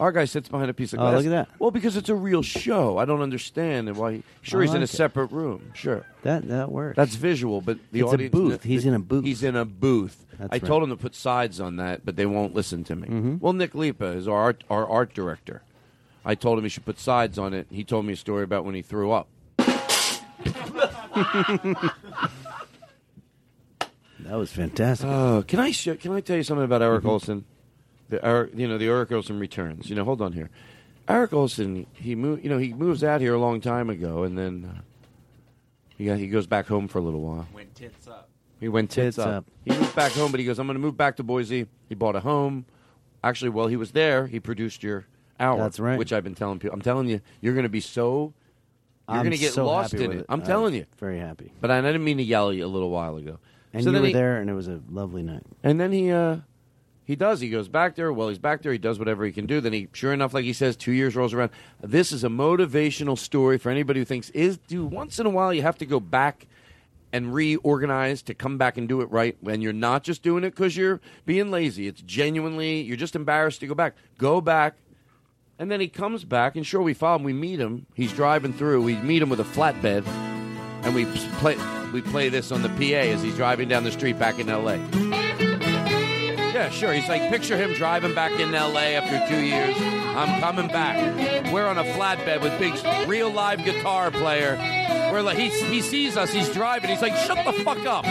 [SPEAKER 3] Our guy sits behind a piece of
[SPEAKER 8] Oh,
[SPEAKER 3] glass.
[SPEAKER 8] look at that.
[SPEAKER 3] Well, because it's a real show. I don't understand and why. He, sure,
[SPEAKER 8] I
[SPEAKER 3] he's in a
[SPEAKER 8] like it.
[SPEAKER 3] separate room. Sure,
[SPEAKER 8] That that works.
[SPEAKER 3] that's visual, but the
[SPEAKER 8] It's a
[SPEAKER 3] audience.
[SPEAKER 8] booth.
[SPEAKER 3] the-
[SPEAKER 8] He's in a booth.
[SPEAKER 3] He's in a booth.
[SPEAKER 8] That's
[SPEAKER 3] I
[SPEAKER 8] right.
[SPEAKER 3] told him to put sides on that, but they won't listen to me.
[SPEAKER 8] Mhm.
[SPEAKER 3] Well, Nick Lipa is our art, our art director. I told him he should put sides on it. He told me a story about when he threw up. <laughs>
[SPEAKER 8] That was fantastic. Mm-hmm.
[SPEAKER 3] Oh, can I show, can I tell you something about Eric Olson? The Eric, you know the Eric Olson returns. You know, hold on here. Eric Olson, he moved. You know, he moves out here a long time ago, and then uh, he got, he goes back home for a little while.
[SPEAKER 14] Went tits up.
[SPEAKER 3] He went tits,
[SPEAKER 8] Tits
[SPEAKER 3] up.
[SPEAKER 8] up.
[SPEAKER 3] He moved back home, but he goes, I'm going to move back to Boise. He bought a home. Actually, while he was there, he produced your hour.
[SPEAKER 8] That's right.
[SPEAKER 3] Which I've been telling people. I'm telling you, you're going to be so. You're
[SPEAKER 8] I'm
[SPEAKER 3] going to get
[SPEAKER 8] so
[SPEAKER 3] lost
[SPEAKER 8] happy
[SPEAKER 3] in
[SPEAKER 8] with
[SPEAKER 3] it. I'm telling you.
[SPEAKER 8] Very happy.
[SPEAKER 3] But I, I didn't mean to yell at you a little while ago.
[SPEAKER 8] And
[SPEAKER 3] So
[SPEAKER 8] you
[SPEAKER 3] then
[SPEAKER 8] were
[SPEAKER 3] he-
[SPEAKER 8] there, and it was a lovely night.
[SPEAKER 3] and then he uh he does. He goes back there. Well, he's back there. He does whatever he can do. Then he, sure enough, like he says, two years rolls around. This is a motivational story for anybody who thinks is do once in a while you have to go back and reorganize to come back and do it right. When you're not just doing it because you're being lazy. It's genuinely you're just embarrassed to go back. Go back. And then he comes back, and sure, we follow him. We meet him. He's driving through. We meet him with a flatbed, and we play we play this on the PA as he's driving down the street back in L.A. Yeah, sure. He's like, picture him driving back in L.A. after two years. I'm coming back. We're on a flatbed with big, real live guitar player. We're like, he, he sees us. He's driving. He's like, shut the fuck up.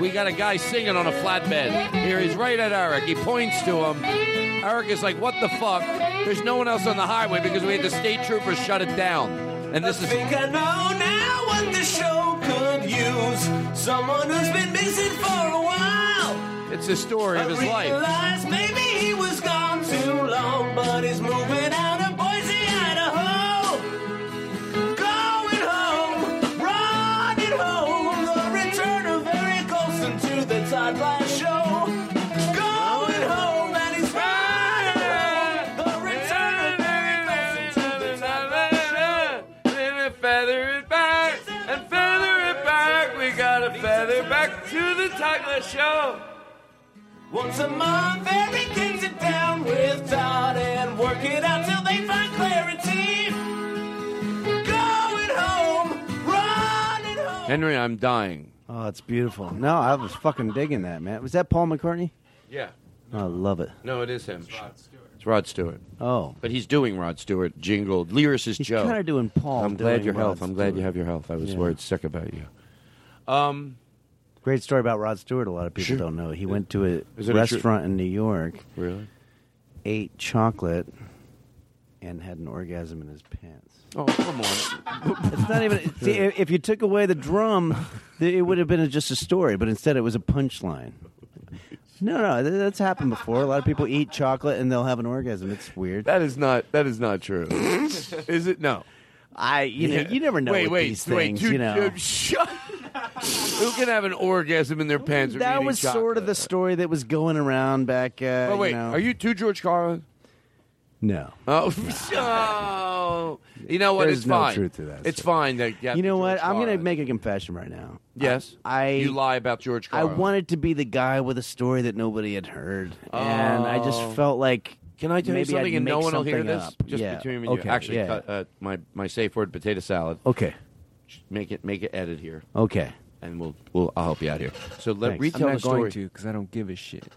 [SPEAKER 3] We got a guy singing on a flatbed. Here, he's right at Eric. He points to him. Eric is like, what the fuck? There's no one else on the highway because we had the state troopers shut it down. And this is.
[SPEAKER 2] think I know now what the show could use. Someone who's been missing for a while.
[SPEAKER 3] It's the story of his life.
[SPEAKER 2] Realize maybe he was gone too long, but he's moving out of Boise, Idaho. Going home, running home. The return of Eric Olsen to the Todd Glass Show. Going home, and he's
[SPEAKER 12] to the Todd Glass Show. Once a month, every king's in town with Todd and work it out till they find clarity. Going home, running home.
[SPEAKER 3] Henry, I'm dying.
[SPEAKER 8] Oh, it's beautiful. No, I was fucking digging that, man. Was that Paul McCartney?
[SPEAKER 3] Yeah.
[SPEAKER 8] I love it.
[SPEAKER 3] No, it is him. It's Rod Stewart.
[SPEAKER 8] Oh.
[SPEAKER 3] But he's doing Rod Stewart, Jingle, lyricist Joe.
[SPEAKER 8] kinda doing Paul
[SPEAKER 3] I'm glad
[SPEAKER 8] doing
[SPEAKER 3] your
[SPEAKER 8] Rod
[SPEAKER 3] health. I'm glad
[SPEAKER 8] Stewart.
[SPEAKER 3] you have your health. I was
[SPEAKER 8] Yeah.
[SPEAKER 3] worried sick about you. Um,
[SPEAKER 8] Great story about Rod Stewart. A lot of people don't know. He went to a
[SPEAKER 3] Is it a true-
[SPEAKER 8] restaurant in New York.
[SPEAKER 3] Really?
[SPEAKER 8] Ate chocolate and had an orgasm in his
[SPEAKER 3] <laughs>
[SPEAKER 8] pants.
[SPEAKER 3] Oh, come on.
[SPEAKER 8] <laughs> It's not even. See, i- if you took away the drum, th- it would have been a- just a story. But instead, it was a punchline. No, no, th- that's happened before. A lot of people eat chocolate and they'll have an orgasm. It's weird.
[SPEAKER 3] That is not. That is not
[SPEAKER 8] <laughs>
[SPEAKER 3] true. <laughs> is it? No.
[SPEAKER 8] I. You know.
[SPEAKER 3] Yeah.
[SPEAKER 8] You never know.
[SPEAKER 3] Wait,
[SPEAKER 8] with
[SPEAKER 3] wait,
[SPEAKER 8] these
[SPEAKER 3] wait.
[SPEAKER 8] things,
[SPEAKER 3] dude,
[SPEAKER 8] you know.
[SPEAKER 3] dude, shut. <laughs> Who can have an orgasm in their pants? from
[SPEAKER 8] that
[SPEAKER 3] eating
[SPEAKER 8] was
[SPEAKER 3] chocolate?
[SPEAKER 8] sort of the story that was going around back. Uh,
[SPEAKER 3] Oh wait,
[SPEAKER 8] you know.
[SPEAKER 3] are you two George Carlin?
[SPEAKER 8] No.
[SPEAKER 3] Oh, <laughs> no. you know what?
[SPEAKER 8] There's
[SPEAKER 3] it's
[SPEAKER 8] no
[SPEAKER 3] fine.
[SPEAKER 8] truth to that
[SPEAKER 3] It's fine. That
[SPEAKER 8] you know what? I'm going to make a confession right now.
[SPEAKER 3] Yes,
[SPEAKER 8] I-
[SPEAKER 3] You lie about George
[SPEAKER 8] I
[SPEAKER 3] Carlin.
[SPEAKER 8] wanted to be the guy with a story that nobody had heard, and I
[SPEAKER 3] Oh.
[SPEAKER 8] just felt like
[SPEAKER 3] Can I tell
[SPEAKER 8] maybe
[SPEAKER 3] you something
[SPEAKER 8] I'd
[SPEAKER 3] and no
[SPEAKER 8] make
[SPEAKER 3] one will hear
[SPEAKER 8] something
[SPEAKER 3] this?
[SPEAKER 8] up.
[SPEAKER 3] Just
[SPEAKER 8] yeah.
[SPEAKER 3] between me and
[SPEAKER 8] okay.
[SPEAKER 3] you. Actually,
[SPEAKER 8] yeah.
[SPEAKER 3] cut, uh, my my safe word: potato salad.
[SPEAKER 8] Okay.
[SPEAKER 3] Make it make it edit here.
[SPEAKER 8] Okay.
[SPEAKER 3] And we'll we'll I'll help you out here. So let
[SPEAKER 8] Thanks.
[SPEAKER 3] retell
[SPEAKER 8] I'm
[SPEAKER 3] the
[SPEAKER 8] not
[SPEAKER 3] story.
[SPEAKER 8] going
[SPEAKER 10] to because I don't give a
[SPEAKER 3] <laughs>
[SPEAKER 10] shit.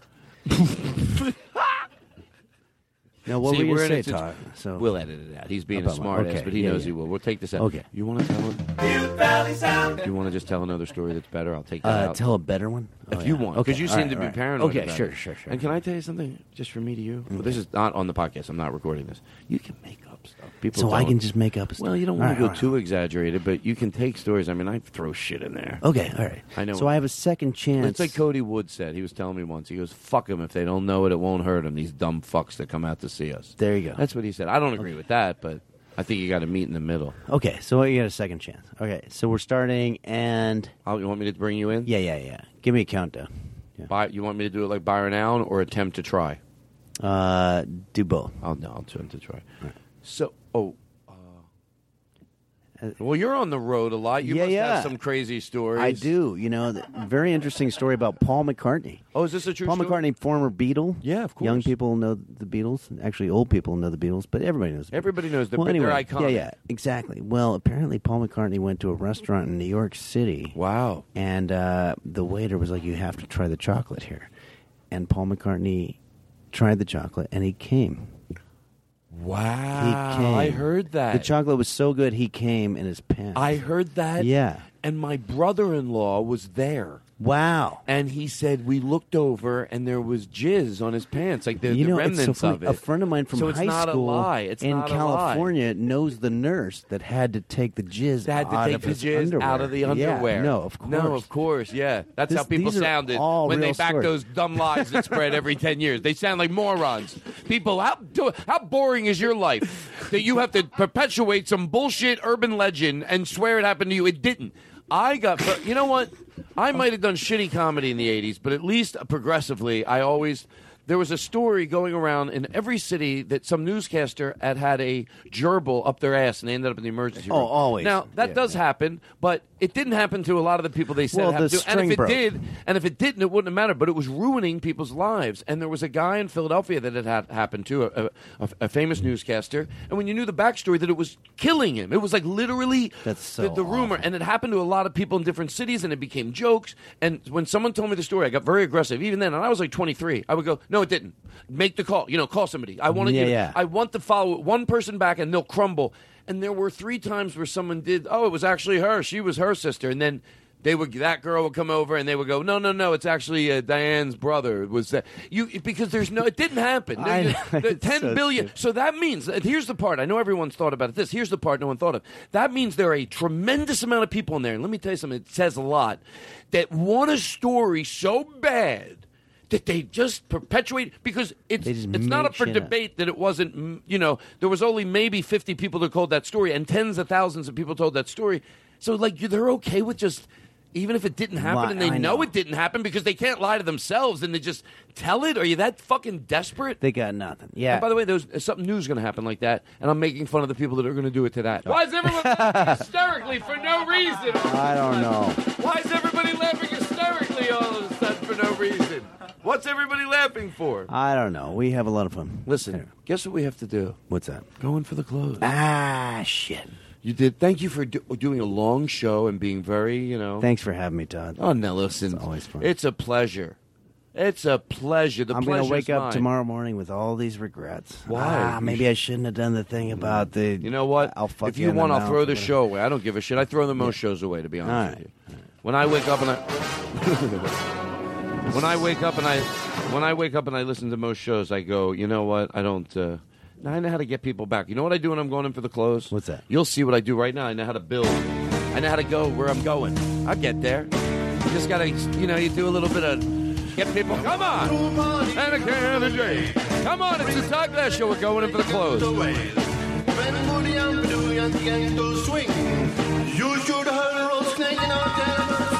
[SPEAKER 8] Now, what
[SPEAKER 3] See,
[SPEAKER 8] were you
[SPEAKER 3] we're in
[SPEAKER 8] gonna
[SPEAKER 3] a
[SPEAKER 8] say,
[SPEAKER 3] situ-
[SPEAKER 8] Todd? So
[SPEAKER 3] We'll edit it out. He's being a
[SPEAKER 8] About my-
[SPEAKER 3] smart ass,
[SPEAKER 8] okay,
[SPEAKER 3] but he
[SPEAKER 8] yeah,
[SPEAKER 3] knows
[SPEAKER 8] yeah.
[SPEAKER 3] he will. We'll take this out.
[SPEAKER 8] Okay.
[SPEAKER 3] You want to tell him?
[SPEAKER 12] Butte Valley Sound.
[SPEAKER 3] You want to just tell another story that's better? I'll take that
[SPEAKER 8] uh,
[SPEAKER 3] out.
[SPEAKER 8] tell a better one
[SPEAKER 3] if
[SPEAKER 8] Oh,
[SPEAKER 3] you
[SPEAKER 8] yeah.
[SPEAKER 3] want,
[SPEAKER 8] Okay,
[SPEAKER 3] because you
[SPEAKER 8] all
[SPEAKER 3] seem
[SPEAKER 8] right,
[SPEAKER 3] to be
[SPEAKER 8] all right.
[SPEAKER 3] paranoid.
[SPEAKER 8] Okay,
[SPEAKER 3] about
[SPEAKER 8] sure,
[SPEAKER 3] it.
[SPEAKER 8] sure, Mm-hmm. sure.
[SPEAKER 3] And can I tell you something, just from me to you? Well, this is not on the podcast. I'm not recording this. You can make up stuff. People
[SPEAKER 8] So I
[SPEAKER 3] don't-
[SPEAKER 8] can just make up a
[SPEAKER 3] Well,
[SPEAKER 8] story.
[SPEAKER 3] you don't
[SPEAKER 8] All
[SPEAKER 3] want
[SPEAKER 8] right,
[SPEAKER 3] to go
[SPEAKER 8] all right,
[SPEAKER 3] too exaggerated, but you can take stories. I mean, I throw shit in there.
[SPEAKER 8] Okay, all right.
[SPEAKER 3] I know.
[SPEAKER 8] So I have a second chance.
[SPEAKER 3] It's like Cody Wood said. He was telling me once. He goes, "Fuck them if they don't know it. It won't hurt them. These dumb fucks that come out to see us."
[SPEAKER 8] There you go.
[SPEAKER 3] That's what he said. I don't agree with that, but I think you got to meet in the middle.
[SPEAKER 8] Okay, so you got a second chance. Okay, so we're starting, and
[SPEAKER 3] I'll, Oh, you want me to bring you in?
[SPEAKER 8] Yeah, yeah, yeah. Give me a countdown.
[SPEAKER 3] By, you want me to do it like Byron Allen or attempt to try?
[SPEAKER 8] Uh, do both.
[SPEAKER 3] I'll no, I'll attempt to try. So, oh. uh, Well, you're on the road a lot. You
[SPEAKER 8] Yeah,
[SPEAKER 3] must
[SPEAKER 8] yeah.
[SPEAKER 3] have some crazy stories.
[SPEAKER 8] I do. You know, th- very interesting story about Paul McCartney.
[SPEAKER 3] Oh, is this a true
[SPEAKER 8] Paul
[SPEAKER 3] story?
[SPEAKER 8] McCartney, former Beatle.
[SPEAKER 3] Yeah, of course.
[SPEAKER 8] Young people know the Beatles. Actually, old people know the Beatles, but everybody knows. The Beatles.
[SPEAKER 3] Everybody knows the
[SPEAKER 8] well,
[SPEAKER 3] but
[SPEAKER 8] anyway,
[SPEAKER 3] they're
[SPEAKER 8] Yeah,
[SPEAKER 3] iconic.
[SPEAKER 8] yeah, exactly. Well, apparently Paul McCartney went to a restaurant in New York City.
[SPEAKER 3] Wow.
[SPEAKER 8] And uh, the waiter was like, "You have to try the chocolate here," and Paul McCartney tried the chocolate, and he came.
[SPEAKER 3] Wow.
[SPEAKER 8] He came.
[SPEAKER 3] I heard that.
[SPEAKER 8] The chocolate was so good, he came in his pants.
[SPEAKER 3] I heard that.
[SPEAKER 8] Yeah.
[SPEAKER 3] And my brother in law was there.
[SPEAKER 8] Wow.
[SPEAKER 3] And he said we looked over and there was jizz on his pants, like the,
[SPEAKER 8] you know,
[SPEAKER 3] the
[SPEAKER 8] it's
[SPEAKER 3] remnants
[SPEAKER 8] so funny.
[SPEAKER 3] of it.
[SPEAKER 8] A friend of mine from
[SPEAKER 3] so it's
[SPEAKER 8] high
[SPEAKER 3] not a
[SPEAKER 8] school
[SPEAKER 3] lie. It's
[SPEAKER 8] in
[SPEAKER 3] not a lie.
[SPEAKER 8] California knows the nurse that had to take the jizz
[SPEAKER 3] They had to
[SPEAKER 8] out
[SPEAKER 3] take
[SPEAKER 8] of
[SPEAKER 3] the
[SPEAKER 8] his
[SPEAKER 3] jizz
[SPEAKER 8] underwear.
[SPEAKER 3] out of the underwear.
[SPEAKER 8] Yeah, no, of course.
[SPEAKER 3] No, of course, yeah. That's
[SPEAKER 8] This-
[SPEAKER 3] how people
[SPEAKER 8] these are
[SPEAKER 3] sounded
[SPEAKER 8] all
[SPEAKER 3] when they
[SPEAKER 8] real
[SPEAKER 3] back
[SPEAKER 8] stories.
[SPEAKER 3] those dumb lies
[SPEAKER 8] <laughs>
[SPEAKER 3] that spread every 10 years. They sound like morons. People, how, do, how boring is your life that you have to perpetuate some bullshit urban legend and swear it happened to you? It didn't. I got, but you know what? I might have done shitty comedy in the 80s, but at least progressively, I always. There was a story going around in every city that some newscaster had had a gerbil up their ass and they ended up in the emergency
[SPEAKER 8] Oh,
[SPEAKER 3] room.
[SPEAKER 8] always.
[SPEAKER 3] Now, that
[SPEAKER 8] Yeah,
[SPEAKER 3] does happen, but it didn't happen to a lot of the people they said
[SPEAKER 8] Well,
[SPEAKER 3] it happened
[SPEAKER 8] the
[SPEAKER 3] to. And if
[SPEAKER 8] string
[SPEAKER 3] it
[SPEAKER 8] broke.
[SPEAKER 3] did, and if it didn't, it wouldn't have mattered. But it was ruining people's lives. And there was a guy in Philadelphia that it had happened to, a, a, a famous newscaster. And when you knew the backstory, that it was killing him. It was like literally
[SPEAKER 8] That's so
[SPEAKER 3] the, the rumor, and it happened to a lot of people in different cities, and it became jokes. And when someone told me the story, I got very aggressive. Even then, and I was like 23, I would go, "No, it didn't. Make the call. You know, call somebody. I want to.
[SPEAKER 8] Yeah,
[SPEAKER 3] you know,
[SPEAKER 8] yeah.
[SPEAKER 3] <laughs> I want to follow one person back, and they'll crumble." And there were three times where someone did. Oh, it was actually her. She was her sister, and then. They would that girl would come over and they would go no no no it's actually uh, Diane's brother It was that you because there's no it didn't happen
[SPEAKER 8] <laughs> I
[SPEAKER 3] you-
[SPEAKER 8] know,
[SPEAKER 3] the
[SPEAKER 8] it's
[SPEAKER 3] 10
[SPEAKER 8] so
[SPEAKER 3] billion- so that means here's the part I know everyone's thought about it this here's the part no one thought of that means there are a tremendous amount of people in there and let me tell you something it says a lot that want a story so bad that they just perpetuate because it's
[SPEAKER 8] They just
[SPEAKER 3] it's not
[SPEAKER 8] make
[SPEAKER 3] up for
[SPEAKER 8] shit up.
[SPEAKER 3] debate that it wasn't mm, you know there was only maybe 50 people that told that story and tens of thousands of people told that story so like you- they're okay with just even if it didn't happen
[SPEAKER 8] Lie-
[SPEAKER 3] and they
[SPEAKER 8] I
[SPEAKER 3] know.
[SPEAKER 8] know.
[SPEAKER 3] it didn't happen because they can't lie to themselves and they just tell it are you that fucking desperate
[SPEAKER 8] They got nothing. Yeah.
[SPEAKER 3] and by the way, there's uh, something new is going to happen like that, and I'm making fun of the people that are going to do it to that.
[SPEAKER 8] Oh.
[SPEAKER 3] Why is everyone laughing hysterically for no reason?
[SPEAKER 8] <laughs> I don't know.
[SPEAKER 3] Why is everybody laughing hysterically? giggly all of a sudden for no reason? What's everybody laughing for?
[SPEAKER 8] I don't know. We have a lot of fun.
[SPEAKER 3] Listen, guess what we have to do?
[SPEAKER 8] What's that?
[SPEAKER 3] Go in for the close.
[SPEAKER 8] Ah, shit.
[SPEAKER 3] You did. Thank you for do, doing a long show and being very, you know.
[SPEAKER 8] Thanks for having me, Todd.
[SPEAKER 3] Oh, no, listen.
[SPEAKER 8] It's always fun.
[SPEAKER 3] It's a pleasure. It's a pleasure. The
[SPEAKER 8] I'm gonna
[SPEAKER 3] pleasure's
[SPEAKER 8] wake up
[SPEAKER 3] mine.
[SPEAKER 8] tomorrow morning with all these regrets.
[SPEAKER 3] Why?
[SPEAKER 8] Ah, maybe I shouldn't have done the thing about the.
[SPEAKER 3] You know what?
[SPEAKER 8] I'll fuck
[SPEAKER 3] if you
[SPEAKER 8] in
[SPEAKER 3] want,
[SPEAKER 8] the
[SPEAKER 3] I'll
[SPEAKER 8] mouth
[SPEAKER 3] throw
[SPEAKER 8] or
[SPEAKER 3] the
[SPEAKER 8] whatever.
[SPEAKER 3] show away. I don't give a shit. I throw the most shows away, to be honest with you. When I wake up and I, <laughs> when I wake up and I, when I wake up and I listen to most shows, I go, you know what? I don't. Uh, now I know how to get people back. You know what I do when I'm going in for the close?
[SPEAKER 8] What's that?
[SPEAKER 3] You'll see what I do right now. I know how to build. I know how to go where I'm going. I'll get there. You just gotta, you know, you do a little bit of get people. Come on, and a can of drink. Come on, it's the Todd Glass Show. We're going in for the close.
[SPEAKER 11] You should have rolled snake out there.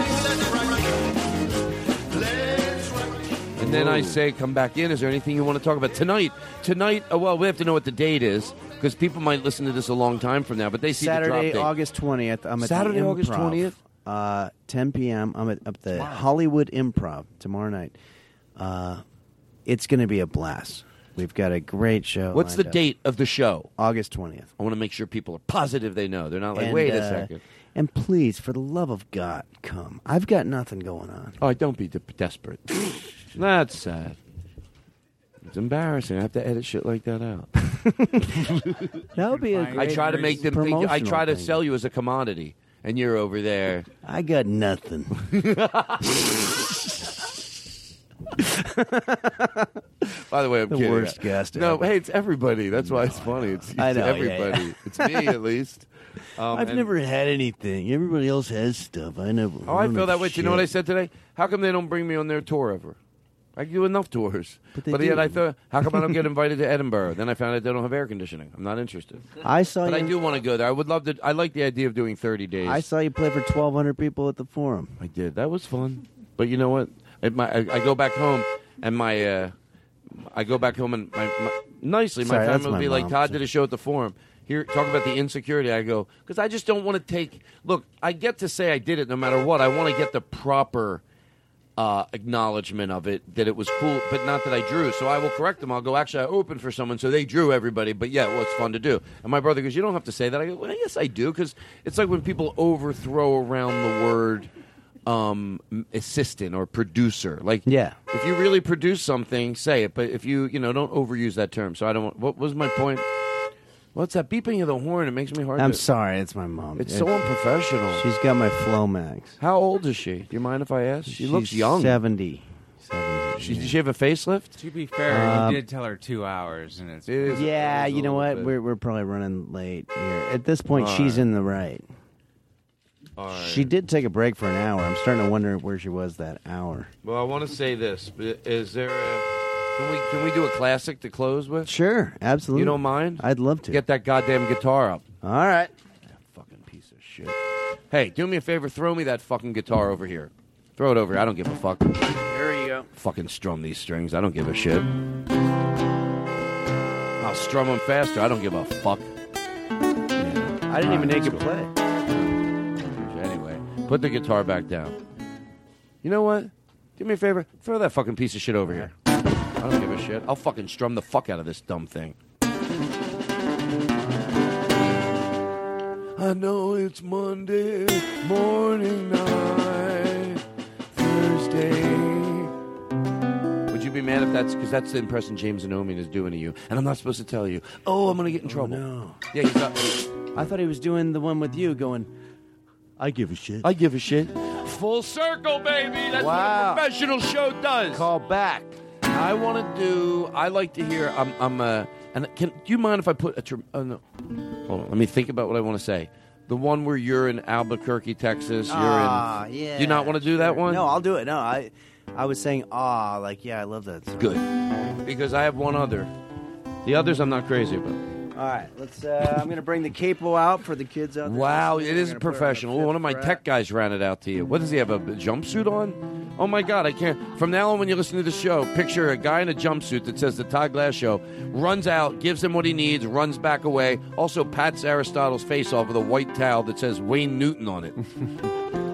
[SPEAKER 3] And then I say, come back in. Is there anything you want to talk about tonight? Tonight, oh, well, we have to know what the date is because people might listen to this a long time from now, but they see the
[SPEAKER 8] Saturday,
[SPEAKER 3] drop date.
[SPEAKER 8] August twentieth. I'm at
[SPEAKER 3] Saturday,
[SPEAKER 8] the
[SPEAKER 3] August
[SPEAKER 8] Improv,
[SPEAKER 3] 20th?
[SPEAKER 8] uh, ten p.m. I'm at, at the Hollywood Improv tomorrow night. Uh, it's going to be a blast. We've got a great show.
[SPEAKER 3] What's the
[SPEAKER 8] lined up.
[SPEAKER 3] date of the show?
[SPEAKER 8] Oh, August twentieth.
[SPEAKER 3] I
[SPEAKER 8] uh,
[SPEAKER 3] want to make sure people are positive they know. They're not like, wait a second.
[SPEAKER 8] And please, for the love of God, come. I've got nothing going on.
[SPEAKER 3] Oh, don't be de- desperate. That's sad. It's embarrassing. I have to edit shit like that out.
[SPEAKER 8] That would be. A
[SPEAKER 3] I try to make them think. I try to sell you as a commodity, and you're over there.
[SPEAKER 8] I
[SPEAKER 3] <laughs>
[SPEAKER 8] got nothing.
[SPEAKER 3] By the way, I'm
[SPEAKER 8] The
[SPEAKER 3] kidding.
[SPEAKER 8] worst guest
[SPEAKER 3] No,
[SPEAKER 8] ever.
[SPEAKER 3] hey, it's everybody. That's why it's funny. It's, it's
[SPEAKER 8] I know, yeah, yeah.
[SPEAKER 3] everybody. It's me at
[SPEAKER 8] <laughs>
[SPEAKER 3] least. Um,
[SPEAKER 8] I've
[SPEAKER 3] and-
[SPEAKER 8] never had anything. Everybody else has stuff. I never.
[SPEAKER 3] Oh, I
[SPEAKER 8] don't
[SPEAKER 3] feel
[SPEAKER 8] know
[SPEAKER 3] that way. Do You know what I
[SPEAKER 8] shit.
[SPEAKER 3] said today? How come they don't bring me on their tour ever? I do enough tours, but,
[SPEAKER 8] they
[SPEAKER 3] yet
[SPEAKER 8] do.
[SPEAKER 3] I thought, how come I don't get invited to Edinburgh? Then I found out they don't have air conditioning. I'm not interested.
[SPEAKER 8] I saw
[SPEAKER 3] But I
[SPEAKER 8] you-
[SPEAKER 3] do want to go there. I would love to. I like the idea of doing 30 days.
[SPEAKER 8] I saw you play for twelve hundred people at the Forum.
[SPEAKER 3] I did. That was fun. But you know what? It, my, I, I go back home and my uh, I go back home and my, my nicely my
[SPEAKER 8] Sorry, that's
[SPEAKER 3] family would
[SPEAKER 8] my
[SPEAKER 3] be like,
[SPEAKER 8] mom.
[SPEAKER 3] Todd did a show at the Forum. Here, talk about the insecurity. I go because I just don't want to take. Look, I get to say I did it no matter what. I want to get the proper uh, acknowledgement of it that it was cool, but not that I drew. So I will correct them. I'll go. Actually, I opened for someone, so they drew everybody. But yeah, well, it's fun to do. And my brother goes, "You don't have to say that." I go, "Well, yes, I do," because it's like when people overthrow around the word um, m- assistant or producer. Like,
[SPEAKER 8] Yeah.
[SPEAKER 3] if you really produce something, say it. But if you, you know, don't overuse that term. So I don't. want- What was my point? What's that beeping of the horn? It makes me hard.
[SPEAKER 8] I'm
[SPEAKER 3] to,
[SPEAKER 8] sorry, it's my mom.
[SPEAKER 3] It's so unprofessional.
[SPEAKER 8] She's got my Flomax.
[SPEAKER 3] How old is she? Do you mind if I ask? She looks
[SPEAKER 8] She's
[SPEAKER 3] young.
[SPEAKER 8] Seventy.
[SPEAKER 3] She, did she have a facelift?
[SPEAKER 17] To be fair,
[SPEAKER 8] Um,
[SPEAKER 17] you did tell her two hours, and it's
[SPEAKER 8] Yeah,
[SPEAKER 17] it's a
[SPEAKER 8] you know
[SPEAKER 17] little
[SPEAKER 8] what?
[SPEAKER 17] bit-
[SPEAKER 8] We're we're probably running late here. At this point,
[SPEAKER 3] All
[SPEAKER 8] she's
[SPEAKER 3] right.
[SPEAKER 8] in the right. She did take a break for an hour. I'm starting to wonder where she was that hour.
[SPEAKER 3] Well, I want to say this. Is there a. Can we, can we do a classic to close with?
[SPEAKER 8] Sure, absolutely.
[SPEAKER 3] You don't mind?
[SPEAKER 8] I'd love to.
[SPEAKER 3] Get that goddamn guitar up.
[SPEAKER 8] All right.
[SPEAKER 3] Fucking piece of shit. Hey, do me a favor. Throw me that fucking guitar over here. Throw it over. here. I don't give a fuck.
[SPEAKER 8] There you go.
[SPEAKER 3] Fucking strum these strings. I don't give a shit. I'll strum them faster. I don't give a fuck.
[SPEAKER 8] I didn't even make it play.
[SPEAKER 3] Anyway, put the guitar back down. You know what? Do me a favor. Throw that fucking piece of shit over here. I don't give a shit. I'll fucking strum the fuck out of this dumb thing. I know it's Monday morning night, Thursday. Would you be mad if that's because that's the impression James Anomian is doing to you? And I'm not supposed to tell you. Oh, I'm gonna get in trouble.
[SPEAKER 8] no.
[SPEAKER 3] Yeah, he's not.
[SPEAKER 8] I thought he was doing the one with you, going. I give a shit.
[SPEAKER 3] I give a shit. Full circle, baby. That's
[SPEAKER 8] Wow.
[SPEAKER 3] what a professional show does.
[SPEAKER 8] Call back.
[SPEAKER 3] I want to do. I like to hear. I'm. I'm. Uh, and can do you mind if I put a? Tr- oh, no. Hold on. Let me think about what I want to say. The one where you're in Albuquerque, Texas. You're
[SPEAKER 8] Ah,
[SPEAKER 3] in.
[SPEAKER 8] yeah.
[SPEAKER 3] Do you not want to do that one?
[SPEAKER 8] No, I'll do it. No, I, I was saying ah, like yeah, I love that. Song.
[SPEAKER 3] Good. Because I have one other. The others I'm not crazy about.
[SPEAKER 8] All right, let's. Uh, I'm gonna bring the capo out for the kids out there.
[SPEAKER 3] Wow,
[SPEAKER 8] We're
[SPEAKER 3] it is
[SPEAKER 8] gonna put on the
[SPEAKER 3] professional. One of my
[SPEAKER 8] fifth
[SPEAKER 3] tech guys ran it out to you. What does he have? A b- jumpsuit on? Oh my God, I can't. From now on, when you listen to the show, picture a guy in a jumpsuit that says the Todd Glass Show, runs out, gives him what he needs, runs back away, also pats Aristotle's face off with a white towel that says Wayne Newton on it.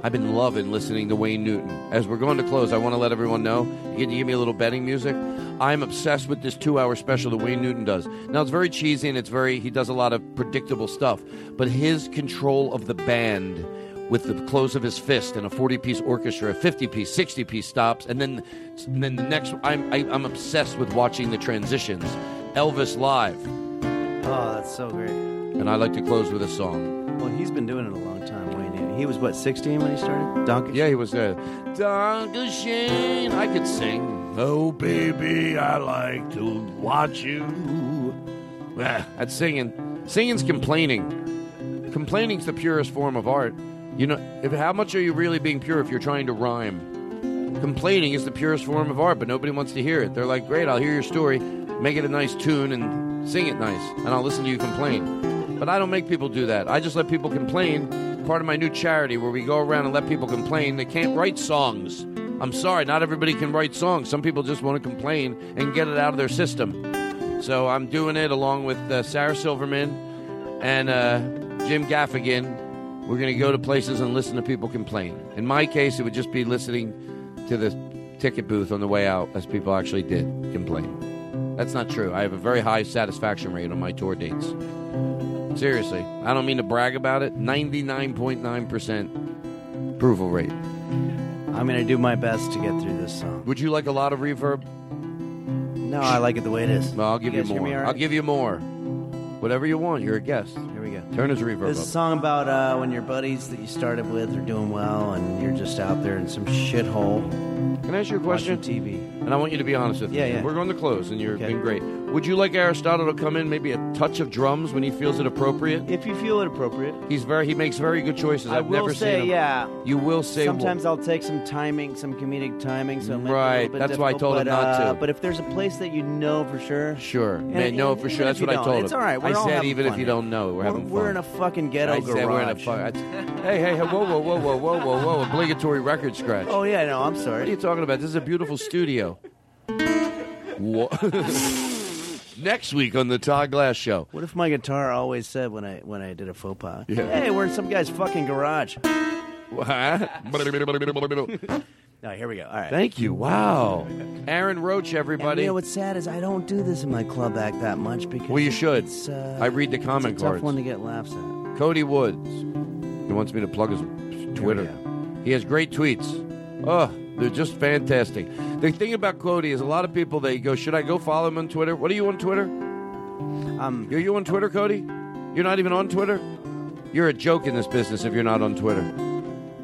[SPEAKER 3] I've been loving listening to Wayne Newton. As we're going to close, I want to let everyone know. You get to give me a little betting music. I'm obsessed with this two-hour special that Wayne Newton does. Now it's very cheesy and it's very he does a lot of predictable stuff, but his control of the band with the close of his fist and a 40-piece orchestra, a 50-piece, 60-piece stops, and then and then the next. I'm I, I'm obsessed with watching the transitions. Elvis live,
[SPEAKER 8] Oh, that's so great.
[SPEAKER 3] and I like to close with a song.
[SPEAKER 8] Well, he's been doing it a long time, Wayne. He was what 16 when he started. Donkey.
[SPEAKER 3] Yeah, he was there. Donkey Shane. I could sing. Oh, baby, I like to watch you. Ah, that's singing. Singing's complaining. Complaining's the purest form of art. You know, if, how much are you really being pure if you're trying to rhyme? Complaining is the purest form of art, but nobody wants to hear it. They're like, great, I'll hear your story, make it a nice tune, and sing it nice, and I'll listen to you complain. But I don't make people do that. I just let people complain. Part of my new charity where we go around and let people complain. They can't write songs. I'm sorry, not everybody can write songs. Some people just want to complain and get it out of their system. So I'm doing it along with uh, Sarah Silverman and uh, Jim Gaffigan. We're going to go to places and listen to people complain. In my case, it would just be listening to the ticket booth on the way out as people actually did complain. That's not true. I have a very high satisfaction rate on my tour dates. Seriously, I don't mean to brag about it. 99.9% approval rate.
[SPEAKER 8] I'm gonna do my best to get through this song.
[SPEAKER 3] Would you like a lot of reverb?
[SPEAKER 8] No, I like it the way it is.
[SPEAKER 3] Well, I'll give
[SPEAKER 8] You
[SPEAKER 3] you,
[SPEAKER 8] guys hear
[SPEAKER 3] more.
[SPEAKER 8] me all right?
[SPEAKER 3] I'll give you more. Whatever you want. You're a guest. Here
[SPEAKER 8] we go.
[SPEAKER 3] Turn his reverb
[SPEAKER 8] This is
[SPEAKER 3] up.
[SPEAKER 8] a song about uh, when your buddies that you started with are doing well and you're just out there in some shithole.
[SPEAKER 3] Can I ask you a question?
[SPEAKER 8] TV.
[SPEAKER 3] And I want you to be honest with
[SPEAKER 8] Yeah,
[SPEAKER 3] me.
[SPEAKER 8] yeah.
[SPEAKER 3] We're going to close, and you've been great. Would you like Aristotle to come in, maybe a touch of drums when he feels it appropriate?
[SPEAKER 8] If you feel it appropriate.
[SPEAKER 3] He's very. He makes very good choices.
[SPEAKER 8] I
[SPEAKER 3] I've
[SPEAKER 8] will
[SPEAKER 3] never
[SPEAKER 8] say,
[SPEAKER 3] seen him.
[SPEAKER 8] yeah.
[SPEAKER 3] You will say
[SPEAKER 8] Sometimes I'll take some timing, some comedic timing. So it might be a
[SPEAKER 3] Right,
[SPEAKER 8] little bit
[SPEAKER 3] that's why I
[SPEAKER 8] difficult,
[SPEAKER 3] told him
[SPEAKER 8] but,
[SPEAKER 3] not
[SPEAKER 8] uh,
[SPEAKER 3] to.
[SPEAKER 8] But if there's a place that you know for sure,
[SPEAKER 3] Sure,
[SPEAKER 8] And-
[SPEAKER 3] man. no,
[SPEAKER 8] and
[SPEAKER 3] for
[SPEAKER 8] even
[SPEAKER 3] sure.
[SPEAKER 8] if
[SPEAKER 3] That's
[SPEAKER 8] you
[SPEAKER 3] what I
[SPEAKER 8] don't,
[SPEAKER 3] told him.
[SPEAKER 8] it's all right, we're
[SPEAKER 3] I
[SPEAKER 8] all
[SPEAKER 3] said
[SPEAKER 8] having
[SPEAKER 3] even if
[SPEAKER 8] fun
[SPEAKER 3] you
[SPEAKER 8] here.
[SPEAKER 3] don't know, we're,
[SPEAKER 8] We're-
[SPEAKER 3] having fun.
[SPEAKER 8] we're in a fucking ghetto
[SPEAKER 3] I said we're in a
[SPEAKER 8] garage.
[SPEAKER 3] fu- that's- hey, hey, hey, whoa, whoa, whoa, whoa, whoa, whoa, whoa! Obligatory record scratch.
[SPEAKER 8] Oh yeah, no, I'm
[SPEAKER 3] What are
[SPEAKER 8] sorry.
[SPEAKER 3] you talking about? This is a beautiful studio. Wha- <laughs> Next week on the Todd Glass Show.
[SPEAKER 8] What if my guitar always said when I when I did a faux pas?
[SPEAKER 3] Yeah.
[SPEAKER 8] Hey, we're in some guy's fucking garage.
[SPEAKER 3] Huh?
[SPEAKER 8] No, here we go. All right.
[SPEAKER 3] Thank you. Wow. Aaron Roach,
[SPEAKER 8] And
[SPEAKER 3] everybody.
[SPEAKER 8] you know what's sad is I don't do this in my club act that much because
[SPEAKER 3] well, you should.
[SPEAKER 8] It's, uh,
[SPEAKER 3] I read the
[SPEAKER 8] it's
[SPEAKER 3] comment
[SPEAKER 8] a tough
[SPEAKER 3] cards.
[SPEAKER 8] one to get laughs at.
[SPEAKER 3] Cody Woods. He wants me to plug his Twitter. He has great tweets. Oh, they're just fantastic. The thing about Cody is a lot of people they go, should I go follow him on Twitter? What are you on Twitter?
[SPEAKER 8] Um,
[SPEAKER 3] are you on Twitter, Cody? You're not even on Twitter. You're a joke in this business if you're not on Twitter.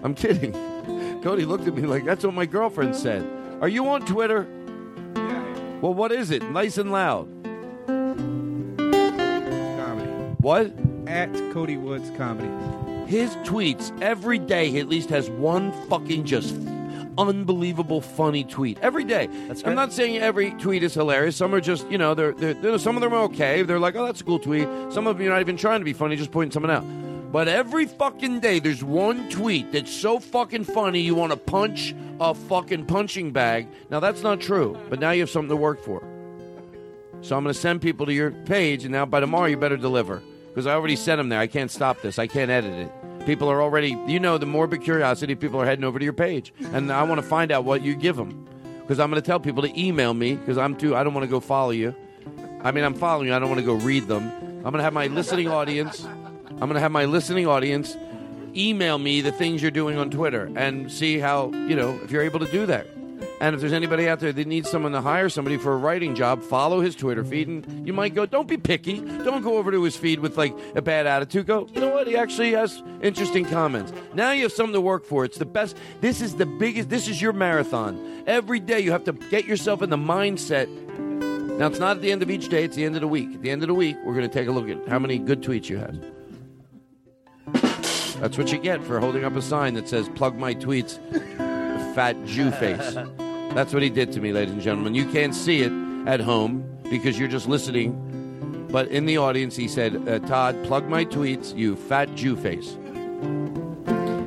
[SPEAKER 3] I'm kidding. <laughs> Cody looked at me like that's what my girlfriend said. Are you on Twitter? Well, what is it? Nice and loud. What?
[SPEAKER 1] At Cody Woods Comedy.
[SPEAKER 3] His tweets every day he at least has one fucking just unbelievable funny tweet every day.
[SPEAKER 8] That's
[SPEAKER 3] I'm not saying every tweet is hilarious. Some are just you know they're, they're, they're some of them are okay. They're like oh that's a cool tweet. Some of them you're not even trying to be funny, just pointing someone out. But every fucking day there's one tweet that's so fucking funny you want to punch a fucking punching bag. Now that's not true, but now you have something to work for. So I'm going to send people to your page, and now by tomorrow you better deliver because I already sent them there. I can't stop this. I can't edit it. People are already, you know, the morbid curiosity. People are heading over to your page, and I want to find out what you give them because I'm going to tell people to email me because I'm too. I don't want to go follow you. I mean, I'm following you. I don't want to go read them. I'm going to have my listening audience. I'm going to have my listening audience email me the things you're doing on Twitter and see how, you know, if you're able to do that. And if there's anybody out there that needs someone to hire somebody for a writing job, follow his Twitter feed and you might go, don't be picky. Don't go over to his feed with like a bad attitude. Go, you know what? He actually has interesting comments. Now you have something to work for. It's the best. This is the biggest. This is your marathon. Every day you have to get yourself in the mindset now, it's not at the end of each day, it's the end of the week. At the end of the week, we're going to take a look at how many good tweets you had. That's what you get for holding up a sign that says, plug my tweets, fat Jew face. That's what he did to me, ladies and gentlemen. You can't see it at home because you're just listening. But in the audience, he said, uh, Todd, plug my tweets, you fat Jew face.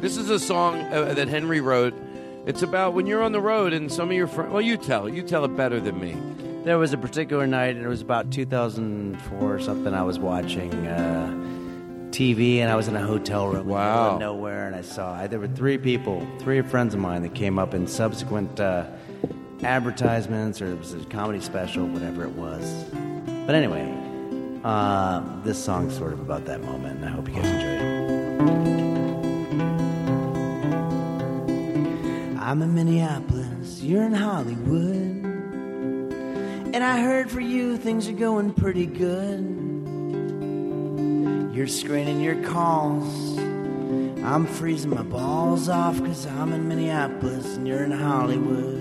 [SPEAKER 3] This is a song uh, that Henry wrote. It's about when you're on the road and some of your friends. Well, you tell it. You tell it better than me.
[SPEAKER 8] There was a particular night, and it was about 2004 or something. I was watching uh, TV, and I was in a hotel
[SPEAKER 3] Wow.
[SPEAKER 8] room. In the middle of nowhere, and I saw. I, there were three people, three friends of mine that came up in subsequent uh, advertisements, or it was a comedy special, whatever it was. But anyway, uh, this song's sort of about that moment, and I hope you guys enjoy it.
[SPEAKER 13] I'm in Minneapolis, you're in Hollywood. And I heard for you things are going pretty good. You're screening your calls. I'm freezing my balls off because I'm in Minneapolis and you're in Hollywood.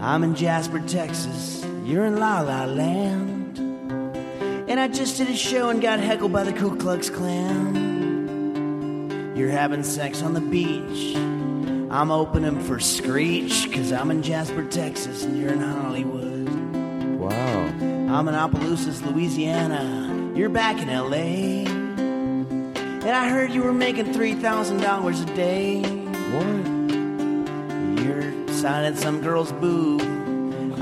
[SPEAKER 13] I'm in Jasper, Texas. You're in La La Land. And I just did a show and got heckled by the Ku Klux Klan. You're having sex on the beach. I'm opening for Screech because I'm in Jasper, Texas, and you're in Hollywood.
[SPEAKER 3] Wow.
[SPEAKER 13] I'm in Opelousas, Louisiana. You're back in LA. And I heard you were making $3,000 a day. What? You're signing some girl's boob.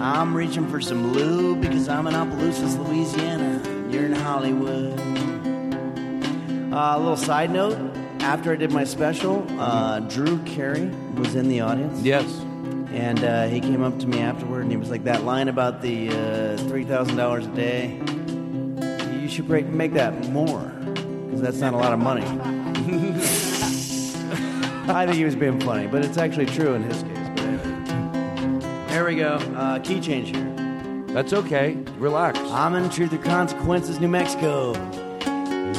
[SPEAKER 13] I'm reaching for some lube because I'm in Opelousas, Louisiana. <laughs> You're in Hollywood.
[SPEAKER 8] Uh, a little side note. After I did my special, uh, Drew Carey was in the audience.
[SPEAKER 3] Yes.
[SPEAKER 8] And uh, he came up to me afterward and he was like, That line about the uh, $3,000 a day, you should break, make that more because that's not a lot of money. I think he was being funny, but it's actually true in his case. But anyway. There we go. Uh, key change here.
[SPEAKER 3] That's okay. Relax.
[SPEAKER 8] I'm in Truth or Consequences, New Mexico.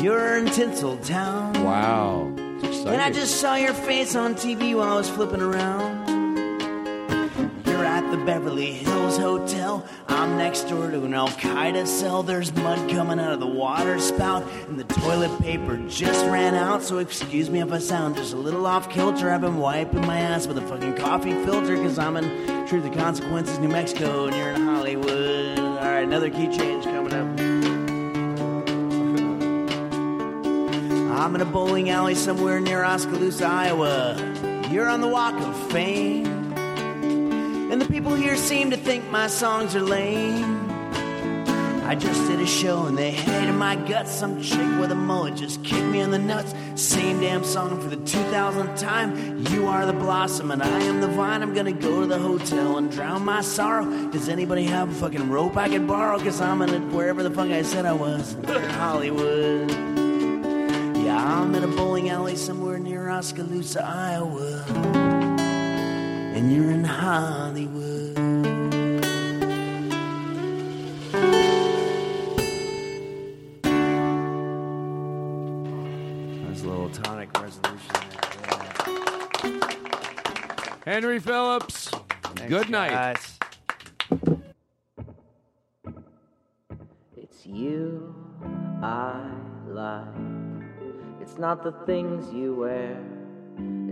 [SPEAKER 13] You're in Tinseltown.
[SPEAKER 3] Wow.
[SPEAKER 13] And I just saw your face on TV while I was flipping around. You're at the Beverly Hills Hotel. I'm next door to an Al Qaeda cell. There's mud coming out of the water spout, and the toilet paper just ran out. So, excuse me if I sound just a little off kilter. I've been wiping my ass with a fucking coffee filter because I'm in Truth and Consequences, New Mexico, and you're in Hollywood. All right, another key change coming up. I'm in a bowling alley somewhere near Oskaloosa, Iowa. You're on the Walk of Fame. And the people here seem to think my songs are lame. I just did a show and they hated my guts. Some chick with a mullet just kicked me in the nuts. Same damn song for the 2000th time. You are the blossom and I am the vine. I'm gonna go to the hotel and drown my sorrow. Does anybody have a fucking rope I can borrow? Cause I'm in it wherever the fuck I said I was. <laughs> Hollywood. Yeah, I'm in a bowling alley somewhere near Oskaloosa, Iowa. And you're in Hollywood.
[SPEAKER 8] That's a little tonic resolution.
[SPEAKER 3] Henry Phillips. Good night.
[SPEAKER 23] It's you I like. It's not the things you wear.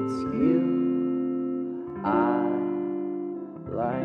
[SPEAKER 23] It's you I like.